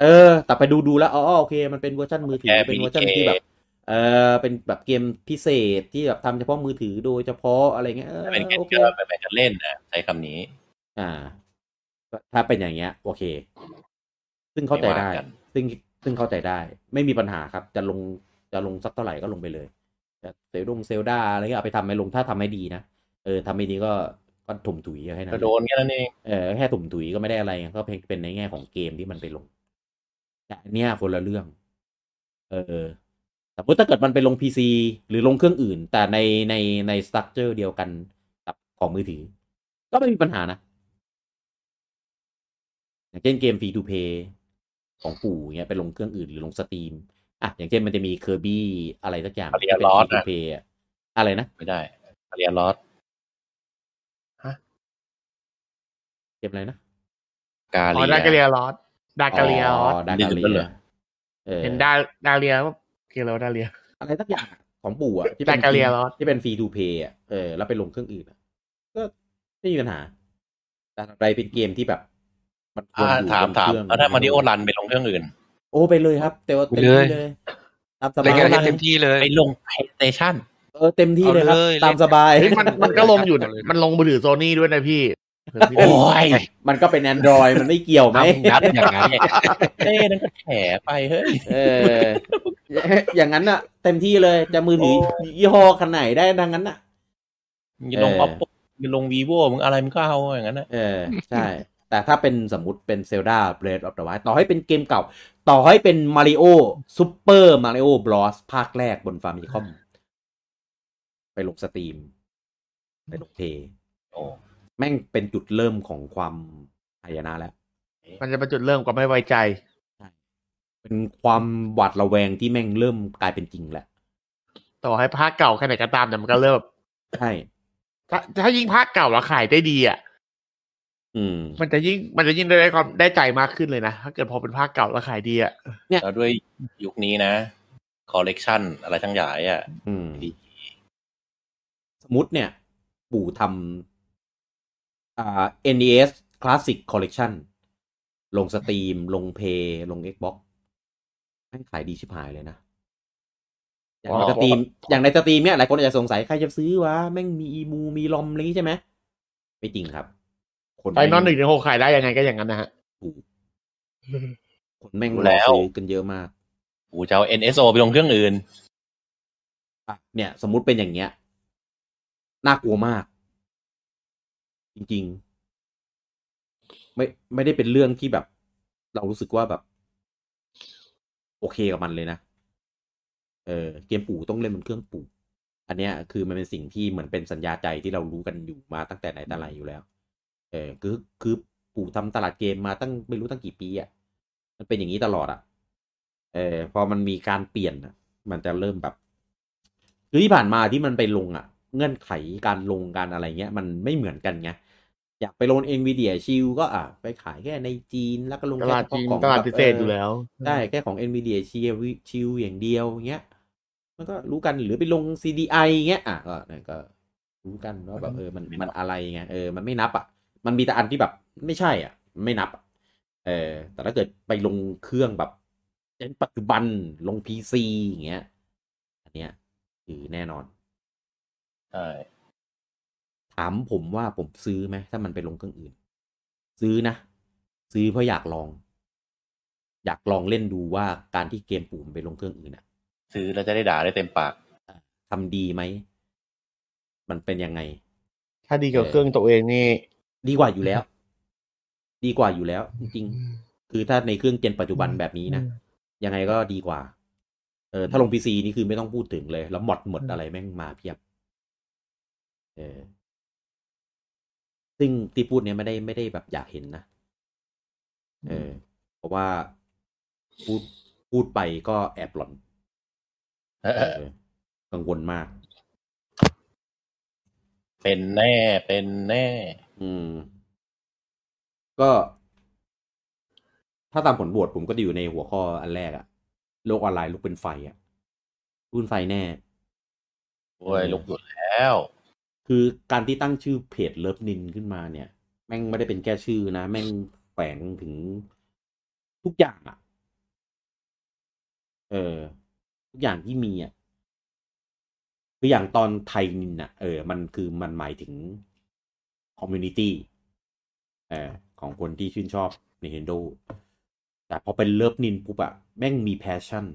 เออ แต่ไปดูดูๆแล้วอ๋อโอเค มันเป็นเวอร์ชันมือถือ
แก
เป็นเวอร์ชัน
BDK
ที่แบบ เออเป็นแบบเกมพิเศษที่แบบทำเฉพาะมือถือโดยเฉพาะอะไรเงี้ยเออ
เป็นแค่
โอเค
เกิร์ลไปกันเล่นนะใช้คำนี้
อ่าก็ถ้าเป็นอย่างเงี้ย โอเค ซึ่งเข้าใจได้
ม่ว่กัน
ซึ่งซึ่งเข้าใจได้ ไม่มีปัญหาครับ จะลงจะลงสักเท่าไหร่ก็ลงไปเลยจะเซลดงเซลดาอะไรเงี้ยเอาไปทำให้ลงถ้าทำให้ดีนะเออทำไม่ดีก็ก็ถมถุยให้นะ
ก็โดนแค่นั้นเอง
เออแค่ถมถุยก็ไม่ได้อะไรไงก็เป็นเป็นในแง่ของเกมที่มันไปลงแต่อันเนี่ยคนละเรื่อง เออสมมติถ้าเกิดมันไปลงพีซีหรือลงเครื่องอื่น แต่ในในในสตั๊กเจอร์เดียวกันกับของมือถือ ก็ไม่มีปัญหานะ อย่างเช่นเกมฟรีทูเพย์ของปู่เงี้ยไปลงเครื่องอื่นหรือลงสตรีมอ่ะอย่างเช่นมันจะมีเคอร์บี้อะไรสักอย่างที่เป็นฟรีทูเพย์อะไรนะ
ไม่ได้เรียนลอส
เกมอะไรนะ
กา
อ๋อ
เลีย
ดากาเรียลอสดากาเรียลอส
ดากา
ดื่มด้วย
เลี
เหร
ย
อ
เออ
เห็นดาดาเรียว่าเกลียวดาเรีย
อะไรสักอย่างของปู่อ่ะที่เป็น
ดากาเลียเหรอ
ที่เป็นฟรีทูเพย์อ่ะเออแล้วไปลงเครื่องอื่นอะก็ไม่มีปัญหา แต่อะไรเป็นเกมที่แบบมันควร
อ่า
อยู่
ถาม
บน
ถาม
เครื่อง
แล้วถ้ามาริโอรันไปลงเครื่องอื่น
โอ้ไปเลยครับ แต่ว่าเต็มที่เลยตามสบา
เล่นกันให้
ย
เต็มที่เลย
ไปลง PlayStation
เออเต็มที่เลยครับ
เอาเลย
ตามสบาย
เฮ้ยมันมันก็ลงอยู่นะมันลงมือถือโซนี่ด้วยนะพี่เผื่อพี่ได้
โอ้ย
มันก็เป็น Android มันไม่เกี่ยวไหม
ทำยัดอย่างนั้น
เต้นั่นก็แถไปเฮ้ย
เออ อย่างนั้นน่ะ เต็มที่เลยจะมือถือยี่ห้อขนาดไหนได้ดังนั้นน่ะ
มึงจะลง
เออ
oppo มึงจะลง vivo มึงอะไรมึงก็เอาอย่างนั้นนะ
เออ ใช่ แต่ถ้าเป็นสมมติเป็น Zelda Breath of the Wild ต่อให้เป็นเกมเก่า ต่อให้เป็น Mario Super Mario Bros ภาคแรกบนฟาร์มิคอมไปลงสตรีม ไปลงเพย์
โอ้
แม่งเป็นจุดเริ่มของความอายนะแล้ว
มันจะเป็นจุดเริ่มกว่าไม่ไว้ใจ
เป็นความหวาดระแวงที่แม่งเริ่มกลายเป็นจริงแหละ
ต่อให้ภาคเก่าแค่ไหนก็ตามแต่มันก็เริ่มแบบ
ใช่
ถ้าถ้ายิ่งภาคเก่าแล้วขายได้ดีอ่ะ
อืม
มันจะยิ่งมันจะยิ่งได้ความได้ใจมากขึ้นเลยนะ ถ้าเกิดพอเป็นภาคเก่าแล้วขายดีอ่ะ
แล้วด้วยยุคนี้นะ คอลเลกชันอะไรทั้งหลายอ่ะ
อืม
ดี
สมมติเนี่ย ปู่ทำอ่า NES Classic Collection ลงสตรีม ลงเพย์ลง Xbox แม่งขายดีชิบหายเลยนะ อย่างใน
ว้าว
สตรีม อย่างในสตรีมเนี่ยหลายคนอาจจะสงสัย ใครจะซื้อวะ แม่งมีอีมูมีลอมอะไรอย่างงี้ใช่ไหม ไม่จริงครับ คน
ไฟนอลหนึ่งถึงหกขายได้ยังไงก็อย่างนั้นนะฮะ
คนแม่ง
อยู่
ร
แล้
อ
ว
ซื้อกันเยอะมาก
กูจะเอา nso ไปลงเครื่องอื่น
อ่ะเนี่ยสมมุติเป็นอย่างเงี้ยน่ากลัวมาก จริงๆ ไม่ไม่ได้เป็นเรื่องที่แบบ เรารู้สึกว่าแบบ โอเคกับมันเลยนะ เออเกมปู่ต้องเล่นบนเครื่องปู่ อันเนี้ยคือมันเป็นสิ่งที่เหมือนเป็นสัญญาใจที่เรารู้กันอยู่มาตั้งแต่ไหนแต่ไรอยู่แล้ว เออคือคือปู่ทำตลาดเกมมาตั้งไม่รู้ตั้งกี่ปีอะ่ะมันเป็นอย่างนี้ตลอดอะ่ะ เออพอมันมีการเปลี่ยนอะมันจะเริ่มแบบคือที่ผ่านมาที่มันไปลงอะ่ะ เงื่อนไขการลงการอะไรเงี้ย มันไม่เหมือนกันไงอยากไปลงเอ็นวีเดียชิลก็อ่ะไปขายแค่ในจีนแล้วก็ลง
ต
แค่
ลาด
เฉพะ
จีน
ของ
ตลาด
แบบ
พิเศษอยู่แล้ว
ได้แค่ของ NVIDIA ชิลชิลอย่างเดียวเงี้ย มันก็รู้กันหรือไปลง CDI เงี้ยอ่ะก็นั่นก็รู้กันว่าแบบเออมัน
ไม่นับ
มันอะไรไงเออมันไม่นับอ่ะ มันมีแต่อันที่แบบไม่ใช่อ่ะ ไม่นับอะเออ แต่ถ้าเกิดไปลงเครื่องแบบเช่นปัจจุบันลง PC อย่างเงี้ยอันเนี้ยคือแน่นอน
ใช่
ถามผมว่าผมซื้อไหมถ้ามันไปลงเครื่องอื่น ซื้อนะ ซื้อเพราะอยากลอง อยากลองเล่นดูว่าการที่เกมปุ่มนไปลงเครื่องอื่นอะ
ซื้อแล้วจะได้ด่าได้เต็มปาก
ทำดีไหม มันเป็นยังไง
ถ้าดีกับเครื่องตัวเองนี่
ดีกว่าอยู่แล้ว ดีกว่าอยู่แล้ว จริงๆคือถ้าในเครื่องเจนปัจจุบันแบบนี้นะ ยังไงก็ดีกว่า เออถ้าลงพีซีนี่คือไม่ต้องพูดถึงเลย แล้วหมดหมดอะไรแม่งมาเพียบ เออ ซึ่งที่พูดเนี่ยไม่ได้ไม่ได้แบบอยากเห็นนะ เออ เพราะว่าพูดพูดไปก็แอบหลอน
เอ
เอ
อ
อ กังวลมาก
เป็นแน่เป็นแน่
อืม ก็ ถ้าตามผลบวชผมก็จะอยู่ในหัวข้ออันแรกอะโลกออนไลน์ลุกเป็นไฟอะลุกเป็นไฟแน่
โอ้ยลุกอยู่แล้ว
คือการที่ตั้งชื่อเพจเลิฟนินขึ้นมาเนี่ย แม่งไม่ได้เป็นแค่ชื่อนะ แม่งแฝงถึงทุกอย่างอะเออ ทุกอย่างที่มีอะคืออย่างตอนไทยนินอะเออ มันคือมันหมายถึงคอมมูนิตี้เออของคนที่ชื่นชอบ Nintendo แต่พอเป็นเลิฟนินปุ๊บอะแม่งมีแพชชั่น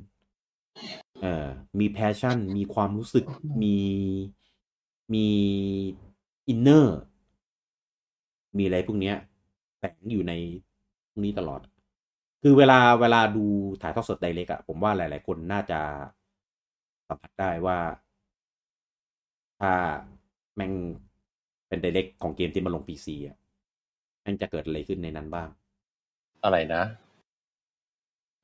เอ่อมีแพชชั่น มีความรู้สึก มี มีอินเนอร์ มีอะไรพวกเนี้ยแฝงอยู่ในพวกนี้ตลอด คือเวลาเวลาดูถ่ายทอดสดไดเล็กอะผมว่าหลาย ๆ คนน่าจะสัมผัสได้ว่า ถ้าแม่งเป็นไดเล็กของเกมที่มาลงปีซีอะแม่งจะเกิดอะไรขึ้นในนั้นบ้าง
อะไรนะ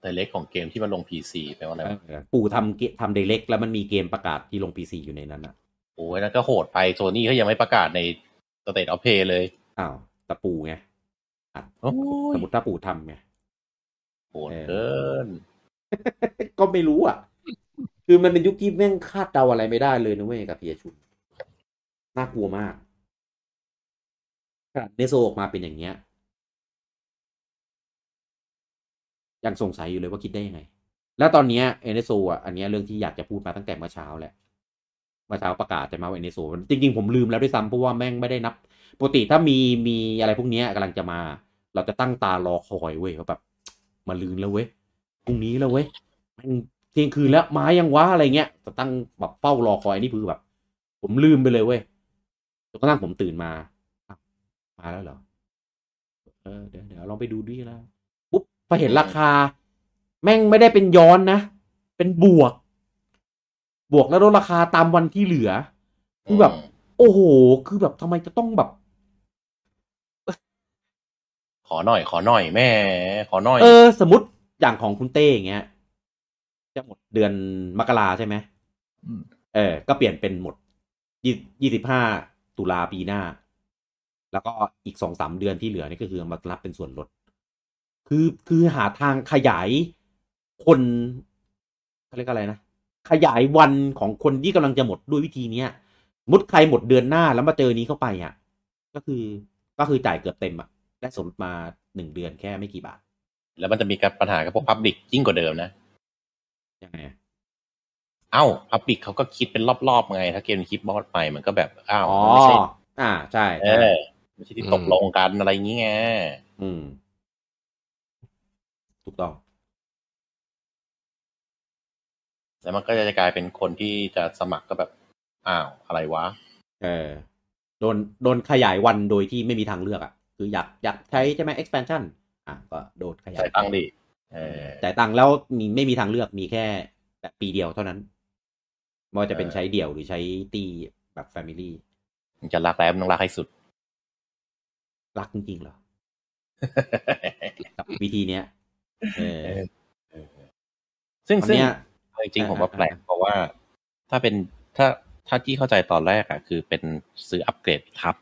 ไดเล็กของเกมที่มันลงพีซีแปลว่าอะไรวะ
ปู่ทำเกทำไดเล็กแล้วมันมีเกมประกาศที่ลงปีซีอยู่ในนั้นอะ
โอ้ยนั่นก็โหดไปโซนี่เขายังไม่ประกาศในสเต t ออฟเพย์เลย
อ้าวแต่ปู่ไงอัด
โอ้
ส
ย
มมติถ้าปู่ทำไง
โหดเกิน
ก็ไม่รู้อ่ะ คือมันเป็นยุคที่แม่งคาดเดาอะไรไม่ได้เลยนะเว้ยกับเพียชุนน่ากลัวมากขนาดเนโซออกมาเป็นอย่างเงี้ย ยังสงสัยอยู่เลยว่าคิดได้ยังไง แล้วตอนเนี้ยเอเนโซอ่ะอันเนี้ยเรื่องที่อยากจะพูดมาตั้งแต่เมื่อเช้าแหละเมื่อเช้าประกาศจะมาเอเนโซจริงๆ ผมลืมแล้วด้วยซ้ำเพราะว่าแม่งไม่ได้นับ ปกติถ้ามีมีอะไรพวกเนี้ยกำลังจะมา เราจะตั้งตารอคอยเว้ยว่าแบบมาลืนแล้วเว้ยพรุ่งนี้แล้วเว้ย แม่งเที่ยงคืนแล้วมายังวะอะไรเงี้ยแต่ตั้งแบบเฝ้ารอคอยนี่คือแบบ ผมลืมไปเลยเว้ยจนกระทั่งผมตื่นมาอ้าวมาแล้วเหรอ เออเดี๋ยวเดี๋ยวลองไปดูด้วยแล้วปุ๊บพอเห็นราคา แม่งไม่ได้เป็นย้อนนะ เป็นบวก บวกแล้วลดราคาตามวันที่เหลือ คือแบบ โอ้โห คือแบบทำไมจะต้องแบบ
ขอหน่อยขอหน่อยแม่ ขอหน่อย
เออ สมมติอย่างของคุณเต้อย่างเงี้ยจะหมดเดือนมกราใช่ไหม
อืม
เออ ก็เปลี่ยนเป็นหมดยี่ยี่สิบห้าตุลาปีหน้า แล้วก็อีกสองสามเดือนที่เหลือนี่ก็คือมารับเป็นส่วนลด คือคือหาทางขยายคนเขาเรียกอะไรนะ ขยายวันของคนที่กำลังจะหมดด้วยวิธีเนี้ยสมมุดใครหมดเดือนหน้าแล้วมาเจอนี้เข้าไปอ่ะ ก็คือก็คือจ่ายเกือบเต็มอ่ะได้สวนลดมาหนึ่งเดือนแค่ไม่กี่บาท
แล้วมันจะมีการปัญหากับพวกพับลิกยิ่งกว่าเดิมนะ
ยังไงอะ
เอ้าพับลิกเขาก็คิดเป็นรอบๆไง ถ้าเกมคิดบอสไปมันก็แบบอ้าว
อ๋อ
มันไม่ใช่
อ่า ใช่
เอ
ใช่
อไม่ใช่ที่ตกลงกันอะไรอย่างเงี้ย
อืม ถูกต้อง
แล้วมันก็จะกลายเป็นคนที่จะสมัครก็แบบอ้าวอะไรวะ
เออ โดน โดนขยายวันโดยที่ไม่มีทางเลือกอะ่ะ คืออยาก อยากใช้ใช่ไหม expansion อ่ะ ก็โดนขยาย
ใส่ตังค์ดิเออ
จ่ายตังค์แล้วมีไม่มีทางเลือก มีแค่แบบปีเดียวเท่านั้นไม่ว่าจะเป็น
เออ
ใช้เดี่ยวหรือใช้ตีแบบ family
มึงจะรักแล้วมึงต้องรักให้สุด [LAUGHS]
รักจริงๆเหรอ กับวิธีเนี้ย เออ
ซึ่ง
อัน
ซึ่ง
เนี้ย
เอาจริงๆผมว่า
อ่า
แปลกเพราะว่าถ้าเป็นถ้าถ้าที่เข้าใจตอนแรกอะคือเป็นซื้ออัปเกรดทับ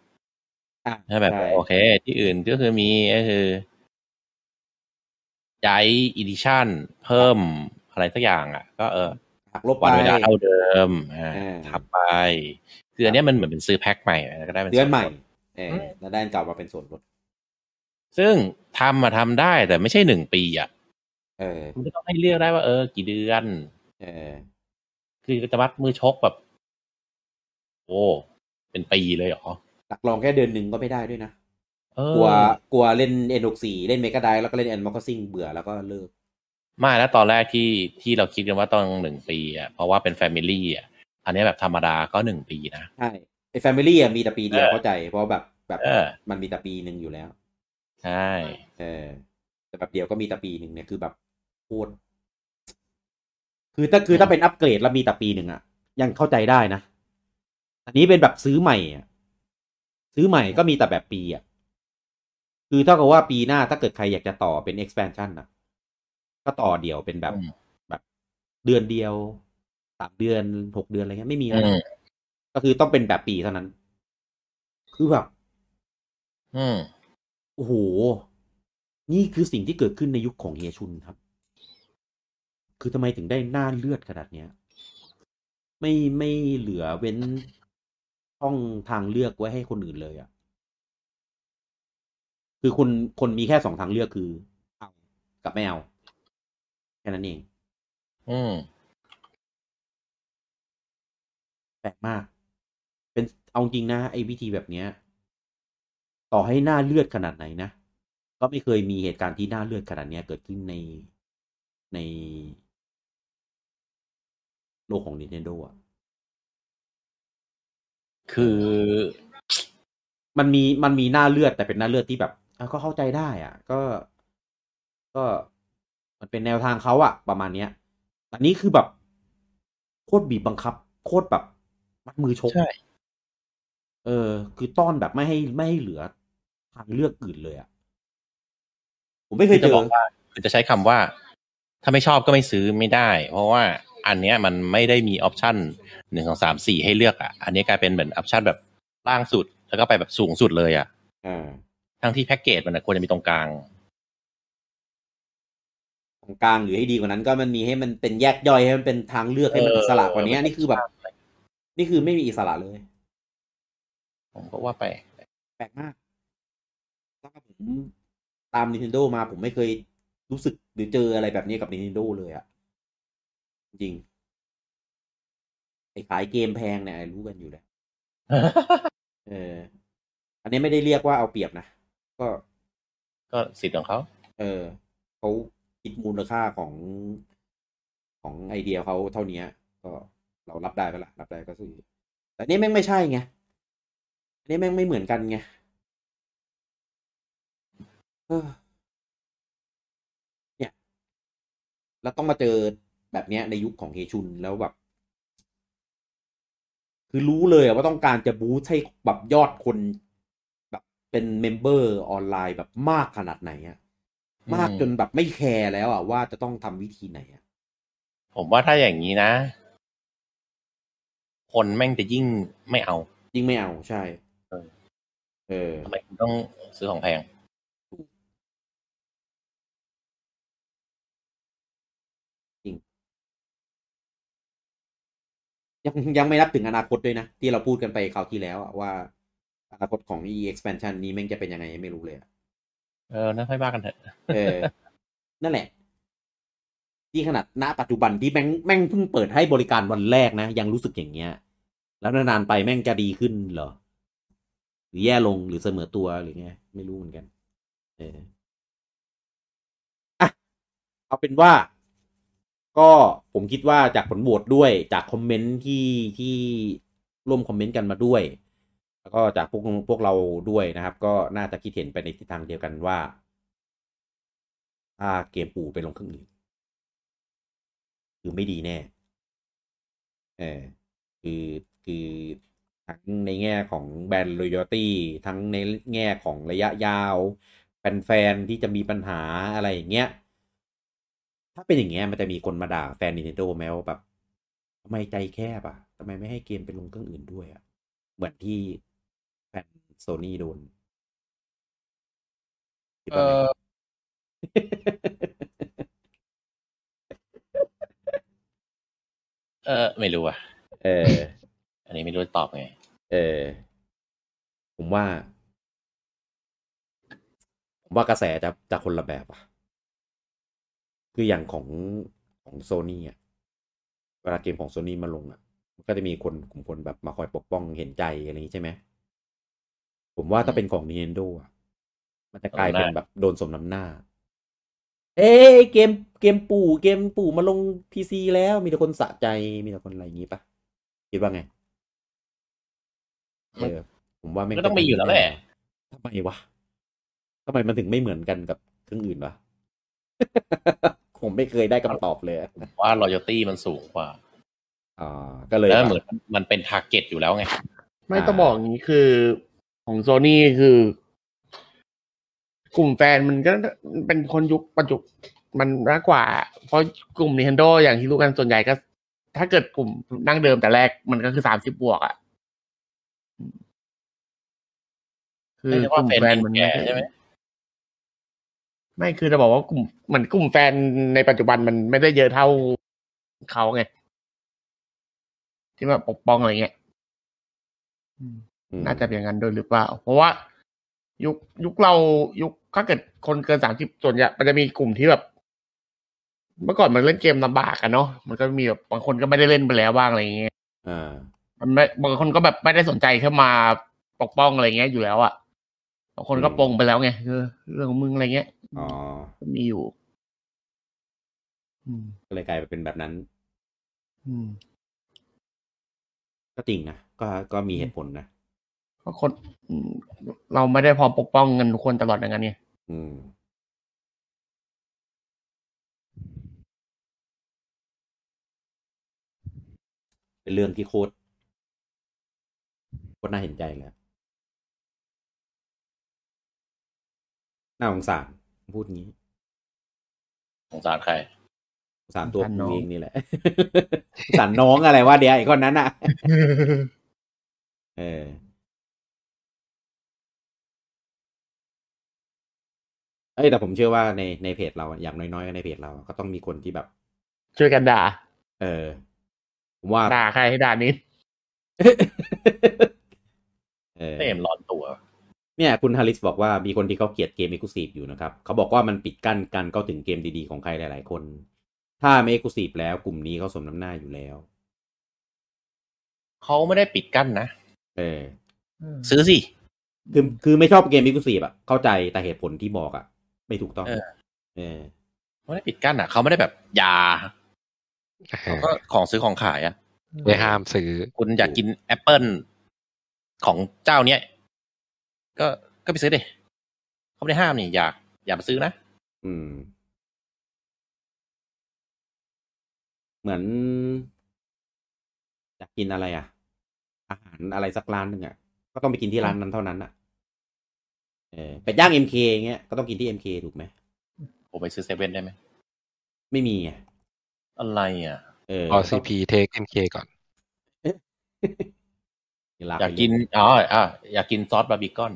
อ่ะ
ถ้าแบบ
ใช่
โอเค ที่อื่นก็คือมีก็คือย้ายอีดิชันเพิ่มอะไรสักอย่างอ่ะ ก็เออ
หักลบไป
วันเวลาเท่าเดิมอ่า
อ่า
ทับไปคืออันเนี้ยมันเหมือนเป็นซื้อแพ็คใหม่แล้วก็ได้เป็น
เดือนใหม่
ส่วลด
เออ
อืม
แล้วได้านเก่ามาเป็นส่วนลด
ซึ่งทำมาทำได้แต่ไม่ใช่หนึ่งปีอ่ะ
เออ
มันก็ต้องให้เลือกได้ว่าเออ กี่เดือน
เออ
คือจะมัดมือชกแบบ โอ้เป็นปีเลยเหรอ
หลักลองแค่เดือนหนึ่งก็ไม่ได้ด้วยนะ
เออก
ลัวกลัวเล่น N64 เล่นเมกาไดแล้วก็เล่นแอนมอคซิงเบื่อแล้วก็เลิก
ไม่แล้วตอนแรกที่ที่เราคิดกันว่าต้องหนึ่งปีอ่ะเพราะว่าเป็นแฟมิลี่อ่ะอันเนี้ยแบบธรรมดาก็หนึ่งปีนะ
ใช่ ไอ้แฟมิลี่อะมีแต่ปีเดียว
เออ
เข้าใจ เพราะแบบแบบ
เออ
มันมีแต่ปีหนึ่งอยู่แล้ว
ใช่
เออแต่แบบเดียวก็มีแต่ปีหนึ่งเนี่ยคือแบบโคตรคือถ้าคือถ้าเป็นอัปเกรดแล้วมีแต่ปีหนึ่งอะยังเข้าใจได้นะ อันนี้เป็นแบบซื้อใหม่อะซื้อใหม่ก็มีแต่แบบปีอะคือเท่ากับว่าปีหน้าถ้าเกิดใครอยากจะต่อเป็น expansion นะก็ต่อเดียวเป็นแบบแบบเดือนเดียวสามเดือนหกเดือนอะไรเงี้ยไม่มีแล้ว
อืม
นะก็คือต้องเป็นแบบปีเท่านั้น คือแบบ
อืม
โอ้โห นี่คือสิ่งที่เกิดขึ้นในยุคของเฮชุนครับ คือทำไมถึงได้หน้าเลือดขนาดเนี้ย ไม่ไม่เหลือเว้นช่องทางเลือกไว้ให้คนอื่นเลยอะ่ะ คือคนคนมีแค่สองทางเลือกคือ เอากับไม่เอา แค่นั้นเอง
อืม
แปลกมาก เป็นเอาจริงนะไอ้วิธีแบบเนี้ย ต่อให้หน้าเลือดขนาดไหนนะ ก็ไม่เคยมีเหตุการณ์ที่หน้าเลือดขนาดเนี้ย เกิดขึ้นในในโลกของ Nintendo อ่ะ
คือ
มันมีมันมีหน้าเลือดแต่เป็นหน้าเลือดที่แบบอ่ะก็เข้าใจได้อ่ะ ก็ก็มันเป็นแนวทางเขาอ่ะ ประมาณเนี้ยอันนี้คือแบบโคตรบีบบังคับ โคตรแบบมัดมือชก
ใช่
เออ คือต้อนแบบไม่ให้ไม่ให้เหลือทางเลือกอื่นเลยอ่ะ ผมไม่เคยเจ
จะบ
อ
อกว่าคือจะใช้คำว่า ถ้าไม่ชอบก็ไม่ซื้อไม่ได้ เพราะว่าอันเนี้ยมันไม่ได้มีออปชันหนึ่งสองสามสี่ให้เลือกอ่ะ อันเนี้ยกลายเป็นเหมือนออปชันแบบล่างสุด แล้วก็ไปแบบสูงสุดเลยอ่ะ
อ่า
ทั้งที่แพ็กเกจมันนะควรจะมีตรงกลาง
ตรงกลางหรือให้ดีกว่านั้น ก็มันมีให้มันเป็นแยกย่อยให้มันเป็นทางเลือกให้มัน
เอออิ
อิสระกว่านี้นี่คือแบบ นี่คือไม่มีอิสระเลย
ผมก็ว่าไป
แปลกมากตั้งแต่ผมตาม Nintendo มาผมไม่เคยรู้สึกหรือเจออะไรแบบนี้กับ Nintendo เลยอะจริงๆไอ้ขายเกมแพงเนี่ย รู้กันอยู่แล้ว เออ อันนี้ไม่ได้เรียกว่าเอาเปรียบนะ ก็
ก็สิทธิ์ของเขา
เออเขาคิดมูลค่าของของไอเดียเขาเท่านี้ก็เรารับได้ปะละ่ะรับได้ก็ซื้อแต่นี่แม่งไม่ใช่ไงอันนี้แม่งไม่เหมือนกันไงเออเนี่ย แล้วต้องมาเจอแบบเนี้ยในยุคของเฮชุนแล้วแบบ คือรู้เลยอะว่าต้องการจะบูสต์ให้แบบยอดคน แบบเป็นเมมเบอร์ออนไลน์แบบมากขนาดไหนอะ
อื
มากจนแบบไม่แคร์แล้วอ่ะว่าจะต้องทำวิธีไหนอ่ะ
ผมว่าถ้าอย่างนี้นะ คนแม่งจะยิ่งไม่เอา
ยิ่งไม่เอาใช่ เออ
ทำไมคุณต้องซื้อของแพง
ยังยังไม่นับถึงอนาคตด้วยนะ ที่เราพูดกันไปคราวที่แล้วอะว่า อนาคตของ e expansion นี้แม่งจะเป็นยังไงไม่รู้เลยอะ
เออนะค่อยว่ากันเถอะ
เออ นั่นแหละ ที่ขนาดณปัจจุบันที่แม่งแม่งเพิ่งเปิดให้บริการวันแรกนะ ยังรู้สึกอย่างเงี้ย แล้วนานๆไปแม่งจะดีขึ้นเหรอ หรือแย่ลงหรือเสมอตัวหรือไงไม่รู้เหมือนกัน เอออ่ะเอาเป็นว่า ก็ผมคิดว่าจากผลโหวตด้วยจากคอมเมนต์ที่ที่ร่วมคอมเมนต์กันมาด้วย แล้วก็จากพวกพวกเราด้วยนะครับ ก็น่าจะคิดเห็นไปในทิศทางเดียวกันว่า ถ้าเกมปูไปลงเครื่องอื่นคือไม่ดีแน่ เออ คือคือทั้งในแง่ของแบรนด์ loyalty ทั้งในแง่ของระยะยาวแฟนๆที่จะมีปัญหาอะไรอย่างเงี้ย ถ้าเป็นอย่างเงี้ยมันจะมีคนมาด่าแฟน Nintendo ไหมว่าแบบทำไมใจแคบอ่ะทำไมไม่ให้เกมไปลงเครื่องอื่นด้วยอ่ะ เหมือนที่แฟนโซนี่โดนคิด
เอ
ว่าไง
อ เออ ไม่รู้อ่ะ
เออ
อันนี้ไม่รู้จะตอบไง
เออ ผมว่า ผมว่ากระแสจะจะคนละแบบอะคืออย่างของของโซนี่อะเวลาเกมของโซนี่มาลงอะมันก็จะมีคนกลุ่มคนแบบมาคอยปกป้องเห็นใจอะไรอย่างนี้ใช่ไหม ผมว่าถ้าเป็นของ Nintendo อะมันจะกลายเป็นแบบโดนสมน้ำหน้า เอ้ยเกมเกมปู่เกมปู่มาลงพีซีแล้วมีแต่คนสะใจมีแต่คนอะไรอย่างนี้ปะคิดว่าไง เออผมว่าแม่
ก็ต้องมีอยู่แล้วแหละ
ทำไมวะทำไมมันถึงไม่เหมือนกันกับเครื่องอื่
[LAUGHS]
นวะ ผมไม่เคยได้คำตอบเลย
ผมว่า loyalty มันสูงกว่า
อ่าก็เลย
แล้วเหมือนมันเป็น target อยู่แล้วไง
ไม่ต้องบอกอย่างนี้คือของโซนี่คือ กลุ่มแฟนมันก็เป็นคนยุคปัจจุบันมากกว่า เพราะกลุ่ม Nintendo อย่างที่รู้กันส่วนใหญ่ก็ ถ้าเกิดกลุ่มนั่งเดิมแต่แรกมันก็คือสามสิบบวกอะ่ะคือกลุ่มแฟนมัน
ไม่ใช่ว่าแฟนมันแก่ใช่ไหม
ไม่คือจะบอกว่ากลุ่มเหมือนกลุ่มแฟนในปัจจุบันมันไม่ได้เยอะเท่าเขาไงที่แบบปกป้องอะไรเงี้ย
อืม
น่าจะเป็นอย่างนั้นด้วยหรือเปล่า เพราะว่า ยุคยุคเรายุคถ้าเกิดคนเกินสามสิบส่วนใหญ่มันจะมีกลุ่มที่แบบ เมื่อก่อนมันเล่นเกมลำบากอะเนาะมันก็มีแบบบางคนก็ไม่ได้เล่นไปแล้วบ้างอะไรอย่างเงี้ย
อ่า
มันไม่บางคนก็แบบไม่ได้สนใจเข้ามาปกป้องอะไรเงี้ยอยู่แล้วอะบางคนก็
อืม
ปลงไปแล้วไงเออเรื่องของมึงอะไรเงี้ย
อ๋อ
ก็มีอยู่ อืม
ก็เลยกลายเป็นแบบนั้น
อืม
ก็จริงนะ ก็ก็มีเหตุผลนะ
เพราะคนอืมเราไม่ได้พร้อมปกป้องเงินทุกคนตลอดอย่างนั้นไง
อืม เป็นเรื่องที่โคตรโคตรน่าเห็นใจแล้วน่าสงสารพูดงี้
สงสารใคร
สามตัว
สงสารน้
กู
อง
เองนี่แหละ [LAUGHS] สงสารน้องอะไรวะเดี๋ยวไอ้คนนั้นอ่ะ เออ เอ้ยแต่ผมเชื่อว่าในในเพจเราอะอย่างน้อยๆก็ในเพจเรา ก็ต้องมีคนที่แบบ
ช่วยกันด่า
เออผมว่า
ด่าใครให้ด่านิด
เออ
เต็มร้อนตัว
เนี่ย คุณฮาริสบอกว่ามีคนที่เขาเกลียดเกมเอก u s ซี e อยู่นะครับ เขาบอกว่ามันปิดกั้นการเข้าถึงเกมดีๆของใครหลายๆคน ถ้าไม่เอก u s ซี e แล้วกลุ่มนี้เขาสมน้ำหน้าอยู่แล้ว
เขาไม่ได้ปิดกั้นนะ
เออ
ซื้อสิ
คือคือไม่ชอบเกม e ิคุสีบอ่ะ เข้าใจแต่เหตุผลที่บอกอ่ะ ไม่ถูกต้อง
เออ
เออ
ไม่ได้ปิดกั้นอ่ะ เขาไม่ได้แบบอย่าเขาก็ของซื้อของขายอ่ะ
ไม่ห้ามซื้อ
คุณอยากกินแอปเปิลของเจ้าเนี้ย ก็ก็ไปซื้อดิเขาไม่ได้ห้ามนี่อยากอย่าไปซื้อนะ
อืม เหมือนอยากกินอะไรอ่ะ อาหารอะไรสักร้านหนึ่งอ่ะ ก็ต้องไปกินที่ร้านนั้นเท่านั้นอ่ะ เออเป็ดย่างเอ็มเคเงี้ย ก็ต้องกินที่เอ็มเคถูกไหม
ผมไปซื้อเซเว่นได้ไหม
ไม่มีอ่ะ
อะไรอ่ะ
เออ
RCP Take MK ก่อน
ล
อยาก
ไป
กิน
เรื่
อ๋ออ่ะอยากกินซอสบาร์บีคอน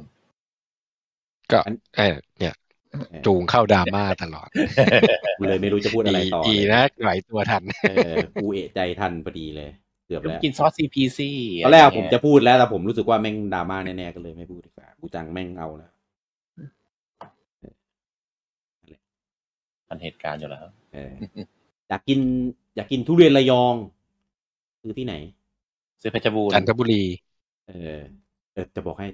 ก็เออเนี่ย จูงเข้าดราม่าตลอด
กูเลยไม่รู้จะพูดอะไร
ดี
ต่อ
ดี
เลย
นะไหลตัวทัน
เออกูเอะใจทันพอดีเลย เกือบแล้ว
กินซอสซีพีซี
ตอนแรกผมจะพูดแล้วแต่ผมรู้สึกว่าแม่งดราม่าแน่ๆก็เลยไม่พูดดีกว่ากูจังแม่งเอาแล้ว
มันเหตุการณ์อยู่แล้ว [LAUGHS]
เออ อยากกิน อยากกินทุเรียนระยอง คือที่ไหน
ซื้อเพชรบูรณ์
จันทบุรี
เออเออจะบอกให้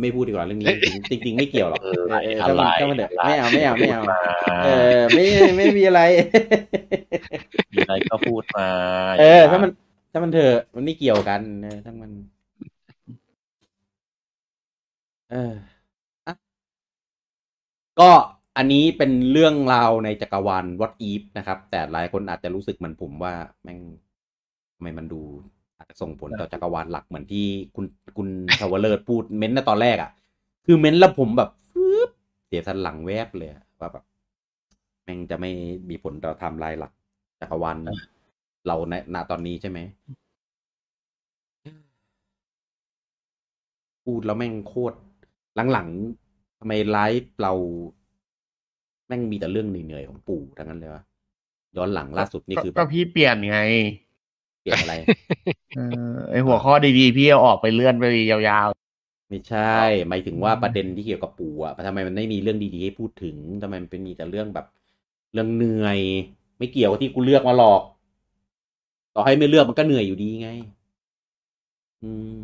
ไม่พูดดีกว่าเรื่องนี้ [LAUGHS] จริงๆจริงๆไม่เกี่ยวหรอก
เออ
เออ
[LAUGHS] อะ
ถ้า
ไร
มันถ้ามันเดือดไม่เอาไม่เอาไม่เอา
พูด
เออ ไม่ไม่มีอะไร
มีอะไรก็พูดมา
เออ ถ้ามัน ถ้ามันเถอะมันไม่เกี่ยวกันเออถ้ามัน เอออะก็อันนี้เป็นเรื่องราวในจักรวาลวอตอีฟนะครับ แต่หลายคนอาจจะรู้สึกเหมือนผมว่าแม่งทำไมมันดู อาจจะส่งผลต่อจักรวาลหลักเหมือนที่คุณคุณชาวเลิศพูดเม้นต์นะตอนแรกอะ่ะ คือเม้นต์แล้วผมแบบฟึ๊บเสียสันหลังแวบเลยอะว่าแบบแม่งจะไม่มีผลต่อไทม์ไลน์หลัก จักรวาลเราในณตอนนี้ใช่ไหมพูดแล้วแม่งโคตรหลังๆทำไมไลฟ์เรา แม่งมีแต่เรื่องเหนื่อยๆของปู่ทั้งนั้นเลยวะย้อนหลังล่าสุดนี่คือแบ
ก็
บ
พี่เปลี่ยนไง
เปลี่ยนอะไร
เออไอหัวข้อดีๆ พี่เอาออกไปเลื่อนไปยาว
ไม่ใช่ หมายถึงว่าประเด็นที่เกี่ยวกับปู่อะทำไมมันไม่มีเรื่องดีๆให้พูดถึงทำไมมันเป็นมีแต่เรื่องแบบ เรื่องเหนื่อย ไม่เกี่ยวกับที่กูเลือกมาหรอก ต่อให้ไม่เลือกมันก็เหนื่อยอยู่ดีไง อืม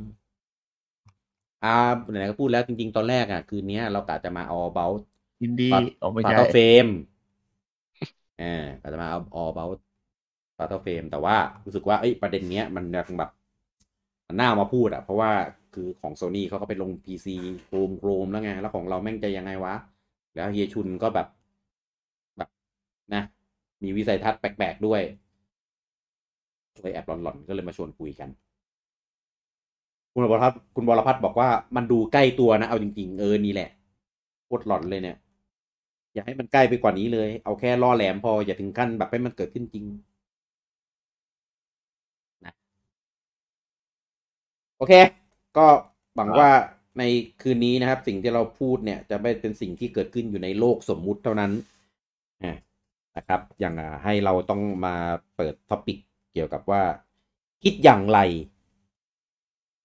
อ่าไหนๆก็พูดแล้วจริงๆ ตอนแรกอะคืนเนี้ยเรากะจะมา all about
ๆอินดี้ออกไม่
ปา
ใช่
เตอร์เฟมอ่าก็จะมาเอา all about ปาเตอร์เฟมแต่ว่ารู้สึกว่าเอ้ยประเด็นเนี้ยมันยังแบบ หน้ามาพูดอะเพราะว่าคือของโซนี่เขาก็ไปลง PC โครมโครมแล้วไง แล้วของเราแม่งจะยังไงวะ แล้วเฮียชุนก็แบบแบบนะ มีวิสัยทัศน์แปลกๆด้วยเลยแอบหลอนๆ ก็เลยมาชวนคุยกัน คุณบรพัฒน์คุณบรพัฒน์บอกว่ามันดูใกล้ตัวนะ เอาจริงๆ เออนี่แหละโคตรหลอนเลยเนี่ย อย่าให้มันใกล้ไปกว่านี้เลย เอาแค่ล่อแหลมพออย่าถึงขั้นแบบให้มันเกิดขึ้นจริง นะ โอเค ก็หวังว่าในคืนนี้นะครับ สิ่งที่เราพูดเนี่ย จะไม่เป็นสิ่งที่เกิดขึ้นอยู่ในโลกสมมุติเท่านั้นอ่ะนะครับ อย่างอ่ะให้เราต้องมาเปิดท็อปิกเกี่ยวกับว่า คิดอย่างไร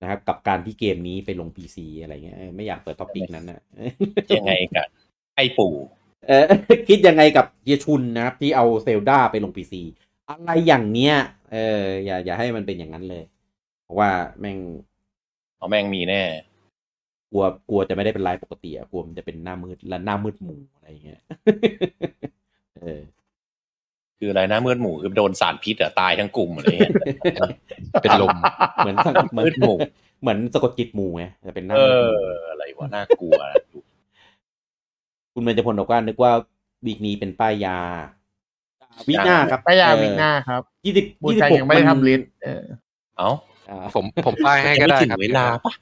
นะครับ กับการที่เกมนี้ไปลง PC อะไรเงี้ยเออไม่อยากเปิดท็อปิกนั้นนะ [LAUGHS]
ยังไงกันไอ้ปู่
เออ [LAUGHS] คิดยังไงกับเฮียชุนนะครับ ที่เอาเซลดาไปลงพีซีอะไรอย่างเนี้ย เออ อย่าอย่าให้มันเป็นอย่างนั้นเลย เพราะว่าแม่ง
เอาแม่งมีแน่
กลัวกลัวจะไม่ได้เป็นไลฟ์ปกติอะกลัวมันจะเป็นหน้ามืดและหน้ามืดหมู่อะไรอย่างเงี้ย [LAUGHS] เออ
คืออะไรนะเมื่อนหมู่คือโดนสารพิษอะตายทั้งกลุ่มอะไรเงี้ย
เป็นลม
เหมือน [LAUGHS]
[LAUGHS]
เหมือน
มืดหมู่
เหมือนสะกดจิตหมู่ไงจะเป็นหน้า
เอ
มืดห
อ
มู่
อะไรวะน่ากลัวนะ
คุณเบญจพลบอกว่านึกว่าวีคนี้เป็นป้ายยาวีคหน้าครับ
ไปยาวิกหน้าครับ
ยี่สิบ
[LAUGHS] บู
ยี่สิบ
จัง
หก
ยังไม่ได้ทำลิสต์เออ
เอ้า
อ่า
ผมผมป้ายให้ก็ได้ครับ
เวลาปะ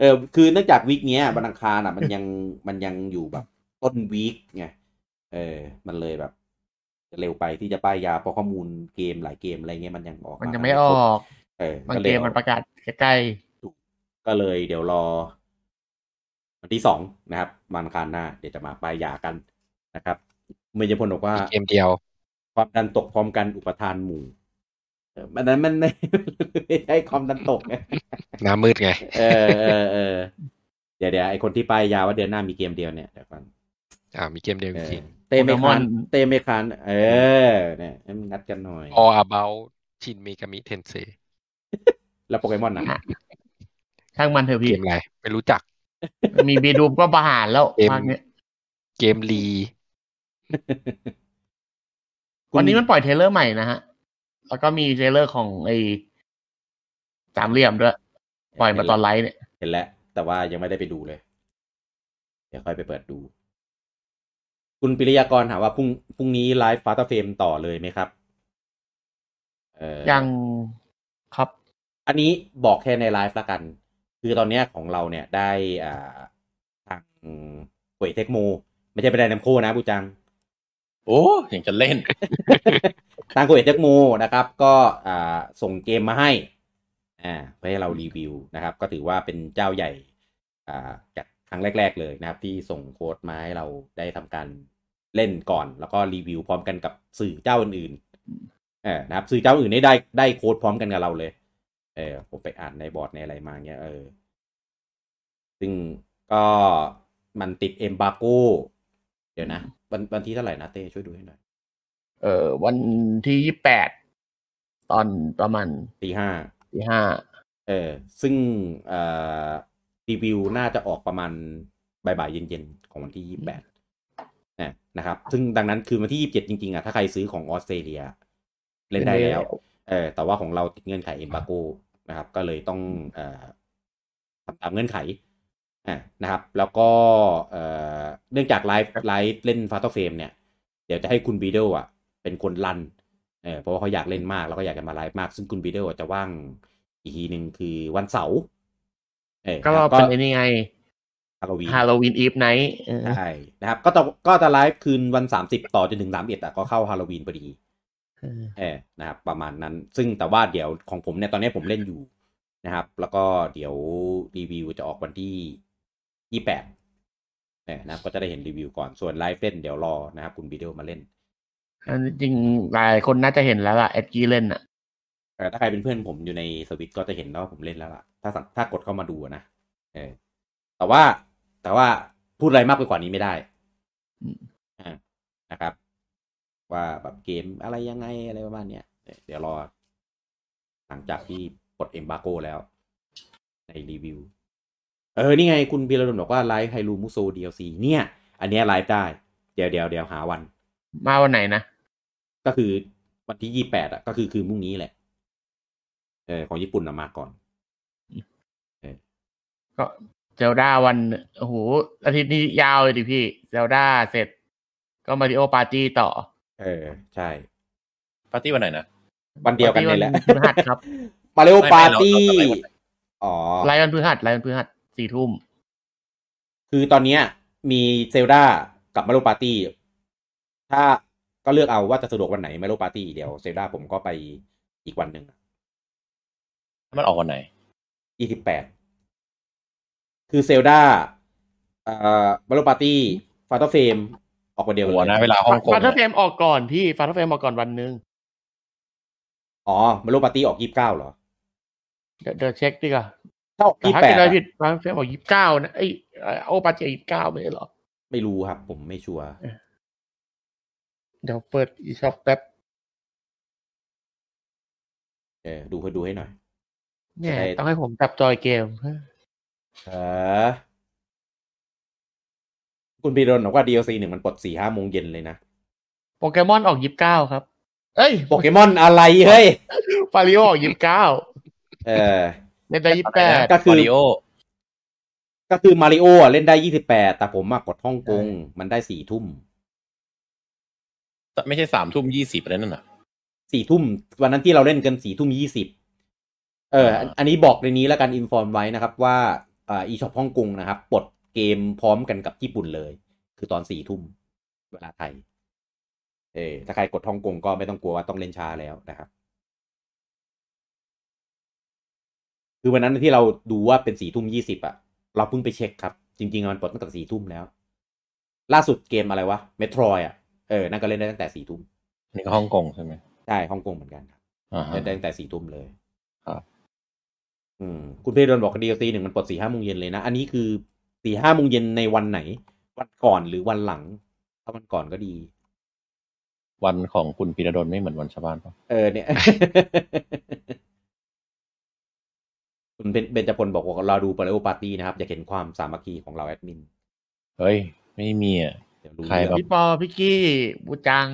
เออคือเนื่องจากวีคเนี้ยวันอังคารอ่ะ มันยัง [LAUGHS] มันยังอยู่แบบต้นวีคไงเออ มันเลยแบบ จะเร็วไปที่จะป้ายยาเพราะข้อมูลเกมหลายเกมอะไรเงี้ยมันยังออกา
มันยังไม่ออก
เออบ
าง
ก็ล
เก
ย
มมันประกาศใกล้
ก็เลยเดี๋ยวรอ วันที่สองนะครับวันอังคารหน้า เดี๋ยวจะมาป้ายยากันนะครับเมย์ยพลบอกว่า
เกมเดียว
ความดันตกพร้อมกันอุปทานหมู่เอออันนั้นมันไม่ [LAUGHS] ไม่ใช่ความดันตกไง
น้ำมืดไง
เออเออเออเดี๋ยวเดี๋ยวไอคนที่ป้ายยาว่าเดือนหน้ามีเกมเดียวเนี่ยเดี๋ยวก่อน
อ่า มีเกมเดียว
เอ
จ
อ
ริง
เต้ไม่คานเต้ไม่คานเออเนี่ยให้มันงัดกันหน่อย
ๆ All about ชินเมกามิเทนเซ
แล้วโปเกมอนนะ
ๆข้างมันเถอะ
เก
[LAUGHS]
พี่
มอะไร ไม่รู้จัก
มีบีดูมก็ประหารแล้ว
เกม
ภาคเนี้ย
เกมลี
คุณ
วันนี้มันปล่อยเทรลเลอร์ใหม่นะฮะ แล้วก็มีเทรลเลอร์ของไอ้สามเหลี่ยมด้วย ปล่อยมาตอนไลฟ์เนี่ย
เห็นแล้ว แต่ว่ายังไม่ได้ไปดูเลย เดี๋ยวค่อยไปเปิดดู คุณปิริยากรถามว่าพรุ่งพรุ่งนี้ไลฟ์ฟาตาเฟมต่อเลยไหมครับเออ
ยังครับ
อันนี้บอกแค่ในไลฟ์ละกัน คือตอนเนี้ยของเราเนี่ยได้อ่าทางหวยเทคโม ไม่ใช่ไปได้น้ำโคนะบูจัง
โอ้ยังจะเล่น
ทางหวยเทคโมนะครับ ก็อ่าส่งเกมมาให้อ่าเพื่อให้เรารีวิวนะครับ ก็ถือว่าเป็นเจ้าใหญ่อ่าจากครั้งแรก ๆ เลยนะครับ ที่ส่งโค้ดมาให้เราได้ทำการเล่นก่อน แล้วก็รีวิวพร้อมกันกับสื่อเจ้าอื่นๆเออนะครับ สื่อเจ้าอื่นนี่ได้ได้โค้ดพร้อมกันกับเราเลย เออผมไปอ่านในบอร์ดในอะไรมาเงี้ยเออ ซึ่งก็มันติดเอมบาโกเดี๋ยวนะ วันวันที่เท่าไหร่นะเต้ช่วยดูให้หน่อย
เออวันที่ยี่แปดตอนประมาณ
ตีห้า
ที่ห้า
เออ ซึ่งเอ่อรีวิวน่าจะออกประมาณบ่ายๆเย็นๆ ของวันที่ยี่แปดนะครับ ซึ่งดังนั้นคือวันที่ยี่เจ็ดจริงๆอ่ะ ถ้าใครซื้อของออสเตรเลีย เล่นได้แล้ว เออแต่ว่าของเราติดเงื่อนไขเอ b มบาโกนะครับ ก็เลยต้องเอ่อทำตามเงื่อนไขอ่านะครับ แล้วก็เอ่อเนื่องจากไลฟ์ไลฟ์เล่นฟา t ตเฟมเนี่ย เดี๋ยวจะให้คุณบีเดลอ่ะ เป็นคนรันเออเพราะว่าเขาอยากเล่นมาก แล้วก็อยากจะมาไลฟ์มาก ซึ่งคุณบีเดลจะว่างอีกทีหนึ่งคือวันเสาร์เออ
ก็เป็นไอ้นี่ไง
ฮาโลวีน
ฮาโลวีนอีฟไนท์
ใช่นะครับ ก็จะก็จะไลฟ์คืนวันสามสิบต่อจนถึงสามเอ็ดอ่ะก็เข้าฮาโลวีนพอดี เออนะครับประมาณนั้น ซึ่งแต่ว่าเดี๋ยวของผมเนี่ยตอนนี้ผมเล่นอยู่นะครับ แล้วก็เดี๋ยวรีวิวจะออกวันที่ยี่แปดนะครับก็จะได้เห็นรีวิวก่อนส่วนไลฟ์เล่นเดี๋ยวรอนะครับ คุณบีเดลมาเล่น
อันนี้จริงหลายคนน่าจะเห็นแล้วล่ะ เอ็ดกี้เล่นอ่ะ
เออถ้าใครเป็นเพื่อนผมอยู่ในสวิตก็จะเห็นแล้ววาผมเล่นแล้วล่ะ ถ้าสังถ้ากดเข้ามาดูอะนะเออแต่ว่าแต่ว่าพูดอะไรมากไปกว่านี้ไม่ได้
อืม
อ่านะครับ ว่าแบบเกมอะไรยังไงอะไรประมาณเนี้ยเออเดี๋ยวรอ หลังจากที่ปลดเอ b มบาโกแล้ว ในรีวิว เออ นี่ไงคุณพีระดลบอกว่าไลฟ์ไฮรูมุโซดีเอซีเนี่ย อันเนี้ยไลฟ์ได้ เดี๋ยวเดี๋ยวเดี๋ยวหาวัน
มาวันไหนนะ
ก็คือวันที่ยี่แปดอ่ะ ก็คือคือพรุ่งนี้แหละ เออของญี่ปุ่นนะมาก่อน
ก็เซลดาวันโอ้โหอาทิตย์นี้ยาวเลยดิพี่เซลดาเสร็จ ก็มาริโอปาร์ตี้ต่อ
เออ ใช่
ปาร์ตี้วันไหนนะ
วันเดียวกันนี่แหละ
ปาร์ตี้วันพฤหัสครับ
[LAUGHS] มาเร็ว
ไม่
ปาร์ตี้
ไม่เราเราไปวันไหน
อ๋อ
ไลออนพฤหัสไลออนพฤหัสสี่ทุ่ม
คือตอนเนี้ยมีเซลดากับมาเร็วปาร์ตี้ ถ้าก็เลือกเอาว่าจะสะดวกวันไหนมาเร็วปาร์ตี้เดี๋ยวเซลดาผมก็ไปอีกวันหนึ่ง
มันออกวันไหน
ยี่สิบแปด คือเซลดาเอ่อมาเร็วปาร์ตี้ฟาร์ตเฟมออกวันเดียวกั
หัวหน้าเวลาฮ่องกง
ฟาเธอร์เฟรมออกก่อนพี่ฟาเธอร์เฟรมออกก่อนวันหนึง
อ๋อมาเร็วปาร์ตี้ออกยี่สิบเก้าเหรอ
เดี๋ยวเดี๋ยวเช็คดีกว่า
ถ้าออก
แต่
ยี่
ถ้า
แปด
เกิดอะไรผิดฟาเธอร์เฟรมออกยี่สิบเก้านะไอยเอ่อโอปาเจยี่สิบเก้าไม่ใช่เหรอ
ไม่รู้ครับ ผมไม่ชัวร์
เดี๋ยวเปิดอีช็อปแป๊บ
เออดูให้ดูให้หน่อย
เนี่ย
ใช่
ต้องให้ผมจับจอยเกม
เออคุณปีดนบอกว่า DLC หนึ่งมันปลดสี่ห้าโมงเย็นเลยนะ
โปเกมอนออกยี่สิบเก้าครับ เอ้ย
โปเกมอนอะไรเฮ้ย
ฟาริโอออกยี่สิบเก้า
เออ
ในได้ยี่สิบแปด
ก็คือ
มาริโอ
ก็คือมาริโอเล่นได้ยี่สิบแปดแต่ผมมากดฮ่องกง มันได้สี่ทุ่ม
ไม่ใช่สามทุ่มยี่สิบอะไรนั่นน่ะ
สี่ทุ่ม วันนั้นที่เราเล่นกันสี่ทุ่มยี่สิบเอออันอันนี้บอกในนี้แล้วกันอินฟอร์มไว้นะครับว่าอ่าอีช็อปฮ่องกงนะครับปลดเกมพร้อมกันกับญี่ปุ่นเลย คือตอนสี่ทุ่มเวลาไทย เออถ้าใครกดฮ่องกงก็ไม่ต้องกลัวว่าต้องเล่นช้าแล้วนะครับ คือวันนั้นที่เราดูว่าเป็นสี่ทุ่มยี่สิบอะเราเพิ่งไปเช็คครับ จริงๆมันปลดตั้งแต่สี่ทุ่มแล้ว ล่าสุดเกมอะไรวะเมโทรอะเออนั่นก็เล่นได้ตั้งแต่สี่ทุ่ม
นี่ก็ฮ่องกงใช่ไหม
ใช่ฮ่องกงเหมือนกัน
อ่าฮะ
เล่นได้ตั้งแต่สี่ทุ่มเลย
ครับ
อืม คุณเพชรโดนบอกดีตีหนึ่งมันปลดสี่ห้าโมงเย็นเลยนะ อันนี้คือสี่ห้าโมงเย็นในวันไหน วันก่อนหรือวันหลัง ถ้าวันก่อนก็ดี
วันของคุณพีระดลไม่เหมือนวันชาวบ้านปะ
เออเนี่ย [LAUGHS] คุณเบนจพลบอกว่ารอดูปาเลโอปาร์ตี้นะครับ อยากเห็นความสามัคคีของเราแอดมิน
เฮ้ย ไม่มีอ่ะ
เดี๋ยวรู้
ใคร
เรื่อง
แบบ
พี่ปอพี่กี้บูจัง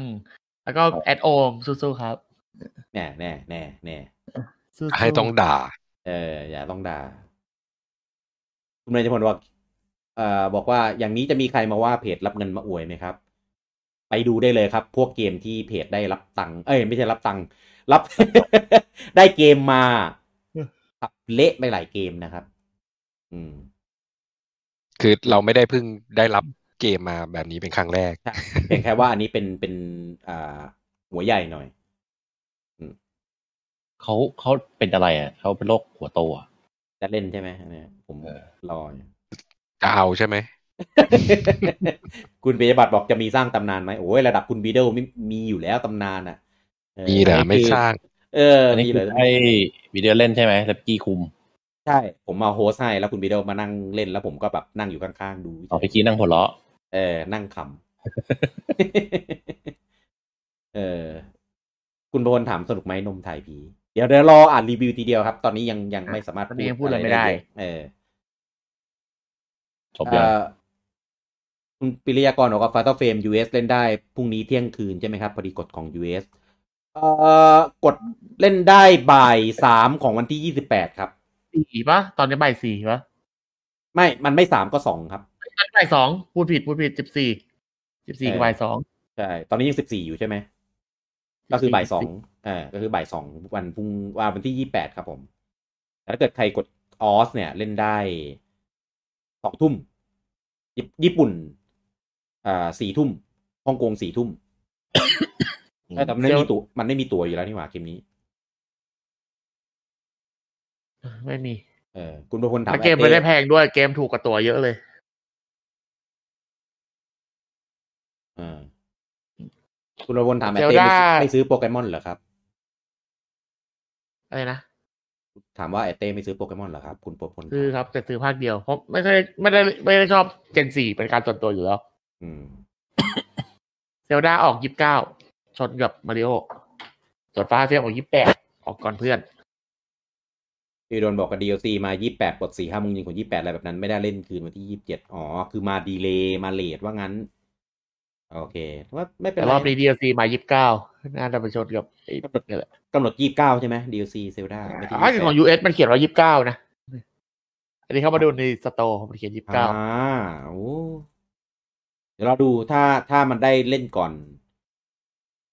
แล้วก็แอดโอมสู้ๆครับ
แน่แน่แน่แน่
สู้ๆ
ให้ต้องด่า
เออ อย่าต้องด่า คุณเบนจพลบอกเอ่อบอกว่าอย่างนี้จะมีใครมาว่าเพจรับเงินมาอวยไหมครับ ไปดูได้เลยครับ พวกเกมที่เพจได้รับตังค์เอ้ย ไม่ใช่รับตังค์รับ [LAUGHS] ได้เกมมาขับเละไปหลายเกมนะครับ อืม
คือเราไม่ได้เพิ่งได้รับเกมมาแบบนี้เป็นครั้งแรก
ใช่เพียงแค่ว่าอันนี้เป็นเป็นอ่าหัวใหญ่หน่อย
เขาเขาเป็นอะไรอ่ะเขาเป็นโรคหัวโตอ่ะ
จะเล่นใช่ไหมอันเนี่ยผม
เออ
รออยู่
จะเอาใช่ไหม
[LAUGHS] คุณปิยบัตรบอกจะมีสร้างตำนานไหมโอ้ยระดับคุณบีเดลมีมีอยู่แล้วตำนานอ่ะเออ
มีแต่ไม่สร้าง
เออ
อันนี้
มี
คื
เล
อย ให้วิดีโอเล่นใช่ไหมแล้วพี่กี้คุม
ใช่ ผมมาโฮสต์ให้แล้วคุณบีเดลมานั่งเล่นแล้วผมก็แบบนั่งอยู่ข้างๆดู
เอาพี่กี้นั่งหัวเราะ
เออ นั่งขำ เออ คุณประพลถามสนุกไหมนมไทยพี เดี๋ยวเดี๋ยวรออ่านรีวิวทีเดียวครับ ตอนนี้ยังยังไม่สามารถ
ตอนนี้ยังพูดอะไรไม่ได้
เยเออ
จบยัง
เอ่อคุณปิริยากรบอกว่าฟา t ต r f เฟรม US เล่นได้ พรุ่งนี้เที่ยงคืนใช่ไหมครับ พอดีกฎของ US เอ่อกดเล่นได้บ่ายสามของวันที่ยี่สิบแปดครับ
สี่ปะตอนนี้บ่ายสี่ปะ
ไม่ มันไม่สามก็สองครับ
ตอนนบ่ายสองพูดผิดพูดผิดสิบสี่สิบสี่กับบ่ายสอง
ใช่ ตอนนี้ยังสิบสี่อยู่ใช่ไหม ก็คือบ่ายสองเออก็คือบ่ายสองวันพรุ่งวันวันที่ยี่แปดครับผมแต่ถ้าเกิดใครกดออส เนี่ยเล่นได้สองทุ่มญี่ญี่ปุ่นอ่าสี่ทุ่มฮ่องกงสี่
[COUGHS]
ทุ่มเออแต่มันไม่
เซลล์
มีตัวมันไม่มีตัวอยู่แล้วนี่หว่าเกมนี้
ไม่มี
เออคุณประพลถาม
แล้วเกมไม่ได้แพงด้วยเกมถูกกว่าตัวเยอะเลย
เออคุณประพลถามแอต
เซล
เต้
ดา
ไม่ซื้อไม่ซื้อโปเกมอนเหรอครับ
อะไรนะ
ถามว่าแอตเต้ไม่ซื้อโปเกมอนเหรอครับ คุณประพลถาม
ซื้อครับแต่ซื้อภาคเดียวเพราะไม่ได้ไม่ได้ไม่ได้ชอบเจนสี่เป็นการส่วนตัวอยู่แล้ว
อืม
เซลดาออกยี่สิบเก้าชนกับมาริโอส่วนฟ้าเฟียมออกยี่สิบแปดออกก่อนเพื่อน
พี่โดนบอกกับ DLC มา 28ปลด4 5โมงเย็นของ 28 อะไรแบบนั้นไม่ได้เล่นคืนวันที่ 27 อ๋อ คือมาดีเลย์มาเลทว่างั้น โอเคว่าไม่เป็น
แต่
ไร
รอบนี้ DLC มายี่สิบเก้าน่าจะไปชนกับไอ้นี่แหละ
กำหนดยี่สิบเก้าใช่ไหม DLC เซลดา
ถ้าเกิดของ US มันเขียนว่ายี่สิบเก้านะ อันนี้เข้ามาดูในสตอร์มันเขียนยี่สิบ
อ่
เก้า
าโอ้เดี๋ยวเราดูถ้าถ้ามันได้เล่นก่อน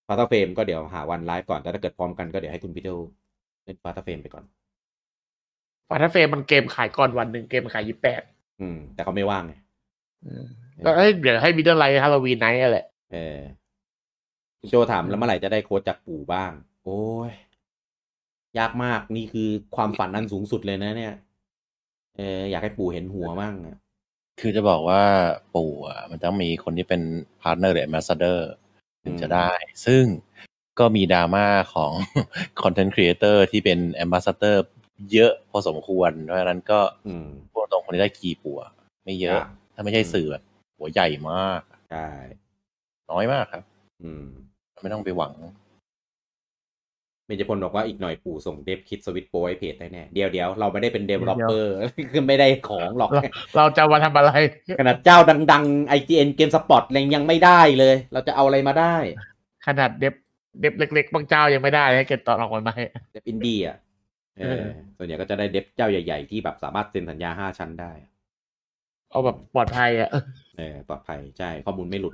ฟา t ต r f เฟรมก็เดี๋ยวหาวันไลฟ์ก่อนแต่ถ้าเกิดพร้อมกันก็เดี๋ยวให้คุณพี่เดลเล่นฟา t ต r f เฟรมไปก่อน
ฟาทเฟมมันเกมขายก่อนวันหนึ่งเกมขายยี่สิบแปด
อืม แต่เขาไม่ว่างไง
ก็ให้เดี๋ยวให้มิดเดิลไลท์ฮาโลวีนไนท์แหละ
เออคุณโจถามแล้วเมื่อไหร่จะได้โค้ดจากปู่บ้าง โอ้ย ยากมากนี่คือความฝันอันสูงสุดเลยนะ เนี่ยเอออยากให้ปู่เห็นหัวมั่งอะ
คือจะบอกว่าปู่อะมันต้องมีคนที่เป็นพาร์ทเนอร์หรือมาสเดอร์ถึงจะได้ ซึ่งก็มีดราม่าของ [LAUGHS] คอนเทนต์ครีเอเตอร์ที่เป็นแอมบาสเตอร์เยอะพอสมควร เพราะฉะนั้นก็
อืม
พูดตรงๆคนที่ได้กีปัว ไม่เยอะ ถ้าไม่ใช่สื่อแบบหัวใหญ่มาก
ใช่
น้อยมากครับ
อืม
ไม่ต้องไปหวัง
เบญจพลบอกว่าอีกหน่อยปู่ส่งเดฟคิดสวิตโปให้เพจได้แน่ เดี๋ยวเดี๋ยวเราไม่ได้เป็นเดเวลลอปเปอร์ คือ [LAUGHS] ไม่ได้ของหรอก
เราเราจะมาทำอะไร
[LAUGHS] ขนาดเจ้าดังๆ IGN เกมสปอตอะไรยังไม่ได้เลย เราจะเอาอะไรมาได้
ขนาดเด็บเด็บเล็ก ๆ บางเจ้ายังไม่ได้ให้เก็บต่อรองมันมาให้
เดฟอินดี้อ่ะเออ
เออ
ส่วนใหญ่ก็จะได้เดฟเจ้าใหญ่ๆ ที่แบบสามารถเซ็นสัญญาห้าชั้นได้
เอาแบบปลอดภัยอ่ะ
เออปลอดภัยใช่ข้อมูลไม่หลุด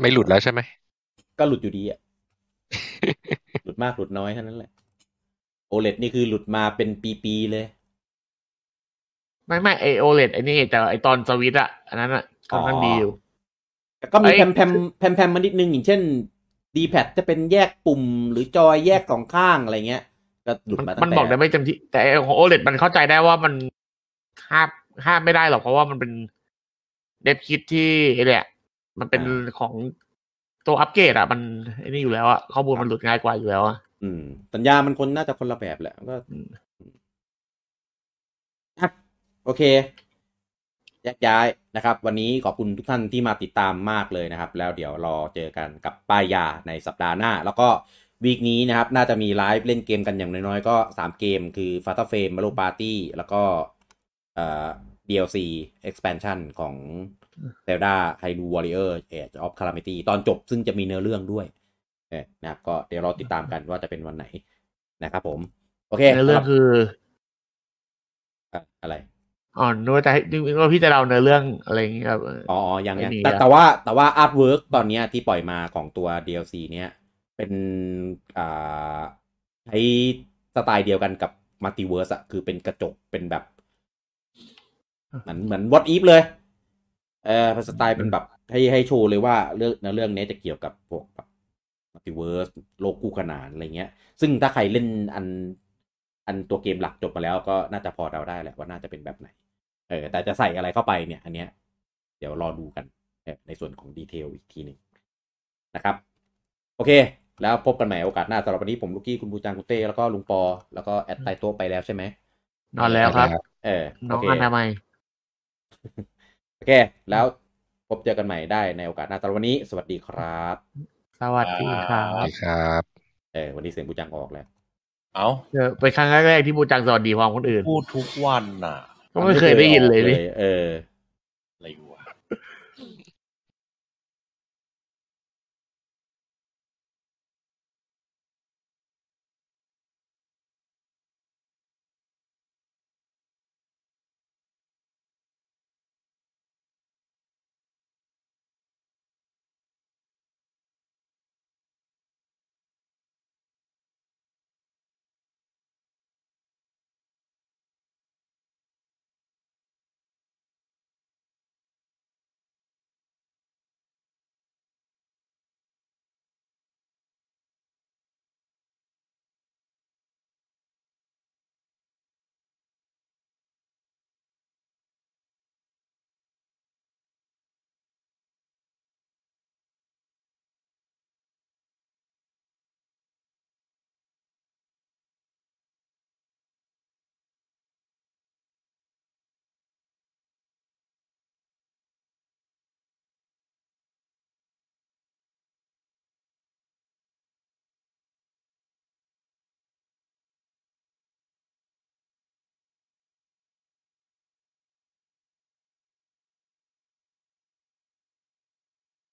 ไม่หลุดแล้วใช่ไหม
ก็หลุดอยู่ดีอ่ะ หลุดมากหลุดน้อยเท่านั้นแหละโอเลนี่คือหลุดมาเป็นปีๆเลย
ไม่ไม่ไอโอเลดไอนี่แต่ไอตอนสวิตช์อะอันนั้นอะค่อนข้างดีอยู่
แต่ก็มี
เอ้ย
แพมแพมแพมแพมมานิดนึงอย่างเช่น d p a d จะเป็นแยกปุ่มหรือจอยแยกสองข้างอะไรเงี้ย ก็หลุด
มัน
มาตั้ง
มันบอกได้
แต่
ไม่จำที่ แต่ไอ้ของโอเลดมันเข้าใจได้ว่ามันห้ามห้ามไม่ได้หรอกเพราะว่ามันเป็นเดฟคิดที่ไอ้เนี่ยมันเป็นของตัวอัปเกรดอะมันไอ้นี่อยู่แล้วอะข้อมูลมันหลุดง่ายกว่าอยู่แล้วอะ
อืม สัญญามันคนน่าจะคนละแบบแหละก็อ่ะโอเคแยกย้ายนะครับ วันนี้ขอบคุณทุกท่านที่มาติดตามมากเลยนะครับ แล้วเดี๋ยวรอเจอกันกับป้ายยาในสัปดาห์หน้า แล้วก็วีคนี้นะครับ น่าจะมีไลฟ์เล่นเกมกันอย่างน้อยๆก็สามเกมคือ f a t a f r a m e m a r o Party แล้วก็เอ่อ DLC expansion ของ Zelda Hyrule Warrior Age of Calamity ตอนจบซึ่งจะมีเนื้อเรื่องด้วยเออนะครับก็เดี๋ยวรอติดตามกันว่าจะเป็นวันไหนนะครับผม โอเค
เนื้อเรื่องคือ
เอ่ออะไร
อ๋อนึกว่าจะให้นึกว่าพี่จะเล่าเนื้อเรื่องอะไรอย่างเงี้ยครับ
อ๋ออ๋อยังยัง
ไม่มี
แต่
อะ
แต่ว่าแต่ว่าอาร์ตเวิร์กตอนเนี้ยที่ปล่อยมาของตัว DLC เนี้ยเป็นอ่าใช้สไตล์เดียวกันกับมัลติเวิร์สอะคือเป็นกระจกเป็นแบบ เหมือนเหมือนวอตอีฟเลย เออเป็นสไตล์เป็นแบบ ให้ให้โชว์เลยว่าเรื่องเนื้อเรื่องเนี้ยจะเกี่ยวกับพวกแบบมัลติเวิร์สโลกคู่ขนานอะไรเงี้ย ซึ่งถ้าใครเล่นอันอันตัวเกมหลักจบมาแล้วก็น่าจะพอเราได้แหละว่าน่าจะเป็นแบบไหน เออแต่จะใส่อะไรเข้าไปเนี่ย อันเนี้ย เดี๋ยวรอดูกันเออในส่วนของดีเทลอีกทีหนึ่งนะครับ โอเค แล้วพบกันใหม่โอกาสหน้าสำหรับวันนี้ผมลูกกี้คุณบูจังคุณเต้แล้วก็ลุงปอ แล้วก็แอดไตโต้ไปแล้วใช่ไหม
นอนแล้วครับ
เออ
น้
โอ
อง
เค
อนามัย
โอเค แล้วพบเจอกันใหม่ได้ในโอกาสหน้าสำหรับวันนี้ สวัสดีครับ
สวัสดีครับ
ครับ
เออวันนี้เสียงบูจังออกแล้ว
เอา
เออเป็นครั้งแรกๆที่บูจังสวัสดีความคนอื่น
พูดทุกวันน่ะ
ก็ไม่เคยได้ยินเลย
ออก
นี่
เออ
อะไรวะ